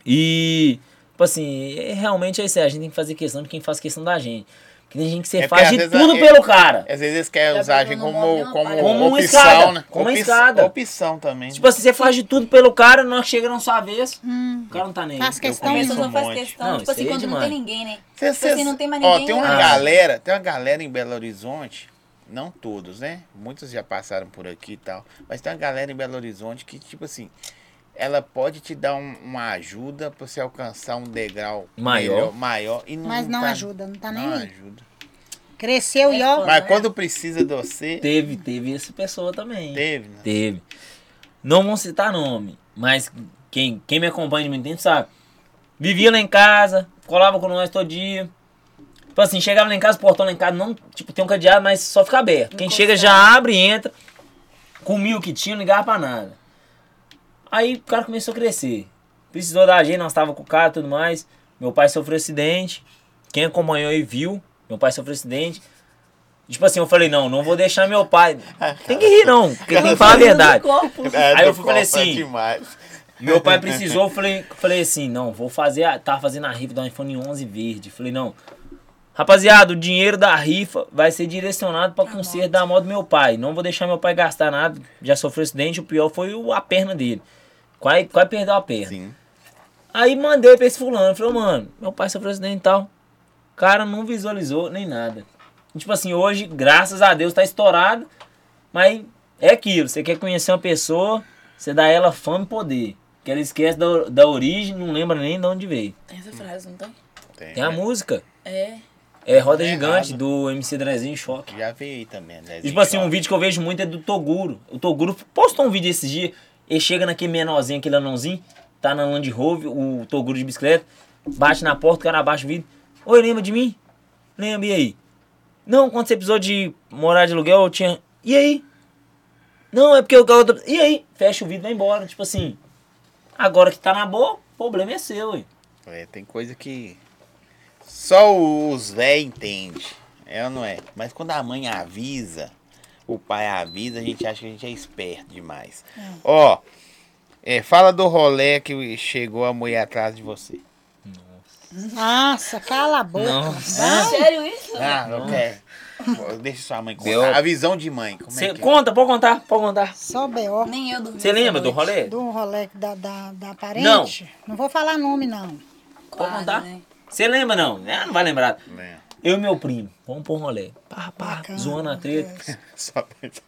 [SPEAKER 2] E, tipo assim, é- realmente é isso aí. A gente tem que fazer questão de quem faz questão da gente. Porque tem gente que você
[SPEAKER 1] É porque às
[SPEAKER 2] faz de
[SPEAKER 1] vezes a-
[SPEAKER 2] tudo
[SPEAKER 1] é-
[SPEAKER 2] pelo cara.
[SPEAKER 1] Às vezes eles querem
[SPEAKER 3] Já
[SPEAKER 1] usar a
[SPEAKER 3] pegou
[SPEAKER 1] gente
[SPEAKER 3] no
[SPEAKER 1] como,
[SPEAKER 3] móvel,
[SPEAKER 1] como,
[SPEAKER 3] olha. Como
[SPEAKER 2] uma
[SPEAKER 1] opção,
[SPEAKER 2] escada,
[SPEAKER 1] né?
[SPEAKER 2] como uma
[SPEAKER 1] Opi-
[SPEAKER 2] escada.
[SPEAKER 1] Opção também.
[SPEAKER 2] Tipo assim, você faz de tudo pelo cara, na hora que chega na sua vez, o cara não tá nem aí.
[SPEAKER 4] Faz
[SPEAKER 3] A
[SPEAKER 4] questão
[SPEAKER 1] Eu conheço
[SPEAKER 3] pessoa não
[SPEAKER 1] um
[SPEAKER 3] faz
[SPEAKER 1] monte.
[SPEAKER 3] questão.
[SPEAKER 2] Não,
[SPEAKER 3] tipo assim,
[SPEAKER 2] isso aí é
[SPEAKER 3] quando não
[SPEAKER 2] demais.
[SPEAKER 3] tem ninguém, né?
[SPEAKER 1] Cê-
[SPEAKER 3] Tipo
[SPEAKER 1] cê-
[SPEAKER 3] assim, não tem mais
[SPEAKER 1] Ó,
[SPEAKER 3] ninguém.
[SPEAKER 1] tem uma
[SPEAKER 2] lá.
[SPEAKER 1] galera, tem uma galera em Belo Horizonte, não todos, né? Muitos já passaram por aqui e tal, mas tem uma galera em Belo Horizonte que, tipo assim, ela pode te dar um- uma ajuda pra você alcançar um degrau
[SPEAKER 2] Maior.
[SPEAKER 1] melhor- maior e não
[SPEAKER 4] Mas não
[SPEAKER 1] tá-
[SPEAKER 4] ajuda, não tá nem
[SPEAKER 1] não
[SPEAKER 4] aí.
[SPEAKER 1] ajuda.
[SPEAKER 4] Cresceu e ó.
[SPEAKER 1] Mas quando precisa de você,
[SPEAKER 2] Teve, teve essa pessoa também.
[SPEAKER 1] teve, né?
[SPEAKER 2] Teve. Não vão citar nome, mas quem, quem me acompanha de muito tempo sabe. Vivia lá em casa, colava com nós todo dia. Tipo assim, chegava lá em casa, o portão lá em casa, não, tipo, tem um cadeado, mas só fica aberto. Quem chega já abre e entra. Comia o que tinha, não ligava pra nada. Aí o cara começou a crescer. Precisou da gente, nós tava com o cara e tudo mais. Meu pai sofreu acidente. Quem acompanhou e viu, meu pai sofreu acidente. Tipo assim, eu falei, não, não vou deixar meu pai. Tem que rir, não. Porque tem que falar a
[SPEAKER 3] [laughs]
[SPEAKER 2] verdade.
[SPEAKER 1] É,
[SPEAKER 2] Aí eu
[SPEAKER 1] do
[SPEAKER 2] fui- falei
[SPEAKER 1] copo é
[SPEAKER 2] assim,
[SPEAKER 1] demais.
[SPEAKER 2] Meu pai precisou, eu falei, falei assim, não, vou fazer, a, tava fazendo a rifa do iPhone 11 verde. Falei, não, rapaziada, o dinheiro da rifa vai ser direcionado pra conserto da moto do meu pai. Não vou deixar meu pai gastar nada, já sofreu acidente, o pior foi o- a perna dele. Quase, quase perdeu a perna.
[SPEAKER 1] Sim.
[SPEAKER 2] Aí mandei pra esse fulano, falei, "Ô, mano, meu pai sofreu acidente e tal. O cara não visualizou nem nada. E, tipo assim, hoje, graças a Deus, tá estourado, mas é aquilo, você quer conhecer uma pessoa, você dá ela fama e poder. Que ela esquece da, da origem, não lembra nem de onde veio.
[SPEAKER 3] Essa frase não tem?
[SPEAKER 1] Tem,
[SPEAKER 2] Tem a
[SPEAKER 1] né?
[SPEAKER 2] música,
[SPEAKER 3] É.
[SPEAKER 2] é Roda
[SPEAKER 1] É
[SPEAKER 2] Gigante,
[SPEAKER 1] errado.
[SPEAKER 2] do MC Drezinho em Choque.
[SPEAKER 1] Já vi aí também. né?
[SPEAKER 2] E, tipo assim, um vídeo que eu vejo muito é do Toguro. O Toguro postou um vídeo esses dias. Ele chega naquele menorzinho, aquele anãozinho. Tá na Land Rover, o Toguro de bicicleta. Bate na porta, o cara abaixa o vidro. Oi, lembra de mim? Lembra, e aí? Não, quando você precisou de morar de aluguel, eu tinha... E aí? Não, é porque eu... eu- E aí? Fecha o vidro e vai embora. Tipo assim, agora que tá na boa, o problema é seu, ué.
[SPEAKER 1] É, tem coisa que só o- os véi entendem. É ou não é? Mas quando a mãe avisa, o pai avisa, a gente acha que a gente é esperto demais. Ó, é, fala do rolê que chegou a mulher atrás de você.
[SPEAKER 4] Nossa, cala a boca.
[SPEAKER 2] Nossa.
[SPEAKER 4] Vai.
[SPEAKER 3] Sério isso?
[SPEAKER 1] Ah, não quer. Pô, Deixa sua mãe contar.
[SPEAKER 2] Deu.
[SPEAKER 1] A visão de mãe, como
[SPEAKER 2] Você
[SPEAKER 1] é que é?
[SPEAKER 2] conta, pode contar, pode contar.
[SPEAKER 4] Só B.O.
[SPEAKER 3] Nem eu dormi.
[SPEAKER 2] Você
[SPEAKER 3] essa
[SPEAKER 2] lembra do
[SPEAKER 3] noite.
[SPEAKER 2] rolê?
[SPEAKER 4] Do rolê da, da, da parente. Não. vou falar nome, não.
[SPEAKER 2] Pode
[SPEAKER 3] Quase,
[SPEAKER 2] contar?
[SPEAKER 3] né?
[SPEAKER 2] Você lembra, não? Ah, não vai lembrar.
[SPEAKER 1] Né?
[SPEAKER 2] Eu e meu primo, vamos pôr um rolê. Pá, pá,
[SPEAKER 4] Bacana, né?
[SPEAKER 2] zoando a treta.
[SPEAKER 1] Só pensar.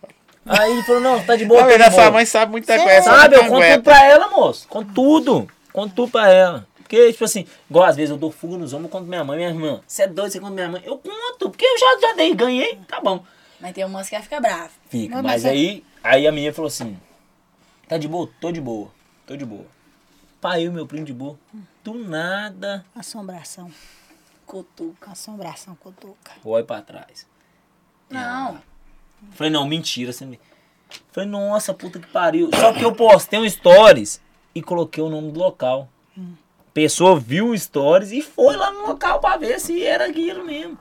[SPEAKER 2] Aí ele falou, não, tá de boa.
[SPEAKER 1] Na
[SPEAKER 2] tá de
[SPEAKER 1] verdade,
[SPEAKER 2] boa.
[SPEAKER 1] sua mãe sabe muita
[SPEAKER 4] Você
[SPEAKER 1] coisa. essa
[SPEAKER 2] Sabe, eu
[SPEAKER 1] não
[SPEAKER 2] conto um tudo
[SPEAKER 1] aguenta.
[SPEAKER 2] pra ela, moço. Conto tudo. Conto tudo pra ela. Porque, tipo assim, igual às vezes eu dou fuga nos homens, eu conto minha mãe, minha irmã. Você é doido, você conta minha mãe. Eu conto, porque eu já, já dei, ganhei, tá bom.
[SPEAKER 3] Mas tem umas que ela fica brava.
[SPEAKER 2] Fica.
[SPEAKER 4] Mas,
[SPEAKER 2] Mas,
[SPEAKER 4] mas é-
[SPEAKER 2] aí, aí a menina falou assim: tá de boa? Tô de boa. Tô de boa. Pai, eu e meu primo de boa. Do nada,
[SPEAKER 4] Assombração.
[SPEAKER 3] Cutuca.
[SPEAKER 4] Assombração, cutuca.
[SPEAKER 2] eu olho pra trás.
[SPEAKER 3] Não.
[SPEAKER 2] Falei, não, mentira. Você... me- Falei, nossa, puta que pariu. Só que eu postei um stories e coloquei o nome do local.
[SPEAKER 3] Hum.
[SPEAKER 2] Pessoa viu o stories e foi lá no local pra ver se era aquilo mesmo.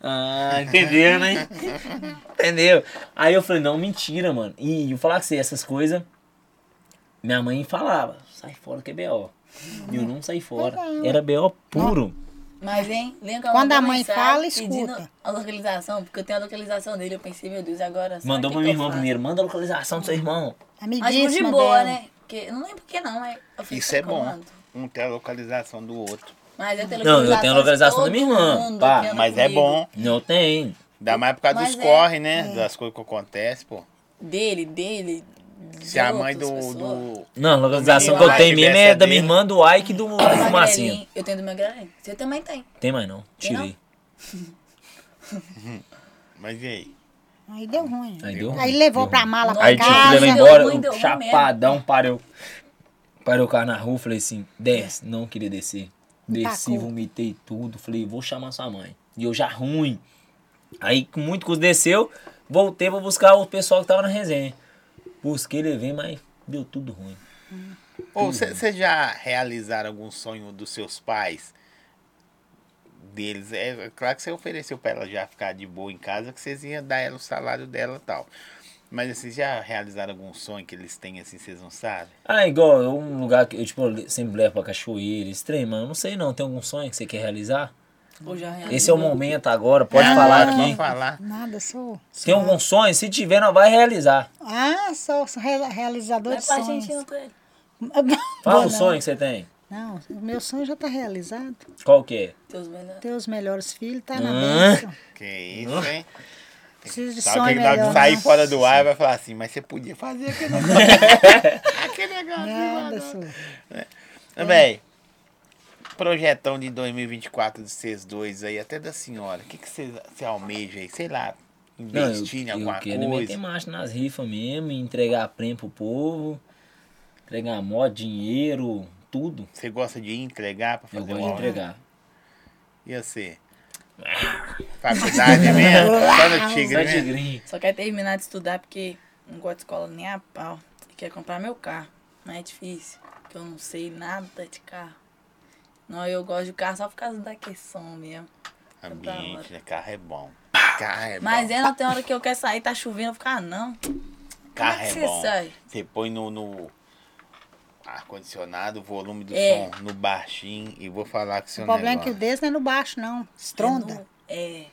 [SPEAKER 2] Ah, entendeu,
[SPEAKER 3] [laughs]
[SPEAKER 2] né? entendeu? Aí eu falei, não, mentira, mano. E eu falar com você, essas coisas. Minha mãe falava, sai fora que é B.O. E eu não saí fora. Era B.O. puro.
[SPEAKER 3] Mas, hein? Lembra que ela
[SPEAKER 4] Quando
[SPEAKER 3] mandou
[SPEAKER 4] a mãe
[SPEAKER 3] mensagem
[SPEAKER 4] fala,
[SPEAKER 3] pedindo
[SPEAKER 4] escuta.
[SPEAKER 3] A localização, porque eu tenho a localização dele. Eu pensei, meu Deus, e agora. Será
[SPEAKER 2] Mandou
[SPEAKER 3] que
[SPEAKER 2] pra
[SPEAKER 3] que
[SPEAKER 2] minha
[SPEAKER 3] eu
[SPEAKER 2] irmã
[SPEAKER 3] faço?
[SPEAKER 2] primeiro, manda a localização do seu irmão.
[SPEAKER 3] Mas tipo,
[SPEAKER 4] Amiguíssima
[SPEAKER 3] de boa,
[SPEAKER 4] dela.
[SPEAKER 3] né? Porque, eu não lembro porque não, é. Eu fiz
[SPEAKER 1] Isso é
[SPEAKER 3] com
[SPEAKER 1] bom.
[SPEAKER 3] comando.
[SPEAKER 1] Um tem a localização do outro.
[SPEAKER 3] Mas eu tenho
[SPEAKER 2] Não, eu
[SPEAKER 3] localização.
[SPEAKER 2] tenho
[SPEAKER 3] de
[SPEAKER 2] localização da
[SPEAKER 3] todo
[SPEAKER 2] minha irmã,
[SPEAKER 3] mundo
[SPEAKER 2] pá,
[SPEAKER 3] que anda
[SPEAKER 1] Mas é
[SPEAKER 3] comigo.
[SPEAKER 1] bom.
[SPEAKER 2] Não tem.
[SPEAKER 1] Ainda mais por causa
[SPEAKER 3] Mas
[SPEAKER 1] dos
[SPEAKER 3] é.
[SPEAKER 1] corre, né? Das coisas que acontecem, pô.
[SPEAKER 3] Dele, dele. de
[SPEAKER 1] Se a mãe
[SPEAKER 3] é outras
[SPEAKER 1] do,
[SPEAKER 3] pessoas.
[SPEAKER 1] do.
[SPEAKER 2] Não, a localização
[SPEAKER 1] Meu
[SPEAKER 2] que eu
[SPEAKER 1] pai
[SPEAKER 2] tenho mesmo
[SPEAKER 1] tivesse
[SPEAKER 2] é da
[SPEAKER 1] a
[SPEAKER 2] minha
[SPEAKER 1] dele.
[SPEAKER 2] irmã, do Ike e do, do
[SPEAKER 3] Magrelinho,
[SPEAKER 2] Fumacinho.
[SPEAKER 3] é Eu tenho do Magrelinho. Você também tem.
[SPEAKER 2] Tem mais não, tirei.
[SPEAKER 1] Mas e aí?
[SPEAKER 4] Aí deu ruim.
[SPEAKER 2] Aí deu ruim.
[SPEAKER 4] Aí levou pra mala pra
[SPEAKER 2] Aí
[SPEAKER 3] Deu
[SPEAKER 2] tipo,
[SPEAKER 3] ruim,
[SPEAKER 2] levou
[SPEAKER 4] casa.
[SPEAKER 3] deu
[SPEAKER 2] embora,
[SPEAKER 3] ruim
[SPEAKER 2] eu
[SPEAKER 3] mesmo.
[SPEAKER 2] chapadão, parou. Parou o carro na rua, falei assim, desce, não queria descer. Desci,
[SPEAKER 4] Empacou.
[SPEAKER 2] vomitei tudo, falei, vou chamar sua mãe. E eu já ruim. Aí com muito custo desceu, voltei pra buscar o pessoal que tava na resenha. Busquei, levei, mas deu tudo ruim.
[SPEAKER 1] Ou
[SPEAKER 3] Hum.
[SPEAKER 1] vocês já realizaram algum sonho dos seus pais? Deles? É claro que você ofereceu pra ela já ficar de boa em casa, que vocês iam dar ela o salário dela e tal. Mas vocês já realizaram algum sonho que eles têm assim, vocês não sabem?
[SPEAKER 2] Ah, igual, eu, um lugar que eu tipo, eu sempre levo pra cachoeira, extrema, eu não sei não, tem algum sonho que você quer realizar?
[SPEAKER 3] Ou já realizou.
[SPEAKER 2] Esse é o momento agora, pode
[SPEAKER 1] Ah,
[SPEAKER 2] falar
[SPEAKER 1] Vamos
[SPEAKER 2] aqui.
[SPEAKER 1] falar.
[SPEAKER 4] Nada, sou.
[SPEAKER 2] Tem algum sonho? Se tiver, não vai realizar.
[SPEAKER 4] Ah, sou, sou re- realizador
[SPEAKER 3] Vai
[SPEAKER 4] de
[SPEAKER 3] pra
[SPEAKER 4] sonhos.
[SPEAKER 3] Argentina com ele.
[SPEAKER 2] Fala
[SPEAKER 4] Boa,
[SPEAKER 2] o
[SPEAKER 4] [laughs] não.
[SPEAKER 2] sonho que você tem.
[SPEAKER 4] Não, o meu sonho já tá realizado.
[SPEAKER 2] Qual que é?
[SPEAKER 3] Teus melhores.
[SPEAKER 4] Ter os melhores filhos, tá na
[SPEAKER 2] Hã?
[SPEAKER 4] bênção.
[SPEAKER 1] Que isso, hein?
[SPEAKER 4] Preciso de
[SPEAKER 1] Sabe
[SPEAKER 4] sonho
[SPEAKER 1] que na hora
[SPEAKER 4] melhor. né?
[SPEAKER 1] que sair
[SPEAKER 3] né?
[SPEAKER 4] não.
[SPEAKER 1] fora do ar vai falar assim, mas você podia fazer
[SPEAKER 2] [laughs]
[SPEAKER 1] aquele negócio. [laughs] aquele negócio.
[SPEAKER 4] Nada, sou.
[SPEAKER 1] Véi, projetão de 2024 de vocês dois aí, até da senhora, o que que vocês você almeja aí? Sei lá,
[SPEAKER 2] Não,
[SPEAKER 1] investir em
[SPEAKER 2] eu,
[SPEAKER 1] alguma
[SPEAKER 2] eu quero é meter
[SPEAKER 1] coisa?
[SPEAKER 2] marcha nas rifas mesmo, entregar prêmio pro povo, entregar moto, dinheiro, tudo.
[SPEAKER 1] Você gosta de entregar pra
[SPEAKER 2] Eu
[SPEAKER 1] fazer
[SPEAKER 2] gosto de
[SPEAKER 1] uma obra?
[SPEAKER 2] entregar.
[SPEAKER 1] E você? Faculdade
[SPEAKER 2] [laughs]
[SPEAKER 1] mesmo? Só no tigre
[SPEAKER 2] Sai de
[SPEAKER 1] mesmo?
[SPEAKER 2] gringo.
[SPEAKER 3] Só quer terminar de estudar porque não gosto de escola nem a pau. E quer comprar meu carro. Mas é difícil, porque eu não sei nada de carro. Não, eu gosto de carro só por causa da questão mesmo.
[SPEAKER 1] Ambiente, né? Carro é bom. Carro é
[SPEAKER 3] Mas
[SPEAKER 1] bom.
[SPEAKER 3] é, não tem hora que eu quero sair, tá chovendo, eu fico, ah, não.
[SPEAKER 1] Carro
[SPEAKER 3] Como é
[SPEAKER 1] é
[SPEAKER 3] que você
[SPEAKER 1] bom.
[SPEAKER 3] sai?
[SPEAKER 1] Você põe no, no ar-condicionado, o volume do
[SPEAKER 3] É.
[SPEAKER 1] som no baixinho e vou falar com o
[SPEAKER 4] O
[SPEAKER 2] um
[SPEAKER 1] seu
[SPEAKER 4] problema é que
[SPEAKER 1] negócio.
[SPEAKER 4] o dedo não é no baixo, não. Estronda.
[SPEAKER 3] É.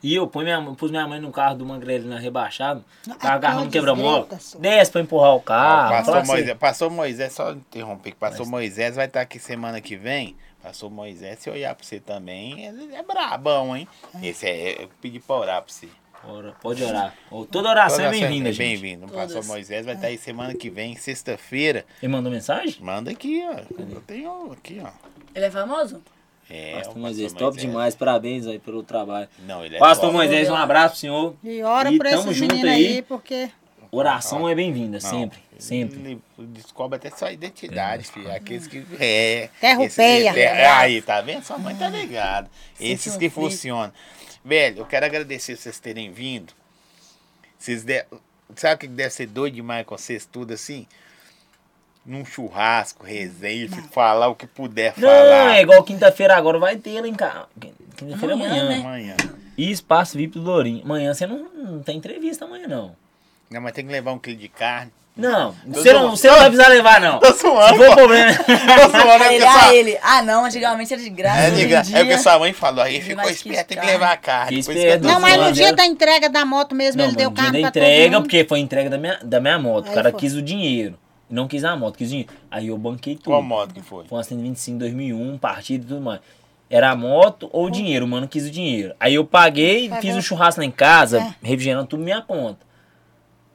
[SPEAKER 2] E eu põe minha, pus minha mãe no carro do Mangrelina rebaixado,
[SPEAKER 4] Não,
[SPEAKER 2] tava
[SPEAKER 4] é
[SPEAKER 2] agarrando
[SPEAKER 4] uma
[SPEAKER 2] quebra-mola,
[SPEAKER 4] desgreta, só.
[SPEAKER 2] desce pra empurrar o carro.
[SPEAKER 1] passou,
[SPEAKER 2] fala assim,
[SPEAKER 1] Moisés, passou Moisés, só interromper, que passou Moisés, vai estar aqui semana que vem. Passou Moisés, se olhar pra você também, ele é brabão, hein? Esse é, eu pedi pra orar pra você.
[SPEAKER 2] Ora, pode orar. Ô, Toda oração é bem-vinda, gente.
[SPEAKER 1] Bem-vindo. Passou
[SPEAKER 3] Todas.
[SPEAKER 1] Moisés, vai estar
[SPEAKER 2] É.
[SPEAKER 1] aí semana que vem, sexta-feira.
[SPEAKER 2] Ele mandou mensagem?
[SPEAKER 1] Manda aqui, ó. Eu tenho aqui, ó.
[SPEAKER 3] Ele é famoso?
[SPEAKER 1] É, o
[SPEAKER 2] Pastor
[SPEAKER 1] pastor
[SPEAKER 2] Moisés, top demais, parabéns aí pelo trabalho.
[SPEAKER 1] Não, ele é
[SPEAKER 2] Pastor
[SPEAKER 1] top.
[SPEAKER 2] Moisés, um abraço pro senhor.
[SPEAKER 4] E ora pra
[SPEAKER 2] tamo
[SPEAKER 4] esses
[SPEAKER 2] junto
[SPEAKER 4] meninos aí, porque.
[SPEAKER 2] Oração é bem-vinda,
[SPEAKER 1] Não,
[SPEAKER 2] sempre,
[SPEAKER 1] ele-
[SPEAKER 2] sempre.
[SPEAKER 1] Ele descobre até sua identidade, filho. Aqueles que. É.
[SPEAKER 4] Terra
[SPEAKER 1] esse-
[SPEAKER 4] rupeia.
[SPEAKER 1] esse- é, aí, tá vendo? Sua mãe tá ligada. Esses
[SPEAKER 3] um
[SPEAKER 1] que
[SPEAKER 3] frio.
[SPEAKER 1] funcionam. Velho, eu quero agradecer vocês terem vindo. Vocês de... Sabe o que deve ser doido demais com vocês tudo assim? Num churrasco, resenha, falar o que puder
[SPEAKER 2] Não,
[SPEAKER 1] falar.
[SPEAKER 2] é igual quinta-feira agora, vai ter lá em casa. Quinta-feira é
[SPEAKER 3] Amanhã,
[SPEAKER 2] amanhã.
[SPEAKER 3] né?
[SPEAKER 1] Amanhã.
[SPEAKER 2] E espaço VIP do Lourinho. Amanhã você não, não tem entrevista amanhã, não.
[SPEAKER 1] Não, mas tem que levar um quilo de carne. [laughs]
[SPEAKER 2] Não,
[SPEAKER 1] Tô
[SPEAKER 2] você não,
[SPEAKER 1] zoando.
[SPEAKER 2] você não vai precisar levar,
[SPEAKER 1] [laughs]
[SPEAKER 2] não.
[SPEAKER 1] Tô zoando,
[SPEAKER 2] Se for
[SPEAKER 1] pô. [laughs]
[SPEAKER 2] problema.
[SPEAKER 1] Tô zoando, é
[SPEAKER 3] Ele,
[SPEAKER 1] porque
[SPEAKER 3] ah,
[SPEAKER 1] sua-
[SPEAKER 3] ele. Ah, não, antigamente era de graça.
[SPEAKER 1] É,
[SPEAKER 3] hoje em
[SPEAKER 1] diga, é porque
[SPEAKER 3] dia-
[SPEAKER 1] sua mãe falou, aí ficou
[SPEAKER 3] mais que
[SPEAKER 1] esperto, tem que
[SPEAKER 3] carne.
[SPEAKER 1] levar a carne.
[SPEAKER 2] Que
[SPEAKER 1] Por isso que eu tô
[SPEAKER 2] esperto,
[SPEAKER 4] Não, mas no
[SPEAKER 2] zoando,
[SPEAKER 4] dia
[SPEAKER 2] era-
[SPEAKER 4] da entrega da moto mesmo,
[SPEAKER 2] Não,
[SPEAKER 4] ele deu
[SPEAKER 2] mano, dia
[SPEAKER 4] carro
[SPEAKER 2] da
[SPEAKER 4] pra todo
[SPEAKER 2] entrega, é
[SPEAKER 4] mundo.
[SPEAKER 2] porque foi entrega da minha, da minha moto.
[SPEAKER 4] Aí
[SPEAKER 2] o cara
[SPEAKER 4] foi.
[SPEAKER 2] quis o dinheiro. Não quis a moto, quis o dinheiro. Aí eu banquei tudo.
[SPEAKER 1] Qual modo que foi?
[SPEAKER 2] Foi um uma 125 2001, partida e tudo mais. Era a moto ou o dinheiro, o mano quis o dinheiro. Aí eu paguei,
[SPEAKER 4] Pagou.
[SPEAKER 2] fiz um churrasco lá em casa,
[SPEAKER 4] É.
[SPEAKER 2] refrigerando tudo minha conta.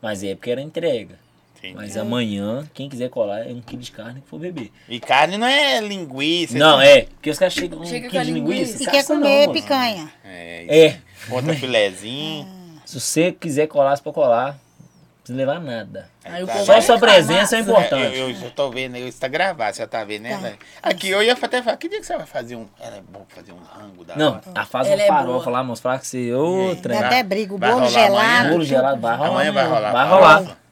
[SPEAKER 2] Mas é porque era entrega.
[SPEAKER 1] Entendi.
[SPEAKER 2] Mas amanhã, quem quiser colar, é um quilo de carne que for beber.
[SPEAKER 1] E carne não é linguiça.
[SPEAKER 2] não,
[SPEAKER 1] é.
[SPEAKER 2] é, porque os caras chegam com um
[SPEAKER 3] Chega
[SPEAKER 2] quilo
[SPEAKER 3] com a
[SPEAKER 2] de linguiça.
[SPEAKER 3] linguiça.
[SPEAKER 4] E
[SPEAKER 2] caça
[SPEAKER 4] quer
[SPEAKER 2] não,
[SPEAKER 4] comer
[SPEAKER 2] mano.
[SPEAKER 4] picanha.
[SPEAKER 1] É.
[SPEAKER 2] É, Né?
[SPEAKER 1] Contra filezinho.
[SPEAKER 2] Ah. se você quiser colar, você pode colar. precisa levar nada.
[SPEAKER 3] Aí o
[SPEAKER 1] Tá
[SPEAKER 3] povo
[SPEAKER 2] Só
[SPEAKER 1] bom.
[SPEAKER 3] vai
[SPEAKER 2] sua
[SPEAKER 3] reclamar.
[SPEAKER 2] presença é importante.
[SPEAKER 1] Eu, eu já tô vendo aí, isso tá gravado, você tá vendo, né? velho? Aqui eu ia até falar, que dia que você vai fazer um. Era bom fazer um rango da
[SPEAKER 2] Não,
[SPEAKER 1] hora.
[SPEAKER 2] a faz
[SPEAKER 3] Ela
[SPEAKER 2] uma
[SPEAKER 3] é
[SPEAKER 2] farofa
[SPEAKER 3] boa.
[SPEAKER 2] lá, mostrar que você é outra. né?
[SPEAKER 4] Dá
[SPEAKER 1] Vai-
[SPEAKER 4] até briga, o
[SPEAKER 1] vai
[SPEAKER 4] bolo
[SPEAKER 1] rolar amanhã?
[SPEAKER 4] gelado.
[SPEAKER 2] Bolo
[SPEAKER 4] tudo.
[SPEAKER 2] gelado, vai rolar.
[SPEAKER 1] Amanhã vai rolar.
[SPEAKER 2] Vai rolar.
[SPEAKER 1] farofa.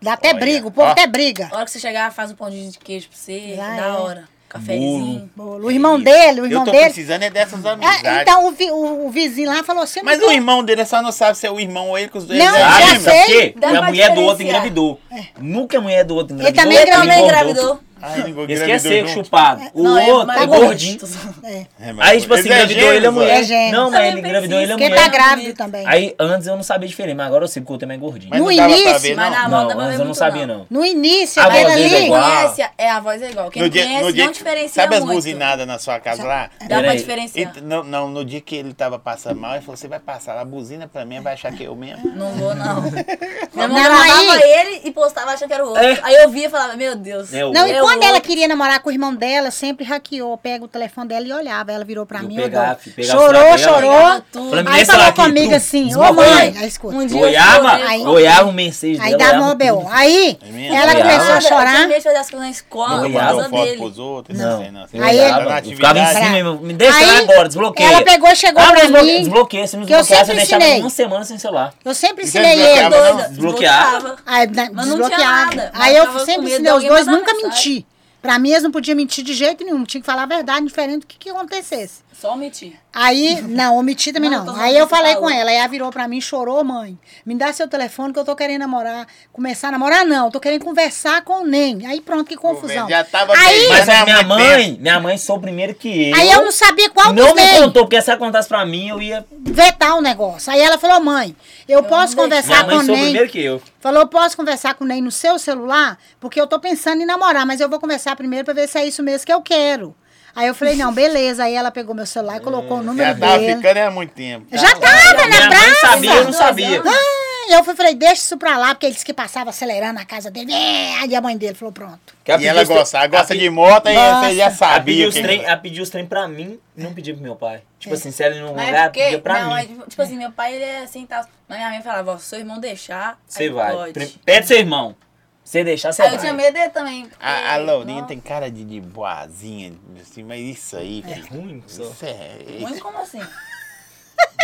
[SPEAKER 4] Dá até
[SPEAKER 1] Olha,
[SPEAKER 4] briga, o povo
[SPEAKER 1] ó.
[SPEAKER 4] até briga.
[SPEAKER 3] A hora que você chegar, faz um pãozinho de queijo pra você,
[SPEAKER 4] Já
[SPEAKER 3] da
[SPEAKER 4] é.
[SPEAKER 3] hora. Cafézinho.
[SPEAKER 4] Bolo. O irmão dele, o irmão
[SPEAKER 1] Eu tô
[SPEAKER 4] dele.
[SPEAKER 1] precisando é dessas amizades.
[SPEAKER 4] Ah, então o, vi- o- o vizinho lá falou assim:
[SPEAKER 1] Mas
[SPEAKER 4] não
[SPEAKER 1] o irmão dele só não sabe se é o irmão ou ele que os dois.
[SPEAKER 4] Não,
[SPEAKER 1] é
[SPEAKER 4] já
[SPEAKER 1] irmão.
[SPEAKER 2] Sabe por quê? Porque
[SPEAKER 3] dá
[SPEAKER 2] a
[SPEAKER 3] pra
[SPEAKER 2] mulher do outro
[SPEAKER 3] diferenciar.
[SPEAKER 2] engravidou. Nunca a mulher do outro
[SPEAKER 4] Ele
[SPEAKER 2] engravidou.
[SPEAKER 4] também
[SPEAKER 3] Eu também
[SPEAKER 2] engordou.
[SPEAKER 3] engravidou.
[SPEAKER 1] Ah, ele engordou
[SPEAKER 2] Esse aqui é seco,
[SPEAKER 1] junto.
[SPEAKER 2] chupado. O
[SPEAKER 3] Não, é
[SPEAKER 2] outro é
[SPEAKER 3] mais
[SPEAKER 2] gordinho.
[SPEAKER 4] É.
[SPEAKER 1] É, mas
[SPEAKER 2] Aí, tipo assim,
[SPEAKER 1] eles é
[SPEAKER 2] engravidou ele é
[SPEAKER 1] gêmeos,
[SPEAKER 2] mulher.
[SPEAKER 1] ó.
[SPEAKER 4] gêmeos.
[SPEAKER 2] Não, mas ele
[SPEAKER 3] Também
[SPEAKER 2] engravidou ele é
[SPEAKER 3] pensei.
[SPEAKER 4] Porque
[SPEAKER 2] mulher.
[SPEAKER 4] tá
[SPEAKER 3] mulher.
[SPEAKER 4] grávido também.
[SPEAKER 2] Aí antes eu não sabia diferir, mas agora eu sei, porque eu também é gordinho.
[SPEAKER 1] Mas
[SPEAKER 4] No
[SPEAKER 1] não dava pra
[SPEAKER 4] início,
[SPEAKER 1] ver,
[SPEAKER 3] mas
[SPEAKER 1] não.
[SPEAKER 3] na-
[SPEAKER 2] não,
[SPEAKER 3] moda não
[SPEAKER 2] antes
[SPEAKER 3] é
[SPEAKER 2] eu não
[SPEAKER 3] muito,
[SPEAKER 2] sabia,
[SPEAKER 3] não.
[SPEAKER 2] não.
[SPEAKER 4] No início,
[SPEAKER 2] A
[SPEAKER 4] aquele
[SPEAKER 2] voz dele é
[SPEAKER 4] ali.
[SPEAKER 2] igual.
[SPEAKER 3] Conhece, é, a voz é igual. Quem
[SPEAKER 1] No
[SPEAKER 3] não
[SPEAKER 1] dia-
[SPEAKER 3] conhece,
[SPEAKER 1] no dia
[SPEAKER 3] não
[SPEAKER 1] que-
[SPEAKER 3] diferencia
[SPEAKER 1] Sabe as
[SPEAKER 3] muito.
[SPEAKER 1] buzinadas na sua casa lá?
[SPEAKER 3] Dá pra
[SPEAKER 2] Peraí.
[SPEAKER 3] diferenciar.
[SPEAKER 1] E- não, não, no dia que ele tava passando mal, ele falou: você vai passar lá, buzina pra mim, vai achar que eu mesmo.
[SPEAKER 3] Não vou, não. Minha mãe
[SPEAKER 4] Não,
[SPEAKER 3] gravava
[SPEAKER 4] aí-
[SPEAKER 3] ele e postava achando que era o outro.
[SPEAKER 2] É.
[SPEAKER 3] Aí eu via e falava, meu Deus.
[SPEAKER 2] É o
[SPEAKER 4] Não, e
[SPEAKER 3] É o
[SPEAKER 4] quando ela
[SPEAKER 3] outro.
[SPEAKER 4] queria namorar com o irmão dela, sempre hackeou, pega o telefone dela e olhava. Ela virou pra
[SPEAKER 2] Eu
[SPEAKER 4] mim,
[SPEAKER 2] pegava,
[SPEAKER 4] olhava.
[SPEAKER 2] pegava
[SPEAKER 4] Chorou,
[SPEAKER 2] a cidade dela,
[SPEAKER 4] chorou.
[SPEAKER 3] pegava tudo.
[SPEAKER 2] Pra mim,
[SPEAKER 4] Aí
[SPEAKER 2] essa
[SPEAKER 4] falou
[SPEAKER 2] daqui,
[SPEAKER 4] comigo
[SPEAKER 2] tu,
[SPEAKER 4] assim, ô
[SPEAKER 2] desmorrou
[SPEAKER 4] mãe.
[SPEAKER 2] ele.
[SPEAKER 4] Aí escuta.
[SPEAKER 3] Um dia
[SPEAKER 2] Goiaba,
[SPEAKER 3] eu
[SPEAKER 4] Aí-
[SPEAKER 2] goiaba o Mercedes
[SPEAKER 4] Aí
[SPEAKER 2] dela.
[SPEAKER 4] dava
[SPEAKER 2] olhava
[SPEAKER 4] uma
[SPEAKER 2] tudo.
[SPEAKER 4] BO. Aí
[SPEAKER 1] É mesmo?
[SPEAKER 4] ela
[SPEAKER 2] Olhava.
[SPEAKER 4] começou a
[SPEAKER 3] Eu
[SPEAKER 4] chorar.
[SPEAKER 3] tinha fazer as coisas na escola
[SPEAKER 1] Nunca
[SPEAKER 3] por
[SPEAKER 2] olhava.
[SPEAKER 1] mandou
[SPEAKER 3] causa
[SPEAKER 1] foto
[SPEAKER 3] dele.
[SPEAKER 1] pros outros,
[SPEAKER 2] Não.
[SPEAKER 1] não sei, não. Você
[SPEAKER 4] Aí
[SPEAKER 1] tá
[SPEAKER 4] ele-
[SPEAKER 1] na
[SPEAKER 2] Eu ficava em
[SPEAKER 1] atividade.
[SPEAKER 2] cima,
[SPEAKER 4] Será?
[SPEAKER 2] meu, me deixa
[SPEAKER 4] Aí,
[SPEAKER 2] lá agora, desbloqueia.
[SPEAKER 4] ela pegou e chegou pra
[SPEAKER 2] desbloqueia,
[SPEAKER 4] mim.
[SPEAKER 2] Desbloqueia, se não
[SPEAKER 4] Que eu
[SPEAKER 2] desbloquear, você
[SPEAKER 4] sempre
[SPEAKER 2] deixava
[SPEAKER 4] ensinei.
[SPEAKER 2] uma semana sem celular.
[SPEAKER 4] Eu sempre ensinei
[SPEAKER 1] desbloqueava,
[SPEAKER 4] ele.
[SPEAKER 1] não?
[SPEAKER 3] Doida,
[SPEAKER 2] Desbloqueava.
[SPEAKER 3] desbloqueava.
[SPEAKER 4] Aí, na-
[SPEAKER 3] Mas não tinha
[SPEAKER 4] desbloqueava.
[SPEAKER 3] nada.
[SPEAKER 4] Aí
[SPEAKER 3] Mas
[SPEAKER 4] eu
[SPEAKER 3] tava com
[SPEAKER 4] sempre
[SPEAKER 3] medo
[SPEAKER 4] ensinei
[SPEAKER 3] de
[SPEAKER 4] os
[SPEAKER 3] alguém
[SPEAKER 4] dois,
[SPEAKER 3] mandar
[SPEAKER 4] nunca
[SPEAKER 3] mensagem.
[SPEAKER 4] menti. Pra mim, eles não podiam mentir de jeito nenhum. Tinha que falar a verdade, diferente do que, que acontecesse.
[SPEAKER 3] Só um omitir.
[SPEAKER 4] Aí, não, omiti também
[SPEAKER 3] Não,
[SPEAKER 4] não.
[SPEAKER 3] tô
[SPEAKER 4] Aí
[SPEAKER 3] falando
[SPEAKER 4] eu
[SPEAKER 3] que você
[SPEAKER 4] falei com
[SPEAKER 3] falou.
[SPEAKER 4] ela, aí ela virou pra mim e chorou, mãe. Me dá seu telefone que eu tô querendo namorar. Começar a namorar, não. Tô querendo conversar com o NEM. Aí pronto, que confusão.
[SPEAKER 1] Já tava
[SPEAKER 4] Aí-
[SPEAKER 1] beijando
[SPEAKER 2] Mas
[SPEAKER 1] há
[SPEAKER 2] minha
[SPEAKER 1] muito tempo.
[SPEAKER 2] mãe, minha mãe sou primeiro que eu.
[SPEAKER 4] Aí eu não sabia qual
[SPEAKER 2] Não
[SPEAKER 4] dos
[SPEAKER 2] me
[SPEAKER 4] NEM
[SPEAKER 2] contou, porque se ela contasse pra mim, eu ia.
[SPEAKER 4] vetar o negócio. Aí ela falou, mãe, eu, posso
[SPEAKER 3] não deixo.
[SPEAKER 2] Minha
[SPEAKER 4] conversar com o
[SPEAKER 2] mãe sou
[SPEAKER 4] NEM.
[SPEAKER 2] primeiro que eu.
[SPEAKER 4] Falou, posso conversar com o Ney no seu celular? Porque eu tô pensando em namorar, mas eu vou conversar primeiro pra ver se é isso mesmo que eu quero. Aí eu falei, não, beleza. Aí ela pegou meu celular e colocou o número
[SPEAKER 1] Hum, Já tava
[SPEAKER 4] dele.
[SPEAKER 1] ficando há muito tempo. tá?
[SPEAKER 4] Já tava né? na
[SPEAKER 2] Minha mãe
[SPEAKER 4] praça.
[SPEAKER 2] sabia, eu não sabia.
[SPEAKER 4] Ah, eu fui, falei, deixa isso pra lá, porque ele disse que passava acelerando na casa dele. É, Aí a mãe dele falou, pronto.
[SPEAKER 2] Que ela
[SPEAKER 1] E
[SPEAKER 2] pediu
[SPEAKER 1] ela
[SPEAKER 2] os tre-
[SPEAKER 1] gosta, ela gosta
[SPEAKER 2] ela
[SPEAKER 1] de moto e
[SPEAKER 4] Nossa.
[SPEAKER 1] você já
[SPEAKER 2] Ela pediu
[SPEAKER 1] sabia.
[SPEAKER 2] os
[SPEAKER 1] quem- é.
[SPEAKER 2] trem, ela pediu os trem pra mim, não pediu pro meu pai. Tipo assim, se ele não
[SPEAKER 3] É. Mas
[SPEAKER 2] olhar,
[SPEAKER 3] é porque,
[SPEAKER 2] pedia pra
[SPEAKER 3] não,
[SPEAKER 2] mim.
[SPEAKER 3] mas, tipo assim, meu pai, ele é assim e tal. Mas minha mãe falava, ó, se seu irmão deixar,
[SPEAKER 2] Você
[SPEAKER 3] aí
[SPEAKER 2] vai.
[SPEAKER 3] pode.
[SPEAKER 2] Prim- Pede seu irmão. Você deixar, você
[SPEAKER 3] Aí
[SPEAKER 2] vai.
[SPEAKER 3] eu tinha medo dele também. porque-
[SPEAKER 1] A, a Laurinha
[SPEAKER 3] Nossa,
[SPEAKER 1] tem cara de, de boazinha, assim, mas isso aí,
[SPEAKER 2] É
[SPEAKER 1] filho.
[SPEAKER 2] ruim, só.
[SPEAKER 1] Isso é.
[SPEAKER 3] Mãe, como assim?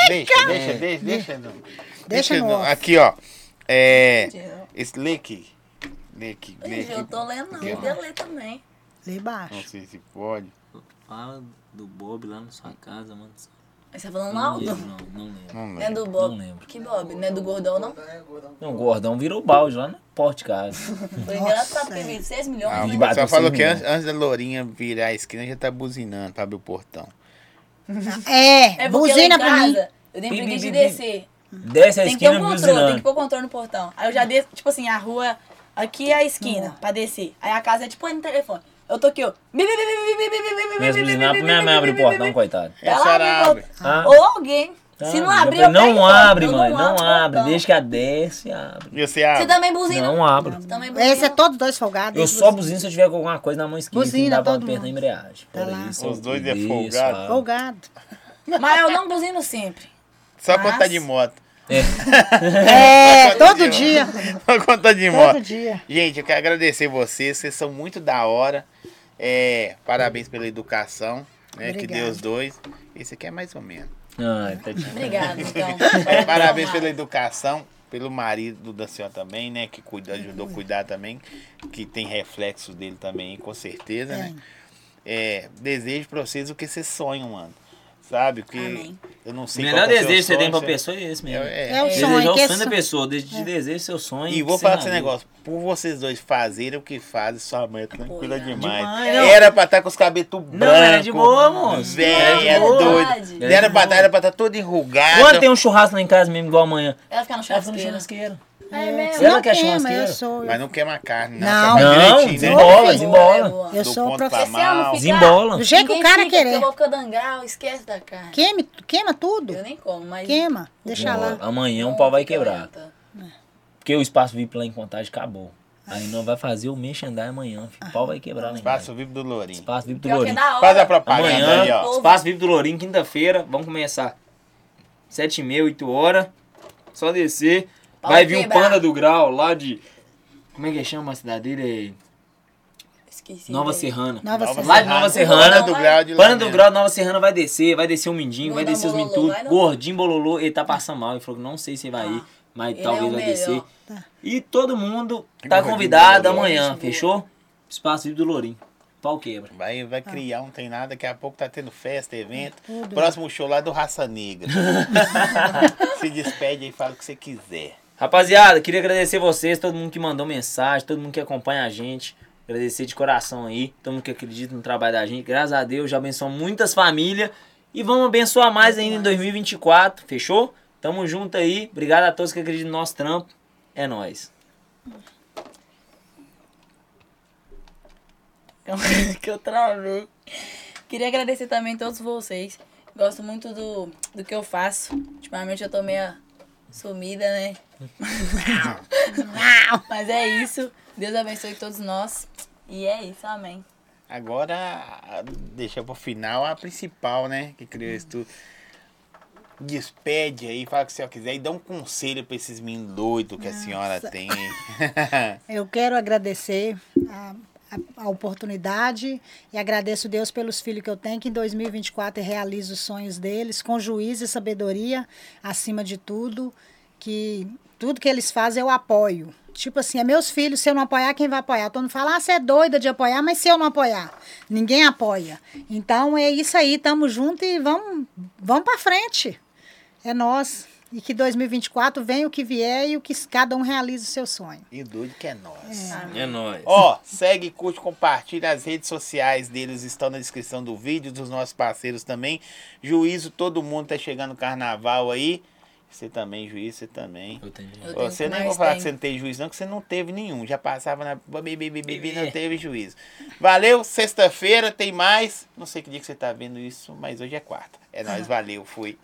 [SPEAKER 1] Deixa, deixa, deixa, deixa. não.
[SPEAKER 4] Deixa no off.
[SPEAKER 1] Aqui, ó. É.
[SPEAKER 3] Gente, eu-
[SPEAKER 1] Esse lê aqui. Lê aqui, lê
[SPEAKER 3] Gente,
[SPEAKER 1] aqui.
[SPEAKER 3] eu tô lendo, não.
[SPEAKER 1] Aqui, ó.
[SPEAKER 3] Eu quero ler também.
[SPEAKER 4] Lê
[SPEAKER 1] Não
[SPEAKER 4] baixo.
[SPEAKER 1] sei se pode.
[SPEAKER 2] Fala do Bob lá na sua casa, mano.
[SPEAKER 3] Aí você tá falando Naldo?
[SPEAKER 2] não lembro.
[SPEAKER 1] Não
[SPEAKER 3] Não é
[SPEAKER 1] lembro.
[SPEAKER 3] do Bob.
[SPEAKER 2] Não lembro.
[SPEAKER 3] Que Bob? Não é do Gordão, não?
[SPEAKER 2] Não, o gordão virou balde lá na porta de
[SPEAKER 3] [laughs]
[SPEAKER 2] casa.
[SPEAKER 3] Foi engraçado, teve 6
[SPEAKER 1] Ah,
[SPEAKER 3] milhões.
[SPEAKER 2] Ele
[SPEAKER 1] mas
[SPEAKER 3] né?
[SPEAKER 1] só
[SPEAKER 2] bateu
[SPEAKER 1] falou
[SPEAKER 2] sem
[SPEAKER 1] que
[SPEAKER 2] mim.
[SPEAKER 1] antes, antes da Lourinha virar a esquina, já tá buzinando pra abrir o portão.
[SPEAKER 4] É,
[SPEAKER 3] É porque lá em
[SPEAKER 4] buzina pra mim.
[SPEAKER 3] casa, eu tenho
[SPEAKER 2] Bi, bi,
[SPEAKER 3] preguiça de
[SPEAKER 2] bi, bi.
[SPEAKER 3] descer.
[SPEAKER 2] Desce a
[SPEAKER 3] Tem que ter
[SPEAKER 2] esquina
[SPEAKER 3] um controle, tem que
[SPEAKER 2] buzinando.
[SPEAKER 3] pôr controle no portão. Aí eu já desço, tipo assim, a rua, aqui é a esquina, pra descer. Aí a casa é tipo no telefone. Eu tô aqui, ó. [laughs]
[SPEAKER 2] Mesmo buzinar, minha mãe abre o portão, assim. coitado.
[SPEAKER 1] É, a senhora abre.
[SPEAKER 2] Ah.
[SPEAKER 3] Ou alguém. Se não
[SPEAKER 2] Ah,
[SPEAKER 3] abrir,
[SPEAKER 2] já
[SPEAKER 3] eu
[SPEAKER 2] falei, Não
[SPEAKER 3] pego,
[SPEAKER 2] abre,
[SPEAKER 3] eu então.
[SPEAKER 2] mãe, não
[SPEAKER 3] abro o
[SPEAKER 2] abre.
[SPEAKER 3] portão.
[SPEAKER 2] Deixa que a desce e abre.
[SPEAKER 1] E ah, você abre.
[SPEAKER 3] Você também buzina.
[SPEAKER 2] Não abre.
[SPEAKER 3] Você também buzina.
[SPEAKER 4] Esse é todos dois folgados.
[SPEAKER 2] Eu só buzino se eu tiver com alguma coisa na mão esquerda que não
[SPEAKER 4] Buzina,
[SPEAKER 2] dá pra
[SPEAKER 4] todo
[SPEAKER 2] apertar a
[SPEAKER 4] mundo.
[SPEAKER 2] embreagem. Por
[SPEAKER 4] lá.
[SPEAKER 2] isso,
[SPEAKER 1] Os dois é
[SPEAKER 2] isso, ah,
[SPEAKER 1] folgado.
[SPEAKER 2] abre.
[SPEAKER 4] Folgado.
[SPEAKER 3] Mas eu não buzino sempre.
[SPEAKER 4] um
[SPEAKER 1] Só quando tá
[SPEAKER 3] Mas-
[SPEAKER 1] de moto. [laughs]
[SPEAKER 4] É, [laughs] todo dia.
[SPEAKER 1] Só quando tá de moto.
[SPEAKER 4] Todo dia.
[SPEAKER 1] Gente, eu quero agradecer vocês, vocês são muito da hora. É, parabéns pela educação, né? Que
[SPEAKER 4] Obrigada.
[SPEAKER 1] deu os dois. Esse aqui é mais ou menos.
[SPEAKER 2] Ah, tá de-
[SPEAKER 3] Obrigada, então.
[SPEAKER 1] É, [laughs] parabéns pela educação, pelo marido da senhora também, né? Que cuida, ajudou a cuidar também, que tem reflexo dele também, com certeza, né? É, desejo pra vocês o que vocês sonham, mano. Sabe? Que
[SPEAKER 3] Amém.
[SPEAKER 1] eu não
[SPEAKER 2] O
[SPEAKER 1] sei
[SPEAKER 2] melhor
[SPEAKER 1] qual que é o seu
[SPEAKER 2] desejo que você tem pra
[SPEAKER 1] sonho,
[SPEAKER 2] pessoa é esse mesmo.
[SPEAKER 1] É,
[SPEAKER 4] É o
[SPEAKER 2] Desejar
[SPEAKER 4] sonho.
[SPEAKER 2] o
[SPEAKER 4] que é
[SPEAKER 2] sonho da
[SPEAKER 4] sonho.
[SPEAKER 2] pessoa, de desejo seu sonho.
[SPEAKER 1] E
[SPEAKER 2] que
[SPEAKER 1] vou
[SPEAKER 2] você é
[SPEAKER 1] falar pra esse
[SPEAKER 2] realiza.
[SPEAKER 1] negócio. Por vocês dois fazerem o que fazem, sua mãe é tranquila
[SPEAKER 3] Apoiar.
[SPEAKER 1] demais.
[SPEAKER 2] Demais, não.
[SPEAKER 1] era pra estar com os cabelos tudo branco.
[SPEAKER 2] Não, era de boa, moço. Era de
[SPEAKER 1] Véia,
[SPEAKER 2] boa.
[SPEAKER 1] doido.
[SPEAKER 3] Verdade.
[SPEAKER 1] Não Era pra estar, era pra estar todo enrugado.
[SPEAKER 2] Quando tem um churrasco lá em casa mesmo, igual amanhã?
[SPEAKER 3] Ela fica
[SPEAKER 2] Ela
[SPEAKER 3] no
[SPEAKER 2] fica no
[SPEAKER 3] churrasqueiro.
[SPEAKER 2] churrasqueiro.
[SPEAKER 3] É mesmo.
[SPEAKER 2] Ela
[SPEAKER 4] Não
[SPEAKER 2] quer
[SPEAKER 4] queima,
[SPEAKER 2] churrasqueira?
[SPEAKER 4] eu sou.
[SPEAKER 1] Mas não queima carne,
[SPEAKER 4] Não.
[SPEAKER 1] só faz
[SPEAKER 2] um Não,
[SPEAKER 1] direitinho, né?
[SPEAKER 2] desenvolve. Bola,
[SPEAKER 3] É boa,
[SPEAKER 2] desembola.
[SPEAKER 3] é boa.
[SPEAKER 4] Eu
[SPEAKER 1] Do
[SPEAKER 4] sou um
[SPEAKER 1] ponto pra
[SPEAKER 4] profissional.
[SPEAKER 3] Esse ano
[SPEAKER 1] mal.
[SPEAKER 3] fica-
[SPEAKER 2] Desembola.
[SPEAKER 4] Do jeito que o
[SPEAKER 3] Ninguém
[SPEAKER 4] cara
[SPEAKER 3] fica, porque
[SPEAKER 4] querer.
[SPEAKER 3] Eu vou ficar dangal, esquece da carne.
[SPEAKER 4] Queima, queima tudo.
[SPEAKER 3] Eu nem como, mas.
[SPEAKER 4] Queima, deixa lá.
[SPEAKER 2] Amanhã o pau vai quebrar.
[SPEAKER 3] Fica lenta.
[SPEAKER 2] Porque o espaço VIP lá em contagem acabou. Aí nós vai fazer o merchandising amanhã. filho. O pau vai quebrar lá em casa.
[SPEAKER 1] Espaço vivo do Lourinho.
[SPEAKER 2] Espaço VIP do
[SPEAKER 3] Pior que é
[SPEAKER 2] Lourinho.
[SPEAKER 3] da hora.
[SPEAKER 1] Faz a propaganda
[SPEAKER 2] Amanhã,
[SPEAKER 1] aí, ó.
[SPEAKER 3] Povo.
[SPEAKER 2] Espaço VIP do Lourinho, quinta-feira. Vamos começar. 7h30, 8 horas. Só descer.
[SPEAKER 3] Pau
[SPEAKER 2] Vai vir o
[SPEAKER 3] quebrar.
[SPEAKER 2] Panda do Grau lá de. Como é que chama a cidade dele?
[SPEAKER 3] Esqueci.
[SPEAKER 2] Nova
[SPEAKER 3] velho.
[SPEAKER 2] Serrana.
[SPEAKER 4] Nova
[SPEAKER 1] Nova
[SPEAKER 2] Lá
[SPEAKER 4] Serrana.
[SPEAKER 2] de Nova
[SPEAKER 1] Pana
[SPEAKER 2] Serrana.
[SPEAKER 1] do Grau de
[SPEAKER 2] Panda do
[SPEAKER 1] Lamento.
[SPEAKER 2] Grau, Nova Serrana vai descer, vai descer o Mindinho, vai
[SPEAKER 3] Gordão
[SPEAKER 2] descer os
[SPEAKER 3] Bololô,
[SPEAKER 2] Mintudos.
[SPEAKER 3] vai não?
[SPEAKER 2] Gordinho Bololô, ele tá passando mal. Ele falou que não sei se vai ir, mas
[SPEAKER 3] Ele é
[SPEAKER 2] talvez
[SPEAKER 3] o
[SPEAKER 2] vai
[SPEAKER 3] melhor.
[SPEAKER 2] descer.
[SPEAKER 4] Tá.
[SPEAKER 2] E todo mundo
[SPEAKER 1] Que
[SPEAKER 2] tá
[SPEAKER 1] gordinho
[SPEAKER 2] convidado
[SPEAKER 1] Bololô.
[SPEAKER 2] amanhã,
[SPEAKER 3] Gente boa.
[SPEAKER 2] fechou? Espaço Vivo do Lourinho. Pau quebra.
[SPEAKER 1] Vai, vai criar um treinado, daqui a pouco tá tendo festa, evento.
[SPEAKER 4] Ah. Tudo. né?
[SPEAKER 1] Próximo show lá é do Raça
[SPEAKER 4] [laughs]
[SPEAKER 1] Negra. Se despede aí, fala o que você quiser.
[SPEAKER 2] Rapaziada, queria agradecer vocês, todo mundo que mandou mensagem, todo mundo que acompanha a gente. Agradecer de coração aí, todo mundo que acredita no trabalho da gente. Graças a Deus, já abençoou muitas famílias. E vamos abençoar mais ainda em 2024, fechou? Tamo junto aí. Obrigado a todos que acreditam no nosso trampo. É nóis.
[SPEAKER 3] Calma aí [laughs] que eu travei. Queria agradecer também a todos vocês. Gosto muito do, do que eu faço. Ultimamente eu tô meio sumida, né? Mas é isso. Deus abençoe todos nós. E é isso, amém.
[SPEAKER 1] Agora, a- deixa pro final a principal, né? Que criou isso tudo. Despede aí, fala o que você quiser e dá um conselho pra esses meninos doidos que a senhora tem. [laughs]
[SPEAKER 4] Eu quero agradecer a, a- a oportunidade e agradeço Deus pelos filhos que eu tenho, que em 2024 eu realizo os sonhos deles, com juízo e sabedoria, acima de tudo, que tudo que eles fazem eu apoio. Tipo assim, é meus filhos, se eu não apoiar, quem vai apoiar? Todo mundo fala, ah, você é doida de apoiar, mas se eu não apoiar, ninguém apoia. Então é isso aí, tamo junto e vamos, vamos pra frente. É nós. E que 2024 venha o que vier e o que cada um realize o seu sonho.
[SPEAKER 1] e doido que é nós.
[SPEAKER 2] É nóis.
[SPEAKER 1] Ó,
[SPEAKER 3] [laughs]
[SPEAKER 1] segue, curte, compartilha. As redes sociais deles estão na descrição do vídeo, dos nossos parceiros também. Juízo, todo mundo tá chegando o carnaval aí. Você também, juízo, você também.
[SPEAKER 2] Eu tenho.
[SPEAKER 3] Eu tenho
[SPEAKER 1] Você
[SPEAKER 3] que
[SPEAKER 1] nem vou
[SPEAKER 3] mais
[SPEAKER 1] falar que
[SPEAKER 3] tem.
[SPEAKER 1] você não tem juízo, não, que você não teve nenhum. Já passava na. Bebi, bebi, bebi, não teve juízo. Valeu,
[SPEAKER 3] [laughs]
[SPEAKER 1] sexta-feira tem mais. Não sei que dia que você tá vendo isso, mas hoje é quarta. É nóis, valeu, fui.